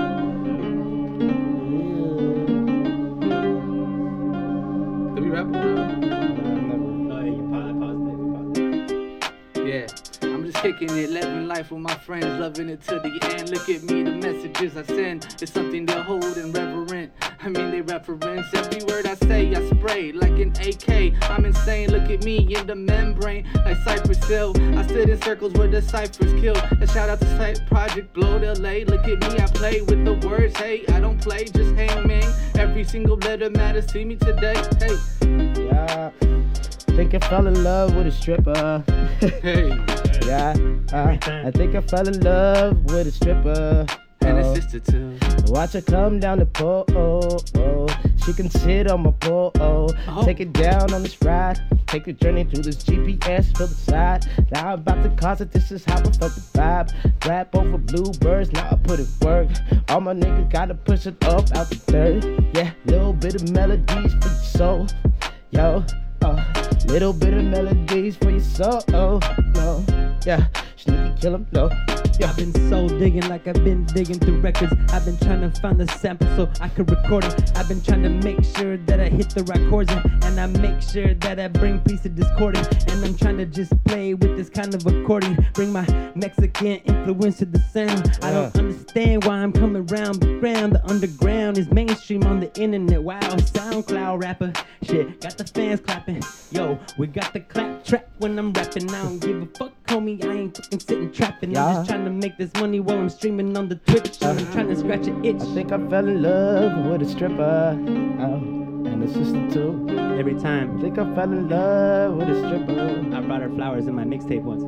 S1: Did we wrap up? now?
S13: Oh, yeah, you pause, pause it. Pause it.
S1: Yeah. I'm just kicking it, living life with my friends, loving it to the end. Look at me, the messages I send. It's something they hold and reverent. I mean, they reference every word I say. I spray like an AK. I'm insane. Look at me in the membrane, like Cypress Hill. I stood in circles where the ciphers kill. And shout out to Site Project Blow to LA. Look at me, I play with the words. Hey, I don't play, just hang man. Every single letter matters. See me today. Hey,
S5: Yeah. Think I fell in love with a stripper.
S1: hey.
S5: (laughs) yeah. Uh, I think I fell in love with a stripper.
S1: And
S2: uh,
S5: Oh.
S1: a sister too.
S5: Watch her come down the pole. She can sit on my pole. Take it down on this ride. Take a journey through this GPS, feel the side. Now I'm about to cause it. This is how I felt the vibe. Rap over bluebirds, now I put it work. All my niggas gotta push it up out the dirt. Yeah, little bit of melodies for your soul. Yo, uh, little bit of melodies for your soul. No, yeah, sneaky kill 'em low. Yeah.
S3: I've been soul digging like I've been digging through records. I've been trying to find the sample so I could record it. I've been trying to make sure that I hit the right chords and, and I make sure that I bring peace to discordance. And I'm trying to just play with this kind of accordion. Bring my Mexican influence to the sound. I don't understand why I'm coming round but round. The underground is mainstream on the internet. Wow, SoundCloud rapper. Shit, got the fans clapping. Yo, we got the clap track when I'm rapping. I don't give a fuck, homie. I ain't fucking sitting trapping. I'm
S5: Yeah.
S3: just trying to make this money while I'm streaming on the Twitch. I'm trying to scratch an itch.
S5: I think I fell in love with a stripper oh, and a sister too.
S3: Every
S5: I
S3: time
S5: think I fell in love with a stripper.
S3: I brought her flowers in my mixtape once.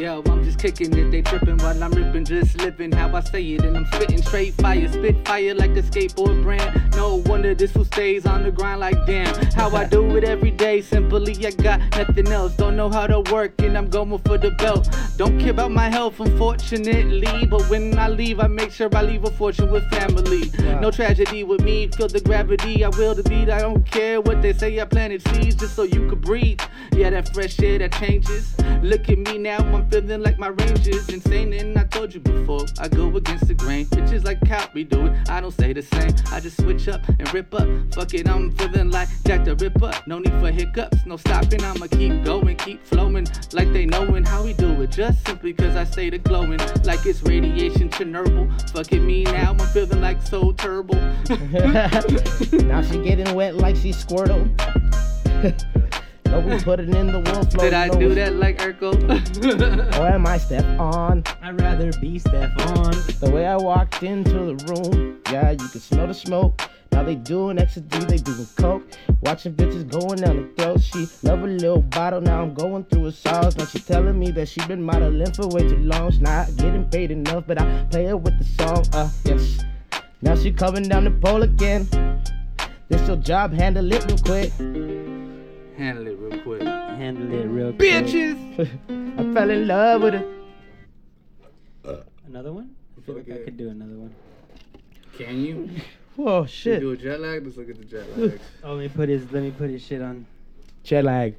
S1: Yo, I'm just kicking it, they tripping while I'm ripping, just living how I say it, and I'm spitting straight fire, spit fire like a skateboard brand. No wonder this who stays on the grind like damn. How I do it every day, simply I got nothing else. Don't know how to work, and I'm going for the belt. Don't care about my health, unfortunately, but when I leave, I make sure I leave a fortune with family. No tragedy with me, feel the gravity, I will the beat. I don't care what they say, I planted seeds just so you could breathe. Yeah, that fresh air that changes. Look at me now, I'm feeling like my range is insane. And I told you before, I go against the grain. Bitches like how we do it, I don't say the same. I just switch up and rip up. Fuck it, I'm feeling like Jack the Ripper. No need for hiccups, no stopping. I'ma keep going, keep flowing like they knowing how we do it. Just simply cause I say the glowing like it's radiation Chernobyl. Fuck it, me now, I'm feeling like so turbo. (laughs)
S5: (laughs) now she getting wet like she Squirtle.
S2: No, we put it in the workflow.
S1: Did I
S2: no,
S1: do
S2: we-
S1: that like Urkel?
S2: Or am I step on?
S3: I'd rather be Stefan.
S2: The way I walked into the room, yeah, you can smell the smoke. Now they doing ecstasy, they doing coke. Watching bitches going down the throat. She love a little bottle, now I'm going through a sauce. Now she telling me that she been modeling for way too long. She not getting paid enough, but I play her with the song. Uh, yes. Now she coming down the pole again. This your job, handle it real quick.
S1: Handle it real quick.
S3: Handle it real quick.
S1: Bitches!
S2: I fell in love with her.
S3: Another one? I feel like I could do another one.
S1: Can you?
S2: (laughs) Whoa,
S1: you
S2: shit.
S1: do a jet lag? Let's look at the jet lag.
S3: Oh, let me put his let me put his shit on.
S2: Jet lag.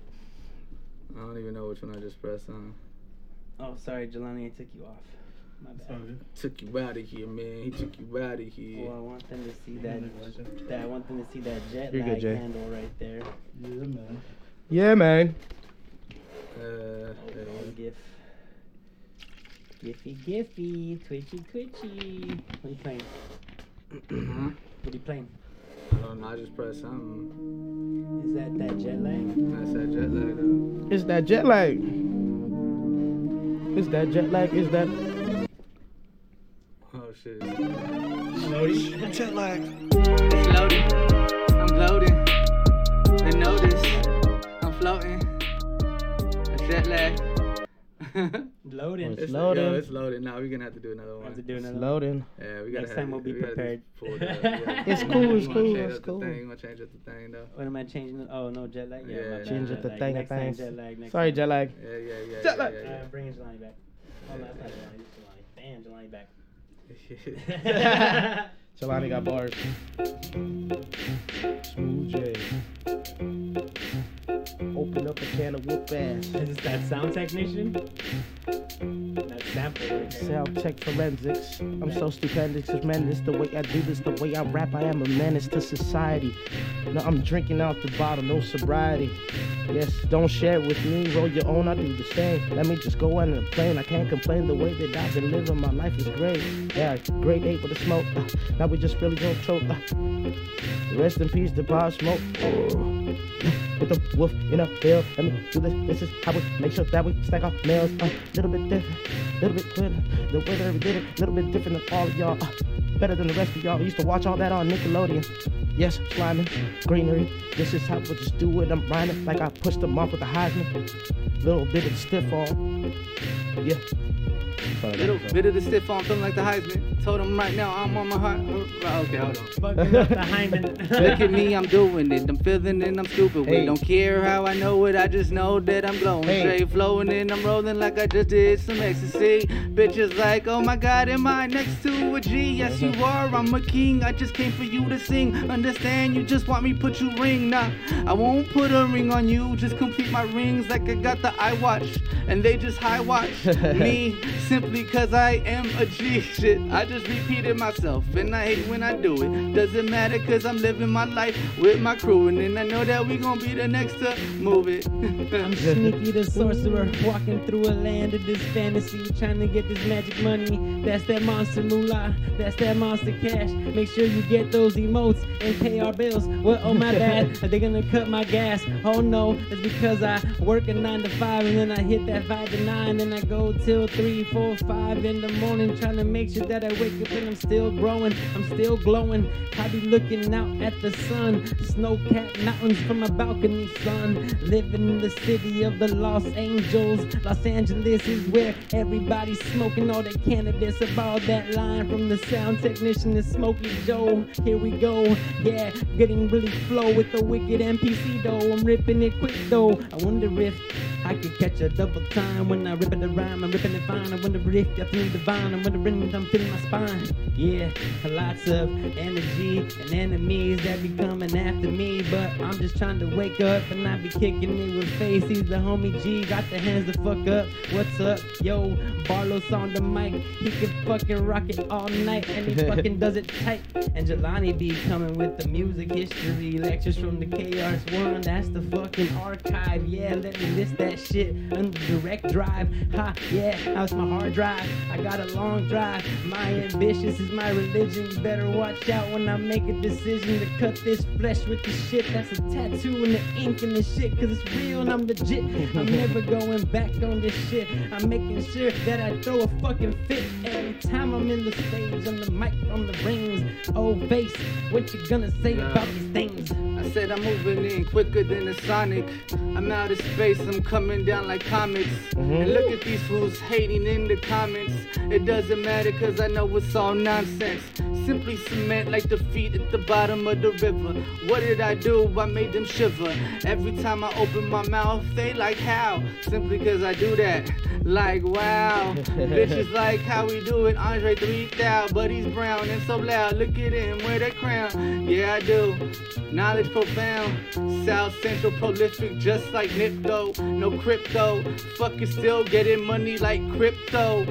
S1: I don't even know which one I just pressed on.
S3: Oh, sorry, Jelani, I took you off. My bad.
S1: Took you out of here, man. He took you out of here.
S3: Well, I want them to see
S6: (laughs)
S3: that. that I want them to see that jet
S2: You're good,
S3: lag
S2: Jay.
S3: handle right there.
S6: Yeah, man.
S2: Yeah, man.
S1: Uh, there
S3: Oh,
S1: you
S3: gif. Giphy, giphy, twitchy, twitchy. What are you playing?
S1: go.
S3: What are you playing?
S1: I don't know. Oh, I just pressed something.
S3: Is that that jet lag?
S1: I said jet lag. though.
S2: It's that jet lag. It's that jet lag. It's that.
S1: Oh shit.
S15: Jet lag.
S1: It's loaded. I'm gloating. They know this. I'm floating. It's jet lag. (laughs)
S3: Loading.
S2: Oh, It's
S1: Yo,
S2: loading.
S1: it's loaded. Now we're gonna have to do another
S3: I have to
S1: one.
S3: do
S2: It's
S3: another.
S2: loading.
S1: Yeah, we gotta.
S3: Next
S1: have
S3: time
S1: it-
S3: we'll be
S1: we gotta
S3: prepared.
S1: just pull it up, yeah.
S2: It's cool, it's
S1: You wanna
S2: cool,
S1: change
S2: it's
S1: up the
S2: cool.
S1: thing, You wanna change up the thing though?
S3: What am I changing? it? Oh no, jet lag. Yeah, my
S1: Yeah,
S3: bad,
S1: Change
S3: jet
S1: up
S2: the
S3: lag.
S2: thing of
S3: Next time,
S2: things.
S3: jet lag. Next
S2: Sorry,
S3: time.
S2: jet lag.
S1: Yeah, yeah, yeah.
S2: Jet
S1: yeah,
S2: lag.
S1: yeah,
S3: Uh, bringing Jelani back. Oh, no, that's not Jelani. It's Jelani. Damn, Jelani back.
S1: yeah.
S2: Jelani got bars.
S6: Smooth J.
S2: Open up a can of whoop ass.
S3: Is this that sound technician? That sample right there.
S2: Sound check forensics. I'm so stupendous, it's menace. The way I do this, the way I rap, I am a menace to society. No, I'm drinking out the bottle, no sobriety. Yes, don't share it with me, roll your own, I do the same. Let me just go on a plane, I can't complain. The way that I've been living, my life is great. Yeah, grade 8 with the smoke. (laughs) Uh, now we just really don't choke. (laughs) Uh, rest in peace, the bar smoke. Oh. With the wolf in a bill, let me do this. This is how we make sure that we stack our meals. A little bit different, little bit better. The way that we did it, little bit different than all of y'all. Uh, better than the rest of y'all. I used to watch all that on Nickelodeon. Yes, slimy, greenery. This is how we just do it. I'm rhyming like I pushed them off with the Heisman. Little bit of stiff arm. Yeah,
S1: (laughs)
S2: (laughs)
S1: Little bit of the stiff arm, feeling like the Heisman. Told him right now, I'm on my heart. Okay, hold on. (laughs)
S3: Fucking up the hymen.
S1: Look at me, I'm doing it. I'm feeling it, I'm stupid.
S2: Hey.
S1: We don't care how I know it. I just know that I'm glowing.
S2: Hey.
S1: Straight flowing and I'm rolling like I just did some ecstasy. Bitches like, oh my god, am I next to a G? Yes, you are. I'm a king. I just came for you to sing. Understand? You just want me put you ring. Nah, I won't put a ring on you. Just complete my rings like I got the iWatch. And they just high watch me simply cause I am a G. Shit, I just repeated myself and I hate when I do it. Doesn't matter cause I'm living my life with my crew. And then I know that we gonna be the next to move it. (laughs)
S3: I'm Sneaky the sorcerer, walking through a land of this fantasy, trying to get this magic money. That's that monster moolah, that's that monster cash. Make sure you get those emotes and pay our bills. Well, oh my bad, are they gonna cut my gas? Oh no, it's because I work a nine to five and then I hit that five to nine, then I go till three, four, five in the morning, trying to make sure that I wake up and I'm still growing, I'm still glowing. I be looking out at the sun, snow-capped mountains from my balcony, son. Living in the city of the Los Angeles. Los Angeles is where everybody's smoking all that cannabis. About that line from the sound technician to Smokey Joe. Here we go, yeah, getting really flow with the wicked NPC though. I'm ripping it quick though. I wonder if I could catch a double time when I rip it around. I'm ripping it fine. I wonder if I feel divine. I'm wondering if I'm feeling my spine. Yeah, lots of energy and enemies that be coming after me. But I'm just trying to wake up and I be kicking it with face. He's the homie G, got the hands to fuck up. What's up? Yo, Barlow's on the mic. He can fucking rock it all night and he fucking does it tight. And Jelani be coming with the music history lectures from the KRS1. That's the fucking archive. Yeah, let me list that that shit under direct drive. Ha, yeah, how's my hard drive? I got a long drive. My ambitions is my religion. You better watch out when I make a decision to cut this flesh with the shit. That's a tattoo and the ink and the shit, cause it's real and I'm legit. I'm never going back on this shit. I'm making sure that I throw a fucking fit every time I'm in the stage, on the mic, on the rings. Oh, face, what you gonna say about these things?
S1: I said I'm moving in quicker than a Sonic. I'm out of space, I'm coming down like comets. And look at these fools hating in the comments. It doesn't matter cause I know it's all nonsense. Simply cement like the feet at the bottom of the river. What did I do? I made them shiver. Every time I open my mouth, they like how? Simply cause I do that. Like wow. Bitches like how we do it. Andre 3000, but he's brown and so loud. Look at him, wear that crown. Yeah, I do. Knowledge profound. South Central prolific, just like Nipto. No crypto. Fucking still getting money like crypto.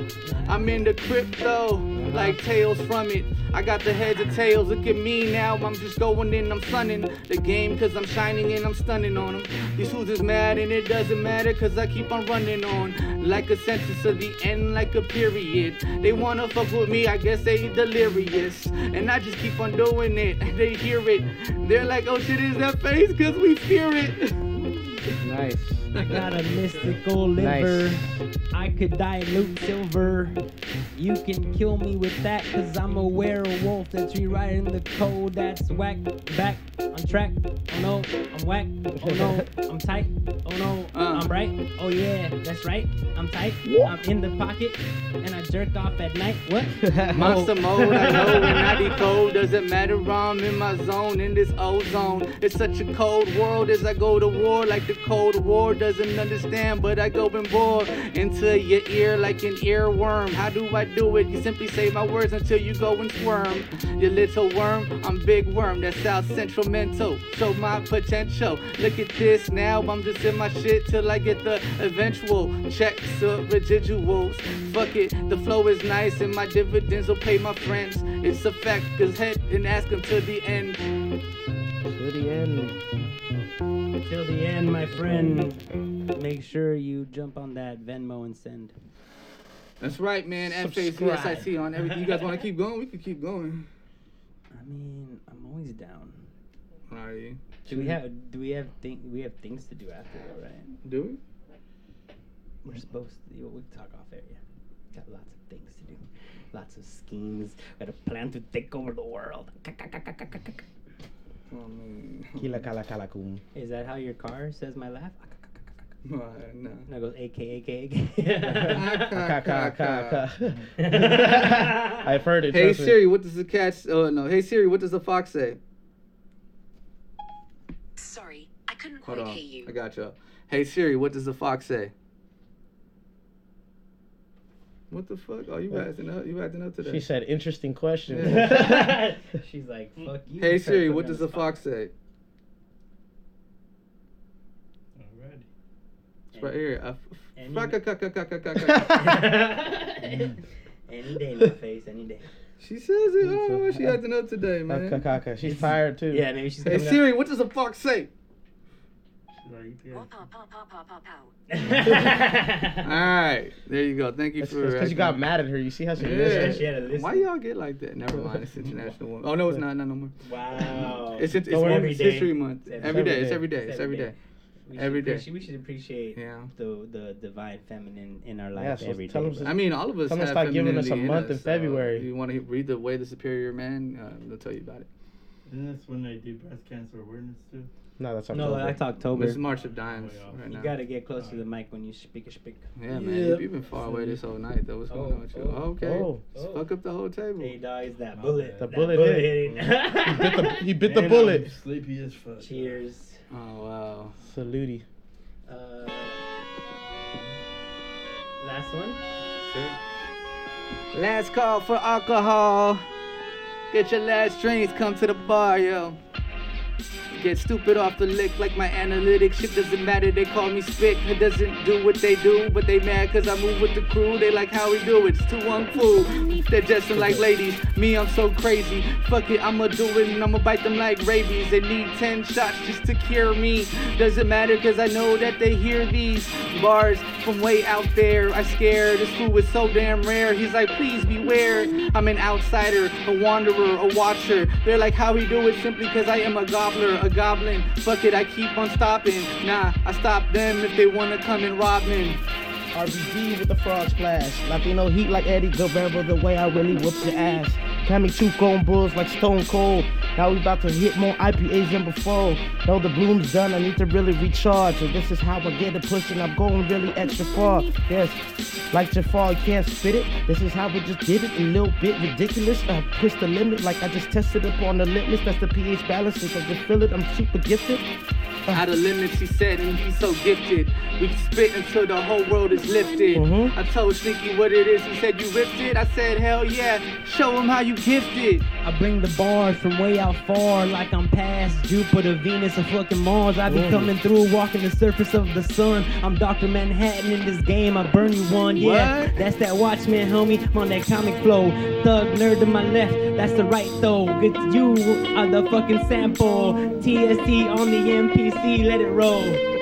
S1: I'm in the crypto, like tails from it. I got the heads of tails. Look at me now. I'm just going in, I'm sunning the game cause I'm shining and I'm stunning on them. These fools is mad and it doesn't matter cause I keep on running on. Like a sentence of the end, like a period. They wanna fuck with me, I guess they delirious. And I just keep on doing it. (laughs) They hear it. They're like, oh shit, is that face? Cause we fear it. (laughs)
S2: Nice.
S3: I got a mystical liver. I could dilute silver. You can kill me with that, cause I'm a werewolf that's rewriting the code. That's whack, back, on track. Oh no, I'm whack. Oh no, I'm tight. Oh no, I'm right. Oh yeah, that's right. I'm tight. I'm in the pocket, and I jerk off at night.
S1: (laughs)
S3: What?
S1: Monster mode, I know when I decode. Doesn't matter, I'm in my zone, in this ozone. It's such a cold world as I go to war, like the Cold War. Doesn't understand, but I go and bore into your ear like an earworm. How do I do it? You simply say my words until you go and squirm. You little worm, I'm big worm. That's South Central mental. Show my potential. Look at this now, I'm just in my shit till I get the eventual checks or residuals. Fuck it, the flow is nice and my dividends will pay my friends. It's a fact, cause head and ask them to the end.
S2: To the end.
S3: Till the end, my friend. Make sure you jump on that Venmo and send.
S1: That's right, man. At face USIC on everything. You guys want to keep going? We can keep going.
S3: I mean, I'm always down.
S1: Alright.
S3: Do we have do we have thing we have things to do after though, right?
S1: Do we?
S3: We're supposed to you know, we can talk off area. Got lots of things to do. Lots of schemes. We got a plan to take over the world.
S1: Oh, man.
S2: Kila kala kala kum.
S3: Is that how your car says (laughs) my laugh?
S1: No, no.
S3: No, it goes AK,
S2: (laughs)
S3: AK,
S2: Ka ka ka
S1: Hey
S2: ka. I've heard it. trust me.
S1: Siri, what does the cat? s- Oh no. Hey Siri, what does the fox say?
S14: Sorry, I couldn't
S1: Hold
S14: quite
S1: on.
S14: hear you.
S1: I got you. Hey Siri, what does the fox say? What the fuck? Oh, you acting up. You acting up today.
S2: She said, interesting question.
S1: Yeah.
S3: (laughs) She's like, fuck you.
S1: Hey
S3: you
S1: Siri,
S3: put
S1: what
S3: me
S1: does
S3: on
S1: the fox say?
S3: Alrighty.
S1: It's right here. Uh,
S2: (laughs)
S3: Any-
S1: fuck-
S3: any day, my face, any day.
S1: She says it. Oh, why
S2: (laughs)
S1: she acting up today,
S2: Ka ka
S1: man.
S2: ka ka. She's tired too.
S3: Yeah, maybe she's
S1: Hey
S3: coming
S1: Siri, what does the fox
S2: (laughs)
S1: say?
S14: Pow, pow, pow, pow, pow, pow, pow.
S1: All
S3: up.
S1: right, there you go. Thank you
S2: It's
S1: for.
S2: because you got
S1: acting-
S2: mad at her. You see how she
S1: Yeah.
S2: is.
S3: She had to listen.
S1: Why y'all get like that? Never mind.
S2: (laughs)
S1: It's International Women. Oh no, it's not. Not no more.
S3: wow.
S1: It's it's, it's
S3: Don't worry,
S1: Women's
S3: every day.
S1: History Month.
S3: It's
S1: Every day. It's every
S2: every
S1: day.
S3: day.
S1: It's every day.
S3: We
S1: every
S3: should
S1: day.
S3: appreci- we should appreciate
S1: Yeah.
S3: the the divine feminine in our
S2: Yeah,
S3: life
S2: so
S3: every day.
S2: tell 'em
S3: bro.
S1: I mean, all of us.
S2: Someone
S1: have
S2: start giving us a
S1: femininity in
S2: month in
S1: us,
S2: February.
S1: you want to read the Way of the Superior Man? Uh, they'll tell you about it.
S6: And that's when they do breast cancer awareness too.
S2: No, that's
S3: no,
S2: October.
S3: that's October.
S1: This is March of Dimes
S6: Oh, yeah.
S1: right
S3: you
S1: now.
S3: gotta get close to the mic when you speak. Speak.
S1: Yeah, man.
S6: Yep.
S1: You've been far away this whole night though. What's going on with you?
S3: Oh,
S1: okay.
S2: Oh,
S1: Let's Fuck up the whole table.
S3: Hey, dog, it's that bullet.
S2: The
S3: that
S2: bullet
S3: hit.
S2: hit. Mm-hmm. he bit
S3: (laughs)
S2: the, he bit the
S6: Man,
S2: bullet.
S6: I'm um, sleepy as fuck.
S3: Cheers.
S1: Oh wow.
S2: Saluti.
S3: Uh, last one.
S1: Last call for alcohol. Get your last drinks. Come to the bar, yo. Get stupid off the lick like my analytics. Shit doesn't matter, they call me spick. It doesn't do what they do, but they mad cause I move with the crew. They like how we do it. It's too uncool. They're dressing like ladies. Me, I'm so crazy. Fuck it, I'ma do it and I'ma bite them like rabies. They need 10 shots just to cure me. Doesn't matter cause I know that they hear these bars from way out there. I scare this fool is so damn rare. He's like, please beware. I'm an outsider, a wanderer, a watcher. They're like, how he do it simply cause I am a gobbler, a goblin. Fuck it, I keep on stopping. Nah, I stop them if they wanna come and rob me.
S2: RBD with the frog splash. Latino heat like Eddie Guerrero, the way I really whoop your ass. Cammy two chrome bulls like Stone Cold. Now we about to hit more IPAs than before. Though the bloom's done, I need to really recharge. And this is how I get it pushing. I'm going really extra far. Yes, like Jafar, you can't spit it. This is how we just did it. A little bit ridiculous. I pushed the limit like I just tested up on the litmus. That's the pH balances. I just feel it. I'm super gifted.
S1: Out of limits, he said, and he's so gifted. We can spit until the whole world is lifted. Mm-hmm. I told Sneaky what it is. He said, You ripped it? I said, Hell yeah. Show him how you gifted.
S3: I bring the bars from way out far, like I'm past Jupiter, Venus, and fucking Mars. I be
S16: Whoa.
S3: coming through, walking the surface of the sun. I'm Dr. Manhattan in this game. I burn you one, yeah.
S16: What?
S3: That's that Watchman, homie. I'm on that comic flow. Thug nerd to my left, that's the right though. Good you are the fucking sample. TST on the MPC, let it roll.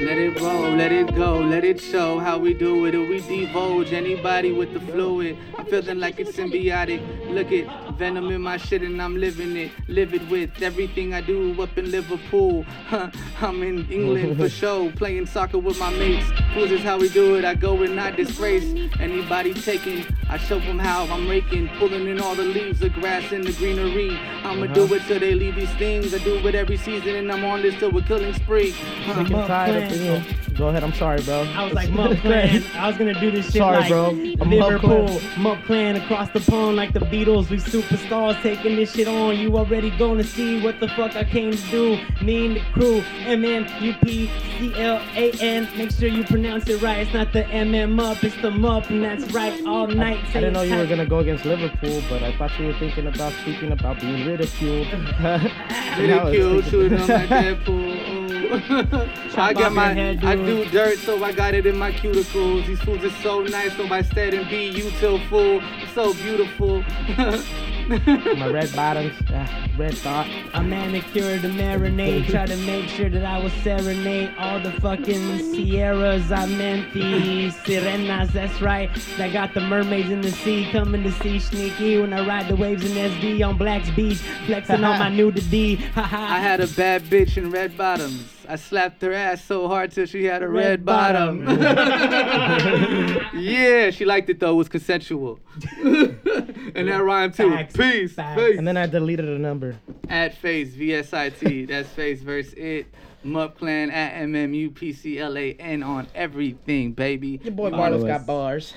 S1: Let it roll, let it go, let it show how we do it. Or we divulge anybody with the fluid. I'm feeling like it's symbiotic. Look at venom in my shit and I'm living it. Live it with everything I do up in Liverpool. (laughs) Huh, I'm in England for show, playing soccer with my mates. Who's is how we do it. I go and I disgrace anybody taking. I show them how I'm raking, pulling in all the leaves, the grass and the greenery. I'ma do
S16: Uh-huh.
S1: it till they leave these things. I do it every season and I'm on this till we're killing spree. Huh.
S2: Sick and tired of being. Go ahead. I'm sorry, bro.
S3: I was
S2: (laughs)
S3: like, Mump Clan. I was gonna do this shit
S2: Sorry,
S3: like
S2: bro. I'm Mump Clan.
S3: Liverpool, Mump Clan across the pond like the Beatles. We superstars taking this shit on. You already gonna see what the fuck I came to do. Me and the crew, M M U P C L A N. Make sure you pronounce it right. It's not the M M up, it's the Mup, and that's right all night.
S2: I didn't know you were
S3: Same
S2: gonna go against Liverpool, but I thought you were thinking about speaking about being ridiculed. (laughs)
S1: Ridicule,
S2: Ridiculed,
S1: shooting
S2: (laughs)
S1: on my Deadpool. ooh. I got
S2: off your
S1: my,
S2: head,
S1: I do
S2: dude.
S1: dirt, so I got it in my cuticles. These fools are so nice, so I said and be you till fool. So beautiful. (laughs)
S2: My red bottoms, ah, red thought.
S3: I manicured the marinade, try to make sure that I was serenade all the fucking sierras. I meant the sirenas, that's right. I got the mermaids in the sea coming to see sneaky when I ride the waves in SB on Black's Beach,
S1: (laughs)
S3: flexing on my nudity. Haha.
S1: I had a bad bitch in red bottoms. I slapped her ass so hard till she had a red, bottom. (laughs) yeah, she liked it though. It was consensual. (laughs) and that rhymed too. Peace. Peace.
S2: And then I deleted a number.
S1: At face VSIT. That's face verse it. Mup Clan at MMUPCLAN on everything, baby.
S2: Your boy Marlos got bars.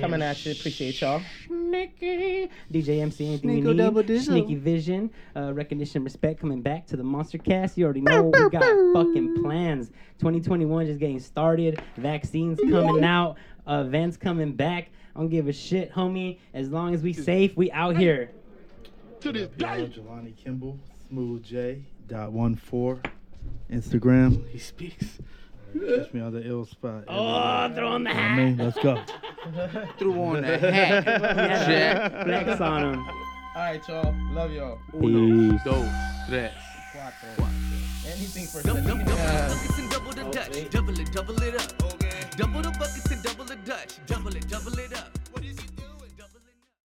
S2: Coming at you. Appreciate y'all.
S3: Sneaky. DJ MC, anything
S2: Sneako
S3: you need.
S2: double dizzle.
S3: Sneaky vision, uh, recognition, respect, coming back to the Monster Cast. You already know we got fucking plans. 2021 just getting started. Vaccines coming out. Uh, events coming back. I don't give a shit, homie. As long as we safe, we out here.
S6: To this day. Jelani Kimball, Smooth J. Dot one four, Instagram. He speaks. Catch me on the ill spot.
S3: Oh, throw on the
S6: I mean, let's go.
S1: Threw on
S2: (laughs)
S1: the hat.
S3: Yeah,
S1: Jack.
S3: flex on him.
S2: All right, y'all. Love y'all.
S1: Uno, dos, tres.
S2: Anything for
S1: Double, double, double the buckets and double the Dutch. Double it, double it up. Double the buckets and double the Dutch. Double it, double it up.